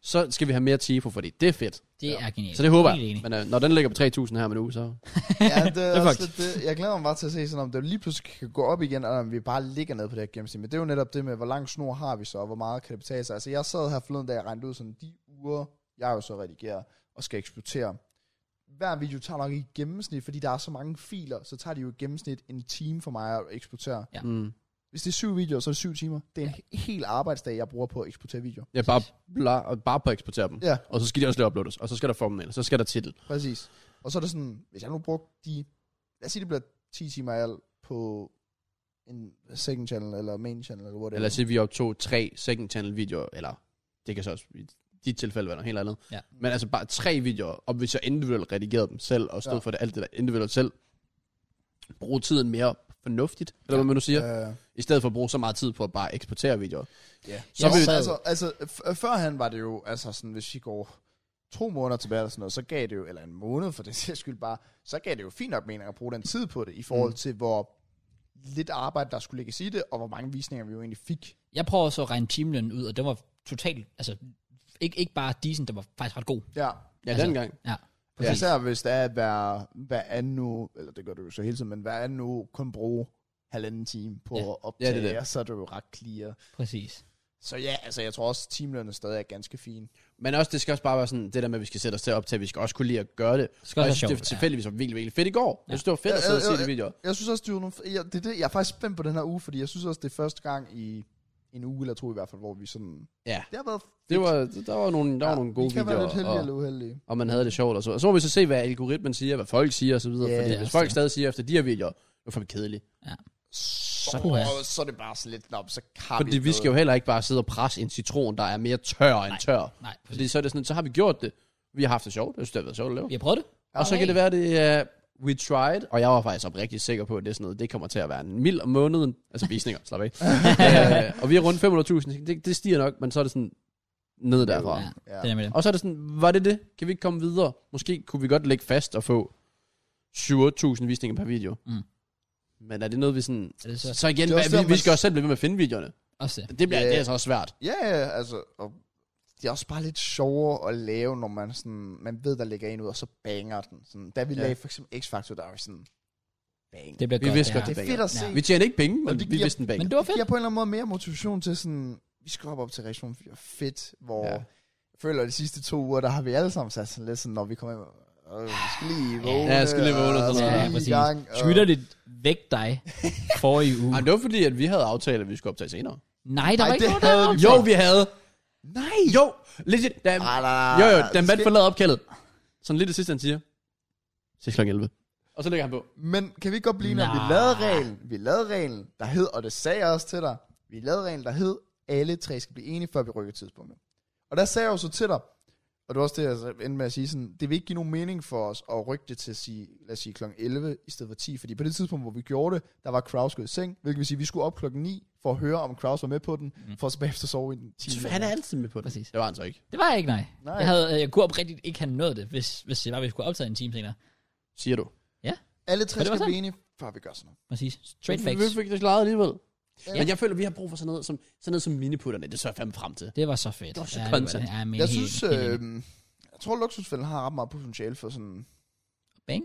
C: så skal vi have mere TIFO, fordi det er fedt.
A: Det er genialt.
C: Så det håber
A: Helt
C: jeg.
A: enig.
C: Men øh, når den ligger på 3.000 her om en uge, så...
B: ja, det er,
A: er
B: også lidt
A: faktisk-
B: det. Jeg glæder mig bare til at se, sådan, om det lige pludselig kan gå op igen, eller om vi bare ligger ned på det her gennemsnit. Men det er jo netop det med, hvor lang snor har vi så, og hvor meget kan det betale sig. Altså, jeg sad her forleden, da jeg regnede ud sådan, de uger, jeg jo så redigerer og skal eksportere. Hver video tager nok i gennemsnit, fordi der er så mange filer, så tager de jo i gennemsnit en time for mig at eksportere.
A: Ja.
C: Mm.
B: Hvis det er syv videoer, så er det syv timer. Det er en hel arbejdsdag, jeg bruger på at eksportere videoer.
C: Jeg bare, bla, bare på at eksportere dem.
B: Ja.
C: Og så skal de også lige uploades, og så skal der thumbnail, så skal der titel.
B: Præcis. Og så er det sådan, hvis jeg nu brugte de, lad os sige, det bliver 10 timer i alt på en second channel, eller main channel, eller whatever.
C: Eller lad os sige, at vi optog tre second channel videoer, eller det kan så også i dit tilfælde være noget helt andet.
A: Ja.
C: Men altså bare tre videoer, og hvis jeg individuelt redigerede dem selv, og stod
B: Ja.
C: ja. for det alt det der individuelt selv, bruge tiden mere fornuftigt, eller hvad man nu siger, ja.
B: Øh,
C: i stedet for at bruge så meget tid på at bare eksportere videoer.
B: ja.
C: Så vil-
B: Så, altså, altså, f- førhen var det jo, altså sådan, hvis vi går to måneder tilbage eller sådan noget, så gav det jo, eller en måned for den sags skyld bare, så gav det jo fint nok mening at bruge den tid på det, i
C: Mm.
B: forhold til, hvor lidt arbejde, der skulle lægges i det, og hvor mange visninger vi jo egentlig fik.
A: Jeg prøver så at regne timelønnen ud, og den var totalt, altså, ikke, ikke bare decent, den var faktisk ret god.
B: Ja.
C: Ja,
A: Altså,
C: altså, dengang.
A: Ja,
B: Ja.
A: præcis. Ja,
B: Især hvis det er at hver, hver anden nu, eller det gør du jo så hele tiden, men hver anden nu kun bruge halvanden time på
A: Ja.
B: ja. at optage, ja,
C: Ja, det
B: det
C: er det.
B: så er det jo ret clear.
A: præcis.
B: Så ja, altså jeg tror også, timelønnen stadig er ganske fin.
C: Men også, det skal også bare være sådan, det der med, at vi skal sætte os til at optage, vi skal også kunne lide at gøre det.
A: skal
C: og
A: også
C: jeg
A: være
C: synes,
A: sjovt,
C: det tilfældigvis var virkelig, virkelig fedt i går. Ja. Jeg synes, det var fedt
B: Ja,
C: at sidde og
B: ja,
C: se
B: ja.
C: de videoer.
B: Jeg synes også, det er, nogle, jeg, det er det, jeg er faktisk spændt på den her uge, fordi jeg synes også, det er første gang i en uge eller to i hvert fald, hvor vi sådan...
C: Ja.
B: Det har været...
C: Det var, der var nogle, der var nogle gode
B: vi kan
C: videoer.
B: være lidt heldige
C: og-
B: eller uheldige.
C: og man havde det sjovt og så. Og så må vi så se, hvad algoritmen siger, hvad folk siger osv.
B: Ja, altså.
C: Yeah,
B: det er
C: Fordi hvis
A: også
C: folk
A: det.
C: stadig siger efter de her videoer, det var fandme kedeligt.
B: Så,
A: Puha.
B: så, så er det bare sådan lidt... Nå, så har
C: Fordi vi
B: noget.
C: skal jo heller ikke bare sidde og presse en citron, der er mere tør end tør.
A: Nej, præcis.
C: Fordi så er det sådan, så har vi gjort det. Vi har haft det sjovt. Jeg synes, det har været sjovt at lave.
A: Vi har prøvet det.
C: Og så kan det være, det er uh, we tried. Og jeg var faktisk oprigtigt sikker på, at det er sådan noget, det kommer til at være en mild om måneden. Altså visninger, slap af. uh, og vi er rundt 500.000. Det, det stiger nok, men så er det sådan ned derfra.
A: Ja,
B: Ja.
A: det er med det.
C: Og så er det sådan, var det det? Kan vi ikke komme videre? Måske kunne vi godt lægge fast og få 7-8.000 visninger per video.
A: Mm.
C: Men er det noget, vi sådan...
A: Er det så
C: Så, så igen,
B: Det er
C: hvad,
B: også der,
C: vi, vi
B: man-
C: skal også selv blive ved med at finde videoerne.
A: også det?
C: Det, bliver,
B: Ja.
C: yeah. det er så også svært.
B: Ja, ja, altså, og det er også bare lidt sjovere at lave, når man, sådan, man ved, der ligger en ud, og så banger den. Sådan, da vi
C: Ja.
B: ja. lavede for eksempel X-Factor, der var vi sådan, bang.
A: Det bliver
C: Vi
A: godt,
C: vidste
A: det
C: godt,
A: her.
B: det er fedt at se.
A: Ja.
C: Vi tjener ikke penge, men
B: det
C: vi
B: giver-
C: vidste den bag.
A: Men det var
B: det
A: fedt.
B: giver på en eller anden måde mere motivation til sådan, vi skal op, op til reaktion, for det er fedt, hvor
C: Ja.
B: ja. jeg føler, at de sidste to uger, der har vi alle sammen sat sådan lidt sådan, når vi kommer hjem, øh, vi skal lige vågne.
C: Ja, jeg skal lige vågne,
B: og
C: sådan
B: skal
C: noget.
A: Ja,
B: lige i
A: præcis.
B: gang, og-
A: Skytter det væk dig forrige uge?
C: Ej, det var fordi, at vi havde aftalt, at vi skulle optage senere.
A: Nej, der var
B: Ej,
A: ikke
B: det
A: noget, der
B: havde
A: var
B: vi
A: jo.
C: Jo, vi havde.
B: Nej!
C: Jo, legit. Da,
B: Ej, nej, nej,
C: jo, jo,
B: nej,
C: da
B: vi
C: mand
B: skal-
C: forlader opkaldet. Sådan lidt det sidste, han siger. 6 kl. 11. Og så lægger han på.
B: Men kan vi ikke godt blive, når vi
A: Nej.
B: lavede reglen, vi lavede reglen, der hed, og det sagde jeg også til dig, vi lavede reglen, der hed, alle tre skal blive enige, før vi rykker tidspunktet. Og der sagde jeg jo så til dig, og det var også det, jeg så endte med at sige, sådan, det vil ikke give nogen mening for os at rykke det til at sige, lad os sige kl. 11 i stedet for 10, fordi på det tidspunkt, hvor vi gjorde det, der var Kraus gået i seng, hvilket vil sige, at vi skulle op klokken 9 for at høre, om Kraus var med på den,
A: Mm.
B: for at så bagefter sove i den time.
C: Han er altid med på det.
A: Præcis.
C: Det var han så ikke.
A: Det var jeg ikke, nej.
B: Nej.
A: Jeg, havde, jeg kunne oprigtigt ikke have nået det, hvis, hvis det var, vi skulle optage en time senere.
C: Siger du.
B: Alle
A: Og
B: tre
A: det var
B: skal blive
A: sådan.
B: enige, før vi gør sådan noget.
A: Præcis. Straight
C: Men
A: facts.
C: Vi fik det klaret alligevel.
B: Ja.
C: Ja. Men jeg føler, vi har brug for sådan noget som, sådan noget som miniputterne. Det så jeg fandme frem til.
A: Det var så fedt.
C: Det var så
A: Ja,
C: content.
A: det. Ja, men
B: Jeg
A: helt-
B: synes,
A: helt enig.
B: øh, jeg tror, luksusfælden har ret meget potentiale for sådan
A: Bang.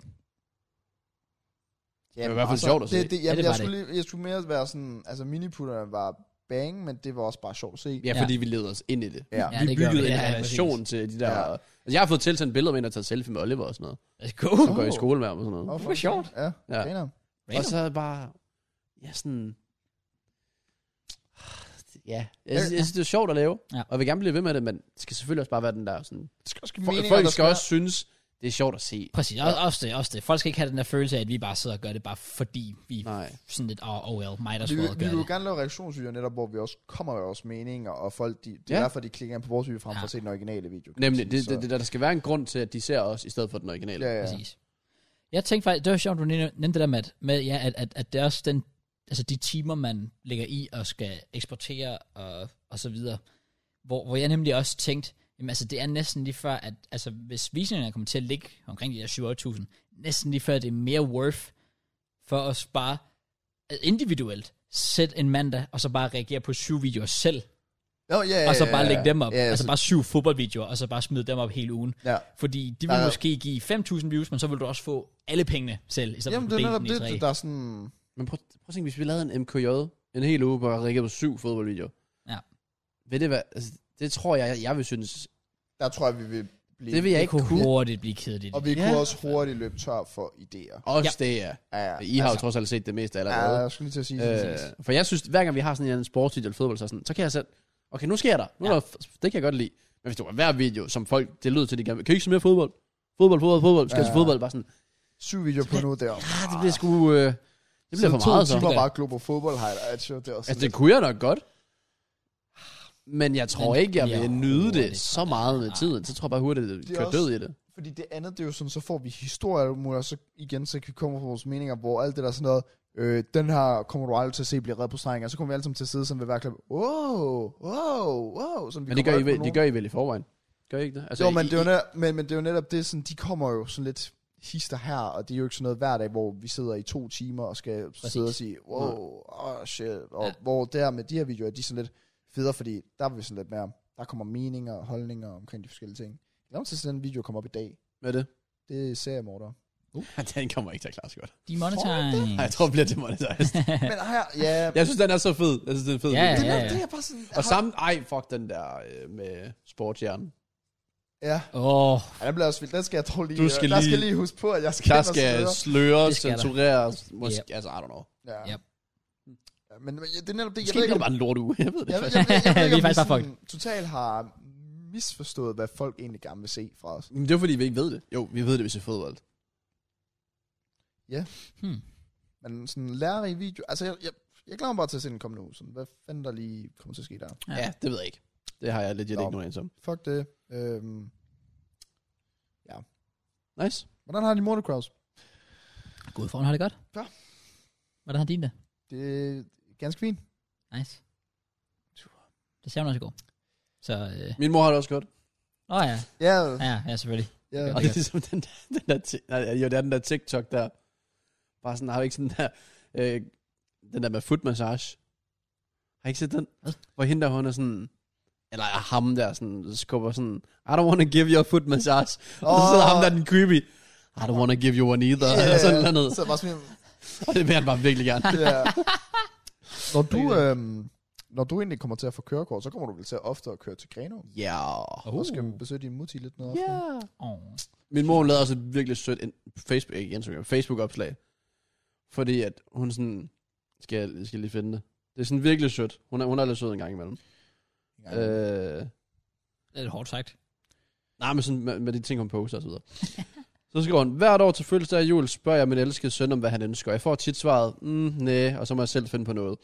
B: Ja,
C: Det var i hvert fald
B: altså,
C: sjovt at se.
B: Det, det, jamen,
A: det
B: jeg,
A: var
B: skulle, lige- jeg skulle mere være sådan, altså miniputterne var bang, men det var også bare sjovt at se.
C: Ja, fordi vi leder os ind i det.
B: Ja.
A: Ja,
C: vi
A: det gør
C: byggede
A: vi.
C: en
A: Ja, ja,
C: relation til de der...
B: Ja.
C: Ja. Altså, jeg har fået tilsendt billeder med en, der tager selfie med Oliver og sådan noget.
A: Let's go.
C: Og går i skole med ham og sådan noget.
B: Nå,
A: det var
B: fuck.
A: sjovt.
B: Ja,
C: Ja.
B: ja.
C: Og så bare... Ja, sådan... Ja, jeg, synes- jeg synes, det er sjovt at lave,
A: Ja.
C: ja. og jeg vil gerne blive ved med det, men det skal selvfølgelig også bare være den der sådan...
B: Det skal også
C: Fol- folk skal også synes, det er sjovt at se.
A: Præcis, også, også, det, også det. Folk skal ikke have den der følelse af, at vi bare sidder og gør det, bare fordi vi er
C: Nej.
A: sådan lidt, oh, oh well, mig der
B: vi,
A: skulle
B: vil-
A: også
B: vi
A: gøre
B: vil jo
A: det.
B: gerne lave reaktionsvideoer netop, hvor vi også kommer med vores meninger, og folk, de, det er
C: Ja.
B: derfor, de klikker ind på vores video frem for
A: Ja.
B: at se den originale video. kan man
C: Nemlig,
B: sige,
C: det, det, det, der skal være en grund til, at de ser os, i stedet for den originale.
B: ja, ja.
A: Præcis. Jeg tænkte faktisk, det var sjovt, du nævnte nævnte det der med, at- med ja, at, at, at det er også den altså de timer, man lægger i og skal eksportere og, og så videre. Hvor, hvor jeg nemlig også tænkte, jamen altså det er næsten lige før, at altså, hvis visningerne kommer til at ligge omkring de der 7-8.000, næsten lige før det er mere worth for os bare øh, individuelt sætte en mandag, og så bare reagere på syv videoer selv,
B: Nå, ja, ja,
A: og så
B: ja,
A: bare
B: ja,
A: lægge dem op.
B: Ja, ja,
A: altså
B: så-
A: bare syv fodboldvideoer, og så bare smide dem op hele ugen.
B: ja.
A: Fordi de vil
B: Ja, ja.
A: måske give 5.000 views, men så vil du også få alle pengene selv, i stedet
B: Jamen,
A: for
B: det
A: at
B: er
A: fordele
B: netop
A: den i tre.
B: det, der er sådan...
C: Men prøv, prøv at tænke, hvis vi lavede en MKJ en hel uge på at reagere på syv fodboldvideoer.
A: Ja.
C: Vil det være, altså, det tror jeg, jeg vil synes.
B: Der tror jeg, vi vil blive...
C: Det vil jeg ikke
A: kunne
C: kunne.
A: hurtigt blive kedeligt.
B: Og vi
C: Ja.
B: kunne også hurtigt løbe tør for idéer.
C: Også ja. det, ja.
B: Ja, ja.
C: I
A: Altså.
C: har jo trods alt set det meste
B: Ja,
C: allerede.
B: jeg skulle lige til at sige
C: Ja, øh,
B: sådan
C: for jeg synes, hver gang vi har sådan en eller anden sportsvideo eller fodbold, så, er sådan, så kan jeg selv, okay, nu sker der. Nu
A: Ja.
C: ja. der det kan jeg godt lide. Men hvis du var hver video, som folk, det lyder til, de gerne vil, kan I ikke se mere fodbold? Fodbold, fodbold, fodbold. Skal
B: Ja.
C: ja. til fodbold? Bare sådan,
B: syv videoer på nu der.
C: ah, det bliver sgu... Øh, det bliver for meget, altså. så.
B: to timer
A: Det gør
B: bare global fodbold highlights, jo. Det er også
C: Altså,
B: altså,
C: det kunne jeg nok godt. Men jeg tror
A: Men
C: ikke, jeg
A: bliver
C: vil nyde
A: hurtigt
C: det så meget med
A: Nej.
C: tiden. Så tror jeg bare hurtigt, at
B: Det
C: det
B: er
C: kører
B: også-
C: død i det.
B: Fordi det andet, det er jo sådan, så får vi historier, og alt muligt, og så igen, så kan vi komme fra vores meninger, hvor alt det der sådan noget, øh, den her kommer du aldrig til at se blive reddet på stregen, og så kommer vi alle sammen til at sidde sådan ved hver klip, wow, wow, wow. Sådan, vi
C: Men det
B: kommer
C: gør, I,
B: ikke på
C: vel-
B: nogen.
C: det gør I vel i forvejen? Gør I ikke det? Altså,
B: jo,
C: I-
B: men det, er jo
C: I-
B: netop, men, men det er jo netop det, sådan, de kommer jo sådan lidt hister her, og det er jo ikke sådan noget hver dag, hvor vi sidder i to timer og skal Præcis. sidde og sige, wow, oh shit, og
A: Ja.
B: ja. hvor der med de her videoer, de er sådan lidt federe, fordi der er vi sådan lidt mere, der kommer meninger og holdninger omkring de forskellige ting. Jeg mig til, at den video kommer op i dag.
C: Hvad er det?
B: Det er seriemorder.
C: den kommer ikke til at klare sig godt.
A: De monetizing.
C: Nej, jeg tror, det bliver demonetized.
B: men her, ja,
C: jeg synes, den er så fed. Jeg synes, den er fed.
A: Ja, ja,
B: det,
A: ja.
B: er, det er bare sådan...
C: Og sammen, ej, fuck den der øh, med sportshjernen.
B: Ja,
A: Åh,
B: ja det bliver også vildt. Den skal jeg tro lige...
C: Du skal
B: der skal
C: lige-
B: lige huske på, at jeg skal...
C: Der
B: ind og
C: skal
B: sløre.
C: sløres,
A: Det skal der.
C: censureres, måske, altså, I don't know.
B: Ja.
A: Yep.
B: ja. Men, men ja, det er netop det,
C: Måske
B: jeg
C: bliver
B: ved ikke, om
C: det bare en lort uge, jeg ved det
B: Jeg,
C: ikke.
B: jeg, jeg, jeg, jeg,
A: Vi er
B: jeg,
A: faktisk
B: jeg,
A: bare
B: jeg, totalt har misforstået, hvad folk egentlig gerne vil se fra os.
C: Men det er fordi, vi ikke ved det. Jo, vi ved det, hvis vi ser fodbold.
A: hmm.
B: Men sådan lærerige video... Altså, jeg, jeg, jeg glæder mig bare til at se den kommende uge. Sådan, hvad fanden der lige kommer til at ske der?
A: Ja.
C: Ja. ja, det ved jeg ikke. Det har jeg legit
B: Nå.
C: ikke nogen anelse om.
B: Fuck det. Øhm,
C: Nice.
B: hvordan har de motocross?
A: God form har det godt.
B: Ja.
A: Hvordan har din det?
B: Det er ganske fint.
A: Nice. Det ser hun også i går. Så, øh,
C: Min mor har det også godt.
A: åh ja.
B: Ja,
A: ja, ja, selvfølgelig.
B: ja.
C: Og det er ligesom den der, den der, ti- nej, jo, det er den der TikTok der, bare sådan, har vi ikke sådan der, øh, den der med foot massage. Har I ikke set den?
A: Hvad?
C: Hvor hende der, hun er sådan, eller ham der sådan, skubber sådan, I don't want to give you a foot massage. Oh. Og så sidder ham der den creepy, I don't want to give you one either, yeah. eller sådan noget. andet.
B: Så bare sådan,
C: Og det vil han bare virkelig gerne.
B: ja. Når du, øhm, når du egentlig kommer til at få kørekort, så kommer du vel til at oftere køre til Grenaa.
C: Ja.
A: Oh.
B: Uh. Og skal besøge din mutti lidt noget oftere.
C: Yeah.
A: Oh.
C: Min mor hun lavede også et virkelig sødt in- Facebook, ikke Instagram, Facebook-opslag. Fordi at hun sådan... Skal jeg, skal jeg lige finde det? Det er sådan virkelig sødt. Hun er, hun er lidt sød en gang imellem. Ja.
B: Ja.
C: Øh,
A: Det er lidt hårdt sagt.
C: nej, men sådan med, med de ting, hun poster og så videre. så skriver hun, hvert år til fødselsdag og jul spørger jeg min elskede søn om, hvad han ønsker. Jeg får tit svaret, mm, nej, og så må jeg selv finde på noget.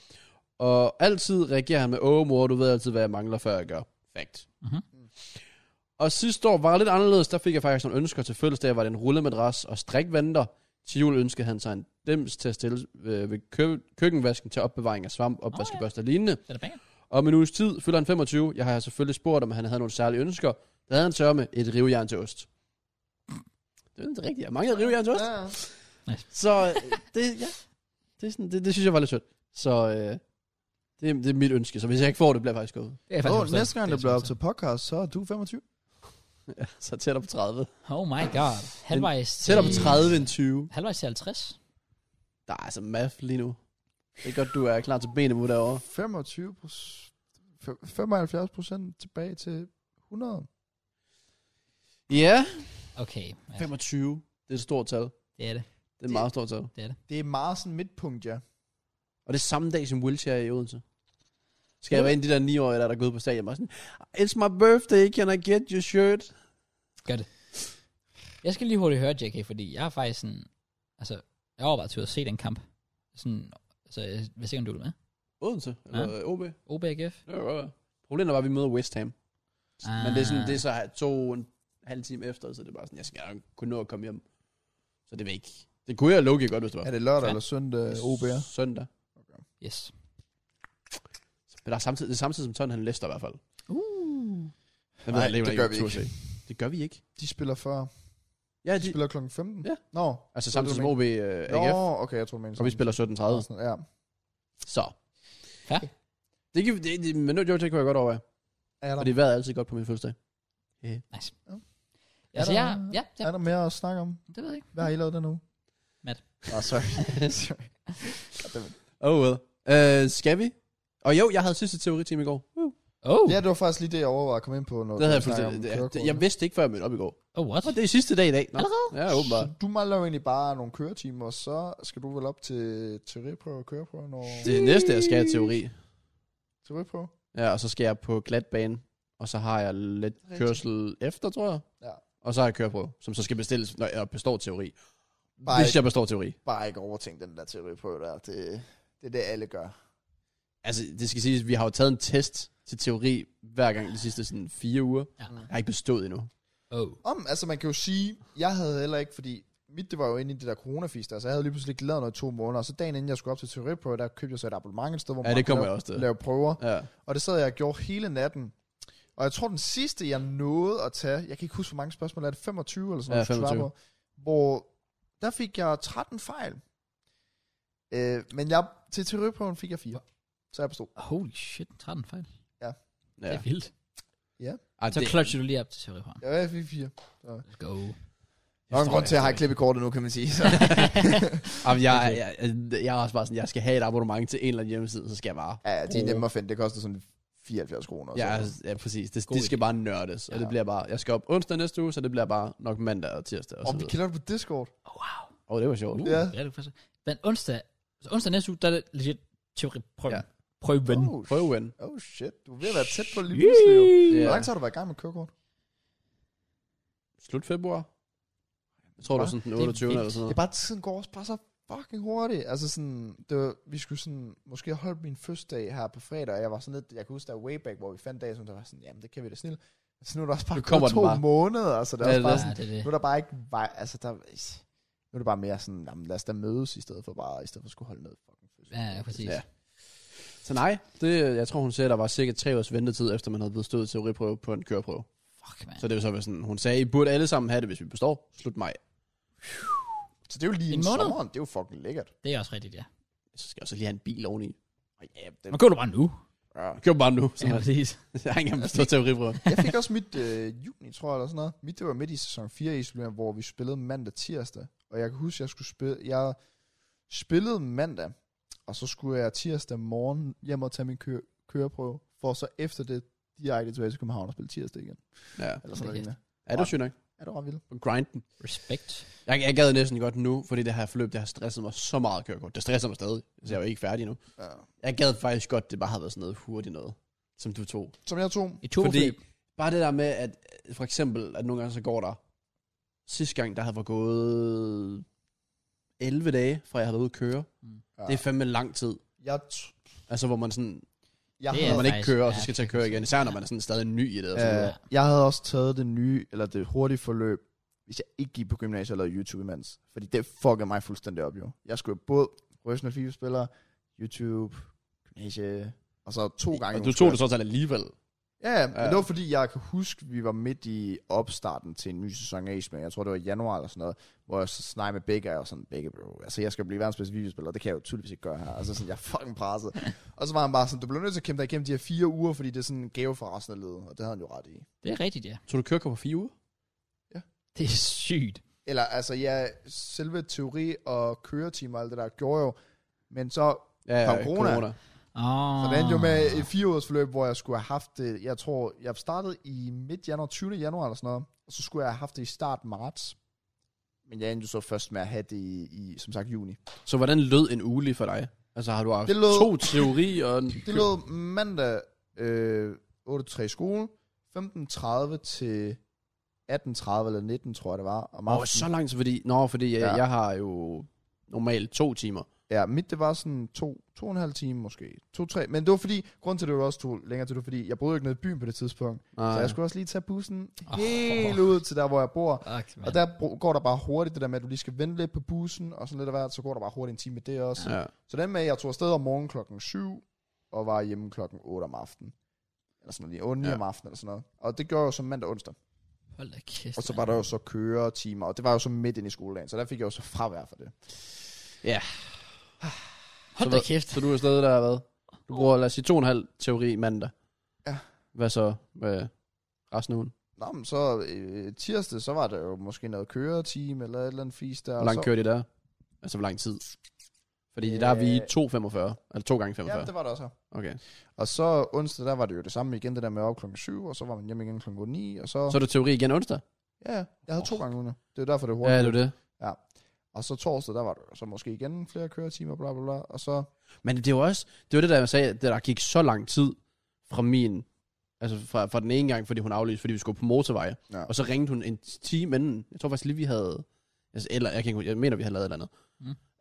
C: Og altid reagerer han med, åh mor, du ved altid, hvad jeg mangler, før jeg gør. Fact.
A: Mhm.
C: Og sidste år var det lidt anderledes. Der fik jeg faktisk nogle ønsker til fødselsdag. Var det en rullemadras og strikvandter. Til jul ønskede han sig en dems til at stille øh, ved kø- køkkenvasken til opbevaring af svamp, opvaskebørster oh, ja. og lignende.
A: Det er da banger.
C: Om en uges tid fylder han 25. Jeg har selvfølgelig spurgt, om han havde nogle særlige ønsker. Der havde han sørget med et rivejern til ost. Det er ikke rigtigt. Jeg manglede et rivejern til ost.
B: Ja.
C: Så øh, det, ja, det, er sådan, det, det synes jeg var lidt sødt. Så øh, det, er- det er mit ønske. Så hvis jeg ikke får det, bliver jeg faktisk skuffet.
A: Det er
B: Nå,
A: forstået.
B: næste gang, det
A: er
B: bliver op til
A: forstået.
B: podcast, så er du 25.
C: Ja, så tættere på 30.
A: Oh my god. Halvvejs til...
C: Tættere på 30 end 20.
A: Halvvejs til 50.
C: Der er altså math lige nu. Det er godt, du er klar til benene mod derovre.
B: 25 75 procent tilbage til 100.
C: Ja.
A: Okay. Ja,
C: 25. Det er et stort tal. Det
A: det er det.
C: er et meget stort tal.
B: Det er meget sådan midtpunkt, ja.
C: Og det er samme dag som wheelchair i Odense. Skal jeg være en af de der 9-årige, der er gået ud på stadion og sådan, It's my birthday, can I get your shirt?
A: Jeg skal lige hurtigt høre, JK, fordi jeg har faktisk sådan... Altså, jeg overvejer til at se den kamp. Sådan, altså, jeg ved ikke, om du vil med.
C: Odense? Eller ja. OB?
A: OBGF.
C: Det var godt. Problemet var, at vi møder West Ham. Ah. Men det er, sådan, det er så to og en halv time efter, så det er bare sådan, jeg skal nok kunne nå at komme hjem. Så det er ikke. Det kunne jeg logisk godt, hvis det var.
B: Er det øh, lørdag
A: Ja.
B: eller søndag, OB'er?
C: Søndag.
B: Okay.
A: Yes.
C: Men der er samtidig, det er samtidig som Tottenham Leicester i hvert fald.
A: Uh.
C: Den
B: Nej,
C: ved jeg alligevel
B: det gør vi
C: om Tuesday. Det gør vi ikke.
B: De spiller før.
C: Ja,
B: De
C: de,
B: spiller klokken 15?
C: Ja.
B: Nå.
C: altså
B: Hvad
C: samtidig
B: du
C: som OB øh,
B: Nå,
C: AGF,
B: okay, jeg tror, du mener
C: og vi
B: sådan.
C: spiller 17.30.
B: Sådan, Ja.
C: Så.
A: Ja.
C: Det, kan, vi- det, det, men nu, jo, det kunne jeg godt overveje.
B: Er der,
C: Fordi vejret er altid godt på min fødselsdag.
A: Nice.
B: Ja.
A: Altså,
B: Er der-
A: jeg, ja, ja,
B: er der mere at snakke om?
A: det ved jeg ikke.
B: Hvad har I lavet den uge?
A: Matt.
B: Ah, sorry. sorry. Goddammit.
C: Oh well. Øh, skal vi? Og jo, jeg havde sidste teoritime i går. Uh.
A: Oh,
B: Ja, det var faktisk lige det, jeg overvejede at komme ind på, når
C: Det havde jeg
B: snakkede
C: fuldstændig.
B: om
C: Det, det,
B: kørekort.
C: jeg vidste ikke, før jeg mødte op i går.
A: oh what?
C: Og det er sidste dag i dag. Nå. Ja, åbenbart.
B: Så Du mangler jo egentlig bare nogle køretimer, og så skal du vel op til teoriprøve og køreprøve, når...
C: Det næste, jeg skal have teori.
B: Teoriprøve?
C: Ja, og så skal jeg på glatbane, og så har jeg lidt
B: Rigtigt.
C: kørsel efter, tror jeg.
B: Ja.
C: Og så har jeg køreprøve, som så skal bestilles, når jeg består teori.
B: Bare,
C: Hvis jeg består teori.
B: bare ikke overtænke den der teoriprøve der. Det, det er det, alle gør.
C: Altså, det skal siges, at vi har jo taget en test til teori hver gang de sidste sådan fire uger.
A: Ja.
C: Jeg har ikke bestået endnu.
A: Oh.
B: Om, altså man kan jo sige, jeg havde heller ikke, fordi mit det var jo inde i det der coronafis der, så jeg havde lige pludselig ikke lavet noget i to måneder, og så dagen inden jeg skulle op til teoriprøve, der købte jeg så et abonnement et sted, hvor
C: Ja,
B: man
C: det
B: kunne
C: kommer
B: lave,
C: jeg også til.
B: lave prøver,
C: Ja.
B: og det sad jeg og gjorde hele natten. Og jeg tror den sidste, jeg nåede at tage, jeg kan ikke huske, hvor mange spørgsmål er det, 25 eller sådan
C: Ja,
B: noget, du skulle svare
C: 25.
B: på, hvor der fik jeg 13 fejl. Øh, men jeg, til teoriprøven fik jeg 4, så jeg bestod.
A: Holy shit, 13 fejl. Ja. Det
C: ja.
A: er vildt.
C: Ej,
A: Så
C: det,
A: clutcher du lige op til teorien.
B: Ja, jeg fik 4.
A: Let's go. Uh,
B: Der er en grund til, at jeg har et klip i kortet nu, kan man sige. Så.
C: Jamen, jeg, jeg, jeg, jeg, er også bare sådan, jeg skal have et abonnement til en eller anden hjemmeside, så skal jeg bare.
B: ja, de er nemme at finde, det koster sådan 74 kroner.
C: Ja,
B: så.
C: altså, ja præcis. Det,
A: God
C: de skal bare nørdes, og
B: Ja.
C: det bliver bare... Jeg skal op onsdag næste uge, så det bliver bare nok mandag og tirsdag og
B: Og
C: så
B: vi
C: videre.
B: kender det på Discord.
A: Oh, wow.
C: Åh, oh, det var sjovt.
A: Uh,
B: Ja.
A: ja. det er det faktisk. Men onsdag, så onsdag næste uge, der er det legit teori. Prøv,
C: Ja.
A: ja. prøv ven.
B: Oh,
C: Prøv at win.
B: sh- oh shit, du er ved at være tæt på det lige pludselig. jo.
C: Ja.
B: Hvor lang tid har du været i gang med kørekort?
C: Slut februar. Jeg tror, det var sådan den
A: Det er
C: 28. eller
A: vildt.
C: sådan
B: Det
C: noget.
B: er bare, tiden går også bare så fucking hurtigt. Altså sådan, det var, vi skulle sådan, måske have holdt min fødselsdag her på fredag, og jeg var sådan lidt, jeg kan huske, der var way back, hvor vi fandt dag, som der var sådan, jamen det kan vi da snille. Så nu er der også bare
C: Nu kommer
B: gået
C: den
B: to
C: bare.
B: måneder, altså det er
C: Ja, det
B: også
C: er
B: bare
A: Ja,
B: sådan,
A: det er det.
B: nu er der bare ikke vej, altså der, nu er det bare mere sådan, jamen lad os da mødes, i stedet for bare, i stedet for at skulle holde noget fucking
A: Ja,
B: fødselsdag.
A: ja, præcis.
C: Ja. Så nej, det, jeg tror, hun sagde, at der var cirka tre års ventetid, efter man havde bestået teoriprøve på en køreprøve.
A: Fuck, man.
C: Så det var så været sådan, hun sagde, I burde alle sammen have det, hvis vi består. Slut maj.
B: Så det er jo lige
A: En
B: en
A: måned?
B: sommeren, det er jo fucking lækkert.
A: Det er også rigtigt, ja.
C: Så skal jeg så lige have en bil oveni.
B: Og ja, den,
A: Man går du bare nu.
B: ja,
C: Køb bare nu. Så
A: Ja,
C: jeg
A: præcis.
C: har ikke engang bestået teoriprøve.
B: Jeg fik også mit øh, juni, tror jeg, eller sådan noget. Mit, det var midt i sæson 4 i Isolation, hvor vi spillede mandag tirsdag. Og jeg kan huske, jeg skulle spille... Jeg spillede mandag, og så skulle jeg tirsdag morgen hjem og tage min kø- køreprøve, for så efter det direkte tilbage til København og spille tirsdag igen.
C: Ja.
B: Eller sådan
A: Det er
B: noget.
C: Er du syg nok?
B: Er du ret vildt?
C: På grinden.
A: Respekt.
C: Jeg, jeg gad næsten godt nu, fordi det her forløb, det har stresset mig så meget kørekort. Det stresser mig stadig, så jeg er jo ikke færdig nu.
B: Ja.
C: Jeg gad faktisk godt, det bare havde været sådan noget hurtigt noget, som du tog.
B: Som jeg tog.
A: I to
C: Fordi bare det der med, at øh, for eksempel, at nogle gange så går der, sidste gang, der havde var gået 11 dage, fra jeg havde været ude at køre.
B: Ja.
C: Det er fandme lang tid.
B: Jeg, t-
C: Altså, hvor man sådan,
B: jeg,
A: Det
C: når
A: er
C: man
B: havde,
C: ikke
A: faktisk-
C: kører, og så
A: ja,
C: skal til at
A: det er
C: køre igen.
A: sådan.
C: Især når man er sådan stadig ny i det. Og sådan noget.
B: øh, jeg havde også taget det nye, eller det hurtige forløb, hvis jeg ikke gik på gymnasiet og lavede YouTube imens. Fordi det fuckede mig fuldstændig op, jo. Jeg skulle jo både professionel FIFA-spiller, YouTube, gymnasie, og så to gange...
C: og du tog det så alligevel.
B: Ja, ja, men
C: Ja.
B: det var fordi, jeg kan huske, vi var midt i opstarten til en ny sæson af Ace, Man. jeg tror, det var i januar eller sådan noget, hvor jeg så snakkede med begge, og jeg var sådan, begge bro, altså jeg skal blive verdens bedste videospiller, det kan jeg jo tydeligvis ikke gøre her, altså sådan, jeg er fucking presset. og så var han bare sådan, du bliver nødt til at kæmpe dig igennem de her fire uger, fordi det er sådan en gave fra resten af ledet, og det havde han jo ret i.
A: Det er rigtigt, ja.
C: Så du kører på fire uger?
A: Det er sygt.
B: Eller altså, ja, selve teori og køretimer og alt det der gjorde jo, men så,
C: Ja,
B: Kom corona.
A: Oh.
B: så det endte jo med et fireårs forløb, hvor jeg skulle have haft det, jeg tror, jeg startede i midt januar, 20. januar eller sådan noget, og så skulle jeg have haft det i start marts. Men jeg endte jo så først med at have det i, i som sagt, juni.
C: Så hvordan lød en uge lige for dig? Altså har du haft
B: Det lød-
C: to teori og en
B: Det lød mandag øh, 8.30 i skolen, 15.30 til 18.30 eller 19, tror jeg det var, om
C: Åh,
B: aftenen.
C: så langt, fordi... Nå, fordi jeg,
B: Ja.
C: jeg har jo normalt to timer.
B: Ja, mit det var sådan to, to og en halv time måske. To, tre. Men det var fordi, grund til det var også to længere til det, var fordi jeg boede jo ikke nede i byen på det tidspunkt.
C: Nej.
B: Så jeg skulle også lige tage bussen
A: Åh.
B: helt ud til der, hvor jeg bor.
A: Ah. Fuck, man.
B: Og der br- går der bare hurtigt det der med, at du lige skal vente lidt på bussen, og sådan lidt af hvert, så går der bare hurtigt en time med det også. Ja.
C: Ja.
B: Så den med, at jeg tog afsted om morgenen klokken 7, og var hjemme klokken 8 om aftenen. Eller sådan noget, 8 ja.
C: Ja.
B: om aftenen eller sådan noget. Og det gjorde jeg jo så mandag og onsdag.
A: Hold da kæft.
B: Og så
A: mand.
B: var der jo så køretimer, og det var jo så midt ind i skoledagen, så der fik jeg jo så fravær for det.
A: Hold
C: Så
A: da
C: hvad-
A: kæft.
C: Så du er stadig der, hvad? Du bruger, lad os sige, to og en halv teori mandag.
B: Ja.
C: Hvad så med resten af ugen?
B: Nå, men så øh, tirsdag, så var der jo måske noget køretime, eller et eller andet fisk der.
C: Hvor
B: og
C: langt
B: så,
C: kører de der? Altså, hvor lang tid? Fordi der er vi i 2.45. Eller 2 gange
B: Ja,
C: 45.
B: det var der også her.
C: Okay.
B: Og så onsdag, der var det jo det samme igen, det der med op klokken 7, og så var man hjemme igen klokken 9, og så...
C: Så er det teori igen onsdag?
B: Ja, ja, jeg havde to gange ugen. Det er jo derfor, det er
C: Ja,
B: hurtigt.
C: er det er det.
B: Og så torsdag, der var der jo så måske igen flere køretimer, bla bla bla. Og så,
C: Men det var også, det var det, der jeg sagde, at der gik så lang tid fra min, altså fra, fra den ene gang, fordi hun aflyste, fordi vi skulle på motorveje.
B: Ja.
C: Og så ringede hun en time inden, jeg tror faktisk lige, vi havde, altså, eller, jeg, kan ikke, huske, jeg mener, vi havde lavet et eller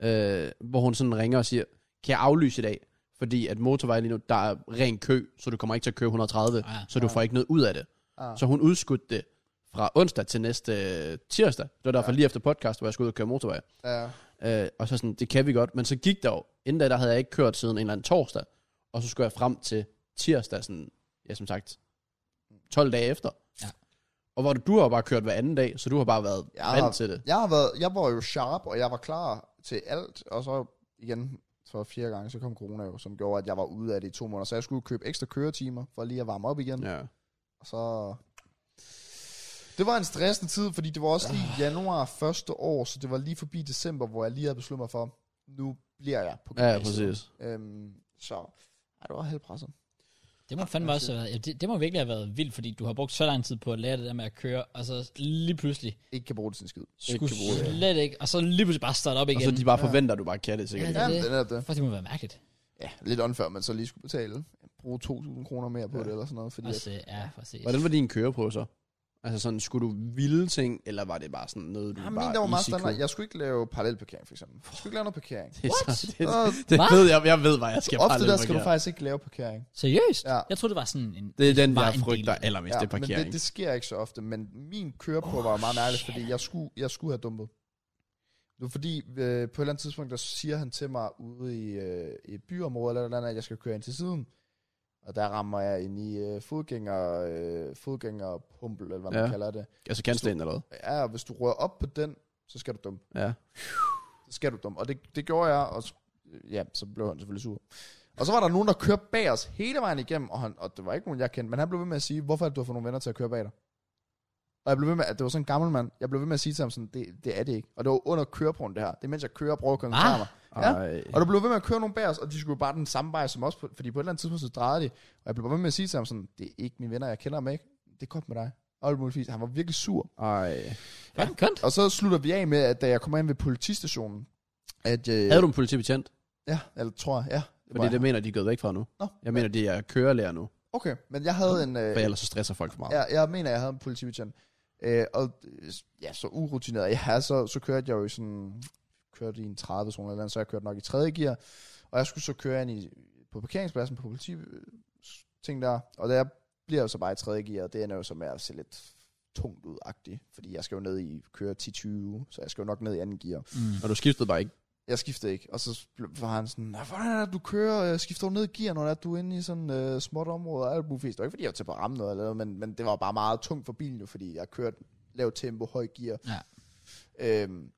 C: andet, mm. øh, hvor hun sådan ringer og siger, kan jeg aflyse i dag? Fordi at motorvejen lige nu, der er ren kø, så du kommer ikke til at køre 130,
A: Ah, ja.
C: så du får ikke noget ud af det.
B: Ah.
C: Så hun udskudte det fra onsdag til næste øh, tirsdag. Det var derfor lige efter podcast, hvor jeg skulle ud og køre motorvej.
B: ja,
C: Øh, og så sådan, det kan vi godt. Men så gik der jo, inden da, der havde jeg ikke kørt siden en eller anden torsdag. Og så skulle jeg frem til tirsdag, sådan, ja som sagt, 12 dage efter.
A: Ja.
C: Og hvor du, du har jo bare kørt hver anden dag, så du har bare været
B: Jeg
C: vant
B: har-
C: til det.
B: jeg, har været, jeg var jo sharp, og jeg var klar til alt, og så igen for fire gange, så kom corona jo, som gjorde, at jeg var ude af det i to måneder, så jeg skulle købe ekstra køretimer, for lige at varme op igen, ja.
C: Ja.
B: og så... Det var en stressende tid, fordi det var også lige
C: Ah.
B: januar første år, så det var lige forbi december, hvor jeg lige havde besluttet mig for, nu bliver jeg på
C: ja,
B: gymnasiet.
C: præcis.
B: Øhm, så, ja, det var helt presset.
A: Det må fandme også have været, ja, det, det, må virkelig have været vildt, fordi du har brugt så lang tid på at lære det der med at køre, og så lige pludselig
B: Ikke kan bruge det til en skid.
A: skulle
C: bruge det.
A: slet ikke, og så lige pludselig bare starte op
C: Og
A: igen.
C: så de bare forventer, at du bare kan det sikkert.
A: Ja,
C: Ja,
B: Ja,
A: det.
B: det er netop det.
A: For det må være mærkeligt.
B: ja, lidt unfair, man så lige skulle betale, bruge 2.000 kroner mere på ja. det eller sådan noget, fordi at,
A: Også, Altså, ja, præcis.
C: Hvordan var din køreprøve så? Altså sådan, skulle du vilde ting, eller var det bare sådan noget, du
B: ja,
C: ja,
B: min
C: bare
B: der var meget
C: easy
B: standard.
C: kunne?
B: Jeg skulle ikke lave parallelparkering, for eksempel. Jeg skulle ikke lave noget parkering.
C: Det, er så, det,
B: Og
C: det
A: Hva?
C: ved jeg, jeg ved, hvad jeg skal
B: ofte der skal
C: parallelparkere.
B: du faktisk ikke lave parkering.
A: Seriøst?
B: Ja.
A: Jeg troede, det var sådan en...
C: Det er den,
A: var
C: jeg
A: en del
C: frygter
A: af det.
C: allermest, ja, det er
B: men det,
C: parkering.
B: det, sker ikke så ofte, men min køreprøve oh, var meget mærkelig, fordi jeg skulle, jeg skulle have dumpet. Det var fordi, øh, på et eller andet tidspunkt, der siger han til mig ude i, øh, i et byområde, eller et eller andet, at jeg skal køre ind til siden. Og der rammer jeg ind i øh, fodgænger, øh, fodgængerpumpel, eller hvad man
C: Ja.
B: kalder det.
C: Altså kantsten eller hvad?
B: Ja, og hvis du rører op på den, så skal du dumpe.
C: Ja.
B: så skal du dum. Og det, det gjorde jeg, og s- ja, så blev han selvfølgelig sur. Og så var der nogen, der kørte bag os hele vejen igennem, og, han, og det var ikke nogen, jeg kendte, men han blev ved med at sige, hvorfor er det, du har fået nogle venner til at køre bag dig? Og jeg blev ved med, at det var sådan en gammel mand, jeg blev ved med at sige til ham sådan, det, det er det ikke. Og det var under køreprøven det her. Det er mens jeg kører og prøver at koncentrere
A: Ah.
B: mig. Ja.
C: Ej.
B: Og der blev ved med at køre nogle bag os, og de skulle jo bare den samme vej som os, på- fordi på et eller andet tidspunkt så drejede de. Og jeg blev bare ved med at sige til ham sådan, det er ikke mine venner, jeg kender dem ikke. Det er godt med dig. Og muligvis, han var virkelig sur.
C: Ej.
A: Ja, kønt.
B: Og så slutter vi af med, at da jeg kommer ind ved politistationen, at... Øh,
C: Havde du en politibetjent?
B: Ja, eller tror jeg, ja. Det
C: Fordi
B: var
C: det
B: jeg.
C: mener de er gået væk fra nu.
B: Nå.
C: Jeg mener, de er kørelærer nu.
B: Okay, men jeg havde en... Øh,
C: For ellers så stresser folk for meget.
B: jeg, jeg mener, jeg havde en politibetjent. Øh, og øh, ja, så urutineret jeg er, så, så kørte jeg jo i sådan... Kørte i en 30 zone eller andet, så jeg kørte nok i tredje gear. Og jeg skulle så køre ind i, på parkeringspladsen på politi øh, ting der. Og der bliver jeg jo så bare i tredje gear, og det ender jo så med at se lidt tungt ud -agtigt, fordi jeg skal jo ned i køre 10-20, så jeg skal jo nok ned i anden gear.
A: Mm.
C: Og du skiftede bare ikke.
B: jeg skiftede ikke. Og så blev- var han sådan, "Nå, hvordan er det, du kører? Øh, Skifter du ned i gear, når det er, du er inde i sådan øh, småt område og alt muligt. Det var ikke, fordi jeg var til på ramme noget, eller, noget, men, men det var bare meget tungt for bilen, jo, fordi jeg kørte lavt tempo, høj gear.
A: Ja.
B: Øhm,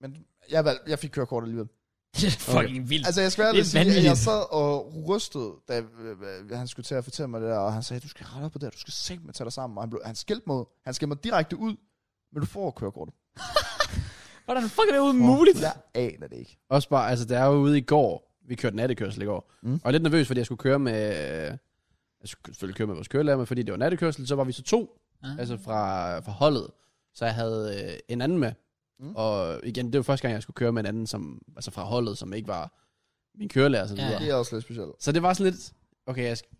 B: men jeg, valg, jeg fik kørekort alligevel.
A: Det er fucking vildt.
B: Altså, jeg skal være
A: Det er
B: ærlig og sige, at
A: vanvittigt.
B: jeg sad og rystede, da øh, øh, han skulle til at fortælle mig det der, og han sagde, du skal rette op på det her, du skal sætte mig tage dig sammen. Og han, blev, han skældte mig ud. Han skældte mig direkte ud, men du får kørekortet.
A: Hvordan fuck er det umuligt?
B: Jeg aner det ikke.
C: Også bare, altså, der er jo ude i går. Vi kørte nattekørsel i går.
B: Mm.
C: Mm. Og jeg er lidt nervøs, fordi jeg skulle køre med... Jeg skulle selvfølgelig køre med vores kørelærer, men fordi det var nattekørsel, så var vi så to.
A: Ah.
C: Ah. Altså fra, fra holdet. Så jeg havde øh, en anden med.
B: Mm.
C: Mm. Og igen, det var første gang, jeg skulle køre med en anden som, altså fra holdet, som ikke var min kørelærer og så
A: Ja,
C: videre.
B: Det er også lidt specielt.
C: Så det var sådan lidt... Okay, jeg skal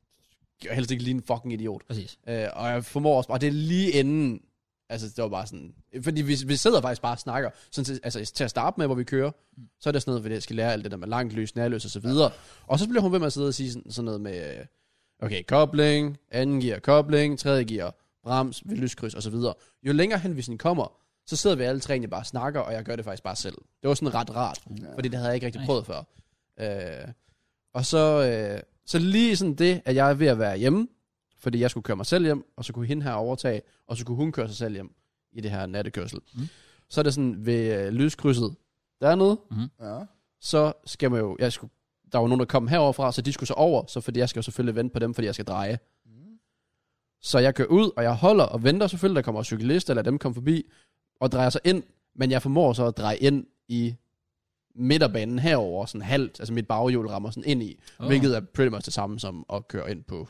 C: jeg er helst ikke lige en fucking idiot.
A: Præcis.
C: Øh, og jeg formår også bare, det er lige inden, Altså, det var bare sådan... Fordi vi, vi sidder faktisk bare og snakker. Sådan, til- altså, til at starte med, hvor vi kører, så er det sådan noget, fordi jeg skal lære alt det der med langt løs, nærløs og så videre. Og så bliver hun ved med at sidde og sige sådan, sådan noget med... øh, Okay, kobling, anden gear, kobling, tredje gear, brems, ved lyskryds og så videre. Jo længere henvisningen kommer, så sidder vi alle tre egentlig bare og snakker, og jeg gør det faktisk bare selv. Det var sådan ret rart, fordi det havde jeg ikke rigtig
A: Nice.
C: prøvet før. Øh, og så, øh, så lige sådan det, at jeg er ved at være hjemme, fordi jeg skulle køre mig selv hjem, og så kunne hende her overtage, og så kunne hun køre sig selv hjem i det her nattekørsel.
A: Mm.
C: Mm. Så er det sådan ved øh, lyskrydset dernede,
B: Ja.
C: så skal man jo, jeg skulle, der var nogen, der kom heroverfra, så de skulle så over, så fordi jeg skal jo selvfølgelig vente på dem, fordi jeg skal dreje.
B: Mm.
C: Så jeg kører ud, og jeg holder og venter selvfølgelig, der kommer cyklister, eller dem komme forbi, og drejer sig ind, men jeg formår så at dreje ind i midterbanen herover sådan halvt, altså mit baghjul rammer sådan ind i,
A: Åh.
C: oh. hvilket er pretty much det samme som at køre ind på,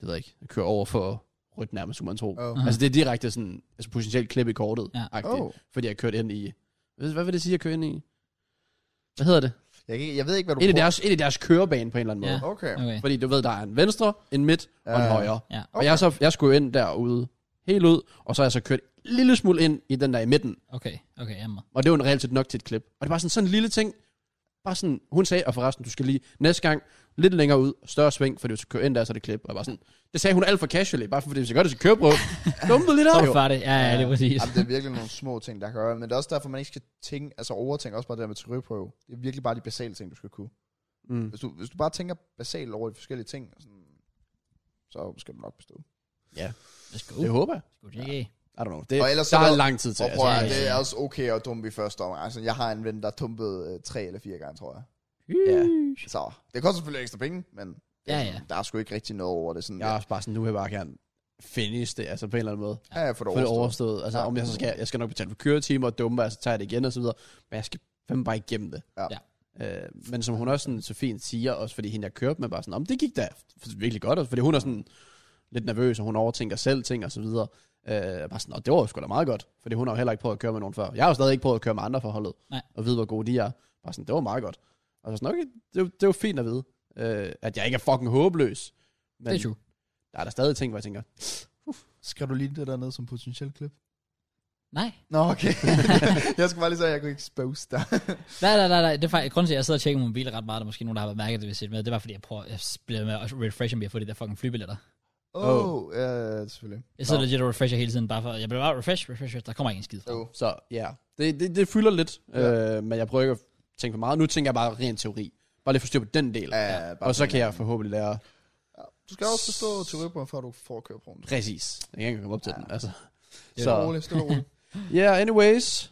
C: det ved jeg ikke, at køre over for rødt nærmest, skulle man tro.
B: Oh.
C: Altså det er direkte sådan, altså potentielt klip i kortet,
A: Ja.
C: ja.
B: Oh.
C: oh. fordi jeg kørte ind i, hvad hvad vil det sige, at køre ind i? Hvad hedder det?
B: Jeg, kan- jeg ved ikke, hvad du
C: En af,
B: prøver-
C: deres, en af deres kørebane på en eller anden måde.
A: Ja.
B: Okay.
A: Okay.
C: Fordi du ved, der er en venstre, en midt og en
B: Ja.
C: højre.
A: Ja.
C: Og jeg, er så, jeg skulle jo ind derude, helt ud, og så er jeg så kørt en lille smule ind i den der i midten.
A: Okay, okay, jamen.
C: Og det var en reelt set nok til et klip. Og det var sådan, sådan en lille ting. Bare sådan, hun sagde, og forresten, du skal lige næste gang lidt længere ud, større sving, fordi du skal køre ind der, så er det klip. Og jeg var sådan, det sagde hun alt for casually, bare fordi hvis jeg gør det, så kører på. Dumme lidt
A: Så
C: af,
A: er du
C: jo.
A: færdig. Ja, ja, det er præcis.
B: Jamen, det er virkelig nogle små ting, der kan gøre. Men det er også derfor, man ikke skal tænke, altså overtænke også bare det der med teoriprøve. Det er virkelig bare de basale ting, du skal kunne.
C: Mm.
B: Hvis du, hvis du bare tænker basalt over de forskellige ting, sådan, så skal du nok bestå.
A: Let's go.
C: Det håber jeg.
A: Let's go, JK.
C: I don't know. Det,
B: Og ellers så
C: der
B: er
C: er
B: der-
C: lang tid til.
B: Og prøv
C: Altså.
B: at,
A: ja,
B: det
A: ja.
B: er også okay at dumpe i første omgang. Altså, jeg har en ven, der dumpede øh, tre eller fire gange, tror jeg.
C: Ja.
B: Så det koster selvfølgelig ekstra penge, men det,
A: Ja, ja.
B: der er sgu ikke rigtig noget over det. Sådan,
C: Jeg er også bare sådan, nu vil jeg bare gerne finish det, altså på en eller anden måde.
B: ja, for det
C: for det
B: overstået.
C: overstået. Altså,
B: Ja.
C: ja. om jeg så skal, jeg skal nok betale for køretimer og dumper, altså tager jeg det igen og så videre. Men jeg skal fandme bare igennem det.
B: Ja.
C: Øh, men som hun også sådan, så fint siger, også fordi hende, jeg kørte med, bare sådan, om det gik da virkelig godt, også fordi hun er sådan lidt nervøs, og hun overtænker selv ting og så videre. Øh, bare sådan, og det var jo sgu da meget godt, fordi hun har jo heller ikke prøvet at køre med nogen før. Jeg har jo stadig ikke prøvet at køre med andre forholdet,
A: Nej.
C: og vide, hvor gode de er. Bare sådan, det var meget godt. Og så sådan, okay, det, er jo- det er jo fint at vide, øh, at jeg ikke er fucking håbløs. Men
A: Det er true.
C: der er der stadig ting, hvor jeg tænker,
B: Skal du lige det der ned som potentiel klip?
A: Nej.
B: Nå, okay. jeg skal bare lige sige, at jeg kunne expose dig.
A: Nej, nej, nej, nej. Det er faktisk, grunden til, at jeg sidder og tjekker min mobil ret meget, der er måske nogen, der har mærket det, hvis jeg med. Det var, fordi jeg prøver jeg bliver med at refreshe, om jeg får de der fucking flybilletter.
B: Åh, oh, ja, selvfølgelig.
A: Jeg sidder
C: Nå.
A: legit og refresher hele tiden, bare for, jeg bliver bare refresh, refresh, der kommer ikke en skid fra.
B: Oh.
C: Så ja, yeah. det, det, det fylder lidt,
B: Ja.
C: øh, men jeg prøver ikke at tænke for meget. Nu tænker jeg bare ren teori. Bare lige forstå på den del.
B: Ja, bare
C: og så
B: på
C: kan jeg forhåbentlig lære
B: Du skal også forstå teoriprøven, før du får køreprøven.
C: præcis. Jeg kan ikke komme op til
B: Ja.
C: den. Altså.
A: Det er
B: Stille og
C: Så
B: roligt, stille og roligt.
C: ja, yeah, anyways.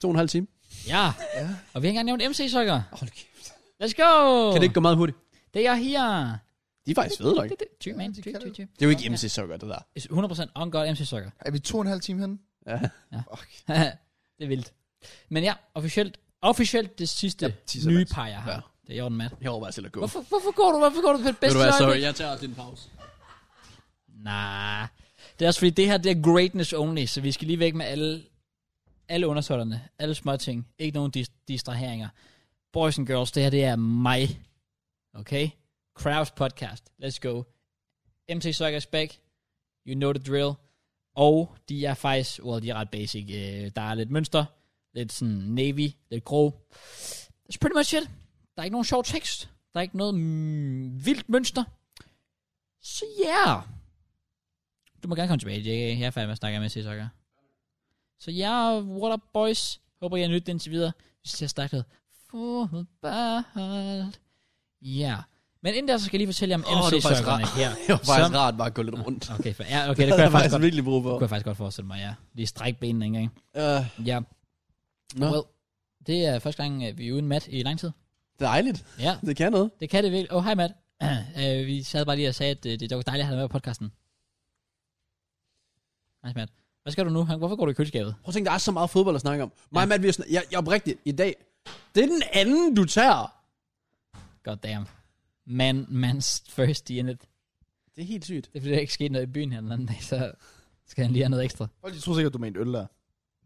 C: To og en halv time.
A: Ja,
B: ja.
A: og vi har ikke engang nævnt MC-sokker.
C: Hold kæft.
A: Let's go!
C: Kan det ikke gå meget hurtigt?
A: Det er jeg her.
C: De er faktisk fede nok.
A: Det- det- Tyk, man.
B: Ja, de
A: Tyk,
B: kan
A: tyk, tyk.
C: Det er jo ikke MC sukker det der.
A: 100% on god MC-sokker.
B: Er vi to og en halv time henne?
C: Ja.
A: det er vildt. Men ja, officielt, officielt det sidste
C: Jeg
A: ja,
C: tisser,
A: nye
C: Mads.
A: par, jeg har.
C: Ja.
A: Det er i orden, Matt.
C: Jeg overvejer selv at gå.
A: Hvorfor, hvorfor går du, hvorfor går du på det
C: Ved
A: bedste
C: du hvad, sorry,
A: øjeblik?
C: jeg tager din pause.
A: Nej. Det er også fordi, det her det er greatness only, så vi skal lige væk med alle, alle undersøgerne, alle små ting. Ikke nogen dis- distraheringer. Boys and girls, det her det er mig. Okay? Crowds podcast. Let's go. MT Suckers back. You know the drill. Og de er faktisk, well, de er ret basic. Øh, Der er lidt mønster, lidt sådan navy, lidt grå. That's pretty much it. Der er ikke nogen sjov tekst. Der er ikke noget mm, vildt mønster. Så ja. Yeah. Du må gerne komme tilbage, JK. Jeg er færdig med at snakke med Sissokker. Så ja, what up boys. Håber, I har nydt det indtil videre. Vi skal til at snakke lidt fodbold. Ja. Men inden der, så skal jeg lige fortælle jer om
C: Åh,
A: oh,
C: det var faktisk
A: MC-sokkerne her.
C: Det var faktisk
A: Som-
C: rart bare at gå lidt rundt.
A: Okay, for, ja, okay, det
C: Det
A: kunne
C: har
A: jeg,
C: jeg
A: faktisk
C: faktisk
A: godt,
C: virkelig brug for.
A: kunne jeg faktisk godt forestille mig, ja. Lige strække benene engang.
C: Uh,
A: Ja,
C: no.
A: well, det er første gang, øh, vi er uden Matt i lang tid.
C: Dejligt.
A: Ja,
C: Det kan noget.
A: det kan det virkelig. Åh, oh, hej Matt. uh, vi sad bare lige og sagde, at øh, det er dog dejligt at have dig med på podcasten. Nice, Matt. Hvad skal du nu? Han- Hvorfor går du i køleskabet?
C: Prøv at tænke, der er så meget fodbold at snakke om. Mig og Matt, vi er sådan, jeg, jeg er oprigtig i dag. Det er den anden, du tager.
A: God damn. Man, man's first in it.
C: Det er helt sygt.
A: Det er fordi, der ikke skete noget i byen her den anden dag, så skal han lige have noget ekstra.
B: Folk, de tror sikkert, du mente øl der.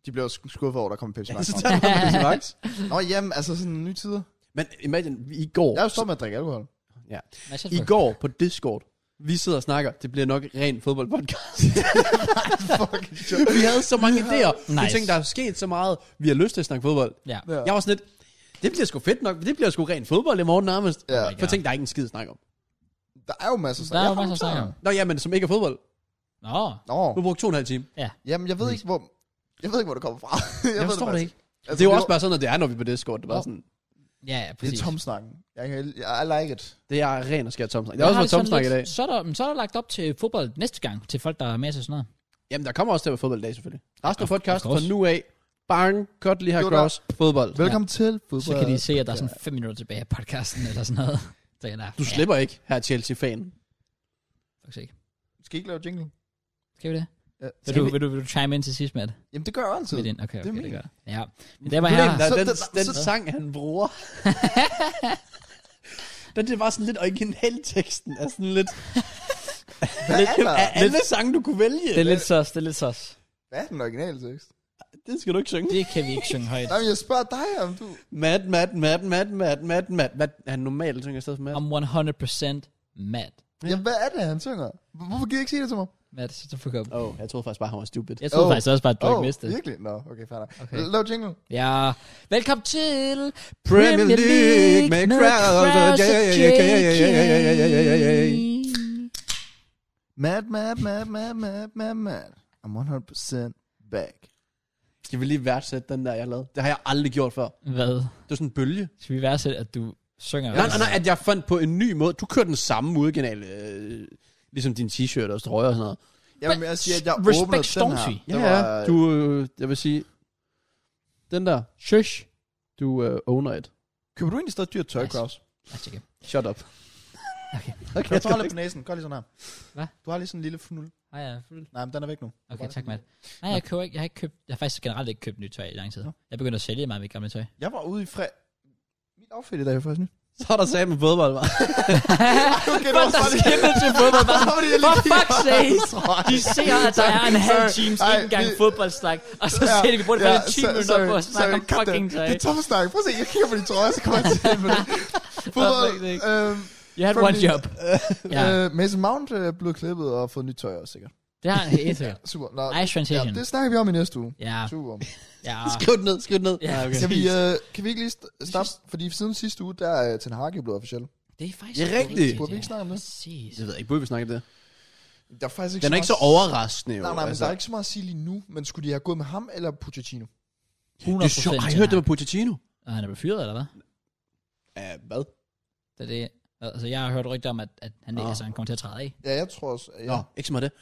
B: De blev sk- skuffet over, der kom en Pepsi
C: Ja,
B: Max.
C: så
B: frem.
C: tager du Pepsi Max.
B: Nå, jamen, altså sådan nye tider.
C: Men imagine, i går,
B: Jeg er jo stoppet med at drikke alkohol.
A: Mads,
C: i går på Discord, Vi sidder og snakker. Det bliver nok ren fodboldpodcast.
B: Fucking sjovt.
C: vi havde så mange idéer. Nice. Vi
A: Nice.
C: tænkte, der er sket så meget. Vi har lyst til at snakke fodbold.
A: Ja.
B: Ja.
C: Jeg var sådan lidt, det bliver sgu fedt nok. Det bliver sgu ren fodbold i morgen nærmest.
B: Ja.
C: For jeg tænkte, der er ikke en skid at snakke om.
B: Der er jo masser af
A: Der er
B: Jeg
A: jo masser
B: har
A: af
B: nogle
A: snakker om.
C: Nå ja, men som ikke er fodbold.
A: Nå,
B: Nå,
C: Du brugte to og en halv time.
B: jamen jeg ved ikke, hvor... Jeg ved ikke, hvor det kommer fra. jeg,
C: Jeg, jeg
B: ved
C: forstår det
B: faktisk
C: ikke. Altså, det er jo også bare sådan, at det er, når vi er på Discord. Det er bare sådan,
A: ja, ja,
B: Det
A: præcis.
B: er tomsnakken. Jeg, jeg, I like it.
C: det er ren og skær tomsnak. Det
A: Jeg
C: er
A: har
C: også
A: sådan
C: været tomsnak i
A: lidt-
C: dag.
A: Så er, der, men så er der lagt op til fodbold næste gang, til folk, der er med til sådan noget.
C: Jamen, der kommer også til at være fodbold i dag, selvfølgelig. Resten af
A: Of
C: podcasten fra
A: course.
C: nu af. Bang, godt lige her,
B: Det var
C: Cross. Fodbold.
B: Velkommen til fodbold.
A: Så kan de se, at der er sådan fem minutter tilbage af podcasten, eller sådan noget. Så jeg der,
C: Du slipper ikke her Chelsea-fan.
A: Ja, faktisk ikke.
B: Skal I ikke lave jingle?
A: Skal vi det?
B: Ja.
A: Vil
C: Skal
A: du,
C: vi-
A: vil, du, vil du chime ind til sidst med det?
B: Jamen det gør jeg altid.
A: Med din? Okay, okay,
B: er
A: det,
B: min.
A: det gør jeg. Ja. Men det var her.
C: Problemet er,
B: Så
C: den,
B: den-
C: den
B: så-
C: sang, han bruger. den det var sådan lidt originalteksten. Er sådan lidt,
B: Hvad er der?
C: af alle sange, du kunne vælge.
A: Det er lidt sos, det er lidt sos.
B: Hvad er den originale tekst?
C: Det skal du ikke synge.
A: Det kan vi ikke synge højt.
B: Nej, men jeg spørger dig, om du...
C: Mad, mad, mad, mad, mad, mad, mad. Hvad han normalt synger i stedet for mad?
A: I'm 100% mad.
B: Ja. Jamen, hvad er det, han synger? Hvorfor gider I ikke sige det til mig?
A: Mad, så du fuck op.
C: Åh, oh, jeg troede faktisk bare, han var stupid.
A: Jeg troede
B: Oh.
A: oh. faktisk også bare, at du oh. ikke vidste det.
B: virkelig? Nå, okay, fair nok.
A: Okay.
B: Lav jingle.
A: Ja. Velkommen til
C: Premier League med Kraus og
A: Kraus
C: ja, ja,
A: og
C: ja, ja, ja, ja, ja, ja, ja, ja, ja, ja, ja.
A: JK.
B: Mad, mad, mad, mad, mad, mad, mad. I'm 100% back.
C: Jeg vil lige værdsætte den der, jeg lavede. Det har jeg aldrig gjort før.
A: Hvad?
C: Det var sådan en bølge.
A: Skal vi værdsætte, at du synger?
C: Nej, nej, nej, at jeg fandt på en ny måde. Du kørte den samme originale, øh, ligesom din t-shirt og trøje og sådan noget.
B: Jamen, jeg siger, at jeg
A: Respect
B: åbnede den her.
A: Stormzy.
B: Det var,
C: Du, øh, jeg vil sige, den der,
A: Shush.
C: du øh, owner it.
B: Køber du egentlig stadig dyrt tøj,
A: Nice.
B: Kraus?
A: Jeg tjekker.
C: Shut up.
B: Okay, jeg tager lidt på næsen. Gør lige sådan her.
A: Hvad?
B: Du har lige sådan en lille fnul.
A: Ej, jeg er fuld.
B: Nej, men den er væk nu.
A: Okay, tak, Matt. Nej, jeg, køber ikke, jeg, har ikke købt, jeg har faktisk generelt ikke købt nyt tøj i lang tid.
B: Nå.
A: Jeg begynder at sælge meget af mit gamle tøj.
B: Jeg var ude i fred... Mit outfit i dag er faktisk nyt.
C: Så er der sag med fodbold, var.
B: Okay,
A: Folk, der skiller til fodbold, bare sådan,
B: fordi jeg
A: for fuck's sake.
B: Sorry.
A: De ser, at der er en halv
B: Sorry.
A: times
B: Ej,
A: ikke engang
B: vi-
A: fodboldsnak, og så siger de, vi burde være 10
B: så-
A: minutter på at snakke om
B: cut that.
A: fucking tøj.
B: Det er tomt snak. Prøv at se, jeg kigger på din trøje, så kommer jeg til med det. Fodbold,
A: Perfekt, ikke?
B: øh,
A: You had
B: Premier
A: one job. Ja,
B: øh, Mason Mount øh, er blevet klippet og fået nyt tøj også, sikkert.
A: det har han helt sikkert.
B: Super. Nå,
A: Nice
B: ja,
A: transition.
B: det snakker vi om i næste uge.
A: Ja,
B: Super.
A: ja.
B: Ah.
C: Skriv det ned, skriv det ned.
A: Ja,
C: Nej,
A: okay.
B: Kan vi, øh, kan vi ikke lige st- starte? Fordi siden sidste uge, der er Ten Hag jo blevet officiel.
A: Det er faktisk...
C: Det er rigtigt.
B: Burde vi ikke snakke om det?
A: Præcis.
C: Jeg ved ikke, burde vi snakke om det?
B: Der er faktisk ikke
C: Den er ikke så
B: meget-
C: overraskende, jo.
B: Nej, nej, men
C: altså.
B: der er ikke så meget at sige lige nu. Men skulle de have gået med ham eller Pochettino?
A: 100%
C: Det er sjovt. Har I hørt, det var Pochettino?
A: Og han er blevet fyret, eller hvad?
C: Ja, hvad?
A: Det er det. Altså, jeg har hørt rygter om, at, at han,
C: Nå.
A: oh. altså, han kommer til at træde af.
B: Ja, jeg tror også... Ja.
C: Nå, ikke så meget det.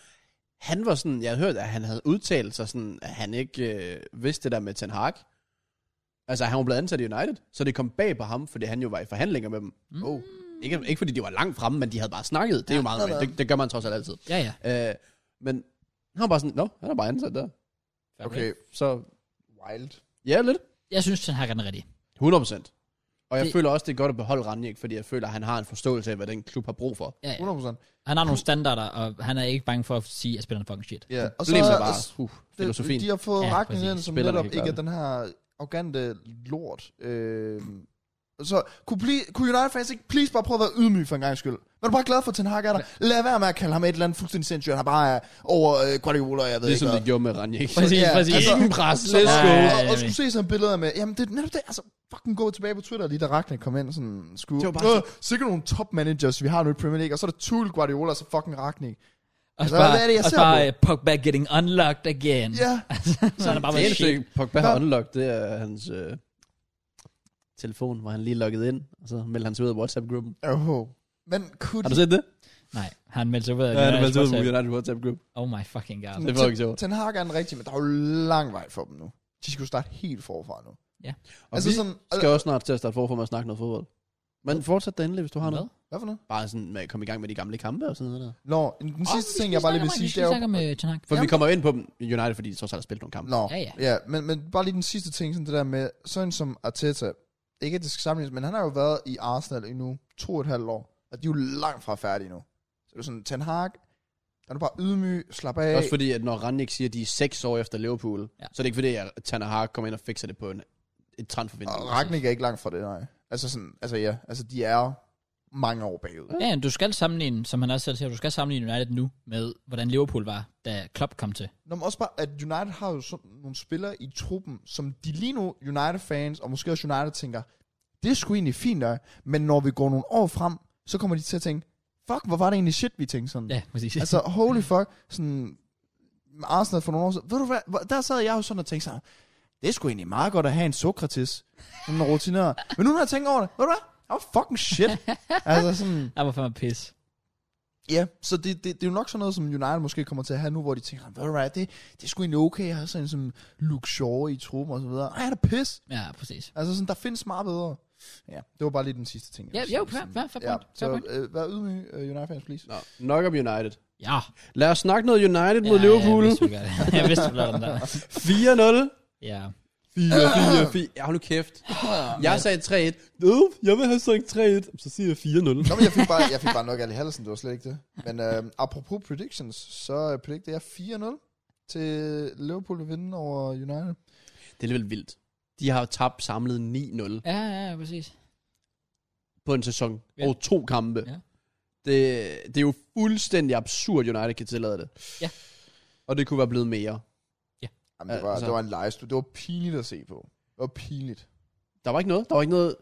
C: Han var sådan, jeg havde hørt, at han havde udtalt sig sådan, at han ikke øh, vidste det der med Ten Hag. Altså, han var blevet ansat i United, så det kom bag på ham, fordi han jo var i forhandlinger med dem. Mm. Oh. Ikke, ikke fordi de var langt fremme, men de havde bare snakket. Det er jo meget
B: nej, nej.
C: normalt. Det, det gør man trods alt altid.
A: Ja, ja.
C: Øh, men han var bare sådan, nå, han er bare ansat der.
B: Okay,
C: Så
B: wild.
C: ja, lidt.
A: Jeg synes, den har den rigtig.
C: 100 procent. Og jeg det...
A: Det-
C: føler også, det er godt at beholde Ranjek, fordi jeg føler, at han har en forståelse af, hvad den klub har brug for.
A: Ja, ja.
B: 100%.
A: Han har nogle standarder, og han er ikke bange for at sige, at spillerne er fucking shit.
B: Ja, og
C: Og
B: så,
C: så, er
B: og
C: bare, uh, filosofien.
B: Det, de har fået ja,
A: Ja,
B: Ragnar
A: præcis.
B: ind, som
C: Spillerne
B: netop
C: kan
B: ikke er
C: gøre
B: den her arrogante lort. Øh, så kunne, blive, kunne United fans ikke please bare prøve at være ydmyg for en gang skyld? Var du bare glad for, at Ten Hag er der? Lad være med at kalde ham et eller andet fuldstændig sindssygt. Han er bare er over øh, Guardiola, jeg ved
C: Ligesom
B: ikke
C: de gjorde med Ranjek.
A: Præcis,
B: Ja,
A: præcis.
B: altså-
C: Ingen pres,
B: Så,
C: let's
B: og,
C: go.
A: Ja,
B: og, og skulle se sådan nogle billeder med, jamen det er netop det, altså fucking gå tilbage på Twitter, lige da Ragnar kom ind, sådan skulle,
C: Det
B: det
C: var
B: var
C: bare
B: øh, sikkert nogle top managers, vi har nu i Premier League, og så er der Tuchel, Guardiola, og så fucking Ragnar.
A: Og så
B: Hvad
A: bare,
B: er det, jeg
A: og så
B: ser
A: bare
B: på?
A: øh, Pogba getting unlocked again.
B: Ja,
A: så han er bare
C: Det
A: været
C: eneste,
A: shit.
C: Pogba har
B: Hvad?
C: unlocked, det er hans øh, telefon, hvor han lige logget ind, og så meldte han sig ud af WhatsApp-gruppen.
B: oh. Men kunne
C: Har
B: de-
C: du set det?
A: Nej, han meldte sig ud af
C: Ja, han
A: United
C: meldte sig ud af
A: Sports Hub.
C: United WhatsApp-gruppen.
A: Oh my fucking god.
C: Det er fucking sjovt.
B: Ten Hag er den rigtige, men der er jo lang vej for dem nu. De skal jo starte helt forfra nu.
C: Og
B: altså
C: vi
B: sådan,
C: skal også snart til at starte forfra med at snakke noget fodbold. Men fortsæt dig endelig, hvis du har
A: Hvad?
C: noget.
B: hvad for noget?
C: Bare sådan med at komme i gang med de gamle kampe og sådan noget der.
B: Nå, den sidste ting, jeg bare lige vil sige, det
A: det
B: er
A: snakker
B: jo...
A: med Ten Hag.
C: For Jamen. vi
B: Jamen.
C: kommer jo ind på dem, United, fordi de trods alt har spillet nogle kampe.
B: Nå,
A: øh, Ja,
B: ja,
A: ja.
B: ja. ja men, men bare lige den sidste ting, sådan det der med, sådan som Arteta, ikke at det skal sammenlignes, men han har jo været i Arsenal i nu to og et halvt år, og de er jo langt fra færdige nu. Så det er sådan, Ten Hag, der er du bare ydmyg, slap af.
C: Også fordi, at når Rannik siger, at de er seks år efter Liverpool,
A: Ja.
C: ja. så er det ikke fordi, at Tanner Hag kommer ind og fikser det på en, et transfervindue.
B: Og Ragnik er ikke langt fra det, nej. Altså sådan, altså ja, altså de er mange år bagud.
A: Ja, du skal sammenligne, som han også selv siger, du skal sammenligne United nu med, hvordan Liverpool var, da Klopp kom til.
B: Nå, men også bare, at United har jo sådan nogle spillere i truppen, som de lige nu, United-fans, og måske også United, tænker, det er sgu egentlig fint der, men når vi går nogle år frem, så kommer de til at tænke, fuck, hvor var det egentlig shit, vi tænkte sådan.
A: Ja, præcis.
B: Altså, holy fuck, sådan, Arsenal for nogle år siden, ved du hvad, hvor- der sad jeg jo sådan og tænkte sådan, det er sgu egentlig meget godt at have en Sokrates, sådan en rutineret. Men nu når jeg tænker over det, ved du hvad, det var fucking shit. altså sådan,
A: Jeg var fandme pis.
B: ja, så det, det, det, er jo nok sådan noget, som United måske kommer til at have nu, hvor de tænker, ved du hvad, det, det er sgu egentlig okay at have sådan en som Luke Shaw i truppen og så videre. Ej, han er pis.
A: Ja, præcis.
B: Altså sådan, der findes meget bedre. Ja, det var bare lige den sidste ting. jeg
A: Ja,
B: ville
A: jo,
B: sige,
A: fair,
B: sådan.
A: fair, fair
B: Ja,
A: point. Fair
B: så
A: point.
B: øh, vær ydmyg, øh, United-fans, please.
C: Nå, nok om United.
A: Ja.
C: Lad os snakke noget United mod
A: Ja,
C: Liverpool.
A: Jeg vidste, du ville gøre det. jeg vidste, du ville gøre den der.
C: 4-0.
A: Ja. Ah.
C: 4, 4, 4. Ja, hold nu kæft. Jeg sagde 3-1. Øh, jeg vil have sagt 3-1. Så siger jeg 4-0.
B: Nå, men jeg fik bare, jeg fik bare nok af Ali Hallersen, det var slet ikke det. Men øh, apropos predictions, så øh, predicted jeg 4-0 til Liverpool vil vinde over United.
C: Det er alligevel vildt. De har jo tabt samlet 9-0
A: Ja, ja, ja, præcis.
C: på en sæson.
A: Ja.
C: Over to kampe.
A: Ja.
C: Det, det er jo fuldstændig absurd, United kan tillade det.
A: Ja.
C: Og det kunne være blevet mere.
B: Jamen, det, var,
C: Altså.
B: det var en lejestue. Det var pinligt at se på. Det var pinligt.
C: Der var ikke noget. Der var ikke noget.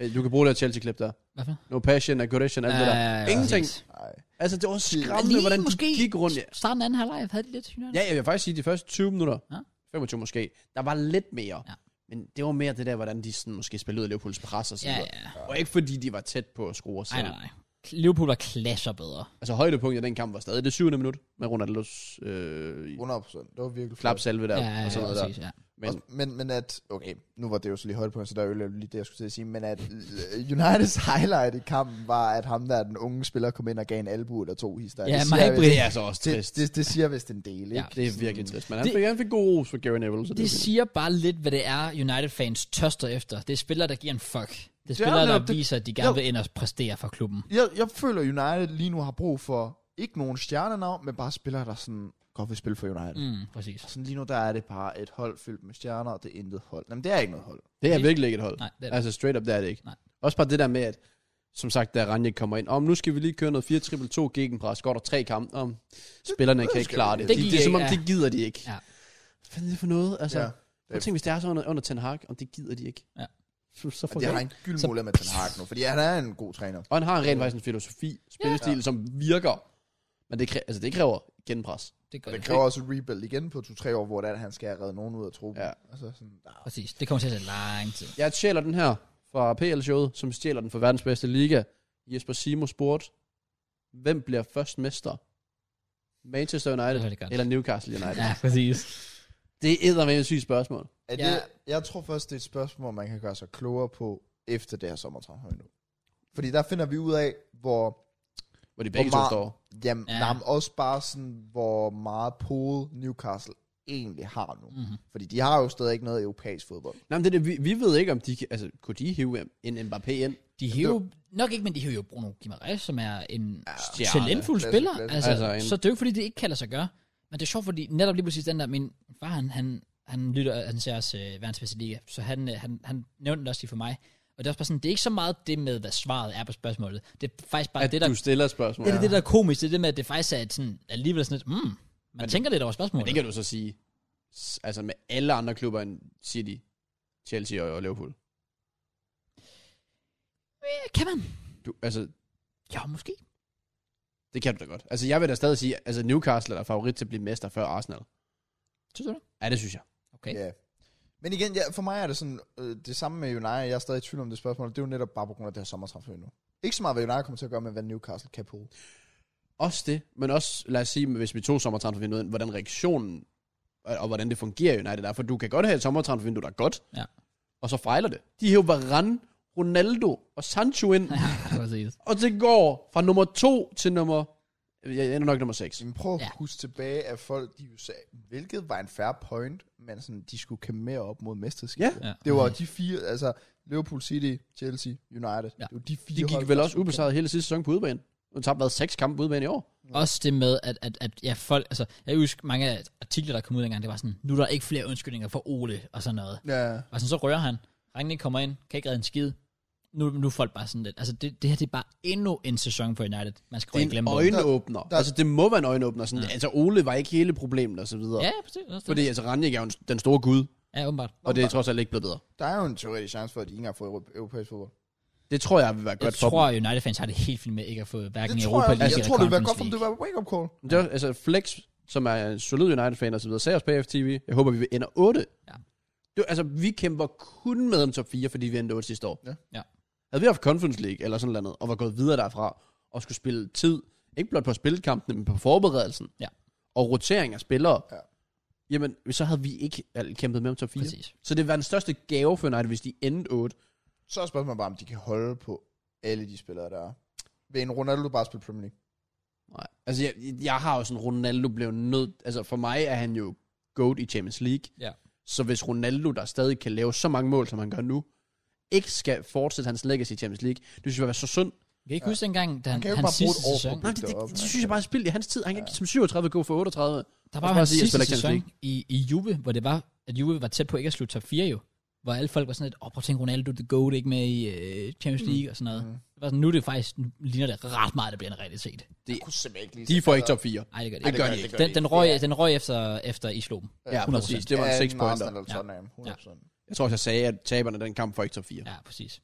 C: Øh, Du kan bruge det her Chelsea-klip der.
A: Hvad for?
C: No passion, aggression, alt det der. Ingenting.
B: Nej.
C: Altså, det var
A: Ramme,
C: skræmmende, hvordan de gik rundt. Ja.
A: Starten af anden halvleg havde de lidt United.
C: Ja, jeg vil faktisk sige, de første 20 minutter,
A: Ja.
C: ja. 25 måske, der var lidt mere.
A: Ja.
C: Ja. Men det var mere det der, hvordan de sådan måske spillede ud af Liverpools pres og sådan
A: ja,
C: noget.
A: ja.
C: Og ikke fordi de var tæt på at score
A: Nej,
C: selv.
A: nej, nej. Liverpool var klasser bedre.
C: Altså højdepunktet i den kamp var stadig det syvende minut med Ronaldos øh,
B: 100 procent. Det var virkelig
C: klap
B: flot.
C: salve der
A: ja, ja,
C: og sådan noget der.
A: præcis, ja.
C: Men
B: Også- Men, men at, okay, nu var det jo så lige højt på, så der ødelagde jeg lige det, jeg skulle til at sige, men at øh, Uniteds highlight i kampen var, at ham der, den unge spiller, kom ind og gav en albu eller to hister.
A: Ja,
B: det,
A: Mike
B: siger
A: Breen.
B: vist,
C: det er altså også
B: det,
C: trist. Det,
B: det, det, siger vist en del, ikke?
A: Ja.
B: Ja.
C: det, det er virkelig trist. Men han,
A: Det-
C: fik, han fik god ros for Gary Neville. Så det,
A: Det
C: det,
A: siger bare lidt, hvad det er, United-fans tørster efter. Det er spillere, der giver en fuck. Det er
B: er
A: spillere, der
B: netop det.
A: viser, at de gerne
B: Jo.
A: vil ind og præstere for klubben.
B: Jeg, jeg føler, United lige nu har brug for ikke nogen stjernenavn, men bare spillere, der sådan godt vil spille for United. Mm.
A: Mm, præcis.
B: Sådan lige nu, der er det bare et hold fyldt med stjerner, og det er intet hold. Jamen, det er ikke noget hold.
C: det er virkelig ikke et hold.
A: Nej, det er det.
C: Altså straight up, det er det ikke.
A: Nej.
C: Også bare det der med, at som sagt, da Ranje kommer ind, om nu skal vi lige køre noget 4-3-2 gegenpres, går der tre kampe, om spillerne kan ikke
B: skal
C: klare
B: vi
C: det.
A: ikke. Det
C: Det, det, det,
A: gider
C: er som om,
A: ikke, ja.
C: det gider de ikke.
A: Ja.
C: Hvad fanden er det for noget? Altså,
B: Ja.
C: ja. Jeg tænker, hvis det er så under, under Ten Hag, om det gider de ikke.
A: Ja.
C: Så, så får
B: Og det har
C: jeg.
B: en gyld mulighed med Ten Hag nu, fordi han er en god træner.
C: Og han har rent faktisk en filosofi, spillestil, ja. som virker. Men det, kræ- altså, det kræver genpres.
A: Det gør
B: Og det
A: det.
B: kræver også et rebuild igen på 2-3 år, hvor det er, at han skal have reddet nogen ud af truppen.
C: Ja.
B: Altså sådan, der.
A: Præcis. Det kommer til at tage lang tid.
C: Jeg stjæler den her fra PL-showet, som stjæler den fra verdens bedste liga. Jesper Simo spurgte, hvem bliver først mester? Manchester
A: Det var
C: United
A: det godt.
C: eller Mm-hmm. Newcastle United?
A: Ja, præcis.
C: Det er eddermame et sygt spørgsmål.
B: Er det,
A: Ja.
B: Jeg tror først, det er et spørgsmål, man kan gøre sig klogere på, efter det her sommertransfer nu. Fordi der finder vi ud af, hvor...
C: Hvor de begge to
B: meget-
C: står.
B: Jamen,
A: Ja.
B: ja. jamen også bare sådan, hvor meget pool Newcastle egentlig har nu.
A: Mhm.
B: Fordi de har jo stadig ikke noget europæisk fodbold.
C: Nej, men det, er det, vi, vi ved ikke, om de kan, altså, kunne de hive en Mbappé ind?
A: De hiver nok ikke, men de hiver jo Bruno Guimaraes, som er en
C: stjerne.
A: talentfuld
B: Klasse,
A: spiller.
B: klasse.
A: Altså,
C: Altså, en-
A: Så det er jo ikke, fordi det ikke kan lade sig gøre. Men det er sjovt, fordi netop lige præcis den der, min far, han, han, han lytter, han ser os øh, verdens bedste liga, så han, øh, han, han nævnte det også lige for mig. Og det er også bare sådan, det er ikke så meget det med, hvad svaret er på spørgsmålet. Det er faktisk bare
C: At
A: det,
C: det,
A: der,
C: du stiller et spørgsmål.
A: det, er det, der er komisk, det er det med, at det faktisk er et sådan, alligevel sådan lidt, mm, man tænker lidt over spørgsmålet.
C: Men det kan du så sige, s- altså med alle andre klubber end City, Chelsea og, og Liverpool.
A: Øh, kan man?
C: Du, altså,
A: Ja, måske.
C: det kan du da godt. Altså, jeg vil da stadig sige, altså Newcastle er favorit til at blive mester før Arsenal.
A: Synes du det?
C: Ja, det synes jeg.
A: Okay.
B: Ja. Men igen, ja, for mig er det sådan, øh, det samme med United, jeg er stadig i tvivl om det spørgsmål, det er jo netop bare på grund af det her sommertransfer nu. Ikke så meget, hvad United kommer til at gøre, men hvad Newcastle kan på.
C: Også det, men også, lad os sige, hvis vi tog sommertransfervinduet ind, hvordan reaktionen øh, og, og hvordan det fungerer i United er. For du kan godt have et sommertransfervindue, der er godt,
A: Ja.
C: og så fejler det. De hæver Varane, Ronaldo og Sancho ind,
A: Ja, præcis.
C: og det går fra nummer to til nummer... Jeg ender nok nummer 6.
B: Jamen prøv at
A: Ja.
B: ja. huske tilbage, at folk, de jo sagde, hvilket var en fair point, men sådan, de skulle kæmpe mere op mod mesterskabet.
A: Ja.
B: Det var de fire, altså Liverpool City, Chelsea, United.
A: Ja.
B: Det var de fire
C: De
B: hold,
C: gik vel
B: der
C: også
B: skulle
C: ubesejret hele sidste sæson på udebane. Nu tabte været seks kampe på udebane i år.
A: Også det med, at, at, at ja, folk, altså, jeg husker mange af artikler, der kom ud dengang, det var sådan, nu er der ikke flere undskyldninger for Ole og sådan noget.
B: kæmpe. Ja.
A: Og sådan, så rører han. Rangnick kommer ind, kan ikke redde en skid. nu, nu er folk bare sådan lidt, altså det, det her det er bare endnu en sæson for United. Man skal
C: Det
A: ikke
C: er en
A: glemme
C: øjenåbner.
B: der-
C: altså, det må være en øjenåbner. Sådan,
A: Ja.
C: ja. Altså, Ole var ikke hele problemet og så videre.
A: Ja,
C: Ja.
A: ja, præcis. Også det.
C: Fordi altså, Ranjek er jo en- den store gud,
A: Ja, åbenbart.
C: og det er trods alt ikke blevet bedre.
B: Der er jo en teoretisk chance for, at de ikke engang får euro- europæisk fodbold.
C: Det tror jeg vil være
A: Jeg
C: godt for
A: tror, at United-fans har det helt fint med ikke at få hverken
B: Det tror
A: Europa
B: jeg,
A: League
B: jeg,
A: eller
B: tror, det ville være
A: Conference
B: godt, for dem, det
A: League.
B: var wake-up call.
C: dem. Det var, altså, Flex, som er en solid United-fan og så videre, sagde også på AFTV, jeg håber, vi vil ender 8.
A: Ja.
C: Ja. Det, var- altså, vi kæmper kun med om top 4, fordi vi endte 8 sidste år.
B: Ja.
A: Ja.
C: Havde vi haft Conference League eller sådan noget, og var gået videre derfra, og skulle spille tid, ikke blot på spilkampene, men på forberedelsen,
A: Ja.
C: og rotering af spillere,
B: Ja.
C: ja. jamen, så havde vi ikke øh, kæmpet med om top 4.
A: Præcis.
C: Så det var den største gave for United, hvis de endte 8.
B: Så er spørgsmålet bare, om de kan holde på alle de spillere, der er. Ved en Ronaldo bare spille Premier League.
C: Nej. Altså, jeg, jeg har jo sådan, Ronaldo blev nødt... Altså, for mig er han jo GOAT i Champions League.
A: Ja.
C: Så hvis Ronaldo, der stadig kan lave så mange mål, som han gør nu, ikke skal fortsætte hans legacy i Champions League, det synes jeg var så synd.
A: Kan I ikke huske dengang, da han,
B: kan jo
A: hans
B: bare bruge
A: sidste
B: et
A: sæson,
B: år på det.
C: Nej, det,
B: Deroppe,
C: det, det, synes jeg bare er spild i hans tid. Han kan ikke som 37 gå for 38.
A: der
C: Jeg
A: var
C: skal
A: hans
C: bare sige, jeg
A: sidste
C: spiller ikke Champions
A: sæson i, i Juve, hvor det var, at Juve var tæt på ikke at slutte top 4 jo. Hvor alle folk var sådan lidt, åh, oh, prøv at tænke, Ronaldo, det goat ikke med i øh, Champions
C: Mm.
A: League og sådan noget. Det var sådan, nu er det faktisk, nu ligner det ret meget, der bliver en realitet.
B: Jeg kunne simpelthen ikke lige
C: De får ikke top 4.
A: Nej, det gør det
C: Det
A: ikke.
C: gør de ikke.
A: Den, den, røg, den røg efter, efter I slog dem.
C: Ja,
A: 100%.
C: præcis. Det var en 6 pointer.
B: Arsenal eller
A: Ja.
B: Tottenham, 100%.
C: Jeg tror også, jeg sagde, at taberne af den kamp får ikke top 4. Ja.
A: Ja, præcis.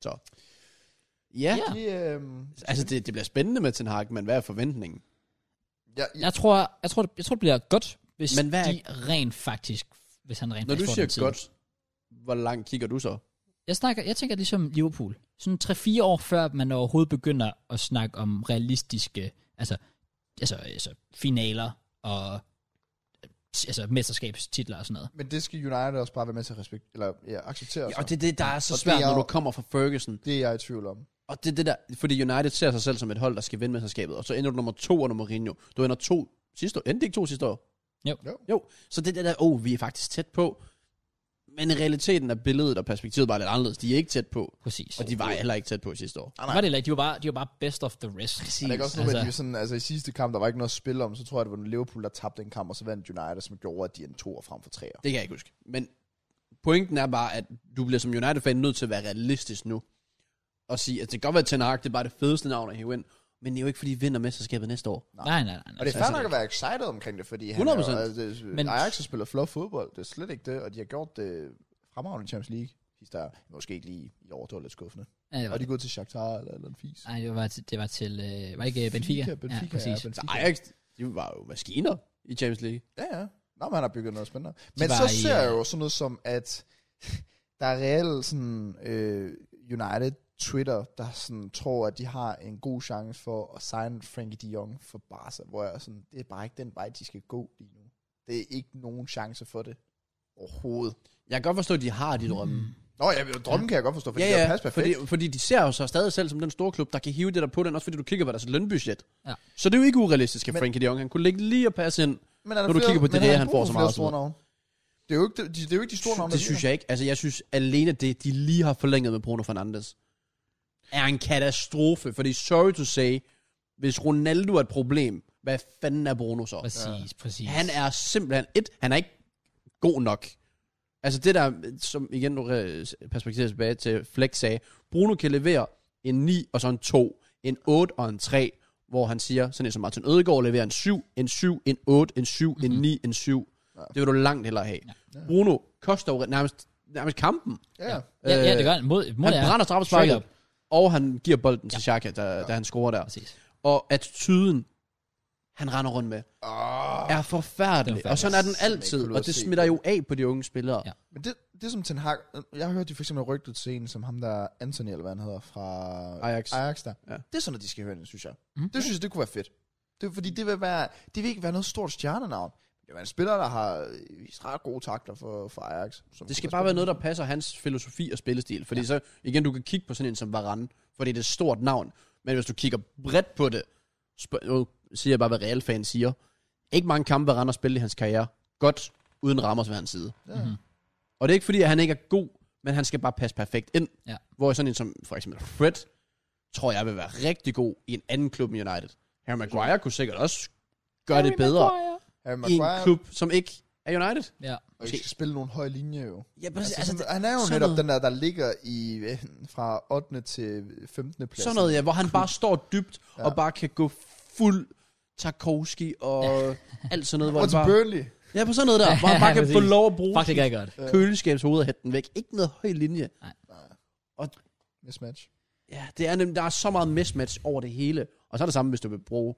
C: Så. Ja.
A: Ja.
C: ja.
B: De, øhm,
C: Altså, det, det bliver spændende med Ten Hag, men hvad er forventningen?
B: jeg, jeg,
A: Jeg tror, jeg tror, det, jeg tror, det bliver godt, hvis
C: Men hvad er-
A: de rent faktisk, hvis han rent
C: Når du
A: faktisk får
C: siger
A: den tid.
C: godt, hvor langt kigger du så?
A: Jeg, snakker, jeg tænker ligesom Liverpool. Sådan 3-4 år før man overhovedet begynder at snakke om realistiske, altså, altså, altså finaler og altså mesterskabstitler og sådan noget.
B: men det skal United også bare være med til at respekt, eller, ja, acceptere.
C: Ja,
B: så.
C: og det er det, der er så
B: Altså. Og det
C: svært,
B: er
C: når
B: jo-
C: du kommer fra Ferguson.
B: Det er jeg i tvivl om.
C: Og det er det der, fordi United ser sig selv som et hold, der skal vinde mesterskabet. Og så ender du nummer to under Mourinho. Du ender to sidste år. Endte ikke to sidste år?
A: Jo.
B: Jo.
C: Jo, så det er det der, åh, oh, vi er faktisk tæt på. Men i realiteten er billedet og perspektivet bare lidt anderledes. De er ikke tæt på,
A: Præcis.
C: og de var heller ikke tæt på sidste år.
B: Ah,
A: var det heller ikke. De var bare, de var bare best of the rest.
B: Er det ikke også noget med, at
A: altså,
B: de var sådan, altså i sidste kamp, der var ikke noget at spille om, så tror jeg, det var Liverpool, der tabte en kamp, og så vandt United, som gjorde, at de endte to frem for treer.
C: Det kan jeg ikke huske. Men pointen er bare, at du bliver som United-fan nødt til at være realistisk nu. Og sige, at det kan godt være, at Ten Hag, det er bare det fedeste navn at hive ind. Men det er jo ikke, fordi de vinder mesterskabet næste år.
A: nej, nej, nej.
B: Og
A: nej.
B: det er fair nok at være excited omkring det, fordi han
C: 100%.
B: Er, jo- altså, det-
A: Men-
B: Ajax har spillet flot fodbold, det er slet ikke det, og de har gjort det fremragende i Champions League. Hvis der måske ikke lige i år, det var lidt skuffende.
A: Ja, det var,
B: Og de er gået til Shakhtar eller, eller en fis.
A: nej, det var til, det var til øh, var ikke øh, Benfica?
B: Benfica,
A: ja, præcis.
B: Ja,
C: Så
B: Benfica.
C: Ajax, de var jo maskiner i Champions League.
B: Ja, ja. Nå, men han har bygget noget spændende. Men
A: var
B: så
A: i,
B: ser jeg
A: øh,
B: jo sådan noget som, at der er reelt sådan øh, United Twitter, der sådan tror, at de har en god chance for at signe Frankie de Jong for Barca, hvor jeg er sådan, det er bare ikke den vej, de skal gå lige nu. Det er ikke nogen chance for det overhovedet.
C: Jeg kan godt forstå, at de har de drømme. Mm.
B: Nå, ja, drømmen kan jeg godt forstå, fordi ja, ja, det passer perfekt.
C: fordi, fordi de ser jo så stadig selv som den store klub, der kan hive det der på den, også fordi du kigger på deres lønbudget.
A: Ja.
C: Så det er jo ikke urealistisk, at
B: Men-
C: Frankie de Jong, han kunne ligge lige og passe ind.
B: men er der
C: når du kigger på
B: men
C: det der,
B: har
C: han
B: brug
C: får
B: for
C: så
B: flere
C: meget
B: store
C: og sådan
B: navne? Det er jo ikke de, de, det er jo ikke de store navne,
C: Det synes jeg ikke. Altså, jeg synes alene det, de lige har forlænget med Bruno Fernandes, er en katastrofe. Fordi sorry to say, hvis Ronaldo er et problem, hvad fanden er Bruno så?
A: Præcis, præcis.
C: Han er simpelthen et, han er ikke god nok. Altså det der, som igen nu øh, perspektiverer tilbage til Flex sagde, Bruno kan levere en 9 og så en 2, en 8 og en 3, hvor han siger, sådan en som Martin Ødegaard leverer en 7, en 7, en 8, en 7, mm-hmm.
A: Mhm.
C: en 9, en 7. Ja. Det vil du langt hellere have. Ja. Bruno koster jo nærmest, nærmest kampen.
B: Ja, ja.
A: ja, ja, det gør han. Mod, mod
C: Han
A: jer.
C: brænder
A: Straight
C: straffesparket,
A: up.
C: og han giver bolden til Xhaka, da, da han scorer der.
A: Præcis.
C: Og attyden, han render rundt med
B: Oh,
C: er forfærdelig.
A: forfærdelig.
C: Og sådan er den
B: Simpelthen
C: altid,
B: ikke
C: og det
B: kunne
C: smitter
B: se.
C: jo af på de unge spillere.
A: Ja.
C: Ja.
B: Men det, det som Ten Hag, øh, jeg hørte de for eksempel rygtet til en, som ham der Anthony, eller hvad han hedder, fra
C: Ajax.
B: Ajax der. Ja.
C: Ja.
B: Det er sådan, at de skal høre den, synes jeg.
A: Mhm.
B: Mm. Det synes jeg, det kunne være fedt. Det, fordi det vil, være, det vil ikke være noget stort stjernenavn. Det vil være en spiller, der har vist ret gode takter for, for Ajax. Som
C: Det skal bare være noget, der passer hans filosofi og spillestil. Fordi ja. så, igen, du kan kigge på sådan en som Varane, fordi det er et stort navn. Men hvis du kigger bredt på det, sp- nu siger jeg bare, hvad Real fan siger. Ikke mange kampe Varane har spillet i hans karriere. Godt uden rammer ved hans side.
B: Ja. Mm-hmm.
C: Og det er ikke fordi, at han ikke er god, men han skal bare passe perfekt ind.
A: Ja.
C: Hvor sådan en som for eksempel Fred, tror jeg vil være rigtig god i en anden klub end United. Harry Maguire kunne sikkert også gøre det bedre.
B: Harry
C: i en
B: Maguire,
C: klub, som ikke er af United.
A: Ja.
B: Og I skal spille nogle høje linjer jo.
C: Ja,
B: Altså, altså, sådan, han er jo netop den der, der ligger i, øh, fra 8. til 15. plads.
C: Sådan noget, ja, hvor han bare står dybt ja. og bare kan gå fuld Tarkovski og alt sådan noget. Hvor
B: Og
C: han
B: til
C: bare,
B: Burnley.
C: ja, på sådan noget der, hvor han bare
A: Ja,
C: kan få
A: præcis.
C: lov at bruge
A: Faktisk er godt.
C: sit køleskabshoved og hætte den væk. Ikke noget høj linje.
B: Mismatch.
C: Ja, det er nem, der er så meget mismatch over det hele. Og så er det samme, hvis du vil bruge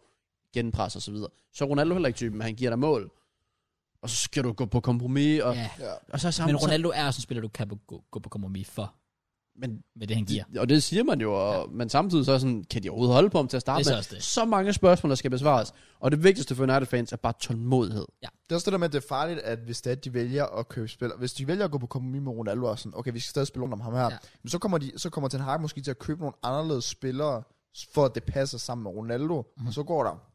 C: genpres og så videre. Så er Ronaldo heller ikke typen, han giver dig mål. Og så skal du gå på kompromis. Og, ja.
A: Ja.
B: Ja.
C: og så er samme,
A: Men Ronaldo er også en spiller, du kan gå, gå på kompromis for,
C: men,
A: med det han giver.
C: og det siger man jo, og, ja. men samtidig så er sådan, kan de overhovedet holde på ham til at
A: Det er
C: starte
A: så
C: med?
A: også det.
C: Så mange spørgsmål, der skal besvares. Og det vigtigste for United-fans er bare tålmodighed.
B: Det er også det der med, at det er farligt, at hvis det er, at de vælger at købe spillere, hvis de vælger at gå på kompromis med Ronaldo og sådan, okay, vi skal stadig spille rundt om ham her,
A: Ja.
B: ja. men så kommer, de, så kommer Ten Hag måske til at købe nogle anderledes spillere, for at det passer sammen med Ronaldo, mm. og
A: Mhm.
B: så går der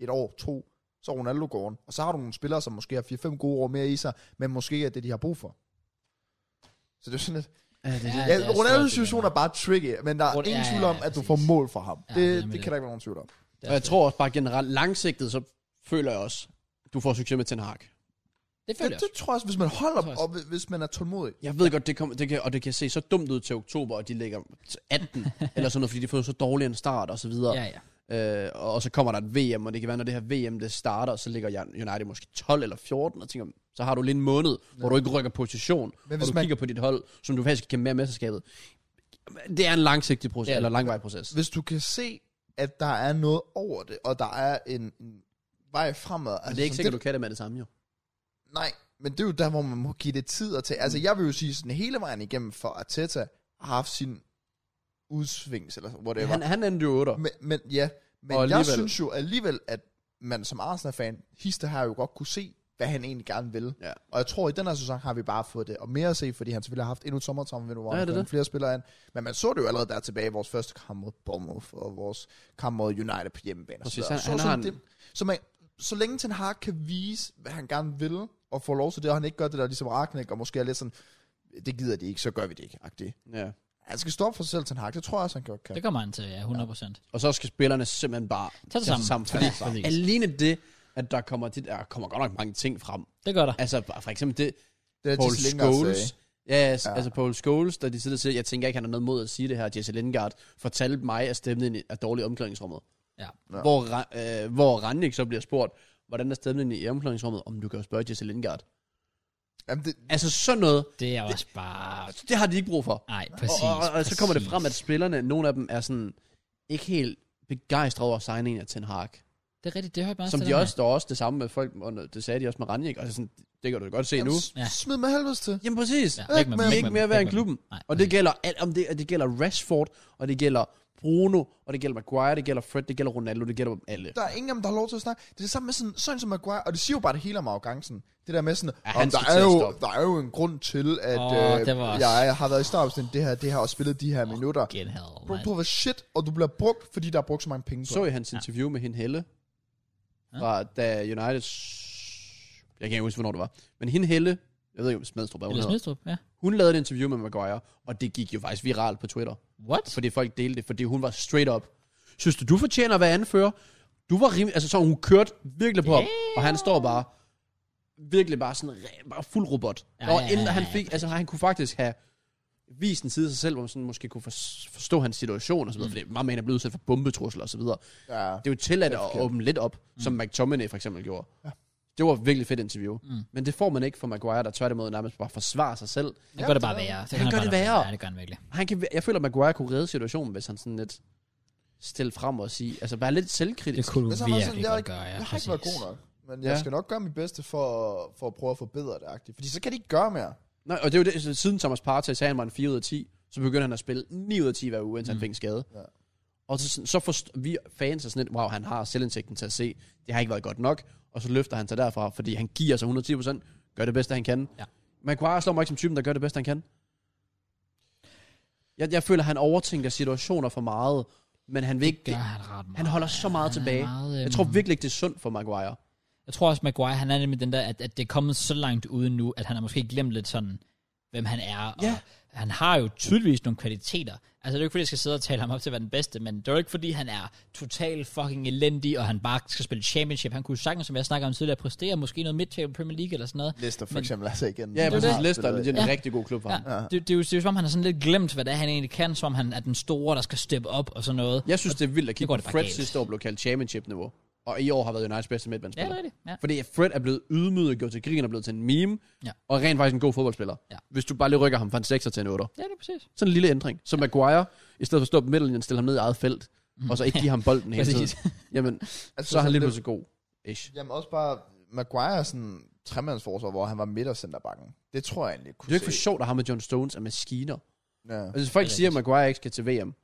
B: et år, to, så er Ronaldo gården, og så har du nogle spillere, som måske har 4-5 gode år mere i sig, men måske ikke er det, de har brug for. Så det er sådan lidt,
C: Ja, det,
A: Ja,
C: ja.
A: det
B: ja,
A: er
B: Ronaldos
A: stadig det
B: situation
A: der.
B: er bare tricky, men der er
A: Rund-
B: ingen
A: ja,
B: tvivl
A: ja,
B: om,
A: ja,
B: at du
A: præcis.
B: får mål for ham.
A: Ja,
B: Ja,
A: det er nemlig
B: det, det,
A: det.
B: kan der ikke være nogen tvivl om.
A: Det er
C: Og jeg
A: også
C: tror også bare generelt langsigtet, så føler jeg også, du får succes med Ten Hag.
A: Det
B: Det,
A: føler jeg
B: det
A: også.
B: tror jeg også, hvis man
A: Det
B: holder,
A: tror
B: og hvis man er tålmodig.
C: Jeg ved godt, det kom, det kan, og det kan se så dumt ud til oktober, og de ligger 18, eller sådan noget, fordi de får så dårlig en start og så videre.
A: Ja, ja.
C: Øh, og og så kommer der et VM, og det kan være, når det her VM det starter, så ligger United måske 12 eller 14, og tænker, så har du lige en måned, ja. hvor du ikke rykker position, Men og
B: hvis
C: du man...
B: man-
C: kigger på dit hold, som du faktisk kan med i mesterskabet. Det er en langsigtig proces,
A: Ja.
C: ja. eller langvej proces.
B: hvis du kan se, at der er noget over det, og der er en en vej fremad. Altså,
C: Men det er ikke
B: sådan
C: sikkert, du kan det med det samme, jo.
B: Nej, men det er jo der, hvor man må give det tid og til.
C: Mm.
B: Altså, jeg vil jo sige sådan hele vejen igennem, for Arteta har haft sin udsving, eller whatever.
C: Han, han endte jo 8.
B: Men, men ja, men
C: Og
B: alligevel...
C: alligevel-
B: jeg synes jo alligevel, at man som Arsenal-fan, Hister har jo godt kunne se, hvad han egentlig gerne vil.
C: Ja.
B: Og jeg tror, at i den her sæson har vi bare fået det, og mere at se, fordi han selvfølgelig har haft endnu et sommertraum, hvor
C: Ja,
B: han
C: det er
B: ja,
C: det.
B: flere spillere ind. Men man så det jo allerede der tilbage i vores første kamp mod Bournemouth, og vores kamp mod United på hjemmebane. og
C: Præcis,
B: så, videre.
C: han-
B: så,
C: han
B: så,
C: har en-
B: det, så, man, så længe Ten Hag kan vise, hvad han gerne vil, og få lov til det, og han ikke gør det der ligesom Ragnik, og måske er lidt sådan, det gider de ikke, så gør vi det ikke, agtigt.
C: Ja.
B: Han skal stoppe for sig selv, Ten Hag. Det tror jeg også, han godt kan.
A: Det kommer han til, ja, 100%.
C: Og så skal spillerne simpelthen bare
A: Tag det sammen.
C: Fordi
A: Ja, præcis.
C: alene det, at der kommer, de, der kommer godt nok mange ting frem.
A: Det gør der.
C: Altså for eksempel det,
B: Det er
C: Paul
B: Jesse Lingard sagde.
C: Scholes. Ja, ja,
B: Ja.
C: altså Paul Scholes, der de sidder og siger, jeg tænker ikke, han har noget mod at sige det her. Jesse Lingard fortalte mig, at stemningen i- er dårlig i omklædningsrummet.
A: Ja.
B: Ja.
C: Hvor, Ra- øh, hvor Rannik så bliver spurgt, hvordan er stemningen i omklædningsrummet, om du kan jo spørge Jesse Lingard.
B: Jamen, det,
C: Altså sådan noget,
A: Det er også bare...
C: det har de ikke brug for.
A: Nej,
C: Præcis,
A: præcis.
C: og, og, og så kommer det
A: præcis.
C: frem, at spillerne, nogle af dem er sådan, ikke helt begejstrede over signingen af Ten Hag.
A: Det er rigtigt, det hørte man også.
C: Som
A: til
C: de
A: den
C: også, der er også det samme med folk, og det sagde de også med Rannik, og sådan, det kan du godt se
B: Jamen,
C: nu.
B: s-
A: Ja.
B: Smid med helvedes til.
C: Jamen præcis.
A: her.
C: Ja.
A: Ja, væk med
B: Ikke
A: dem,
C: De
A: væk
C: er ikke
A: med
C: mere
A: dem,
C: værd
A: væk
C: end
A: med dem.
C: klubben.
A: Nej,
C: Og det gælder alt om det, og det gælder Rashford, og det gælder Bruno, og det gælder Maguire, det gælder Fred, det gælder Ronaldo, det gælder dem alle.
B: Der er ingen af dem, der har lov til at snakke. Det er det samme med sådan, sådan som Maguire, og det siger jo bare det hele om arrogancen. Det der med sådan,
C: Ja,
B: ja,
C: han
B: om der,
C: skal til
B: er
C: at
B: jo,
C: stoppe."
B: der er jo en grund til, at
A: Åh, det
B: øh,
A: var også-
B: jeg har været i startopstillingen det her, det her, og spillet de her minutter.
A: Get hell,
B: Bro,
A: man.
B: du har været shit, og du bliver brugt, fordi der er brugt så mange penge på.
C: Så
B: dig.
C: I hans interview med hende Helle,
A: Ja.
C: fra da United... Jeg kan ikke huske, hvornår det var. Men hende Helle, jeg ved ikke, om Smedstrup er hun
A: Eller
C: hedder.
A: Smidstrup, ja.
C: Hun lavede et interview med Maguire, og det gik jo faktisk viralt på Twitter.
A: What?
C: Fordi folk delte det, fordi hun var straight up. Synes du, du fortjener at være anfører? Du var rimelig... Altså, så hun kørte virkelig på ham, og han står bare virkelig bare sådan re- bare fuld robot.
A: Ja,
C: Ja, og
A: ja,
C: inden
A: ja,
C: han
A: ja,
C: fik... altså, han kunne faktisk have vist en side af sig selv, hvor man sådan måske kunne for- forstå hans situation og så videre, mm. fordi mange mener blev udsat for bombetrusler og så videre.
B: Ja.
C: Det er jo tilladt at
B: forkert.
C: åbne lidt op, mm. som McTominay for eksempel gjorde. Ja. Det var et virkelig fedt interview. Mm. Men det får man ikke fra Maguire, der tværtimod nærmest bare forsvarer sig selv.
A: Det gør det bare værre. Så
C: Han gør
A: bare
C: det
A: lade være.
C: værre.
A: Ja, det gør han virkelig.
C: Han kan, jeg føler, at Maguire kunne redde situationen, hvis han sådan lidt stille frem og sige, altså bare lidt
A: Det
C: selvkritisk.
A: kunne du
B: Men så har man sådan,
A: virkelig
B: jeg, har
A: godt
B: ikke-
A: gøre, ja.
B: jeg har ikke været
A: præcis.
B: god nok. Men jeg
C: Ja.
B: skal nok gøre mit bedste for, at- for at prøve at forbedre det. agtigt. Fordi så kan de ikke gøre mere.
C: Nej, og det er jo det, så siden Thomas Partey sagde, han var en 4 ud af 10, så begyndte han at spille 9 ud af 10 hver uge, indtil mm. han fik en skade. Ja.
B: Ja.
C: Og så, sådan- så forst- vi fans er sådan lidt, wow, han har selvindsigten til at se, det har ikke været godt nok, og så løfter han sig derfra, fordi han giver sig 110 procent, gør det bedste, han kan.
A: Ja.
C: Maguire slår mig ikke som typen, der gør det bedste, han kan. Jeg, jeg føler, han overtænker situationer for meget, men han vil ikke,
A: Gør han ret meget.
C: han holder så meget
A: Han er
C: tilbage.
A: meget,
C: Jeg tror
A: øhm,
C: virkelig ikke, det er sundt for Maguire.
A: Jeg tror også, Maguire, han er nemlig den der, at, at det er kommet så langt ude nu, at han har måske glemt lidt sådan, hvem han er. Og
C: Ja.
A: han har jo tydeligvis nogle kvaliteter. Altså, det er jo ikke, fordi jeg skal sidde og tale ham op til at være den bedste, men det er jo ikke, fordi han er total fucking elendig, og han bare skal spille championship. Han kunne sagtens, som jeg snakker om tidligere, præstere måske noget midtable Premier League eller sådan noget.
B: Leicester for
A: Men-
B: eksempel, altså igen.
C: Ja,
A: præcis.
C: præcis. Leicester er legit en
A: Ja.
C: rigtig god klub for ham.
A: Ja, det, det, er jo, det er jo som om, han har sådan lidt glemt, hvad det er, han egentlig kan, som om han er den store, der skal steppe op og sådan noget.
C: Jeg synes, det er vildt at kigge
A: går
C: på
A: det bare
C: Fred
A: galt.
C: sidste år blev kaldt championship-niveau. Og i år har været Uniteds bedste
A: Ja, det
C: midtbandsspiller.
A: er rigtigt. Ja.
C: Fordi Fred er blevet ydmyget og gjort til grin og blevet til en meme.
A: Ja.
C: Og rent faktisk en god fodboldspiller.
A: Ja.
C: Hvis du bare lige rykker ham fra en 6'er til en 8'er.
A: ja, det er præcis.
C: Sådan en lille ændring. Så Maguire, i stedet for at stå på midtlinjen, stiller ham ned i eget felt. Og så ikke give ham bolden hele tiden.
A: Mm. Præcis.
C: Jamen,
B: altså,
C: så er han
B: sådan
C: lige
B: det-
C: pludselig god. Ish.
B: Jamen også bare, Maguire er sådan tremandsforsvar, hvor han var midt og centerbakken. Det tror jeg egentlig
C: Det
B: kunne
C: er jo ikke for
B: se.
C: sjovt, at ham med John Stones er maskiner.
B: Ja.
C: Altså, hvis folk
A: Det er
C: siger, at Maguire ikke skal til VM,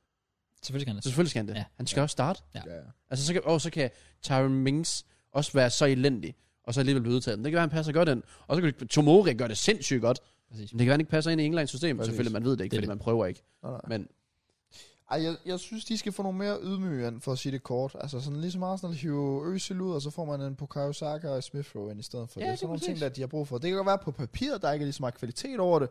A: Selvfølgelig kan han
C: så selvfølgelig skal han det.
A: Ja.
C: Han skal også starte.
B: ja. ja.
C: Altså, så kan, og så kan Tyron Mings også være så elendig, og så alligevel blive udtaget. Men Det kan være, han passer godt ind. Og så kan det- Tomori gøre det sindssygt godt.
A: Præcis.
C: Men det kan være, han ikke passer ind i Englands system.
B: Præcis.
C: Selvfølgelig, man ved det ikke,
A: Det er
C: fordi
A: det.
C: man prøver ikke.
B: Nå, nej.
C: Men
B: Ej, jeg, jeg synes, de skal få nogle mere ydmygende, for at sige det kort. Altså sådan ligesom Arsenal hiver Øsil ud, og så får man en Bukayo Saka og Smith Rowe ind i stedet for.
A: Ja,
B: det er
A: det er
B: sådan nogle ting,
A: præcis.
B: der de har brug for. Det kan godt være på papiret, der ikke er lige så meget kvalitet over det.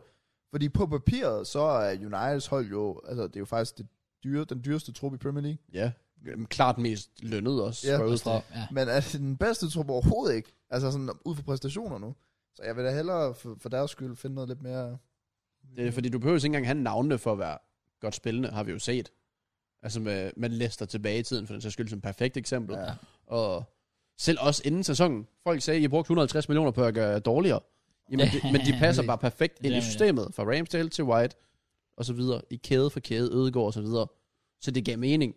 B: Fordi på papiret, så er Uniteds hold jo, altså det er jo faktisk det dyre, den dyreste trup i Premier League.
C: ja, Jamen, klart mest lønnet også.
B: Ja.
C: Ja, ud fra.
A: Ja.
B: Men er det den bedste trup overhovedet ikke? Altså sådan ud fra præstationer nu. Så jeg vil da hellere for, for deres skyld finde noget lidt mere...
C: Det er, fordi du behøver ikke engang have navnene for at være godt spillende, har vi jo set. Altså med, med Leicester tilbage i tiden, for den sags skyld som et perfekt eksempel. Ja.
B: Ja.
C: Og selv også inden sæsonen. Folk sagde, at I brugte 150 millioner på at gøre jer dårligere. Jamen, de, men de passer bare perfekt ind i
A: Jamen, ja.
C: systemet. Fra Ramsdale til White, og så videre. I kæde for kæde, Ødegaard og så videre. Så det gav mening.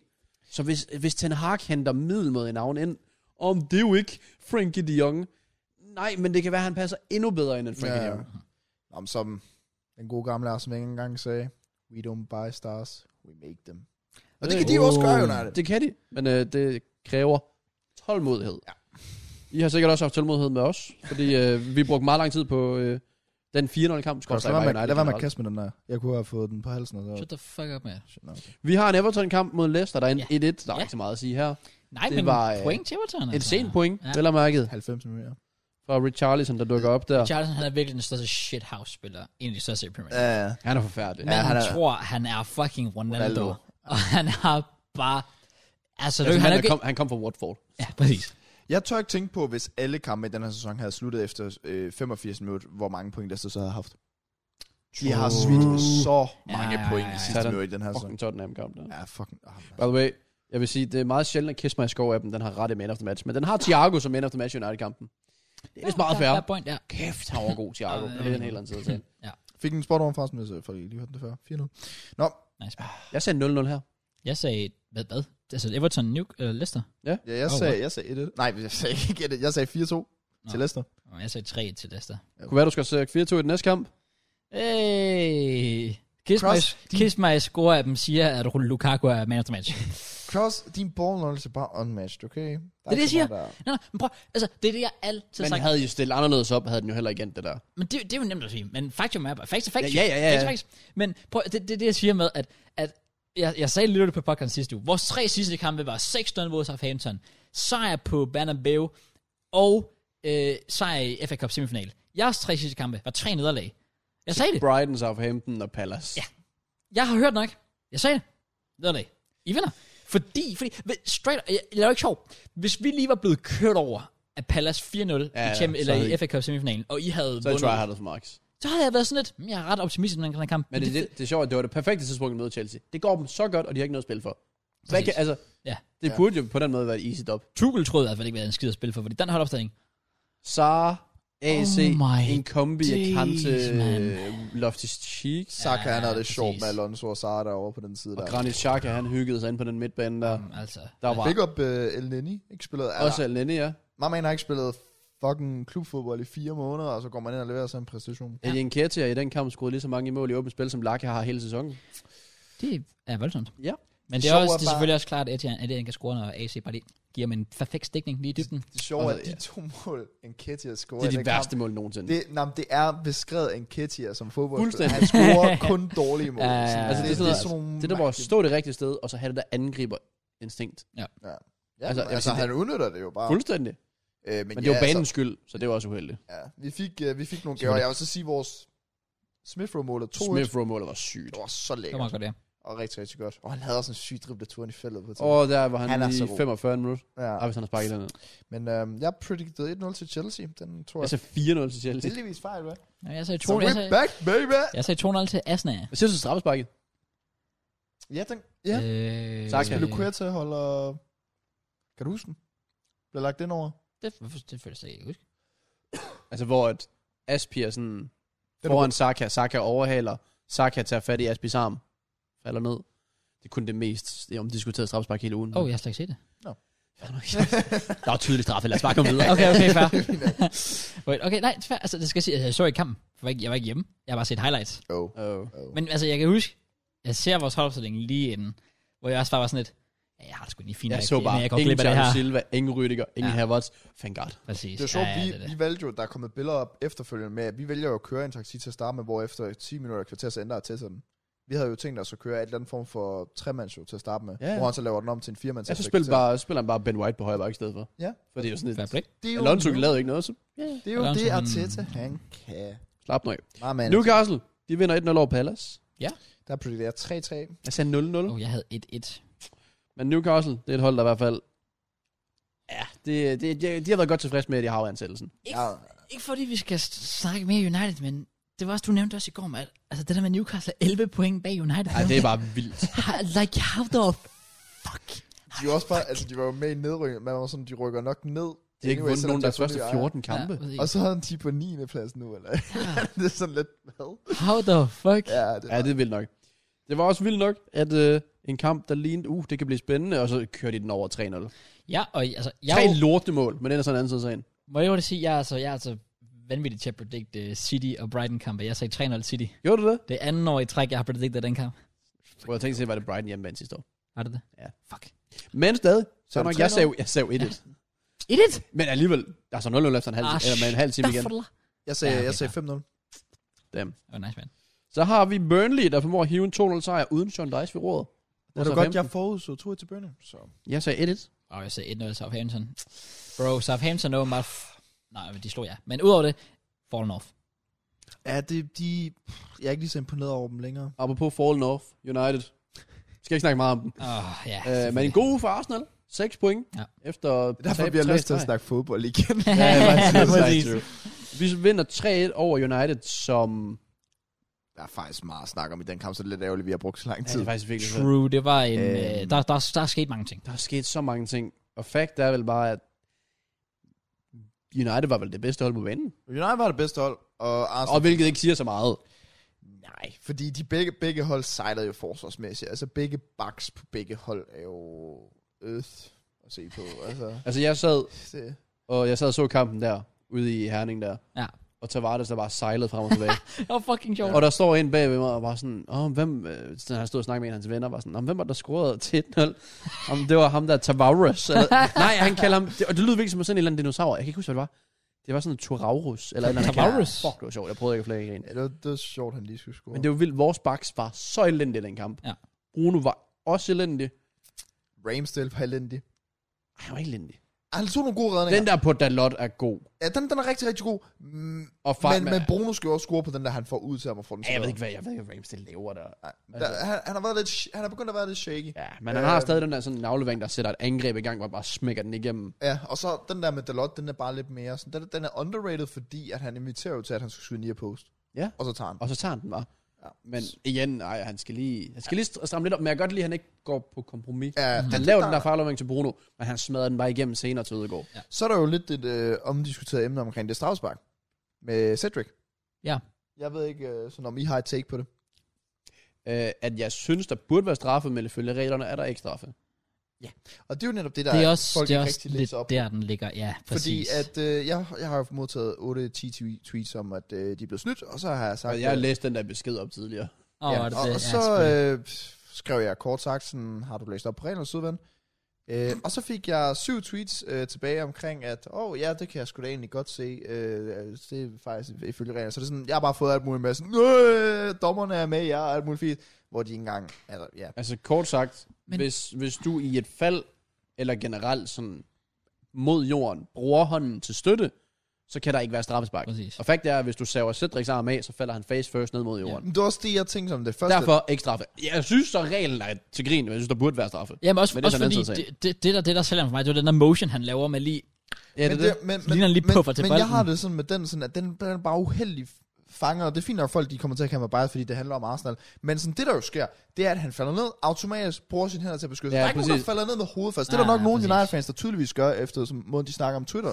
C: Så hvis, hvis Ten Hag henter middelmåde navn ind, om det er jo ikke Frankie de Jong. Nej, men det kan være, at han passer endnu bedre end en Frankie de
B: Ja.
C: Jong.
B: Nå, men som den gode gamle Arsene Wenger engang sagde, we don't buy stars, we make them. Og det kan de jo også gøre, United.
C: Det kan de, men øh, det kræver tålmodighed. Ja. I har sikkert også haft tålmodighed med os, fordi øh, vi brugte meget lang tid på øh, den 4-0-kamp.
B: Godt, lad
C: skråstreg,
B: være med,
C: United
B: lad være med at
C: generelt.
B: kaste med den der. Jeg kunne have fået den på halsen. Og så.
A: Shut the fuck up, man.
B: Shit, no.
C: Vi har en Everton-kamp mod Leicester, der er en
A: Ja.
C: 1-1. Der er
A: Ja.
C: ikke så meget at sige her.
A: Nej,
C: Det
A: men
C: var, øh,
A: point til Everton.
C: Et
A: altså.
C: sent point,
A: Ja.
C: ja. vel og mærket,
B: 90 minutter.
C: fra Richarlison, der dukker op der.
A: Charlton, han er virkelig den største shithouse-spiller. En af de største i Premier League.
B: Ja,
C: Han er forfærdelig.
A: Men
B: Ja,
A: ja, han,
B: han
A: han
B: er-
A: tror, han er fucking Ronaldo.
B: Ronaldo.
A: Ronaldo. Og han har bare... Altså,
C: Altså, han,
A: er
C: er
A: ikke...
C: kom, han kom fra Watford.
A: Ja, præcis.
B: Jeg tør ikke tænke på, hvis alle kampe i den her sæson havde sluttet efter øh, 85 minutter, hvor mange point Leicester så havde haft. De har
A: True.
B: smidt så mange
A: ja, ja,
B: point i
A: ja.
B: sidste
C: Sådan.
B: minutter i den her sæson.
C: Fucking Tottenham-kamp der.
B: Ja, fucking. Oh,
C: By the way, jeg vil sige, det er meget sjældent, at Kiss My Score-appen, den har ret i man of the match. Men den har Thiago som man of the match i United-kampen. Det er vist meget
A: Ja,
C: fair.
A: fair point, ja.
C: Kæft, han var god, Thiago.
A: Ja, ja,
C: det er en helt anden side til.
B: Fik en spot over forresten, hvis øh, folk ikke lige hørte det før. 4-0. Nå,
C: Jeg sagde 0-0 her.
A: Jeg sagde... Hvad? hvad? Altså, Everton, Nuke, eller Leicester?
B: ja, jeg,
A: Åh,
B: sagde, jeg sagde 1-1. Nej, jeg sagde ikke 1-1. Jeg sagde 4-2
A: Nå.
B: til Leicester.
A: Nå, Jeg sagde 3 til Leicester.
C: Kunne være, du skal sætte 4-2 i den næste kamp?
A: Hey! Kiss my,
B: Cross, din-
A: kiss my score af dem siger, at Lukaku er man of the match.
B: Cross, din ball knowledge er bare unmatched, okay? Der
A: det, jeg
B: ikke så
A: siger.
B: meget, der-
A: Nå, nå, men prøv, altså, det er det, jeg altid har
C: Men
A: sagt.
C: havde jo stillet anderledes op, havde den jo heller ikke endt det der.
A: Men det, det er jo nemt at sige. Men faktum er bare... Facts er facts.
C: Ja, ja, ja, ja.
A: Facts er facts. Men prøv, det, det er det, jeg siger med, at, at jeg, jeg sagde lidt om det på podcasten sidste uge. Vores tre sidste kampe var 6-0 mod Southampton, sejr på Bernabeu og øh, sejr i FA Cup semifinal. Jeres tre sidste kampe var tre nederlag. Jeg sagde det.
C: Brighton, Southampton og Palace.
A: Ja. Jeg har hørt nok. Jeg sagde det. Nederlag. I vinder. Fordi, fordi ved- straight, jeg, jeg er jo ikke sjov. Hvis vi lige var blevet kørt over af Palace 4-0
C: Ja,
A: ja,
C: ja,
A: i, champ,
C: så
A: eller
C: havde I-
A: i FA Cup semifinalen, og I havde
C: Så jeg tror, jeg har det for Max.
A: så havde jeg været sådan lidt, "Mm, jeg er ret optimistisk med den her kamp.
C: Men det, det, det er sjovt, at det var det perfekte tidspunkt at møde Chelsea. Det går dem så godt, og de har ikke noget at spille for. Hvad kan, altså,
A: Ja.
C: det
B: Ja.
C: burde jo på den måde være et easy dub.
A: Tuchel troede i hvert fald ikke, hvad en skid at spille for, fordi den holdopstilling.
C: Sar, AC,
A: Oh my
C: en kombi af
A: days,
C: Kante,
A: man.
C: Loftus-Cheek,
B: Saka,
A: Ja,
B: han havde det
A: præcis.
B: sjovt med Alonso og Sara derovre på den side
C: og
B: der.
C: Granit Xhaka, han hyggede sig ind på den midtbane der.
A: Mm, altså.
C: Der var
B: Big up uh, El Nini, ikke spillet.
C: også
B: Også.
C: Alene, ja.
B: Mamma har ikke spillet fucking klubfodbold i fire måneder, og så går man ind og leverer sig en præstation.
C: Eddie Nketiah i den kamp scorede lige så mange mål i åbent spil, som Laka har hele sæsonen.
A: Det er voldsomt.
C: Ja.
A: Men det er,
B: Sjov
A: også,
B: er
A: det er
B: bare-
A: selvfølgelig også klart, at Etienne, Etienne kan score, når AC bare lige giver mig en perfekt stikning lige i dybden.
B: Det sjove er,
C: Altså,
B: at de
C: ja.
B: to mål, Enketia scorer
C: Det
B: i
C: er
B: den
C: de værste
B: kamp,
C: mål nogensinde.
B: det, nej, det er beskrevet Enketia som fodboldspiller.
C: Fuldstændig.
B: Han scorer kun dårlige mål.
A: Ja, ja, ja.
B: Sådan,
A: Altså, det er
C: sådan noget-
B: nogle
C: Det der, hvor
B: mærkelige-
C: stå det rigtige sted, og så have det der angriber instinkt.
B: Ja,
C: altså,
B: altså,
C: jeg vil
B: altså
C: sige,
B: han udnytter det jo bare.
C: Fuldstændig.
B: Øh, men
C: Men
B: ja,
C: det var banens
B: Altså,
C: skyld, så det var også uheldigt.
B: ja. vi, fik, uh, vi fik
A: Selvfølgelig.
B: nogle gaver. Jeg vil så sige, vores Smith Rowe målet 2
C: Smith Rowe målet var sygt.
B: Det var så
A: Det var
B: lækkert.
A: meget godt, ja.
B: Og rigtig, rigtig godt. Og han havde også en syg dribleturen i feltet på et
C: Og der var han,
B: Han er
C: lige
B: så god.
C: 45 minutter.
B: tidspunkt.
C: Ah,
B: Ja.
C: hvis han har sparket den ned.
B: Men øhm, jeg predicted 1-0 til Chelsea. Den tror jeg
C: Altså 4-0 til Chelsea.
B: heldigvis fejl, hvad?
A: Nå, Jeg sagde,
B: Så
A: 2, jeg,
B: we're
A: sagde,
B: back, baby!
A: jeg sagde 2-0 til Asna.
C: Hvad siger du til straffesparket?
B: Ja, den... Ja.
A: Øh,
C: Tak,
B: Spiller Quetta holder... Kan du huske den? Blev lagt ind over?
A: Det, hvorfor, det føles jeg ikke huske.
C: Altså hvor at Aspi er sådan
B: Den
C: foran Saka. Saka overhaler. Saka tager fat i Aspis arm. Falder ned. Det er kun det mest omdiskuterede straffespark hele ugen.
A: Åh, oh, jeg har slet ikke set det.
C: Fair nok. Der var tydelig straffe. Lad os bare komme videre.
A: Okay, okay, fair. Wait, okay, nej, fair. Altså, det skal jeg sige, jeg så ikke kampen. for Jeg var ikke, jeg var ikke hjemme. Jeg har bare set highlights.
B: Oh.
C: Oh.
B: oh.
A: Men altså, jeg kan huske, jeg ser vores holdopstilling lige inden, hvor jeg også bare var sådan lidt, ja, jeg har det sgu lige fint,
C: Jeg
A: nok,
C: så
A: men
C: bare
A: jeg går
C: ingen
A: glip af det
C: Thiago
A: her.
C: Silva, ingen Rüdiger, ingen
A: Ja.
C: Havertz. Thank God.
A: Præcis.
B: Det er sjovt, ja, vi, vi valgte jo, der er kommet billeder op efterfølgende med, at vi vælger jo at køre en taktik til at starte med, hvor efter 10 minutter og kvarter, så ændrer til den. Vi havde jo tænkt os at køre et eller andet form for tremandshow til at starte med,
C: Ja,
B: ja,
C: ja.
B: ja. hvor han så laver den om til en firemands.
C: Ja, så spiller, bare, spiller han bare Ben White på højre bakke i stedet for.
B: Ja.
C: For det er jo sådan
A: Fair
C: et...
A: play.
B: Det er jo,
C: Alonso lavede ikke noget, så
B: det, er jo
A: Alonso,
B: det
A: han-
B: Arteta, han kan.
C: slap hmm. nu af.
B: Meget mand.
C: Newcastle, de vinder 1-0 over Palace.
B: Der er prædikeret 3-3.
C: Jeg sagde 0-0.
A: Oh, jeg havde 1-1.
C: Men Newcastle, det er et hold, der i hvert fald... Ja, det, det, det, de har været godt tilfredse med, at de har ansættelsen.
A: Ikke, ikke fordi vi skal s- snakke mere United, men det var også, du nævnte også i går, at altså, det der med Newcastle er 11 point bag United.
C: Ej, det er bare vildt.
A: like, how the fuck?
B: De er jo også bare, altså de var jo med i nedrykning, man var sådan, de rykker nok ned.
C: De har ikke
B: Anyway,
C: vundet
B: selvom
C: nogen
B: de
C: af deres
B: har fået
C: første
B: nye ejere.
C: 14 kampe.
A: Ja, ved ikke.
B: Og så havde han de på 9. plads nu, eller? det er sådan lidt, hvad?
A: how the fuck?
B: Ja, det,
C: Ja, det er vildt nok. Det var også vildt nok, at øh, en kamp, der lignede, uh, det kan blive spændende, og så kører de den over 3-0.
A: Ja, og altså, jeg, er
C: Tre
A: jo-
C: lortemål, men det er sådan en anden side af sagen.
A: må jeg jo sige, jeg er altså, jeg er altså vanvittig til at predict uh, City og Brighton kampe. Jeg sagde 3-0 City.
C: Gjorde du det?
A: Det er anden år i træk, jeg har predicted den kamp.
C: Hvor jeg tænkte, at det var det Brighton hjemmebane sidste år.
A: Har du det?
C: Ja.
A: Fuck.
C: Men stadig. Så
B: er det
C: nok, jeg
B: 3-0.
C: sagde, jo- jeg sagde jo 1-1.
A: It it?
C: Men alligevel, der er så 0-0 efter en halv
A: Ah,
C: time, eller med en halv time igen.
B: Jeg sagde,
A: Ja, okay,
B: jeg sagde 5-0.
C: Damn.
A: Oh, nice, man.
C: Så har vi Burnley, der formår at hive en 2-0 sejr uden Sean Dice ved rådet.
B: Det er
C: så
B: da godt,
C: 15.
B: jeg forudså 2 til Burnley, så...
C: Jeg sagde 1-1.
A: Og jeg sagde 1-0 Southampton. Bro, Southampton er åbenbart... F- Nej, men de slog jer. Men udover det, fallen off.
B: Ja, det, de... Jeg er ikke lige så imponeret over dem længere.
C: Apropos Fallen Off, United. Skal ikke snakke meget om dem.
A: Åh, oh, ja.
C: Øh, men en god uge for Arsenal. 6 point.
A: Ja.
C: Efter
B: Derfor
C: tab-
B: bliver jeg
C: tre
B: lyst til at
C: streg.
B: snakke fodbold igen.
C: Ja, ja, præcis,
A: Præcis.
C: præcis. Vi vinder 3-1 over United, som...
B: Der er faktisk meget at snakke om i den kamp, så det er lidt ærgerligt, at vi har brugt så lang
C: Ja,
B: tid.
C: det er faktisk virkelig fedt.
A: True, det var en...
B: Øhm.
A: Øh, der, der, der er sket mange ting.
C: Der er sket så mange ting. Og fact er vel bare, at United var vel det bedste hold på banen.
B: United var det bedste hold, og Arsenal...
C: Og hvilket ikke siger så meget.
B: Nej, fordi de begge, begge hold sejlede jo forsvarsmæssigt. Altså begge backs på begge hold er jo... Øth at se på. Altså,
C: Altså, jeg sad
B: det,
C: Og jeg sad og så kampen der, ude i Herning der.
A: Ja.
C: Og Tavares, der bare sejlede frem og tilbage.
A: Det var fucking sjovt.
C: og der står en bag ved mig og var sådan, åh, hvem, øh, så han stod og snakkede med en af hans venner, og var sådan, "Nå, hvem var det, der scorede til 1-0? Om det var ham der, Tavares. Eller, nej, han kalder ham, det, og det lyder virkelig som sådan en eller anden dinosaur. Jeg kan ikke huske, hvad det var. Det var sådan en Taurus. Eller en eller anden-
A: Taurus?
C: Fuck, det var sjovt. Jeg prøvede ikke at flere grin.
B: ja, det, var, det var sjovt, han lige skulle score.
C: Men det var vildt. Vores baks var så elendig i den kamp.
A: Ja.
C: Bruno var også elendig.
B: Ramsdale var elendig.
C: Ej, han var ikke elendig.
B: Ah, Han tog nogle gode redninger.
C: Den der på Dalot er god.
B: ja, den, den er rigtig, rigtig god. Mm,
C: Og far,
B: men, men Bruno skal jo også score på den der, han får ud til ham og får den
C: Ja, jeg ved
B: serveret.
C: ikke, hvad jeg ved, ikke, hvad Ramsdale laver der.
B: Nej,
A: Altså-
B: der, han, han, har været lidt, sh- han har begyndt at være lidt shaky.
C: Ja, men han har
B: Øhm.
C: stadig den der sådan en aflevering, der sætter et angreb i gang, hvor han bare smækker den igennem.
B: Ja, og så den der med Dalot, den er bare lidt mere sådan, den, den er underrated, fordi at han inviterer jo til, at han skal skyde near post.
C: Ja.
B: Og så tager han.
C: Og så tager han den bare.
B: Ja.
C: Men igen, nej, han skal lige, han skal lige st- stramme lidt op, men jeg kan godt lide, at han ikke går på kompromis. Ja.
A: Mhm.
B: Ja,
C: Han laver den der farlovering til Bruno, men han smadrer den bare igennem senere til Ødegaard. Ja.
B: Så er der jo lidt et øh, omdiskuteret emne omkring det strafspark med Cedric.
A: Ja.
B: Jeg ved ikke, øh, sådan om I har et take på det.
C: Øh, at jeg synes, der burde være straffe, men ifølge reglerne er der ikke straffe.
B: Og det er jo netop det, der
A: det er også,
B: folk
A: det er
B: ikke
A: også
B: rigtig
A: lidt
B: læser op.
A: der, den ligger. Ja,
B: Fordi
A: præcis.
B: at øh, jeg, jeg har jo modtaget 8-10 tweets om, at øh, de blev snydt, og så har jeg sagt...
C: Og jeg har
B: øh,
C: læst den der besked op tidligere.
A: Åh,
B: ja,
A: var det
B: og,
A: det?
B: og
A: Ja,
B: så
A: selvfølgelig.
B: øh, skrev jeg kort sagt sådan, har du læst op på reglerne, sødven? Øh, og så fik jeg syv tweets øh, tilbage omkring, at åh oh, ja, det kan jeg sgu da egentlig godt se, øh, det er faktisk ifølge reglerne. Så det er sådan, jeg har bare fået alt muligt med, sådan, øh, dommerne er med jer, og alt muligt fint, hvor de ikke engang, altså ja.
C: Altså kort sagt, men...
A: Men-
C: hvis, hvis du i et fald, eller generelt sådan mod jorden, bruger hånden til støtte, så kan der ikke være
B: øh,
C: straffespark.
A: Præcis.
C: Og fakt er, at hvis du saver Cedrics arm af, så falder han face first ned mod jorden.
B: Men det var også det, jeg tænkte om det første.
C: Derfor ikke straffe. Jeg synes så reglen er til grin, men jeg synes, der burde være straffe.
A: Jamen også,
C: Men
A: men
C: det er
A: også
C: så en
A: fordi,
C: anden sag.
A: det, det, det, der, det der sælger mig for mig, det var den der motion, han laver med lige...
C: Ja, det,
B: men,
C: er det.
B: men,
A: Ligner han lige puffer
B: men,
A: til
B: men
A: bolden.
B: jeg har det sådan med den, sådan, at den, den er bare uheldig fanger, og det er fint, når folk de kommer til at kalde mig bias, fordi det handler om Arsenal. Men sådan, det, der jo sker, det er, at han falder ned, automatisk bruger sine hænder til at beskytte.
C: Ja,
B: Ja, der er ikke nogen, der
C: præcis.
B: falder ned med hovedet først. Det er
A: Nej,
B: der nok
A: nej,
B: nogle
A: præcis.
B: United-fans, der tydeligvis gør, efter som, måden de snakker om Twitter.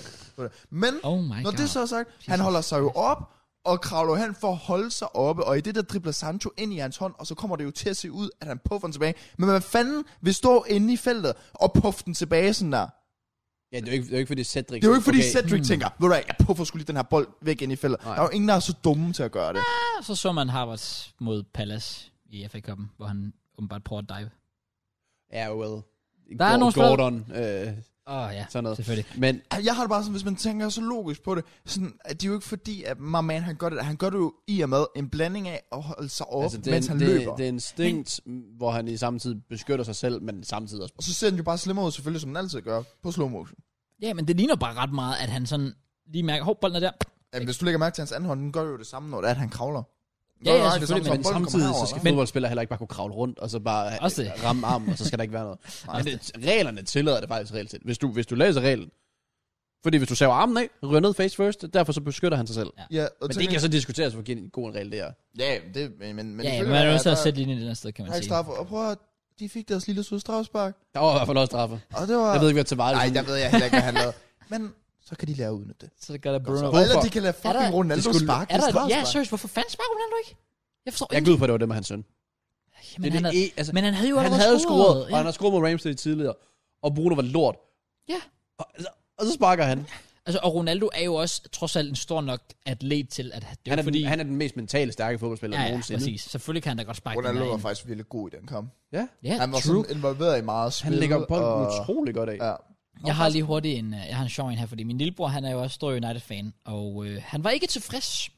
B: Men,
A: Oh my
B: når
A: god.
B: det så er sagt, han holder sig jo op, og kravler hen for at holde sig oppe, og i det der dribler Sancho ind i hans hånd, og så kommer det jo til at se ud, at han puffer den tilbage. Men hvad fanden vil stå inde i feltet og puffe den tilbage sådan der?
C: Ja, det er jo ikke, det er jo ikke fordi Cedric...
B: Det er jo ikke fordi okay. Cedric hmm. tænker, ved du hvad, jeg puffer skulle lige den her bold væk ind i feltet.
C: Nej.
B: Der er jo ingen, der er så dumme til at gøre det.
A: Ja, så så man Harvards mod Palace i FA Cup'en, hvor han åbenbart prøver at dive.
C: Ja, well.
A: Der er nogle
C: Gordon, øh,
A: Åh oh, ja,
C: sådan noget.
A: selvfølgelig.
C: Men
B: Jeg har det bare sådan, hvis man tænker så logisk på det, sådan, at det er jo ikke fordi, at my man, han gør det. Han gør det jo i og med en blanding af at holde sig op, altså,
C: det, er
B: mens
C: en-
B: han
C: det,
B: løber.
C: det er instinkt, hvor han i samtidig beskytter sig selv, men samtidig også...
B: Og så ser den jo bare slimmer ud, selvfølgelig, som den altid gør, på slow motion.
A: Ja, men det ligner bare ret meget, at han sådan lige mærker, hov, bolden er der.
B: Jamen, hvis du lægger mærke til hans anden hånd, den gør jo det samme, når det er, at han kravler.
A: Ja,
B: Nå,
A: ja,
B: nej, det er
A: selvfølgelig,
B: samme,
C: Men
B: som bolden
C: samtidig
B: kommer
C: så
B: herover,
C: skal
B: hva'?
A: Men-
C: fodboldspillere heller ikke bare kunne kravle rundt, og så bare
A: Også
C: øh,
A: det. Altså,
C: ramme armen, og så skal der ikke være noget.
B: Nej.
C: Men det, reglerne tillader det faktisk reelt set. Hvis du, hvis du læser reglen, fordi hvis du saver armen af, ryger ned face first, derfor så beskytter han sig selv.
A: Ja.
B: Ja, og
C: Men det kan så diskuteres, hvor gen- god en regel det er.
B: Ja, det, men, men,
A: Men ja,
B: ifølge
A: men man er
B: mig,
A: nødt til at
B: der-
A: sætte linjen et eller andet sted, kan
B: der
A: man
B: er ikke
A: sige.
B: straffe. Og prøv at høre, de fik deres lille søde strafspark.
C: Der var i hvert fald også straffe.
B: Og det var...
C: Jeg ved ikke, hvad til vejle.
B: Nej, der ved jeg heller ikke, hvad han lavede. Altså, Men så kan de lære at udnytte det.
A: Så gør der Bruno.
B: Og Eller
C: Hvorfor?
B: de kan lade
A: Er
B: fucking
A: der-
B: Ronaldo
C: de skulle-
B: sparke
A: Er
B: i
A: der, ja,
B: straffespark.
A: seriøst, hvorfor fanden sparker Ronaldo ikke? Jeg forstår
C: Jeg
A: ikke.
C: går ud på, at det var det med hans søn.
A: Jamen,
C: det
A: han
C: er det
A: havde,
C: e, altså,
A: men han havde jo
C: han
A: allerede
C: havde scoret, og
A: Ja.
C: han har scoret mod Ramsdale tidligere, og Bruno var lort.
A: ja.
C: Og, altså, og så sparker han.
A: Altså, og Ronaldo er jo også trods alt en stor nok atlet til, at det
C: Han
A: er
C: er,
A: fordi...
C: den, han er den mest mentale stærke fodboldspiller
A: ja, ja,
C: nogensinde.
A: præcis. Selvfølgelig kan han da godt sparke den
B: Ronaldo
A: der
B: var
A: ind.
B: faktisk virkelig god i den kamp.
C: Ja.
A: Ja,
B: Han var
A: true.
B: sådan involveret i meget spil.
C: Han lægger bolden
B: og-
C: utrolig godt af.
B: Ja.
A: Jeg har lige hurtigt en, øh, jeg har en sjov en her, fordi min lillebror, han er jo også stor United-fan, og øh, han var ikke tilfreds.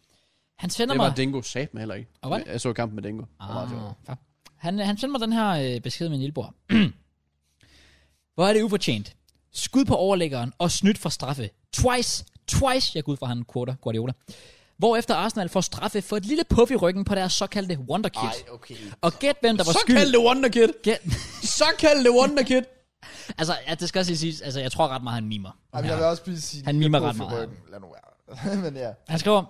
A: Han sender
C: Det
A: mig...
C: var Dingo sat med heller ikke.
A: Og hvad?
C: Jeg så kampen med Dingo. Det var meget sjovt.
A: Ah, fuck. han, øh, han sendte mig den her øh, besked med min lillebror. Hvor er det ufortjent. Skud på overlæggeren og snydt for straffe. Twice, twice, jeg går ud fra han quarter, Guardiola. Hvorefter Arsenal får straffe for et lille puff i ryggen på deres såkaldte wonderkid.
B: Ej, okay.
A: Og gæt hvem, der var skyld.
C: Såkaldte Wonderkid.
A: Gæt.
C: Såkaldte Wonderkid.
A: altså, ja, det skal også lige siges, altså, jeg tror ret meget, han mimer.
B: Jamen, jeg vil også lige sige,
A: Han
B: de kan
A: mimer
B: gå
A: ret
B: for
A: meget.
B: ryggen. Lad nu være. Men ja.
A: Han skriver,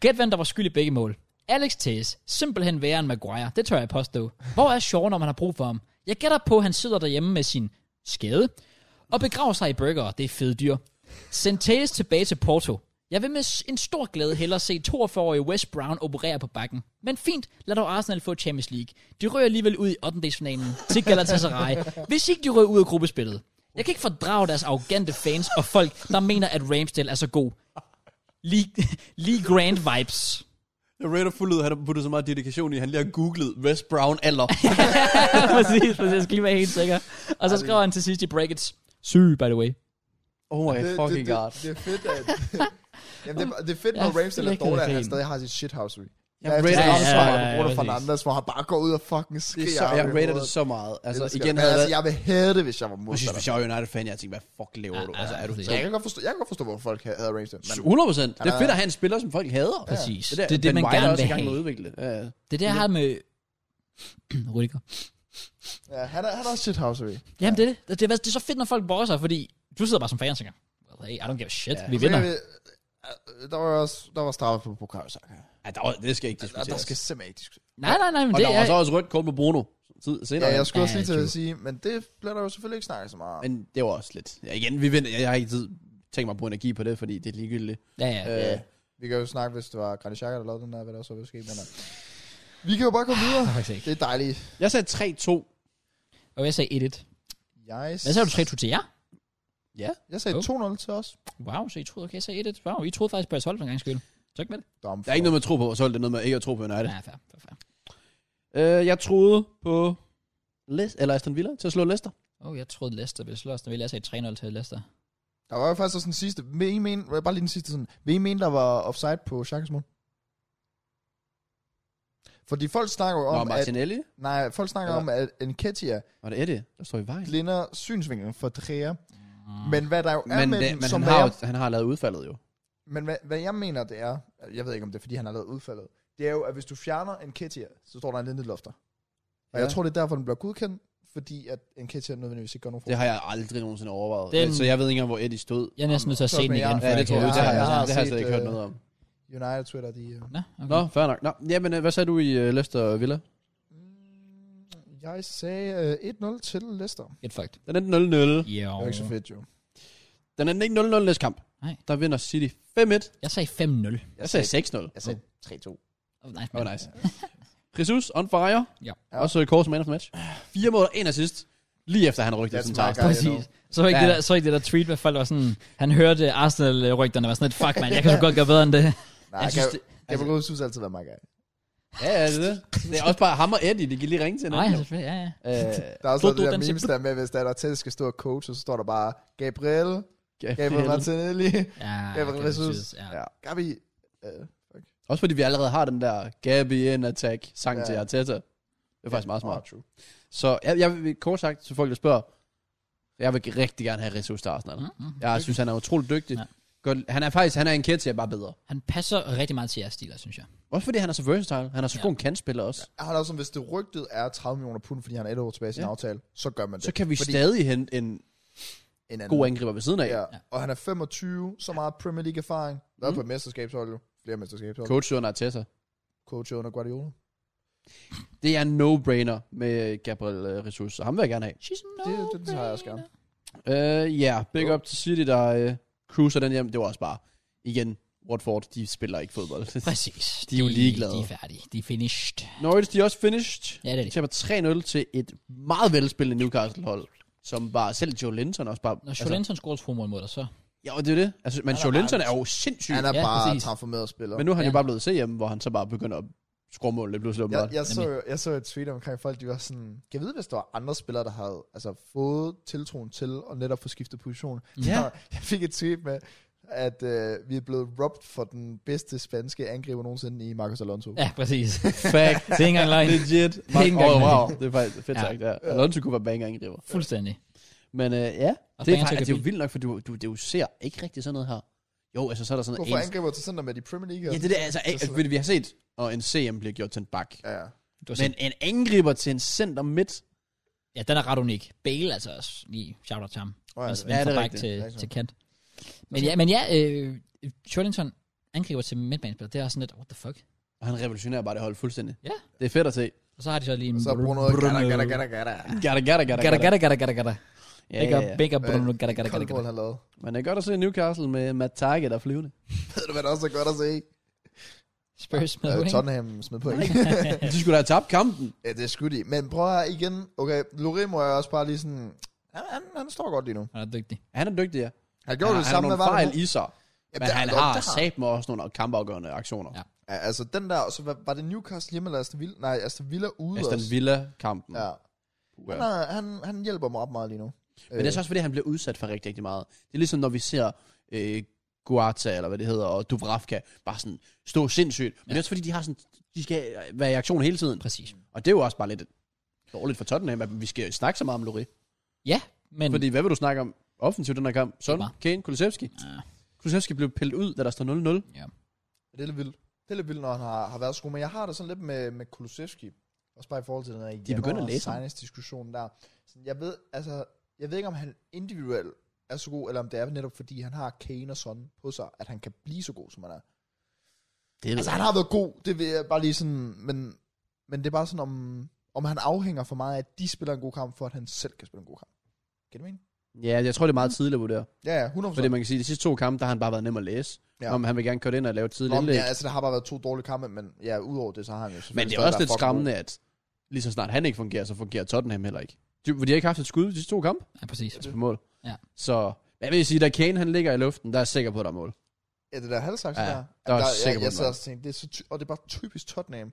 A: gæt hvem der var skyld i begge mål. Alex Thes, simpelthen værre end Maguire, det tør jeg påstå. Hvor er Shaw, når man har brug for ham? Jeg gætter på, at han sidder derhjemme med sin skade, og begraver sig i burger, det er fedt dyr. Send Thes tilbage til Porto. Jeg vil med s- en stor glæde hellere se 42-årige West Brown operere på bakken. Men fint, lad dog Arsenal få Champions League. De rører alligevel ud i 8. til Galatasaray, hvis ikke de rører ud af gruppespillet. Jeg kan ikke fordrage deres arrogante fans og folk, der mener, at Ramsdale er så god. Lee, Lee Grant vibes.
C: Jeg rater fuldt ud, han har puttet så meget dedikation i, han lige har googlet West Brown alder.
A: præcis, præcis. Jeg skal lige være helt sikker. Og så skriver han til sidst i brackets. Syg, by the way.
C: oh my
B: Det,
C: fucking
B: det, det,
C: god.
B: det er fedt, at... Jamen, det, er- det er fedt,
A: Ja,
B: når Ramsdale er
A: flækkede
B: dårlig, at han
A: grin.
B: stadig har sit shithousery. Jeg
C: rater
B: efter
C: også
B: Ramsdale,
A: meget.
B: og Bruno
A: Ja, præcis.
B: Fernandes, hvor han bare går ud og fucking
C: Det
B: skriger.
C: er så,
B: ham i
C: jeg rater det
B: hovedet.
C: så meget. Altså,
B: det,
C: igen,
B: havde
C: havde
B: altså,
C: jeg...
B: jeg vil have det, hvis jeg var
C: Præcis,
B: modstander.
C: hvis jeg er United-fan, jeg tænker, hvad fuck lever
A: Ja,
C: du?
A: ja,
C: Altså, er du
A: præcis.
B: Så jeg kan godt forstå, jeg kan godt forstå hvorfor folk hader Ramsdale. Men
C: 100 procent. Det er fedt at have en spiller, som folk hader.
A: Præcis.
C: der-
A: Det er det,
C: Ben
A: man
C: White er
A: gerne
C: også i
A: vil
C: gang med at
A: have.
C: udvikle. Ja, ja.
A: Det er det, jeg har med... Rydiger.
B: ja, han er, han er shithousery.
A: Jamen, det er det. Det er, det er så fedt, når folk borger sig, fordi du sidder bare som fan og tænker, well, hey, I don't give a shit.
C: Ja.
A: Vi
B: Så kan
A: vinder.
B: vi- Der var også der var straffe på Bukayo Saka.
C: Ja, der, var- det skal ikke
B: Og der
C: diskuteres.
B: skal simpelthen ikke diskutere.
A: Nej, nej, nej, men
C: Og
A: det
C: der var så
A: er...
C: også rødt kort på Bruno. tid- Senere.
B: Ja, jeg skulle også
A: Ja,
B: lige til at
A: true.
B: sige, men det bliver der jo selvfølgelig ikke snakket så meget om.
C: Men det var også lidt... Ja, igen, vi venter. Jeg har ikke tid tænkt mig at bruge energi på det, fordi det er ligegyldigt.
A: Ja, ja.
C: Øh,
B: Ja. Vi kan jo snakke, hvis det var Granit Xhaka, der lavede den der, hvad der så ville ske. Men øh, vi kan jo bare komme videre.
A: Faktisk ikke.
B: Det er dejligt.
C: Jeg sagde 3-2.
A: Og jeg sagde 1-1.
B: Jeg,
A: Hvad sagde du 3-2 til jer?
B: Jeg sagde
A: Oh.
B: 2-0 til os.
A: Wow, så I troede, okay, jeg sagde 1-1. Wow, I troede faktisk på jeres hold for en gang skyld. Tak med det.
B: Dom
C: Der er ikke noget med at tro på vores hold, det er noget med ikke at tro på United.
A: Ja, fair, fair, fair.
C: Øh, jeg troede på Les eller Aston Villa til at slå Leicester.
A: Oh, jeg troede Leicester ville slå os, når vi sagde 3-0 til Leicester.
B: Der var jo faktisk også den sidste. Vil I mene, bare lige den sidste sådan. Vil I mene, der var offside på Xhakas mål? Fordi folk snakker jo
C: Nå,
B: om, at,
C: Martinelli.
B: nej, folk snakker
C: Eller-
B: om, at Enketia
C: Var det Eddie, der står i vejen?
B: glinder synsvinklen for Trier. Men hvad der jo er
C: Men,
B: med
C: det,
B: den,
C: Mm. men
B: som
C: han,
B: er,
C: har, jo- han har lavet udfaldet jo.
B: Men hvad, hvad jeg mener, det er, jeg ved ikke, om det er, fordi han har lavet udfaldet, det er jo, at hvis du fjerner en Kettia, så står der en Lindelofter. Og ja.
C: Ja.
B: jeg tror, det er derfor, den bliver godkendt, fordi at en Kettia nødvendigvis ikke gør nogen
C: Det har jeg aldrig nogensinde overvejet.
A: Den-
C: Den... Så jeg ved ikke engang, hvor Eddie stod.
A: Jeg er næsten nødt til at
B: Så
A: se den
B: men jeg-
A: igen,
B: Ja,
A: før
C: Ja, det tror jeg,
A: kan-
C: det har jeg,
B: Jeg har
C: det har jeg
B: set,
C: slet ikke hørt
B: øh,
C: noget om.
B: United Twitter, de... øh,
A: Nå, okay.
C: Nå, fair nok. Nå, jamen, øh, hvad sagde du i uh, Leicester Villa?
B: mm, Jeg sagde øh, 1-0 til Leicester. Det
A: Get fucked.
C: Den endte 0-0.
A: Jo.
B: er jo ikke så fedt, jo.
C: Den endte ikke 0-0 næste kamp.
A: Nej.
C: Der vinder City 5-1.
A: Jeg sagde 5-0.
C: Jeg sagde 6-0.
B: Jeg sagde 3-2.
A: Oh, nice,
C: Åh, oh, nice. Jesus on fire.
A: Ja.
C: Også i kors man of the match. Fire mål og en assist. Lige efter han rygtede
B: That's
C: sin
B: my
C: tager.
B: guy.
A: Præcis. Så var ikke,
C: Ja.
A: det der, så ikke det der tweet, hvor folk var sådan, han hørte Arsenal-rygterne, var sådan lidt, fuck man, jeg kan så godt gøre bedre end det.
B: Nej,
A: Jeg
B: jeg
A: synes,
B: synes,
C: altså-
B: Gabriel Jesus synes altid, at han er meget
C: Ja, ja, det er det. Det er også bare ham og Eddie, de kan lige ringe til
A: Nej,
C: hinanden.
A: selvfølgelig, ja, ja.
C: Øh,
B: Der er også
A: Du-
B: noget
A: du-
B: det der
A: den siger-
B: memes, der er med, hvis der er der til, skal stå og coach, og så står der bare, Gabriel, Gabriel
C: Gabriel.
B: Martinelli,
A: Ja,
B: Gabriel
A: okay,
B: Jesus.
A: præcis, Ja.
B: ja. Gabi. Øh, fuck.
C: Også fordi vi allerede har den der Gabi in attack sang
B: Ja.
C: til Arteta. Det er faktisk meget
B: Ah,
C: smart.
B: true.
C: Så jeg, jeg vil kort sagt til folk, der spørger, jeg vil rigtig gerne have Rizzo til Arsenal.
A: Mm, mm.
C: Jeg synes, han er utrolig dygtig.
A: Ja.
C: Ja. Godt, han er faktisk, han er en kæt, jeg er bare bedre.
A: Han passer rigtig meget til jeres stiler, synes jeg.
C: Også fordi han er så versatile. Han er så
A: Ja.
C: god en kantspiller også.
B: Jeg har det også, sådan, hvis det rygtet er 30 millioner pund, fordi han er et år tilbage i sin
C: Ja.
B: aftale, så gør man det.
C: Så kan vi
B: fordi
C: stadig hente en
B: en anden.
C: god angriber ved siden af.
B: Ja. Og han er 25, så meget Premier League erfaring. Der er
C: Mm.
B: på et mesterskabshold jo. Flere mesterskabshold. Coach,
C: Coach under Arteta.
B: Coach under Guardiola.
C: Det er en no-brainer med Gabriel øh, Jesus, så ham vil jeg gerne have.
A: She's no
B: Det, det, det tager jeg også gerne.
C: Ja, uh, yeah, big
B: Jo.
C: up til City, der uh, cruiser den hjem. Det var også bare, igen, Watford, de spiller ikke fodbold.
A: Præcis.
C: De er jo ligeglade.
A: De er færdige. De er finished.
C: Norwich, de er også finished.
A: Ja, det er
C: De
A: det.
C: taber 3-0 til et meget velspillende Newcastle-hold, som bare, selv Joe Linton også bare... altså,
A: Når Jolenton scorer to mål mod dig, så...
C: ja, og det er det. Altså, men
A: Han er
C: Joe
A: bare-
C: Linton er jo sindssyg.
B: Han er
A: Ja,
B: ja, bare
A: præcis.
B: transformeret spiller.
C: Men nu er han ja.
A: Ja.
C: jo bare blevet CM, hvor han så bare begynder at score mål lidt pludselig
B: jeg,
C: åbenbart.
B: jeg, så, jo- jeg så et tweet omkring folk, de var sådan, kan jeg vide, hvis der var andre spillere, der havde altså, fået tiltroen til og netop få skiftet position.
C: Ja.
B: Og Jeg fik et tweet med, at øh, vi er blevet robbed for den bedste spanske angriber nogensinde i Marcos Alonso.
A: Ja, præcis.
C: Fact.
A: Det er ikke engang løgn.
C: Legit.
A: Det er ikke engang
C: Åh,
A: løgn.
C: wow. Det er faktisk fedt
A: Ja.
C: sagt, ja. Alonso kunne være banger angriber.
A: Fuldstændig.
C: Men øh, ja,
A: Og
C: det er,
A: Banger
C: faktisk,
A: tager
C: det er jo
A: bil.
C: vildt nok, for du, du, du ser ikke rigtig sådan noget her. Jo, altså så er der sådan
B: Hvorfor
C: noget...
B: angriber til center med i Premier League?
C: Ja, det der, altså,
B: Det er
C: altså,
B: sådan-
C: vi har set, og en CM bliver gjort til en bak.
B: Ja, ja.
A: Du har
C: Men
A: set-
C: en angriber til en center midt,
A: ja, den er ret unik. Bale altså også lige shout-out til ham.
B: Oh,
A: Altså,
C: Ja,
A: ja,
C: det
A: det
C: er
A: er
C: rigtigt. Altså,
A: til,
B: Det er rigtigt.
A: til kant. Men ja, men ja øh, Jolenton angriber til midtbanespiller. Det er også sådan lidt, what the fuck?
C: og han revolutionerer bare det hold fuldstændig.
A: Ja.
C: Det er fedt at se.
A: Og så har de så lige en...
B: Og så bruger noget gada, gada, gada, gada.
C: Gotta, gotta, gotta,
A: Gada, gada, gada, gada, gada.
C: Ja,
A: Big
C: ja,
A: up,
C: ja. Øh,
A: big up,
B: Hvad?
A: Bruno, gada, gada, gada,
B: Koldbål
A: gada.
B: har lavet.
C: Men det er godt at se Newcastle med Matt Target der er flyvende.
B: Ved du, hvad der også er godt at se?
A: Spurs med
B: Øh,
A: wing.
B: Tottenham smed på, ikke?
C: de skulle da have tabt kampen.
B: ja, det er skudt i. Men prøv her igen. Okay, Loré må jeg også bare lige sådan... Han, han, han står godt lige nu.
A: Han er dygtig.
C: Han er dygtig, ja.
B: Han
C: Han,
B: gjorde
C: han
B: det
C: har
B: samme, hvad
C: nogle
B: var det?
C: fejl i sig.
B: Jamen,
C: Men
B: det-
C: han
B: det-
C: har
B: det
C: sat med også nogle kampafgørende aktioner.
A: Ja.
B: Ja, altså den der, og så var, var det Newcastle hjemme eller Aston Villa? Nej, Aston Villa ude
C: Aston
B: også.
C: Villa-kampen.
B: Ja.
C: Ja.
B: Han, er, han, han hjælper mig op meget lige nu.
C: Men det er så også, fordi han bliver udsat for rigtig, rigtig meget. Det er ligesom, når vi ser øh, Guata, eller hvad det hedder, og Dubravka, bare sådan stå sindssygt. Men det er også, fordi de har sådan, de skal øh, være i aktion hele tiden.
A: Præcis.
C: Og det er jo også bare lidt dårligt for Tottenham, at vi skal snakke så meget om Lloris.
A: Ja, men...
C: Fordi hvad vil du snakke om offensivt i den her kamp? Son,
A: Det er
C: Kane, Kulusevski.
A: Ja.
C: Kulusevski blev pillet ud, da der står 0-0.
B: Det er lidt vildt. Det er lidt vildt, når han har, har været sko. Men jeg har det sådan lidt med, med Kulusevski. Også bare i forhold til den her
C: er begyndt at læse ham.
B: diskussion der. Så jeg ved, altså, jeg ved ikke, om han individuelt er så god, eller om det er netop fordi, han har Kane og sådan på sig, at han kan blive så god, som han er.
C: Det er
B: Altså, han har været god, det vil jeg bare lige sådan, men, men det er bare sådan, om, om han afhænger for meget af, at de spiller en god kamp, for at han selv kan spille en god kamp. Kan du mene?
C: Ja, jeg tror, det er meget tidligt at vurdere.
B: Ja, ja, 100%.
C: Fordi man kan sige, at de sidste to kampe, der har han bare været nem at læse.
B: Ja.
C: Ja. Om han vil gerne køre det ind og lave et tidligt
B: Nå, men
C: indlæg.
B: ja, altså, der har bare været to dårlige kampe, men ja, udover det, så har han jo
C: Men
B: selvfølgelig
C: det er
B: stadig
C: også
B: været
C: lidt
B: fucking
C: skræmmende, at lige så snart han ikke fungerer, så fungerer Tottenham heller ikke. De, for de har ikke haft et skud i de sidste to kampe altså
A: Ja, præcis.
C: på mål.
A: Ja.
C: Så hvad vil jeg sige, da Kane han ligger i luften, der er jeg sikker på, at der er mål.
B: god. Ja, det der halvsaks
C: Ja,
B: der.
C: der er
B: Jamen,
C: sikkert
B: jeg, jeg
C: noget.
B: sad også og tænkte, det er så ty- og det er bare typisk Tottenham.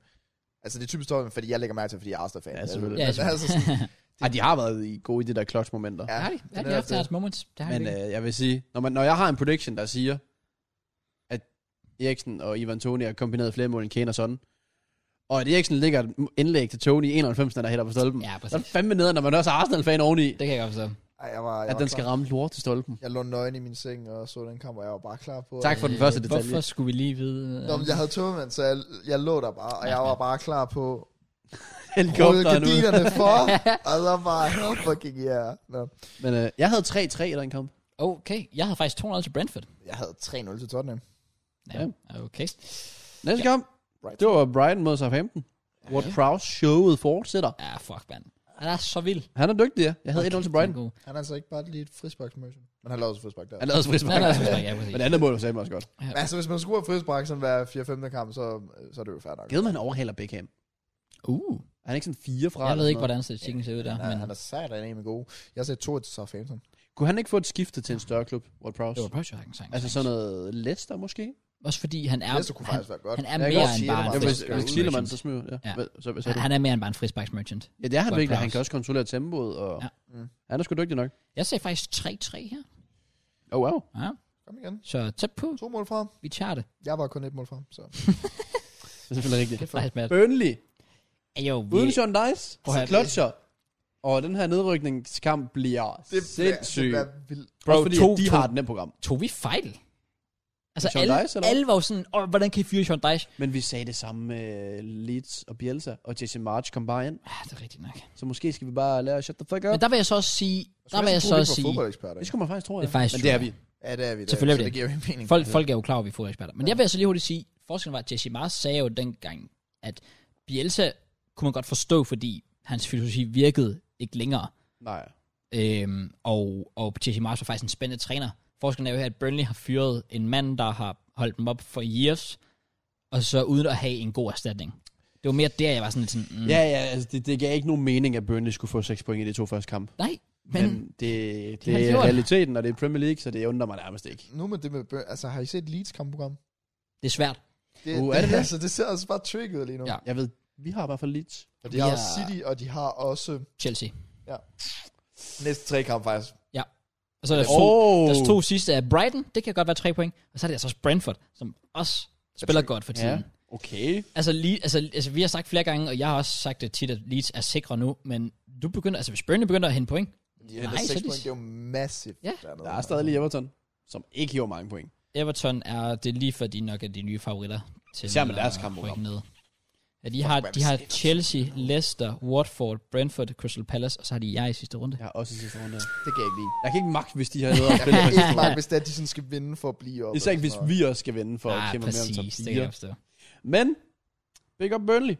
B: Altså, det er typisk Tottenham, fordi jeg lægger mærke til, fordi jeg er Arsenal-fan.
C: Ja, selvfølgelig.
A: Ja,
B: Altså, altså, sådan,
C: Ej, Ah, de har været i gode i de der clutch-momenter.
B: ja,
A: Ja, de, ja, de har haft
B: det.
A: deres moments. Det har
C: Men
A: de.
C: øh, jeg vil sige, når, man, når jeg har en prediction, der siger, at Eriksen og Ivan Toni har kombineret flere mål end Kane og sådan, og at Eriksen ligger et indlæg til Toni i 91, der hælder på stolpen,
A: Ja,
C: så er
A: præcis.
C: det fandme nede, når man også er Arsenal-fan oveni.
A: Det kan jeg godt forstå.
B: Ej, jeg var, jeg
C: At
B: var
C: den skal
B: klar.
C: ramme lort til stolpen.
B: Jeg lå nøgen i min seng og så den kamp, og jeg var bare klar på...
C: Tak
B: at-
C: for den første detalje.
A: Øh, Hvorfor skulle vi lige vide?
B: Nå, men jeg havde tømmermænd, så jeg, jeg lå der bare, og jeg var bare klar på... Røde
C: Helikopteren ud.
B: gardinerne for, og så bare, hell fucking yeah. Nå.
C: Men øh, jeg havde 3-3 i den kamp.
A: Okay, jeg havde faktisk 2-0 til Brentford.
B: Jeg havde 3-0 til Tottenham.
A: Ja, okay.
C: Næste kamp,
B: Right.
C: det var Brighton mod Southampton. Ward Prowse showet fortsætter.
A: Ja, Ah, fuck, mand. Han er så vild.
C: Han er dygtig, ja. Jeg havde 1-0 til Brighton.
A: God.
B: Han er altså ikke bare lige et frisparksmøse. Men han lavede også frispark der.
C: Han lavede også frispark.
A: Han er så ja, præcis.
C: Men andet mål var sagde også godt.
B: Men altså, hvis man scorer frispark sådan hver 4-5. kamp, så, så er det jo fair nok.
C: Gade man overhaler Beckham.
A: Uh,
C: Er han ikke sådan fire fra?
A: jeg ved
C: eller
A: ikke,
C: sådan noget?
A: hvordan statistikken ser ud der,
B: Ja,
A: men
B: han er sejt, han er med god. Jeg sagde 2 til Southampton.
C: Kunne han ikke få et skifte til en større klub, Ward Prowse?
A: det var Pressure Hagen sang.
C: Altså sådan noget Leicester måske?
A: Også fordi han er,
B: Leicester kunne
A: han,
B: faktisk være godt.
A: han er
C: Jeg kan
A: mere
C: godt
A: end
B: sige
A: bare
B: det
A: en
B: meget.
C: Ja, hvis,
B: Leicester
C: hvis
A: frisparks
C: Thielemann
A: merchant.
C: så smider, ja.
A: Ja.
C: Hvad, så, hvad sagde du?
A: Han er mere end bare en frisparksmerchant.
C: Ja, det er han
A: Ward
C: virkelig. Han
A: Prowse.
C: kan også kontrollere tempoet, og
A: Ja.
B: Mm.
C: han er sgu dygtig nok.
A: Jeg sagde faktisk 3-3 her.
C: Oh, wow.
A: Ja.
B: Kom igen.
A: Så tæt på,
B: To mål frem.
A: vi tager det.
B: Jeg var kun et mål frem, så...
C: Det er selvfølgelig rigtigt.
A: Det er faktisk med.
C: Burnley.
A: Jo, vi,
C: Uden Sean Dice.
A: Prøv at høre,
C: Klotcher. Og den her nedrykningskamp bliver
B: Det bliver, det
C: sindssygt.
B: bliver vildt.
A: bro,
C: Også fordi,
A: to,
C: at de
A: to,
C: har et nemt program.
A: tog vi fejl? Altså,
C: Sean
A: alle,
C: Dyche, eller hvad?
A: alle var jo sådan, Åh, hvordan kan I fyre Sean Dyche?
C: Men vi sagde det samme med øh, Leeds og Bielsa, og Jesse March kom bare ind.
A: Ja, Ah, det er rigtigt nok.
C: Så måske skal vi bare lære at shut the fuck
A: Men
C: up.
A: der vil jeg så også sige, der vil jeg så også sige,
B: fodboldeksperter.
C: Det
B: ikke?
C: skulle man faktisk tro,
A: Det er faktisk
C: Men det er
A: true.
C: vi.
B: Ja, det er vi da.
A: Selvfølgelig
B: så
A: er
B: det giver jo ikke mening.
A: Folk, folk er jo klar over, at vi er fodboldeksperter. Men jeg vil altså lige hurtigt sige, forskellen var, at Jesse Mars sagde jo dengang, at Bielsa kunne man godt forstå, fordi hans filosofi virkede ikke længere.
C: Nej.
A: Øhm, og, og Jesse Mars var faktisk en spændende træner. Forskellen er jo her, at Burnley har fyret en mand, der har holdt dem op for years, og så uden at have en god erstatning. Det var mere der, jeg var sådan lidt sådan, mm,
C: Ja, ja, altså det, det gav ikke nogen mening, at Burnley skulle få 6 point i de to første kampe.
A: nej, men,
C: Men, Men
A: de
C: det, det
A: har
C: er
A: gjort det.
C: realiteten, og det er Premier League, så det undrer mig nærmest ikke.
B: Nu med det med... Bø- Altså, har I set Leeds kampprogram?
A: det er svært.
B: Det,
C: Uh, er det det?
B: Altså, det ser også bare tricky ud lige nu.
A: Ja.
C: Jeg ved, vi har i hvert fald Leeds.
B: Og de
A: Vi
B: har
A: er-
B: også City, og de har også
A: Chelsea.
B: næste tre kampe faktisk.
A: Og så er der, to,
C: Oh.
A: deres to sidste er Brighton, det kan godt være tre point. Og så er det altså også Brentford, som også spiller godt for tiden.
C: Ja, okay.
A: Altså, lige, altså, altså, vi har sagt flere gange, og jeg har også sagt det tit, at Leeds er sikre nu, men du begynder, altså hvis Burnley begynder at hente point,
B: De har
A: Nej,
B: Nej, 6
A: så de-
B: point, det er jo massivt.
A: Ja.
B: dernede.
C: Der er stadig lige Everton, som ikke gjorde mange point.
A: Everton er, det er lige for, de nok er de nye favoritter. Til
C: Især med
A: at
C: deres kampprogram.
A: rykke ned. Ja, de har, de har Chelsea, Leicester, Watford, Brentford, Crystal Palace, og så har de jer i sidste runde.
C: Jeg har også i sidste runde.
B: Det kan jeg ikke lide.
C: Jeg kan ikke magt, hvis de har noget at
B: Jeg
C: spille
B: kan
C: på sidste
B: ikke
C: runde.
B: mærke, hvis det er, at de sådan skal vinde for at blive oppe.
C: Især ikke, hvis
B: eller sådan
C: vi også skal vinde for at
A: ah,
C: kæmpe med om top
A: præcis, det kan
C: 4.
A: jeg forstå.
C: Men, big up Burnley.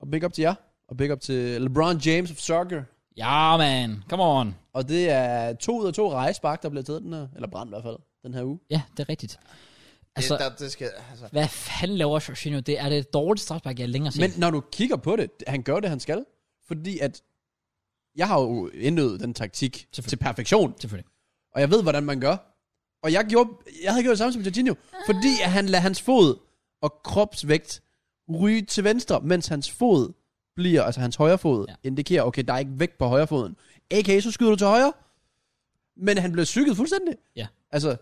C: Og big up til jer. Og big up til LeBron James of soccer.
A: Ja, man. Come on.
C: Og det er to ud af to rejsbak, der bliver taget den her. Eller brændt i hvert fald, den her uge.
A: Ja, det er rigtigt.
B: noget.
A: Altså,
B: det, der, det skal... Altså,
A: hvad fanden laver Jorginho? Det er det dårligste strafspark, jeg længere har set.
C: Men når du kigger på det, han gør det, han skal. Fordi at, jeg har jo indøvet den taktik til perfektion.
A: Selvfølgelig.
C: Og jeg ved, hvordan man gør. Og jeg, gjorde, jeg havde gjort det samme som Jorginho. Fordi at han lader hans fod og kropsvægt ryge til venstre, mens hans fod bliver, altså hans højre fod,
A: Ja.
C: ja. indikerer, okay, der er ikke vægt på højre foden. A.k.a. så skyder du til højre. Men han blev psyket fuldstændig.
A: Ja.
C: Altså,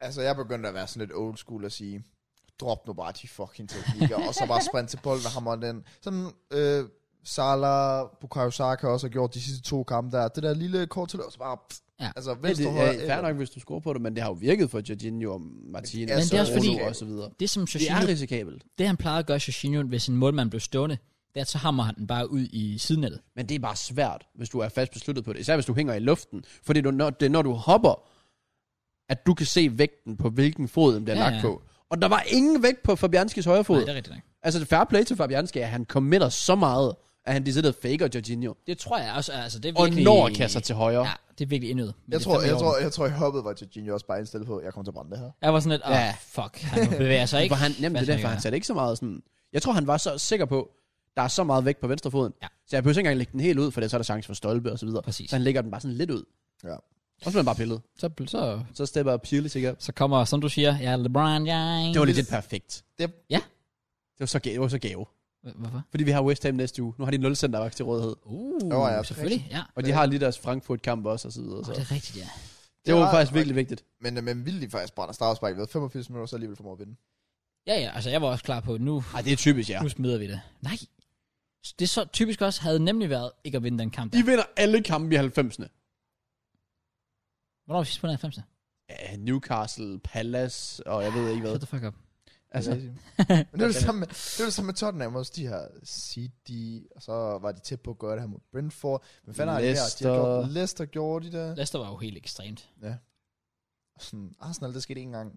B: altså, jeg begyndte at være sådan lidt old school og sige, drop nu bare de fucking teknikker, og så bare sprint til bolden og hammer den. Sådan, øh, Salah, Bukayo Saka også har gjort de sidste to kampe der. Det der lille kort til, og så bare... Pff,
A: Ja.
B: Altså,
C: det, det
B: venstre, højre,
C: er fair nok, hvis du scorer på det, men det har jo virket for Jorginho og Martinez
B: Men
A: det er også
C: og,
A: fordi-
C: Bruno og så videre.
A: Det som
C: Det
A: Jorginho
C: er risikabelt.
A: Det han plejede at gøre Jorginho, hvis en målmand blev stående, det er, at så hammer han den bare ud i sidenettet.
C: Men det er bare svært, hvis du er fast besluttet på det. Især hvis du hænger i luften. Fordi du, når, det er, når du hopper, at du kan se vægten på, hvilken fod den bliver
A: Ja,
C: ja, lagt
A: ja.
C: på. Og der var ingen vægt på Fabianskis højre
A: Nej,
C: fod.
A: det er rigtigt nok.
C: altså, det fair play til Fabianski, at han committer så meget, at han decideret faker Jorginho.
A: Det tror jeg også, altså det er
C: Og
A: virkelig...
C: når kasser til højre.
A: Ja, det er virkelig indød.
B: Jeg tror, jeg, tror, jeg tror, i hoppet var Jorginho også bare indstillet på, jeg kommer til at brænde det her.
A: Jeg var sådan lidt, åh, oh,
C: Ja.
A: fuck, han bevæger sig ikke.
C: For han, jamen,
A: Hvad
C: det er
A: skal
C: derfor,
A: jeg
C: han satte ikke så meget sådan... Jeg tror, han var så sikker på, der er så meget vægt på venstre foden.
A: Ja.
C: Så jeg behøver ikke engang lægge den helt ud, for det, så er der chance for stolpe og så videre.
A: Præcis.
C: Så han lægger den bare sådan lidt ud.
B: Ja.
C: Og så bliver han bare pillet.
A: gøre? så, så,
C: Så stepper Pirlo sikkert.
A: så kommer, som du siger, ja, LeBron James.
C: Det var legit perfekt.
B: Det-
A: Ja.
C: Det var så, ga- det var så gave.
A: Hva- Hvorfor?
C: Fordi vi har West Ham næste uge. Nu har de 0 centerback til rådighed.
A: Uh,
B: Nå, ja,
A: selvfølgelig, ja.
C: Og de har lige deres Frankfurt-kamp også, og så videre.
A: Oh,
C: Så.
A: det er rigtigt, ja.
C: Det var
B: Ja,
C: faktisk
B: og-
C: virkelig vigtigt.
B: Men, øh, men vildt de faktisk brænder strafspark ved 85 minutter, så alligevel formår at vinde.
A: Ja, ja, altså jeg var også klar på, nu,
C: Ej, det er typisk, ja.
A: nu smider vi det. Nej, det er så typisk også havde nemlig været ikke at vinde den kamp.
C: De
A: Der.
C: vinder alle kampe i 90'erne.
A: Hvornår var vi sidst på den 90'erne?
C: Ja, Newcastle, Palace, og jeg ved ikke hvad.
A: Shut the fuck up.
C: Altså,
B: Men det var det samme med, det var det samme med Tottenham også. De her City, og så var de tæt på at gøre det her mod Brentford. Men fanden har de her? De har gjort,
C: Leicester.
B: Leicester gjorde de der.
A: Leicester var jo helt ekstremt.
B: Og Sådan, Arsenal, det skete ikke engang.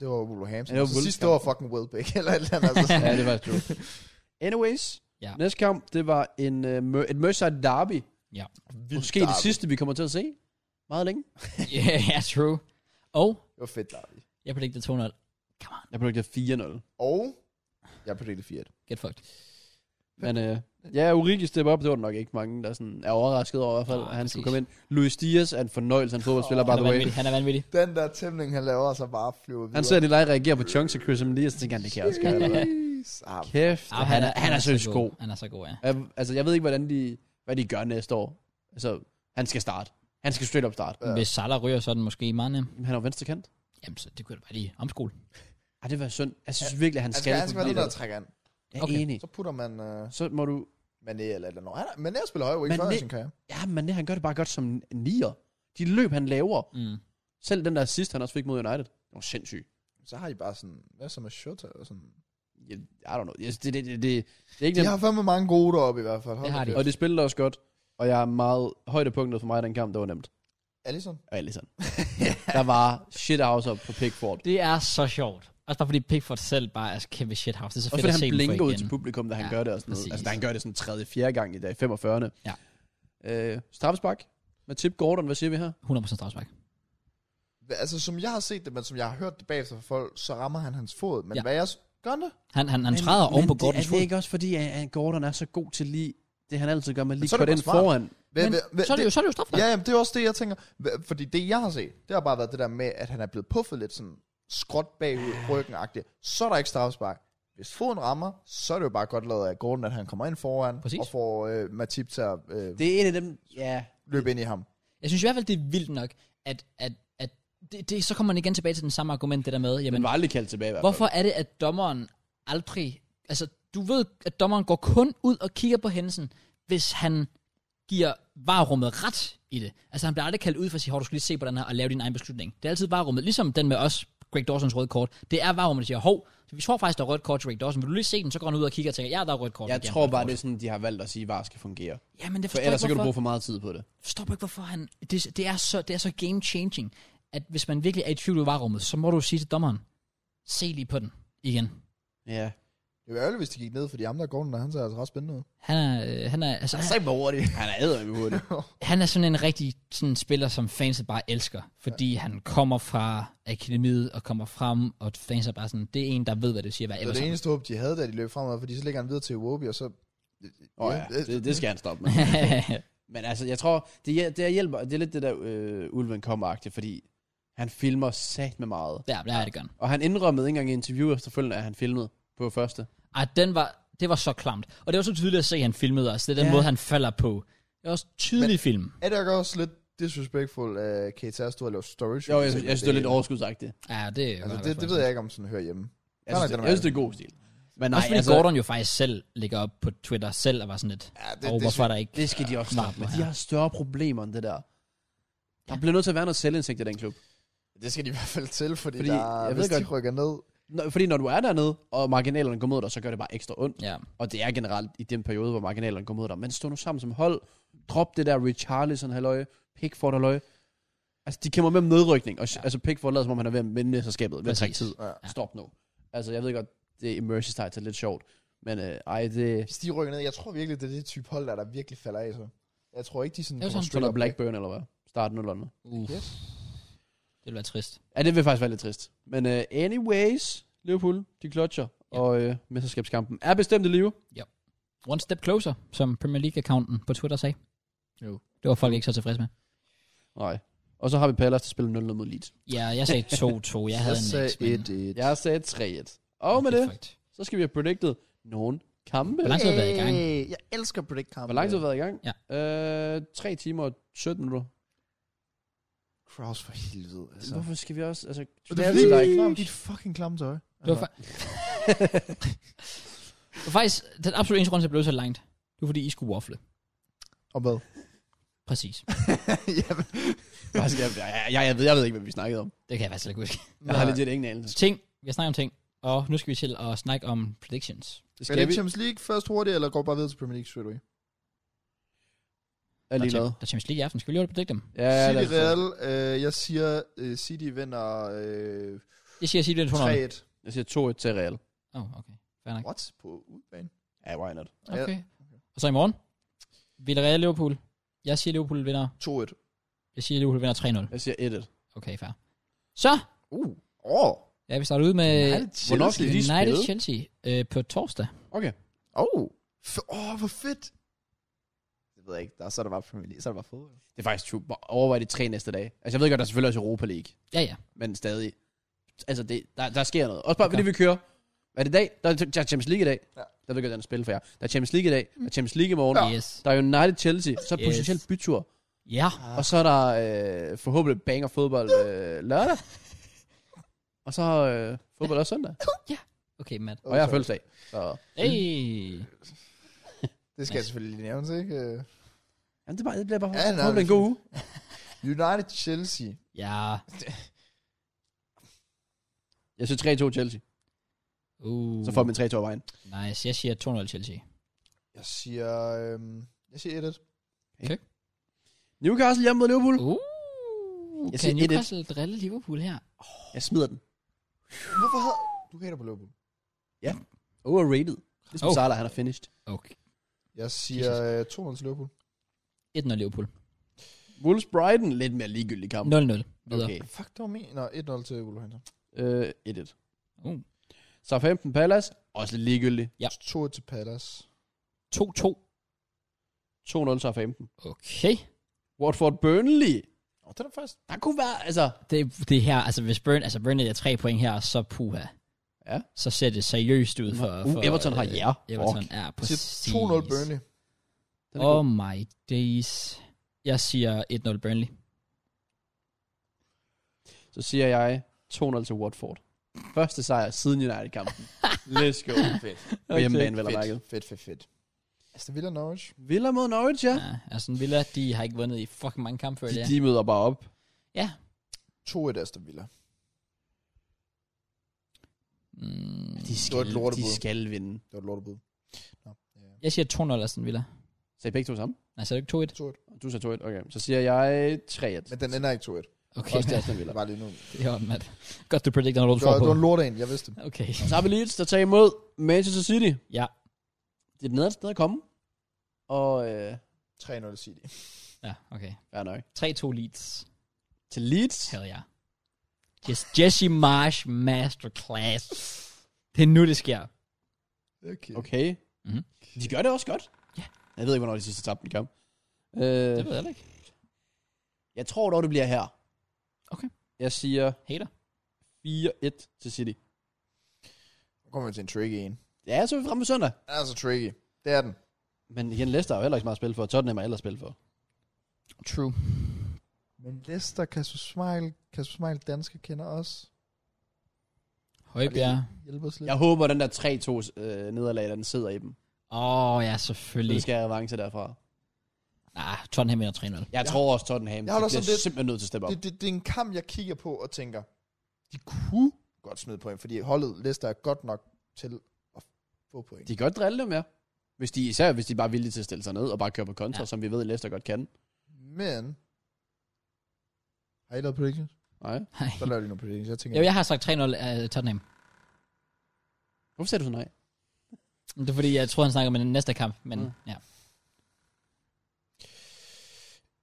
B: Det var Wolverhampton.
C: Ja, det
B: Ja,
C: var
B: så sidste år
C: Wolves-
B: fucking Welbeck, eller et eller andet. Altså
C: ja,
B: sådan.
C: det var true. Anyways,
A: Ja.
C: ja. næste kamp, det var en, uh, mø- et Merseyside derby.
B: Vildt
C: Måske
B: derby.
C: det sidste, vi kommer til at se. Meget længe.
A: yeah, yeah, true. Og
B: Det var fedt derby.
A: jeg predicted 2-0.
C: Jeg blev ikke 4-0.
B: Og jeg predicted 4
A: Get fucked.
C: Men øh, ja, Uriki stepper op, det var der nok ikke mange, der sådan er overrasket over, i hvert fald,
A: Nej,
C: at han skulle
A: præcis.
C: komme ind. Luis Diaz er en fornøjelse, han fodboldspiller,
B: Åh,
C: by
A: Han er
C: the way.
A: vanvittig. Han er vanvittig.
B: Den der tæmning, han laver, og så bare flyver videre.
C: Han ser lige dig reagere på chunks og Chris Emily, og så tænker han, det kan jeg også gøre. eller hvad?
B: Jeez. Ah,
C: Kæft,
A: Ah,
C: han, er, han er
A: så
C: seriøst god.
A: Han er så god, ja.
C: Jeg- Altså, jeg ved ikke, hvordan de, hvad de gør næste år. Altså, han skal starte. Han skal straight up starte.
B: Ja.
A: Hvis Salah ryger, så er den måske meget nem.
C: Jamen, Han er jo venstre kant.
A: Jamen, så det kunne jeg da bare lige omskole.
C: Ej, det var synd. Jeg synes virkelig, at han
B: han
C: skal.
B: skal, han Altså, skal være
C: blive
B: den, der
C: der.
B: trækker an.
C: Jeg er
A: Okay.
C: enig.
B: Så putter man uh,
C: Så må du...
B: Mané eller et eller andet. Han er- Mané spiller højre wing
C: Mané-
B: før i sin karriere.
C: Ja, men det, han gør det bare godt som en nier. De løb, han laver.
A: Mm.
C: Selv den der sidste, han også fik mod United. Det var sindssyg.
B: Så har de bare sådan, hvad som er Shota og sådan.
C: Jeg, I don't know. Jeg- Det, det, det, det, det er ikke
B: De
C: nemt.
B: har fandme mange gode deroppe i hvert fald.
A: Det har de.
C: Og det spillede også godt. Og jeg er meget højdepunktet for mig i den kamp, det var nemt.
B: Allison.
C: Og Alisson. der var shithouse op på Pickford.
A: Det er så sjovt. Også bare fordi Pickford selv bare er kæmpe shithouse. Det er så
C: Og
A: fedt
C: fordi
A: at se
C: han
A: dem få
C: blinker ud
A: igen.
C: til publikum, da han
A: Ja,
C: ja, gør det og sådan
A: præcis.
C: noget. Altså, da han gør det sådan tredje, fjerde gang i dag, 45'erne.
A: Ja.
C: Øh, straffespark med Tip Gordon, hvad siger vi her?
A: 100% strafspark.
B: Altså, som jeg har set det, men som jeg har hørt det bagefter fra folk, så rammer han hans fod. Men
A: Ja.
B: ja. hvad jeg... s- Gør han det?
A: Han, han, han træder oven på Gordons
C: det, Er
A: fod.
C: det ikke også fordi, at at Gordon er så god til lige det, han altid gør, med lige
B: så er
C: kørt
B: det
C: ind
B: godt smart.
C: foran?
B: Hvad,
A: Men
B: hvad, hvad,
A: så er det jo, så er det jo strafspark.
B: Ja, jamen, det er også det, jeg tænker. Hva- Fordi det, jeg har set, det har bare været det der med, at han er blevet puffet lidt sådan skråt bagud, ryggen Så er der ikke straffespark. Hvis foden rammer, så er det jo bare godt lavet af Gordon, at han kommer ind foran
A: Præcis.
B: og får øh, Matip til at øh,
C: Det er en af dem, ja.
B: løbe ind i ham.
A: Jeg synes i hvert fald, det er vildt nok, at, at, at det, det, så kommer man igen tilbage til den samme argument, det der med, jamen,
C: Men var aldrig kaldt tilbage i hvert fald.
A: hvorfor er det, at dommeren aldrig, altså du ved, at dommeren går kun ud og kigger på hændelsen, hvis han giver varerummet ret i det. Altså han bliver aldrig kaldt ud for at sige, hov, du skal lige se på den her og lave din egen beslutning. Det er altid varerummet, ligesom den med os, Greg Dawsons røde kort. Det er varerummet, der siger, hov, vi tror faktisk, der er rødt kort til Greg Dawson. Vil du lige se den, så går han ud og kigger og tænker, ja, der er rødt kort.
C: Jeg
A: der giver
C: tror
A: ham rødt
C: bare,
A: kort."
C: det er sådan, de har valgt at sige, at VAR skal fungere.
A: Jamen det
C: For
A: forstår jeg
C: ellers så
A: ikke,
C: kan du
A: hvorfor.
C: bruge for meget tid på det.
A: forstår bare ikke, hvorfor han... Det, det, er så, det er så game-changing, at hvis man virkelig er i tvivl i varerummet, så må du sige til dommeren, se lige på den igen.
C: Ja.
B: Det var ærgerligt, hvis de gik ned, fordi ham der Gordon, der, han ser altså ret spændende ud.
A: Han er, øh, han er, altså, han,
C: Sæt mig hurtigt. Han er æder med hurtigt.
A: han er sådan en rigtig sådan spiller, som fanset bare elsker, fordi ja. han kommer fra akademiet og kommer frem, og fans er bare sådan, det er en, der ved, hvad det siger, hvad
B: Det var det eneste håb, de havde, da de løb fremad, fordi så lægger han videre til Iwobi, og så...
C: Åh ja, det, det skal han stoppe med.
A: Everson.
C: Men altså, jeg tror, det, hjæl- det der hjælper, det er lidt det der øh, ulven kommer fordi han filmer sat med meget.
A: der, der er det godt.
C: Og han indrømmede ikke engang i interview efterfølgende, at han filmede på første.
A: Ej, den var, det var så klamt. Og det var så tydeligt at se, at han filmede os. Det er den ja.
C: Ja. måde,
A: måde, han falder på. Det er også tydelig Men, film.
B: Er det ikke også lidt disrespectful, at KTR stod og lavede storage?
C: Jo, jeg, synes- jeg synes, det er lidt overskudsagtigt.
A: Ja, det
B: Altså, det, det ved jeg ikke, om sådan hører hjemme.
C: Jeg synes,
B: den
C: det,
B: er
C: jeg synes, det er god stil.
A: Nej,
C: Men nej,
A: også fordi altså, Gordon jo faktisk selv ligger op på Twitter selv og var sådan lidt,
B: Ja,
A: det, og hvorfor er der ikke...
C: det skal de også
A: Smart
C: starte med.
A: på
C: De
A: her.
C: har større problemer end det der. Der bliver nødt til at være noget selvindsigt i den klub.
B: synes- det skal de i hvert fald til, fordi,
C: Fordi
B: fordi der,
C: jeg
B: jeg
C: ved
B: hvis ved
C: godt-
B: de rykker ned...
C: Nå, Fordi når du er dernede, og marginalerne går mod dig, så gør det bare ekstra ondt.
A: Ja,
C: Og det er generelt i den periode, hvor marginalerne går mod dig. Men stå nu sammen som hold. Drop det der Richarlison halløj, Pickford halløj. Altså, de kæmper med om nedrykning. Og, ja. Altså, Pickford lader, som om han er ved at vinde mesterskabet. Ved at trække
A: Præcis.
C: tid.
B: Ja.
C: Ja. Stop nu. Altså, jeg ved godt, det er Merseyside, så er lidt sjovt. Men øh, ej, det...
B: Hvis de rykker ned, jeg tror virkelig, det er det type hold, der, der virkelig falder af, så. Jeg tror ikke, de sådan...
A: Det er jo
B: kommer
A: sådan,
B: straight
C: Eller
B: up.
C: Blackburn, eller hvad? Starten eller noget.
A: uff.
B: Yes.
A: Det ville være trist.
C: Ja, det vil faktisk være lidt trist. Men uh, anyways, Liverpool, de klotcher.
A: Ja.
C: Ja. Og øh, mesterskabskampen er bestemt i live.
A: One step closer, som Premier League-accounten på Twitter sagde.
B: Jo.
A: Det var folk ikke så tilfredse med.
C: Nej. Og så har vi Palace, der spiller 0-0 mod Leeds.
A: Ja, jeg sagde 2-2. Jeg havde
B: jeg
A: en
B: sagde
A: X, men-
B: 1-1.
C: Jeg sagde 3-1. Og med
A: Okay,
C: det,
A: fucked.
C: så skal vi have predicted nogle kampe.
A: Hvor lang tid har vi været i gang?
B: Hey, Jeg elsker predict kamp.
C: Hvor lang tid har vi været i gang?
A: Ja.
C: Øh, 3 timer og 17 minutter.
B: Cross for helvede, altså.
C: Så. Hvorfor skal vi også... Altså,
B: Det er
C: altid dig.
B: fordi, dit fucking klamme tøj. Altså.
A: Det var, fa- det var faktisk den absolut eneste grund til, at det blev så langt. Det var fordi, I skulle waffle.
B: Og hvad?
A: Præcis.
B: Jamen,
C: Faktisk, jeg, jeg, jeg, jeg, ved, jeg ved ikke, hvad vi snakkede om.
A: Det kan jeg faktisk slet ikke huske.
C: Jeg har legit ingen anelse.
A: Ting. Vi har snakket om ting. Og nu skal vi til at snakke om predictions.
C: Det
B: er
C: skal vi.
B: det Champions League først hurtigt, eller går bare videre til Premier League straight away?
C: Jeg er
A: Der er
C: lige
A: Cham-
C: noget.
A: der er Champions League i aften. Skal vi lige predict dem?
C: Ja, altså- lad os
B: City
C: se.
B: Real, øh, jeg siger, øh, City vinder øh,
A: Jeg siger, at det er 200.
B: 3-1.
C: Jeg siger 2-1 til Real.
A: Oh, okay. Fair nok.
B: What? På udbanen?
C: Ja, why not?
B: Ja.
A: Okay. Og så i morgen. Villarreal Liverpool. Jeg siger, Liverpool vinder.
B: 2-1.
A: Jeg siger, Liverpool vinder
C: Jeg siger 1-1.
A: 3-0. Okay, fair. Så
B: Uh, åh.
A: Ja, vi starter ud med
B: United
C: hvornår
B: Chelsea.
C: skal de
A: United
C: spille?
A: Chelsea øh, på torsdag.
C: Okay.
B: Åh, f- åh, hvor fedt. Det ved jeg ikke. Der, så er der bare Premier League. Så er der bare fodbold.
C: Det er faktisk true. Overvej de tre næste dage. Altså, jeg ved godt, der er selvfølgelig også Europa League.
A: Ja, ja.
C: Men stadig. Altså, det, der, der sker noget. Også bare,
A: Okay.
C: fordi vi kører. Er det i dag? Der er, der er Champions League i dag.
B: Ja.
C: Ja. Der ved jeg godt, der er en spil for jer. Der er Champions League i dag. Der er Champions League i morgen.
A: Ja.
C: Ja.
A: Yes.
C: Der er United Chelsea. Så er
A: Yes. Ah.
C: potentielt bytur.
A: Ja.
C: Og så er der øh, forhåbentlig banger fodbold øh, lørdag. Og så øh, fodbold også søndag.
A: Okay, Matt.
C: Og jeg har fødselsdag. Så
A: Hey.
B: Det skal jeg selvfølgelig lige nævnes, ikke? Øh,
C: Jamen, det, er bare, det bliver bare
B: Ja, nej,
C: forhåbentlig en god uge.
B: United Chelsea.
A: Ja.
C: Jeg synes 3-2 Chelsea.
A: Uh.
C: Så får vi en 3-2 af vejen.
A: Nice. Jeg siger 2-0 Chelsea.
B: Jeg siger... Øh, jeg siger 1-1.
C: Newcastle hjemme mod Liverpool.
A: Uh.
C: Jeg
A: kan
C: siger 1-1.
A: Newcastle drille Liverpool her?
C: Jeg smider den.
B: Hvorfor havde... Du hater på Liverpool.
C: Overrated. Ligesom
A: Oh.
C: oh. Salah, han er finished.
A: Okay.
B: Jeg siger øh, 2-1 til Liverpool.
A: 1-0 Liverpool.
C: Wolves Brighton, lidt mere ligegyldig kamp.
A: 0-0. Videre.
C: Okay.
B: Fuck, det var min. Nå, 1-0 til Wolverhampton.
C: Øh, 1-1.
A: Uh.
C: Southampton Palace, også lidt ligegyldig.
A: Ja.
B: 2 til Palace.
A: 2-2.
C: 2-0 Southampton.
A: Okay.
C: Watford Burnley.
B: Åh, den er faktisk...
C: Der kunne være, altså...
A: Det, det her, altså hvis Burn, altså Burnley er tre point her, så puha.
C: Ja.
A: Så ser det seriøst ud for...
C: Uh,
A: for
C: Everton har
A: øh,
C: jer.
A: Everton er
B: Jeg siger
A: præcis.
B: 2-0 Burnley.
C: Den er
A: Oh
C: god.
A: my days. Jeg siger 1-0 Burnley.
C: Så siger jeg 2-0 til Watford. Første sejr siden United-kampen. Let's go.
B: Fedt.
C: På hjemmebane, vel og mærket.
B: Fedt, fedt, fedt, fedt. Aston Villa Norwich.
C: Villa mod Norwich, ja.
A: Ja, altså Villa, de har ikke vundet i fucking mange kampe før
C: De,
A: det.
C: de møder bare op.
B: 2-1 Aston Villa.
A: Mm,
C: De
B: var et lortebud.
C: de skal vinde.
B: Det var et lortebud. Nå, ja.
A: jeg siger 2-0 Aston Villa.
C: Sagde begge to sammen?
A: Nej, så er det ikke 2-1.
B: 2-1.
C: Du sagde 2-1, okay. Så siger jeg 3-1.
B: Men den ender ikke 2-1.
A: Okay,
C: Også til
A: Matt.
C: Aston Villa.
B: Det var lige nu.
A: det er ordentligt, Matt. Godt, du predicter, når du
B: Det
A: tror
B: var, det
A: på.
B: var en lort en, jeg vidste det.
A: Okay.
C: Så har vi Leeds, der tager imod Manchester City.
A: Ja.
C: Det er et nederen sted at komme. Og øh,
B: 3-0 City.
A: Ja, okay.
C: fair nok.
A: 3-2 Leeds
C: Til Leeds.
A: havde jeg. Yes, Jesse Marsh Masterclass. Det er nu, det sker.
B: Okay.
C: Okay.
A: Mhm.
C: Mm-hmm. De gør det også godt.
A: Ja.
C: Jeg ved ikke, hvornår de sidste tabte en kamp.
A: Det
C: Øh,
A: ved jeg heller ikke.
C: jeg tror dog, det bliver her.
A: Okay.
C: Jeg siger
A: Hater.
C: 4-1 til City.
B: Nu kommer vi til en tricky en.
C: Ja, så er vi fremme på søndag.
B: Den er altså tricky. Det er den.
C: Men igen, Leicester er jo heller ikke så meget at spille for. Tottenham er ellers spille for.
A: True.
B: Men Leicester, Kasus Smile, Kasus Smile, dansker kender os.
A: Højbjerg.
B: Hjælp os lidt.
C: Jeg håber, den der 3-2 øh, nederlag, den sidder i dem.
A: Åh, oh, ja,
C: Så
A: selvfølgelig.
C: det skal jeg revanche derfra.
A: Ah, Tottenham vinder 3-0.
C: Jeg tror også, Tottenham
B: Jeg har da
C: bliver
B: sådan lidt-
C: simpelthen nødt til at steppe op.
B: Det, det, det, er en kamp, jeg kigger på og tænker, de kunne godt smide point, fordi holdet Leicester er godt nok til at få point.
C: De kan godt drille dem, ja. Hvis de, især hvis de bare er villige til at stille sig ned og bare køre på kontra,
A: Ja.
C: ja. som vi ved, Leicester godt kan.
B: Men... Har I lavet predictions?
C: Nej.
A: Nej.
B: Så laver de nogle predictions. Jeg tænker,
A: Jo, jeg har sagt 3-0 uh, Tottenham.
C: Hvorfor sagde du så nej?
A: Men Det er fordi, jeg tror han snakker med den næste kamp, men mm.
C: Mm.
A: ja.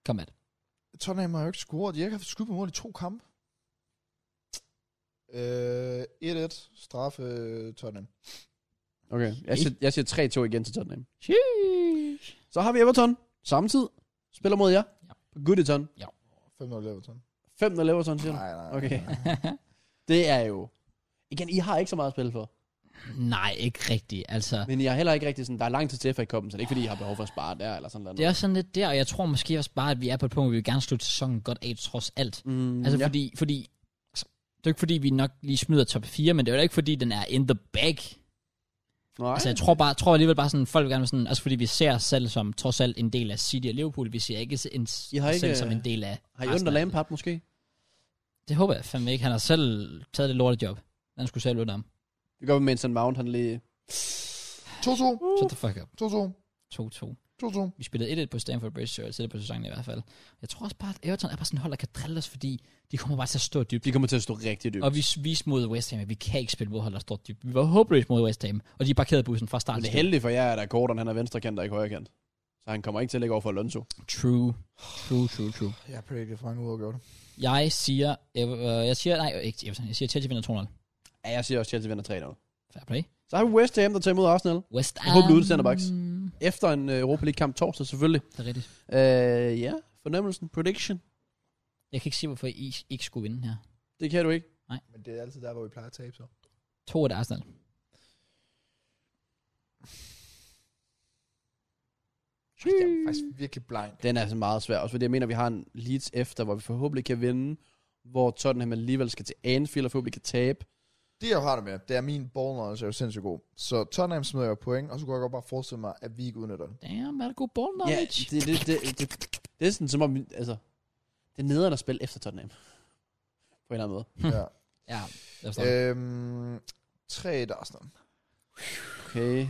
A: Kom med.
B: Tottenham har jo ikke scoret. De har ikke haft skud på mål i to kampe. Øh, 1-1. Straffe øh, Tottenham.
C: Okay, jeg siger, jeg siger 3-2 igen til Tottenham.
A: Sheesh.
C: Så har vi Everton, samtidig. Spiller mod jer.
A: Ja.
C: Ja. Goodington.
B: 5-0 Everton.
C: 5-0 Everton, siger du?
B: Nej, nej.
C: Okay.
B: nej.
C: Det er jo... Igen, I har ikke så meget at spille for.
A: Nej, ikke rigtigt. Altså,
C: Men I har heller ikke rigtig sådan... Der er lang tid til FA Cup'en, så det er ikke, fordi I har behov for at spare der eller sådan noget.
A: det er også sådan lidt der, og jeg tror måske også bare, at vi er på et punkt, hvor vi vil gerne slutte sæsonen godt af, trods alt. Mm,
C: Mm,
A: altså,
C: ja.
A: fordi, fordi altså, det er jo ikke fordi, vi nok lige smider top 4, men det er jo heller ikke fordi, den er in the bag.
C: Nej.
A: Altså, jeg tror, bare, jeg tror alligevel bare sådan, folk vil gerne vil sådan, altså fordi vi ser os selv som trods alt en del af City og Liverpool, vi ser ikke en,
C: I har
A: os selv
C: ikke,
A: som
C: øh,
A: en del af
C: Har I
A: Arsenal.
C: under Lampard måske?
A: Det håber jeg fandme ikke. Han har selv taget det lortet job. Han skulle selv ud om.
C: Det gør vi, mens Mount han lige...
B: 2-2.
A: Shut the fuck up.
B: 2-2.
A: 2-2
B: 2-2.
A: Vi spillede 1-1 på Stamford Bridge, og det på sæsonen i hvert fald. Jeg tror også bare, at Everton er bare sådan et hold, der kan drille os, fordi de kommer bare til at stå dybt.
C: De kommer til at stå rigtig dybt.
A: Og vi viste mod West Ham, at vi kan ikke spille mod hold, der står dybt. Vi var håbløse mod West Ham, og de parkerede bussen fra start.
C: Men det
A: til slut.
C: heldige for jer er, at Gordon han er venstrekant og ikke højrekant. Så han kommer ikke til at lægge over for Alonso.
A: True. True, true, true.
B: Jeg prædikede for en uafgjort.
A: Jeg siger, jeg, øh, jeg siger, nej, ikke Everton. Jeg siger Chelsea vinder 200.
C: Ja, jeg siger også, at Chelsea vinder 3-0.
A: Fair play.
C: Så har vi West Ham, der tager imod Arsenal.
A: West Ham.
C: Jeg håber, du er uden centerbacks. Efter en øh, Europa League-kamp torsdag, selvfølgelig.
A: Det er rigtigt.
C: Øh, ja, fornemmelsen, prediction.
A: Jeg kan ikke se, hvorfor I ikke skulle vinde her.
C: Det kan du ikke.
B: Men det er altid der, hvor vi plejer at tabe så.
A: 2 til Arsenal.
B: Jeg er faktisk virkelig blind.
C: Den er altså meget svær, også fordi jeg mener, vi har en Leeds efter, hvor vi forhåbentlig kan vinde, hvor Tottenham alligevel skal til Anfield og forhåbentlig kan tabe.
B: Det jeg har det med, det er at min ball knowledge er jo sindssygt god. Så Tottenham smider jeg point, og så kunne jeg godt bare forestille mig, at vi ikke udnytter den.
A: Damn, er det god ball
C: Ja,
A: knowledge.
C: det, det, det, det, det, er sådan som om, vi- altså, det er nederen at spille efter Tottenham. På en eller anden måde.
B: Ja.
A: Ja, jeg forstår. Øh,
B: øhm, 3 til Arsenal.
C: Okay.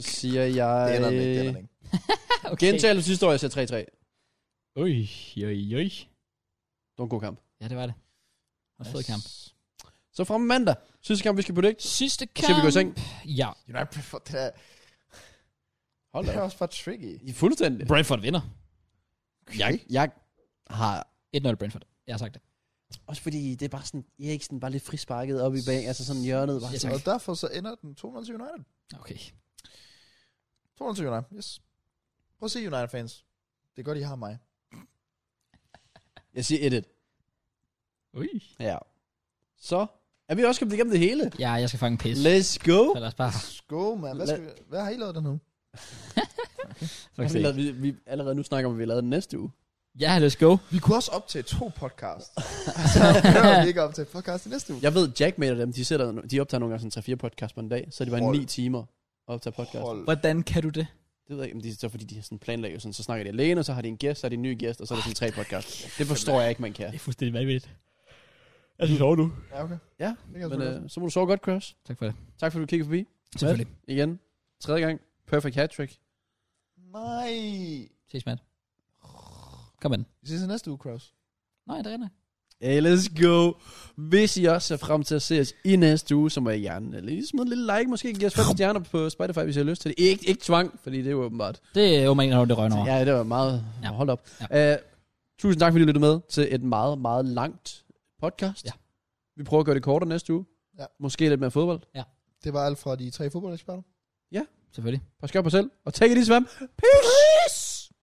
C: Så siger jeg...
B: Det ender den ikke, det ender den ikke.
A: okay.
C: Gentagelse sidste år, jeg siger 3-3.
A: Øj, øj, øj.
C: Det var en god kamp.
A: Ja, det var det. Det var en fed kamp.
C: Så frem mandag. Sidste kamp, vi skal predict.
A: Sidste kamp.
C: Skal vi gå i seng?
A: Ja.
B: United, for det er,
C: Hold
B: det
C: da.
B: er
C: op.
B: også bare tricky.
C: I er Fuldstændig.
A: Brentford vinder.
C: Jeg, jeg har...
A: 1-0 Brentford. Jeg har sagt det.
C: Også fordi det er bare sådan, Eriksen bare lidt frisparket op i bag, altså sådan hjørnet. Bare.
A: Ja,
B: Så
A: tak.
B: derfor så ender den 2-0 til United.
A: Okay.
B: 200 til United, yes. Prøv at se United fans. Det er godt, I har mig.
C: Jeg siger 1-1.
A: Ui.
C: Ja. Så er vi også kommet igennem det hele.
A: Ja, jeg skal fange en pisse.
C: Let's go.
A: Så lad os bare...
B: Skå, mand. Hvad, skal vi, hvad har I lavet dernede?
A: Fuck
C: Vi,
A: sake.
C: vi, vi, allerede nu snakker om, at vi lavede den næste uge.
A: Ja, let's go.
B: Vi kunne også optage to podcasts. så hører vi ikke optage podcast i næste uge.
C: Jeg ved, Jack Mate og dem, de, sætter, de optager nogle gange sådan 3-4 podcast på en dag, så er det var
B: Hold.
C: 9 timer at optage podcast.
B: Hold.
A: Hvordan kan du det?
C: Det ved jeg ikke, om det er så fordi, de sådan planlægger sådan, så snakker de alene, og så har de en gæst, så har de en ny gæst, og så er der sådan tre podcast. Det forstår jeg ikke, man kan.
A: Det er fuldstændig vanvittigt. Jeg skal sove nu.
B: Ja, okay.
C: Ja,
B: det kan
C: Men
B: men,
C: øh, så må du sove godt, Chris.
A: Tak for det.
C: Tak fordi du kiggede forbi.
A: Selvfølgelig.
C: Igen. Tredje gang. Perfect hat-trick.
B: Nej.
A: Ses, Matt. Kom med den.
B: Vi ses i næste uge, Kraus.
A: Nej, det er rigtigt.
C: Hey, let's go. Hvis I også ser frem til at se os i næste uge, så må I gerne lige smide en lille like. Måske give os fem stjerner på Spotify, hvis I har lyst til det. Ikke, ikke tvang, fordi det er jo åbenbart.
A: Det er jo man ikke, når det røgner over.
C: Ja, det var meget...
A: Ja.
C: Ja. Hold op. Ja. Uh, tusind tak, fordi I lyttede med til et meget, meget langt podcast.
A: Ja.
C: Vi prøver at gøre det kortere næste uge.
B: Ja.
C: Måske lidt mere fodbold.
B: Det var alt fra de tre fodboldeksperter.
A: Selvfølgelig.
C: Pas godt på jer selv, og take it easy, fam. Peace!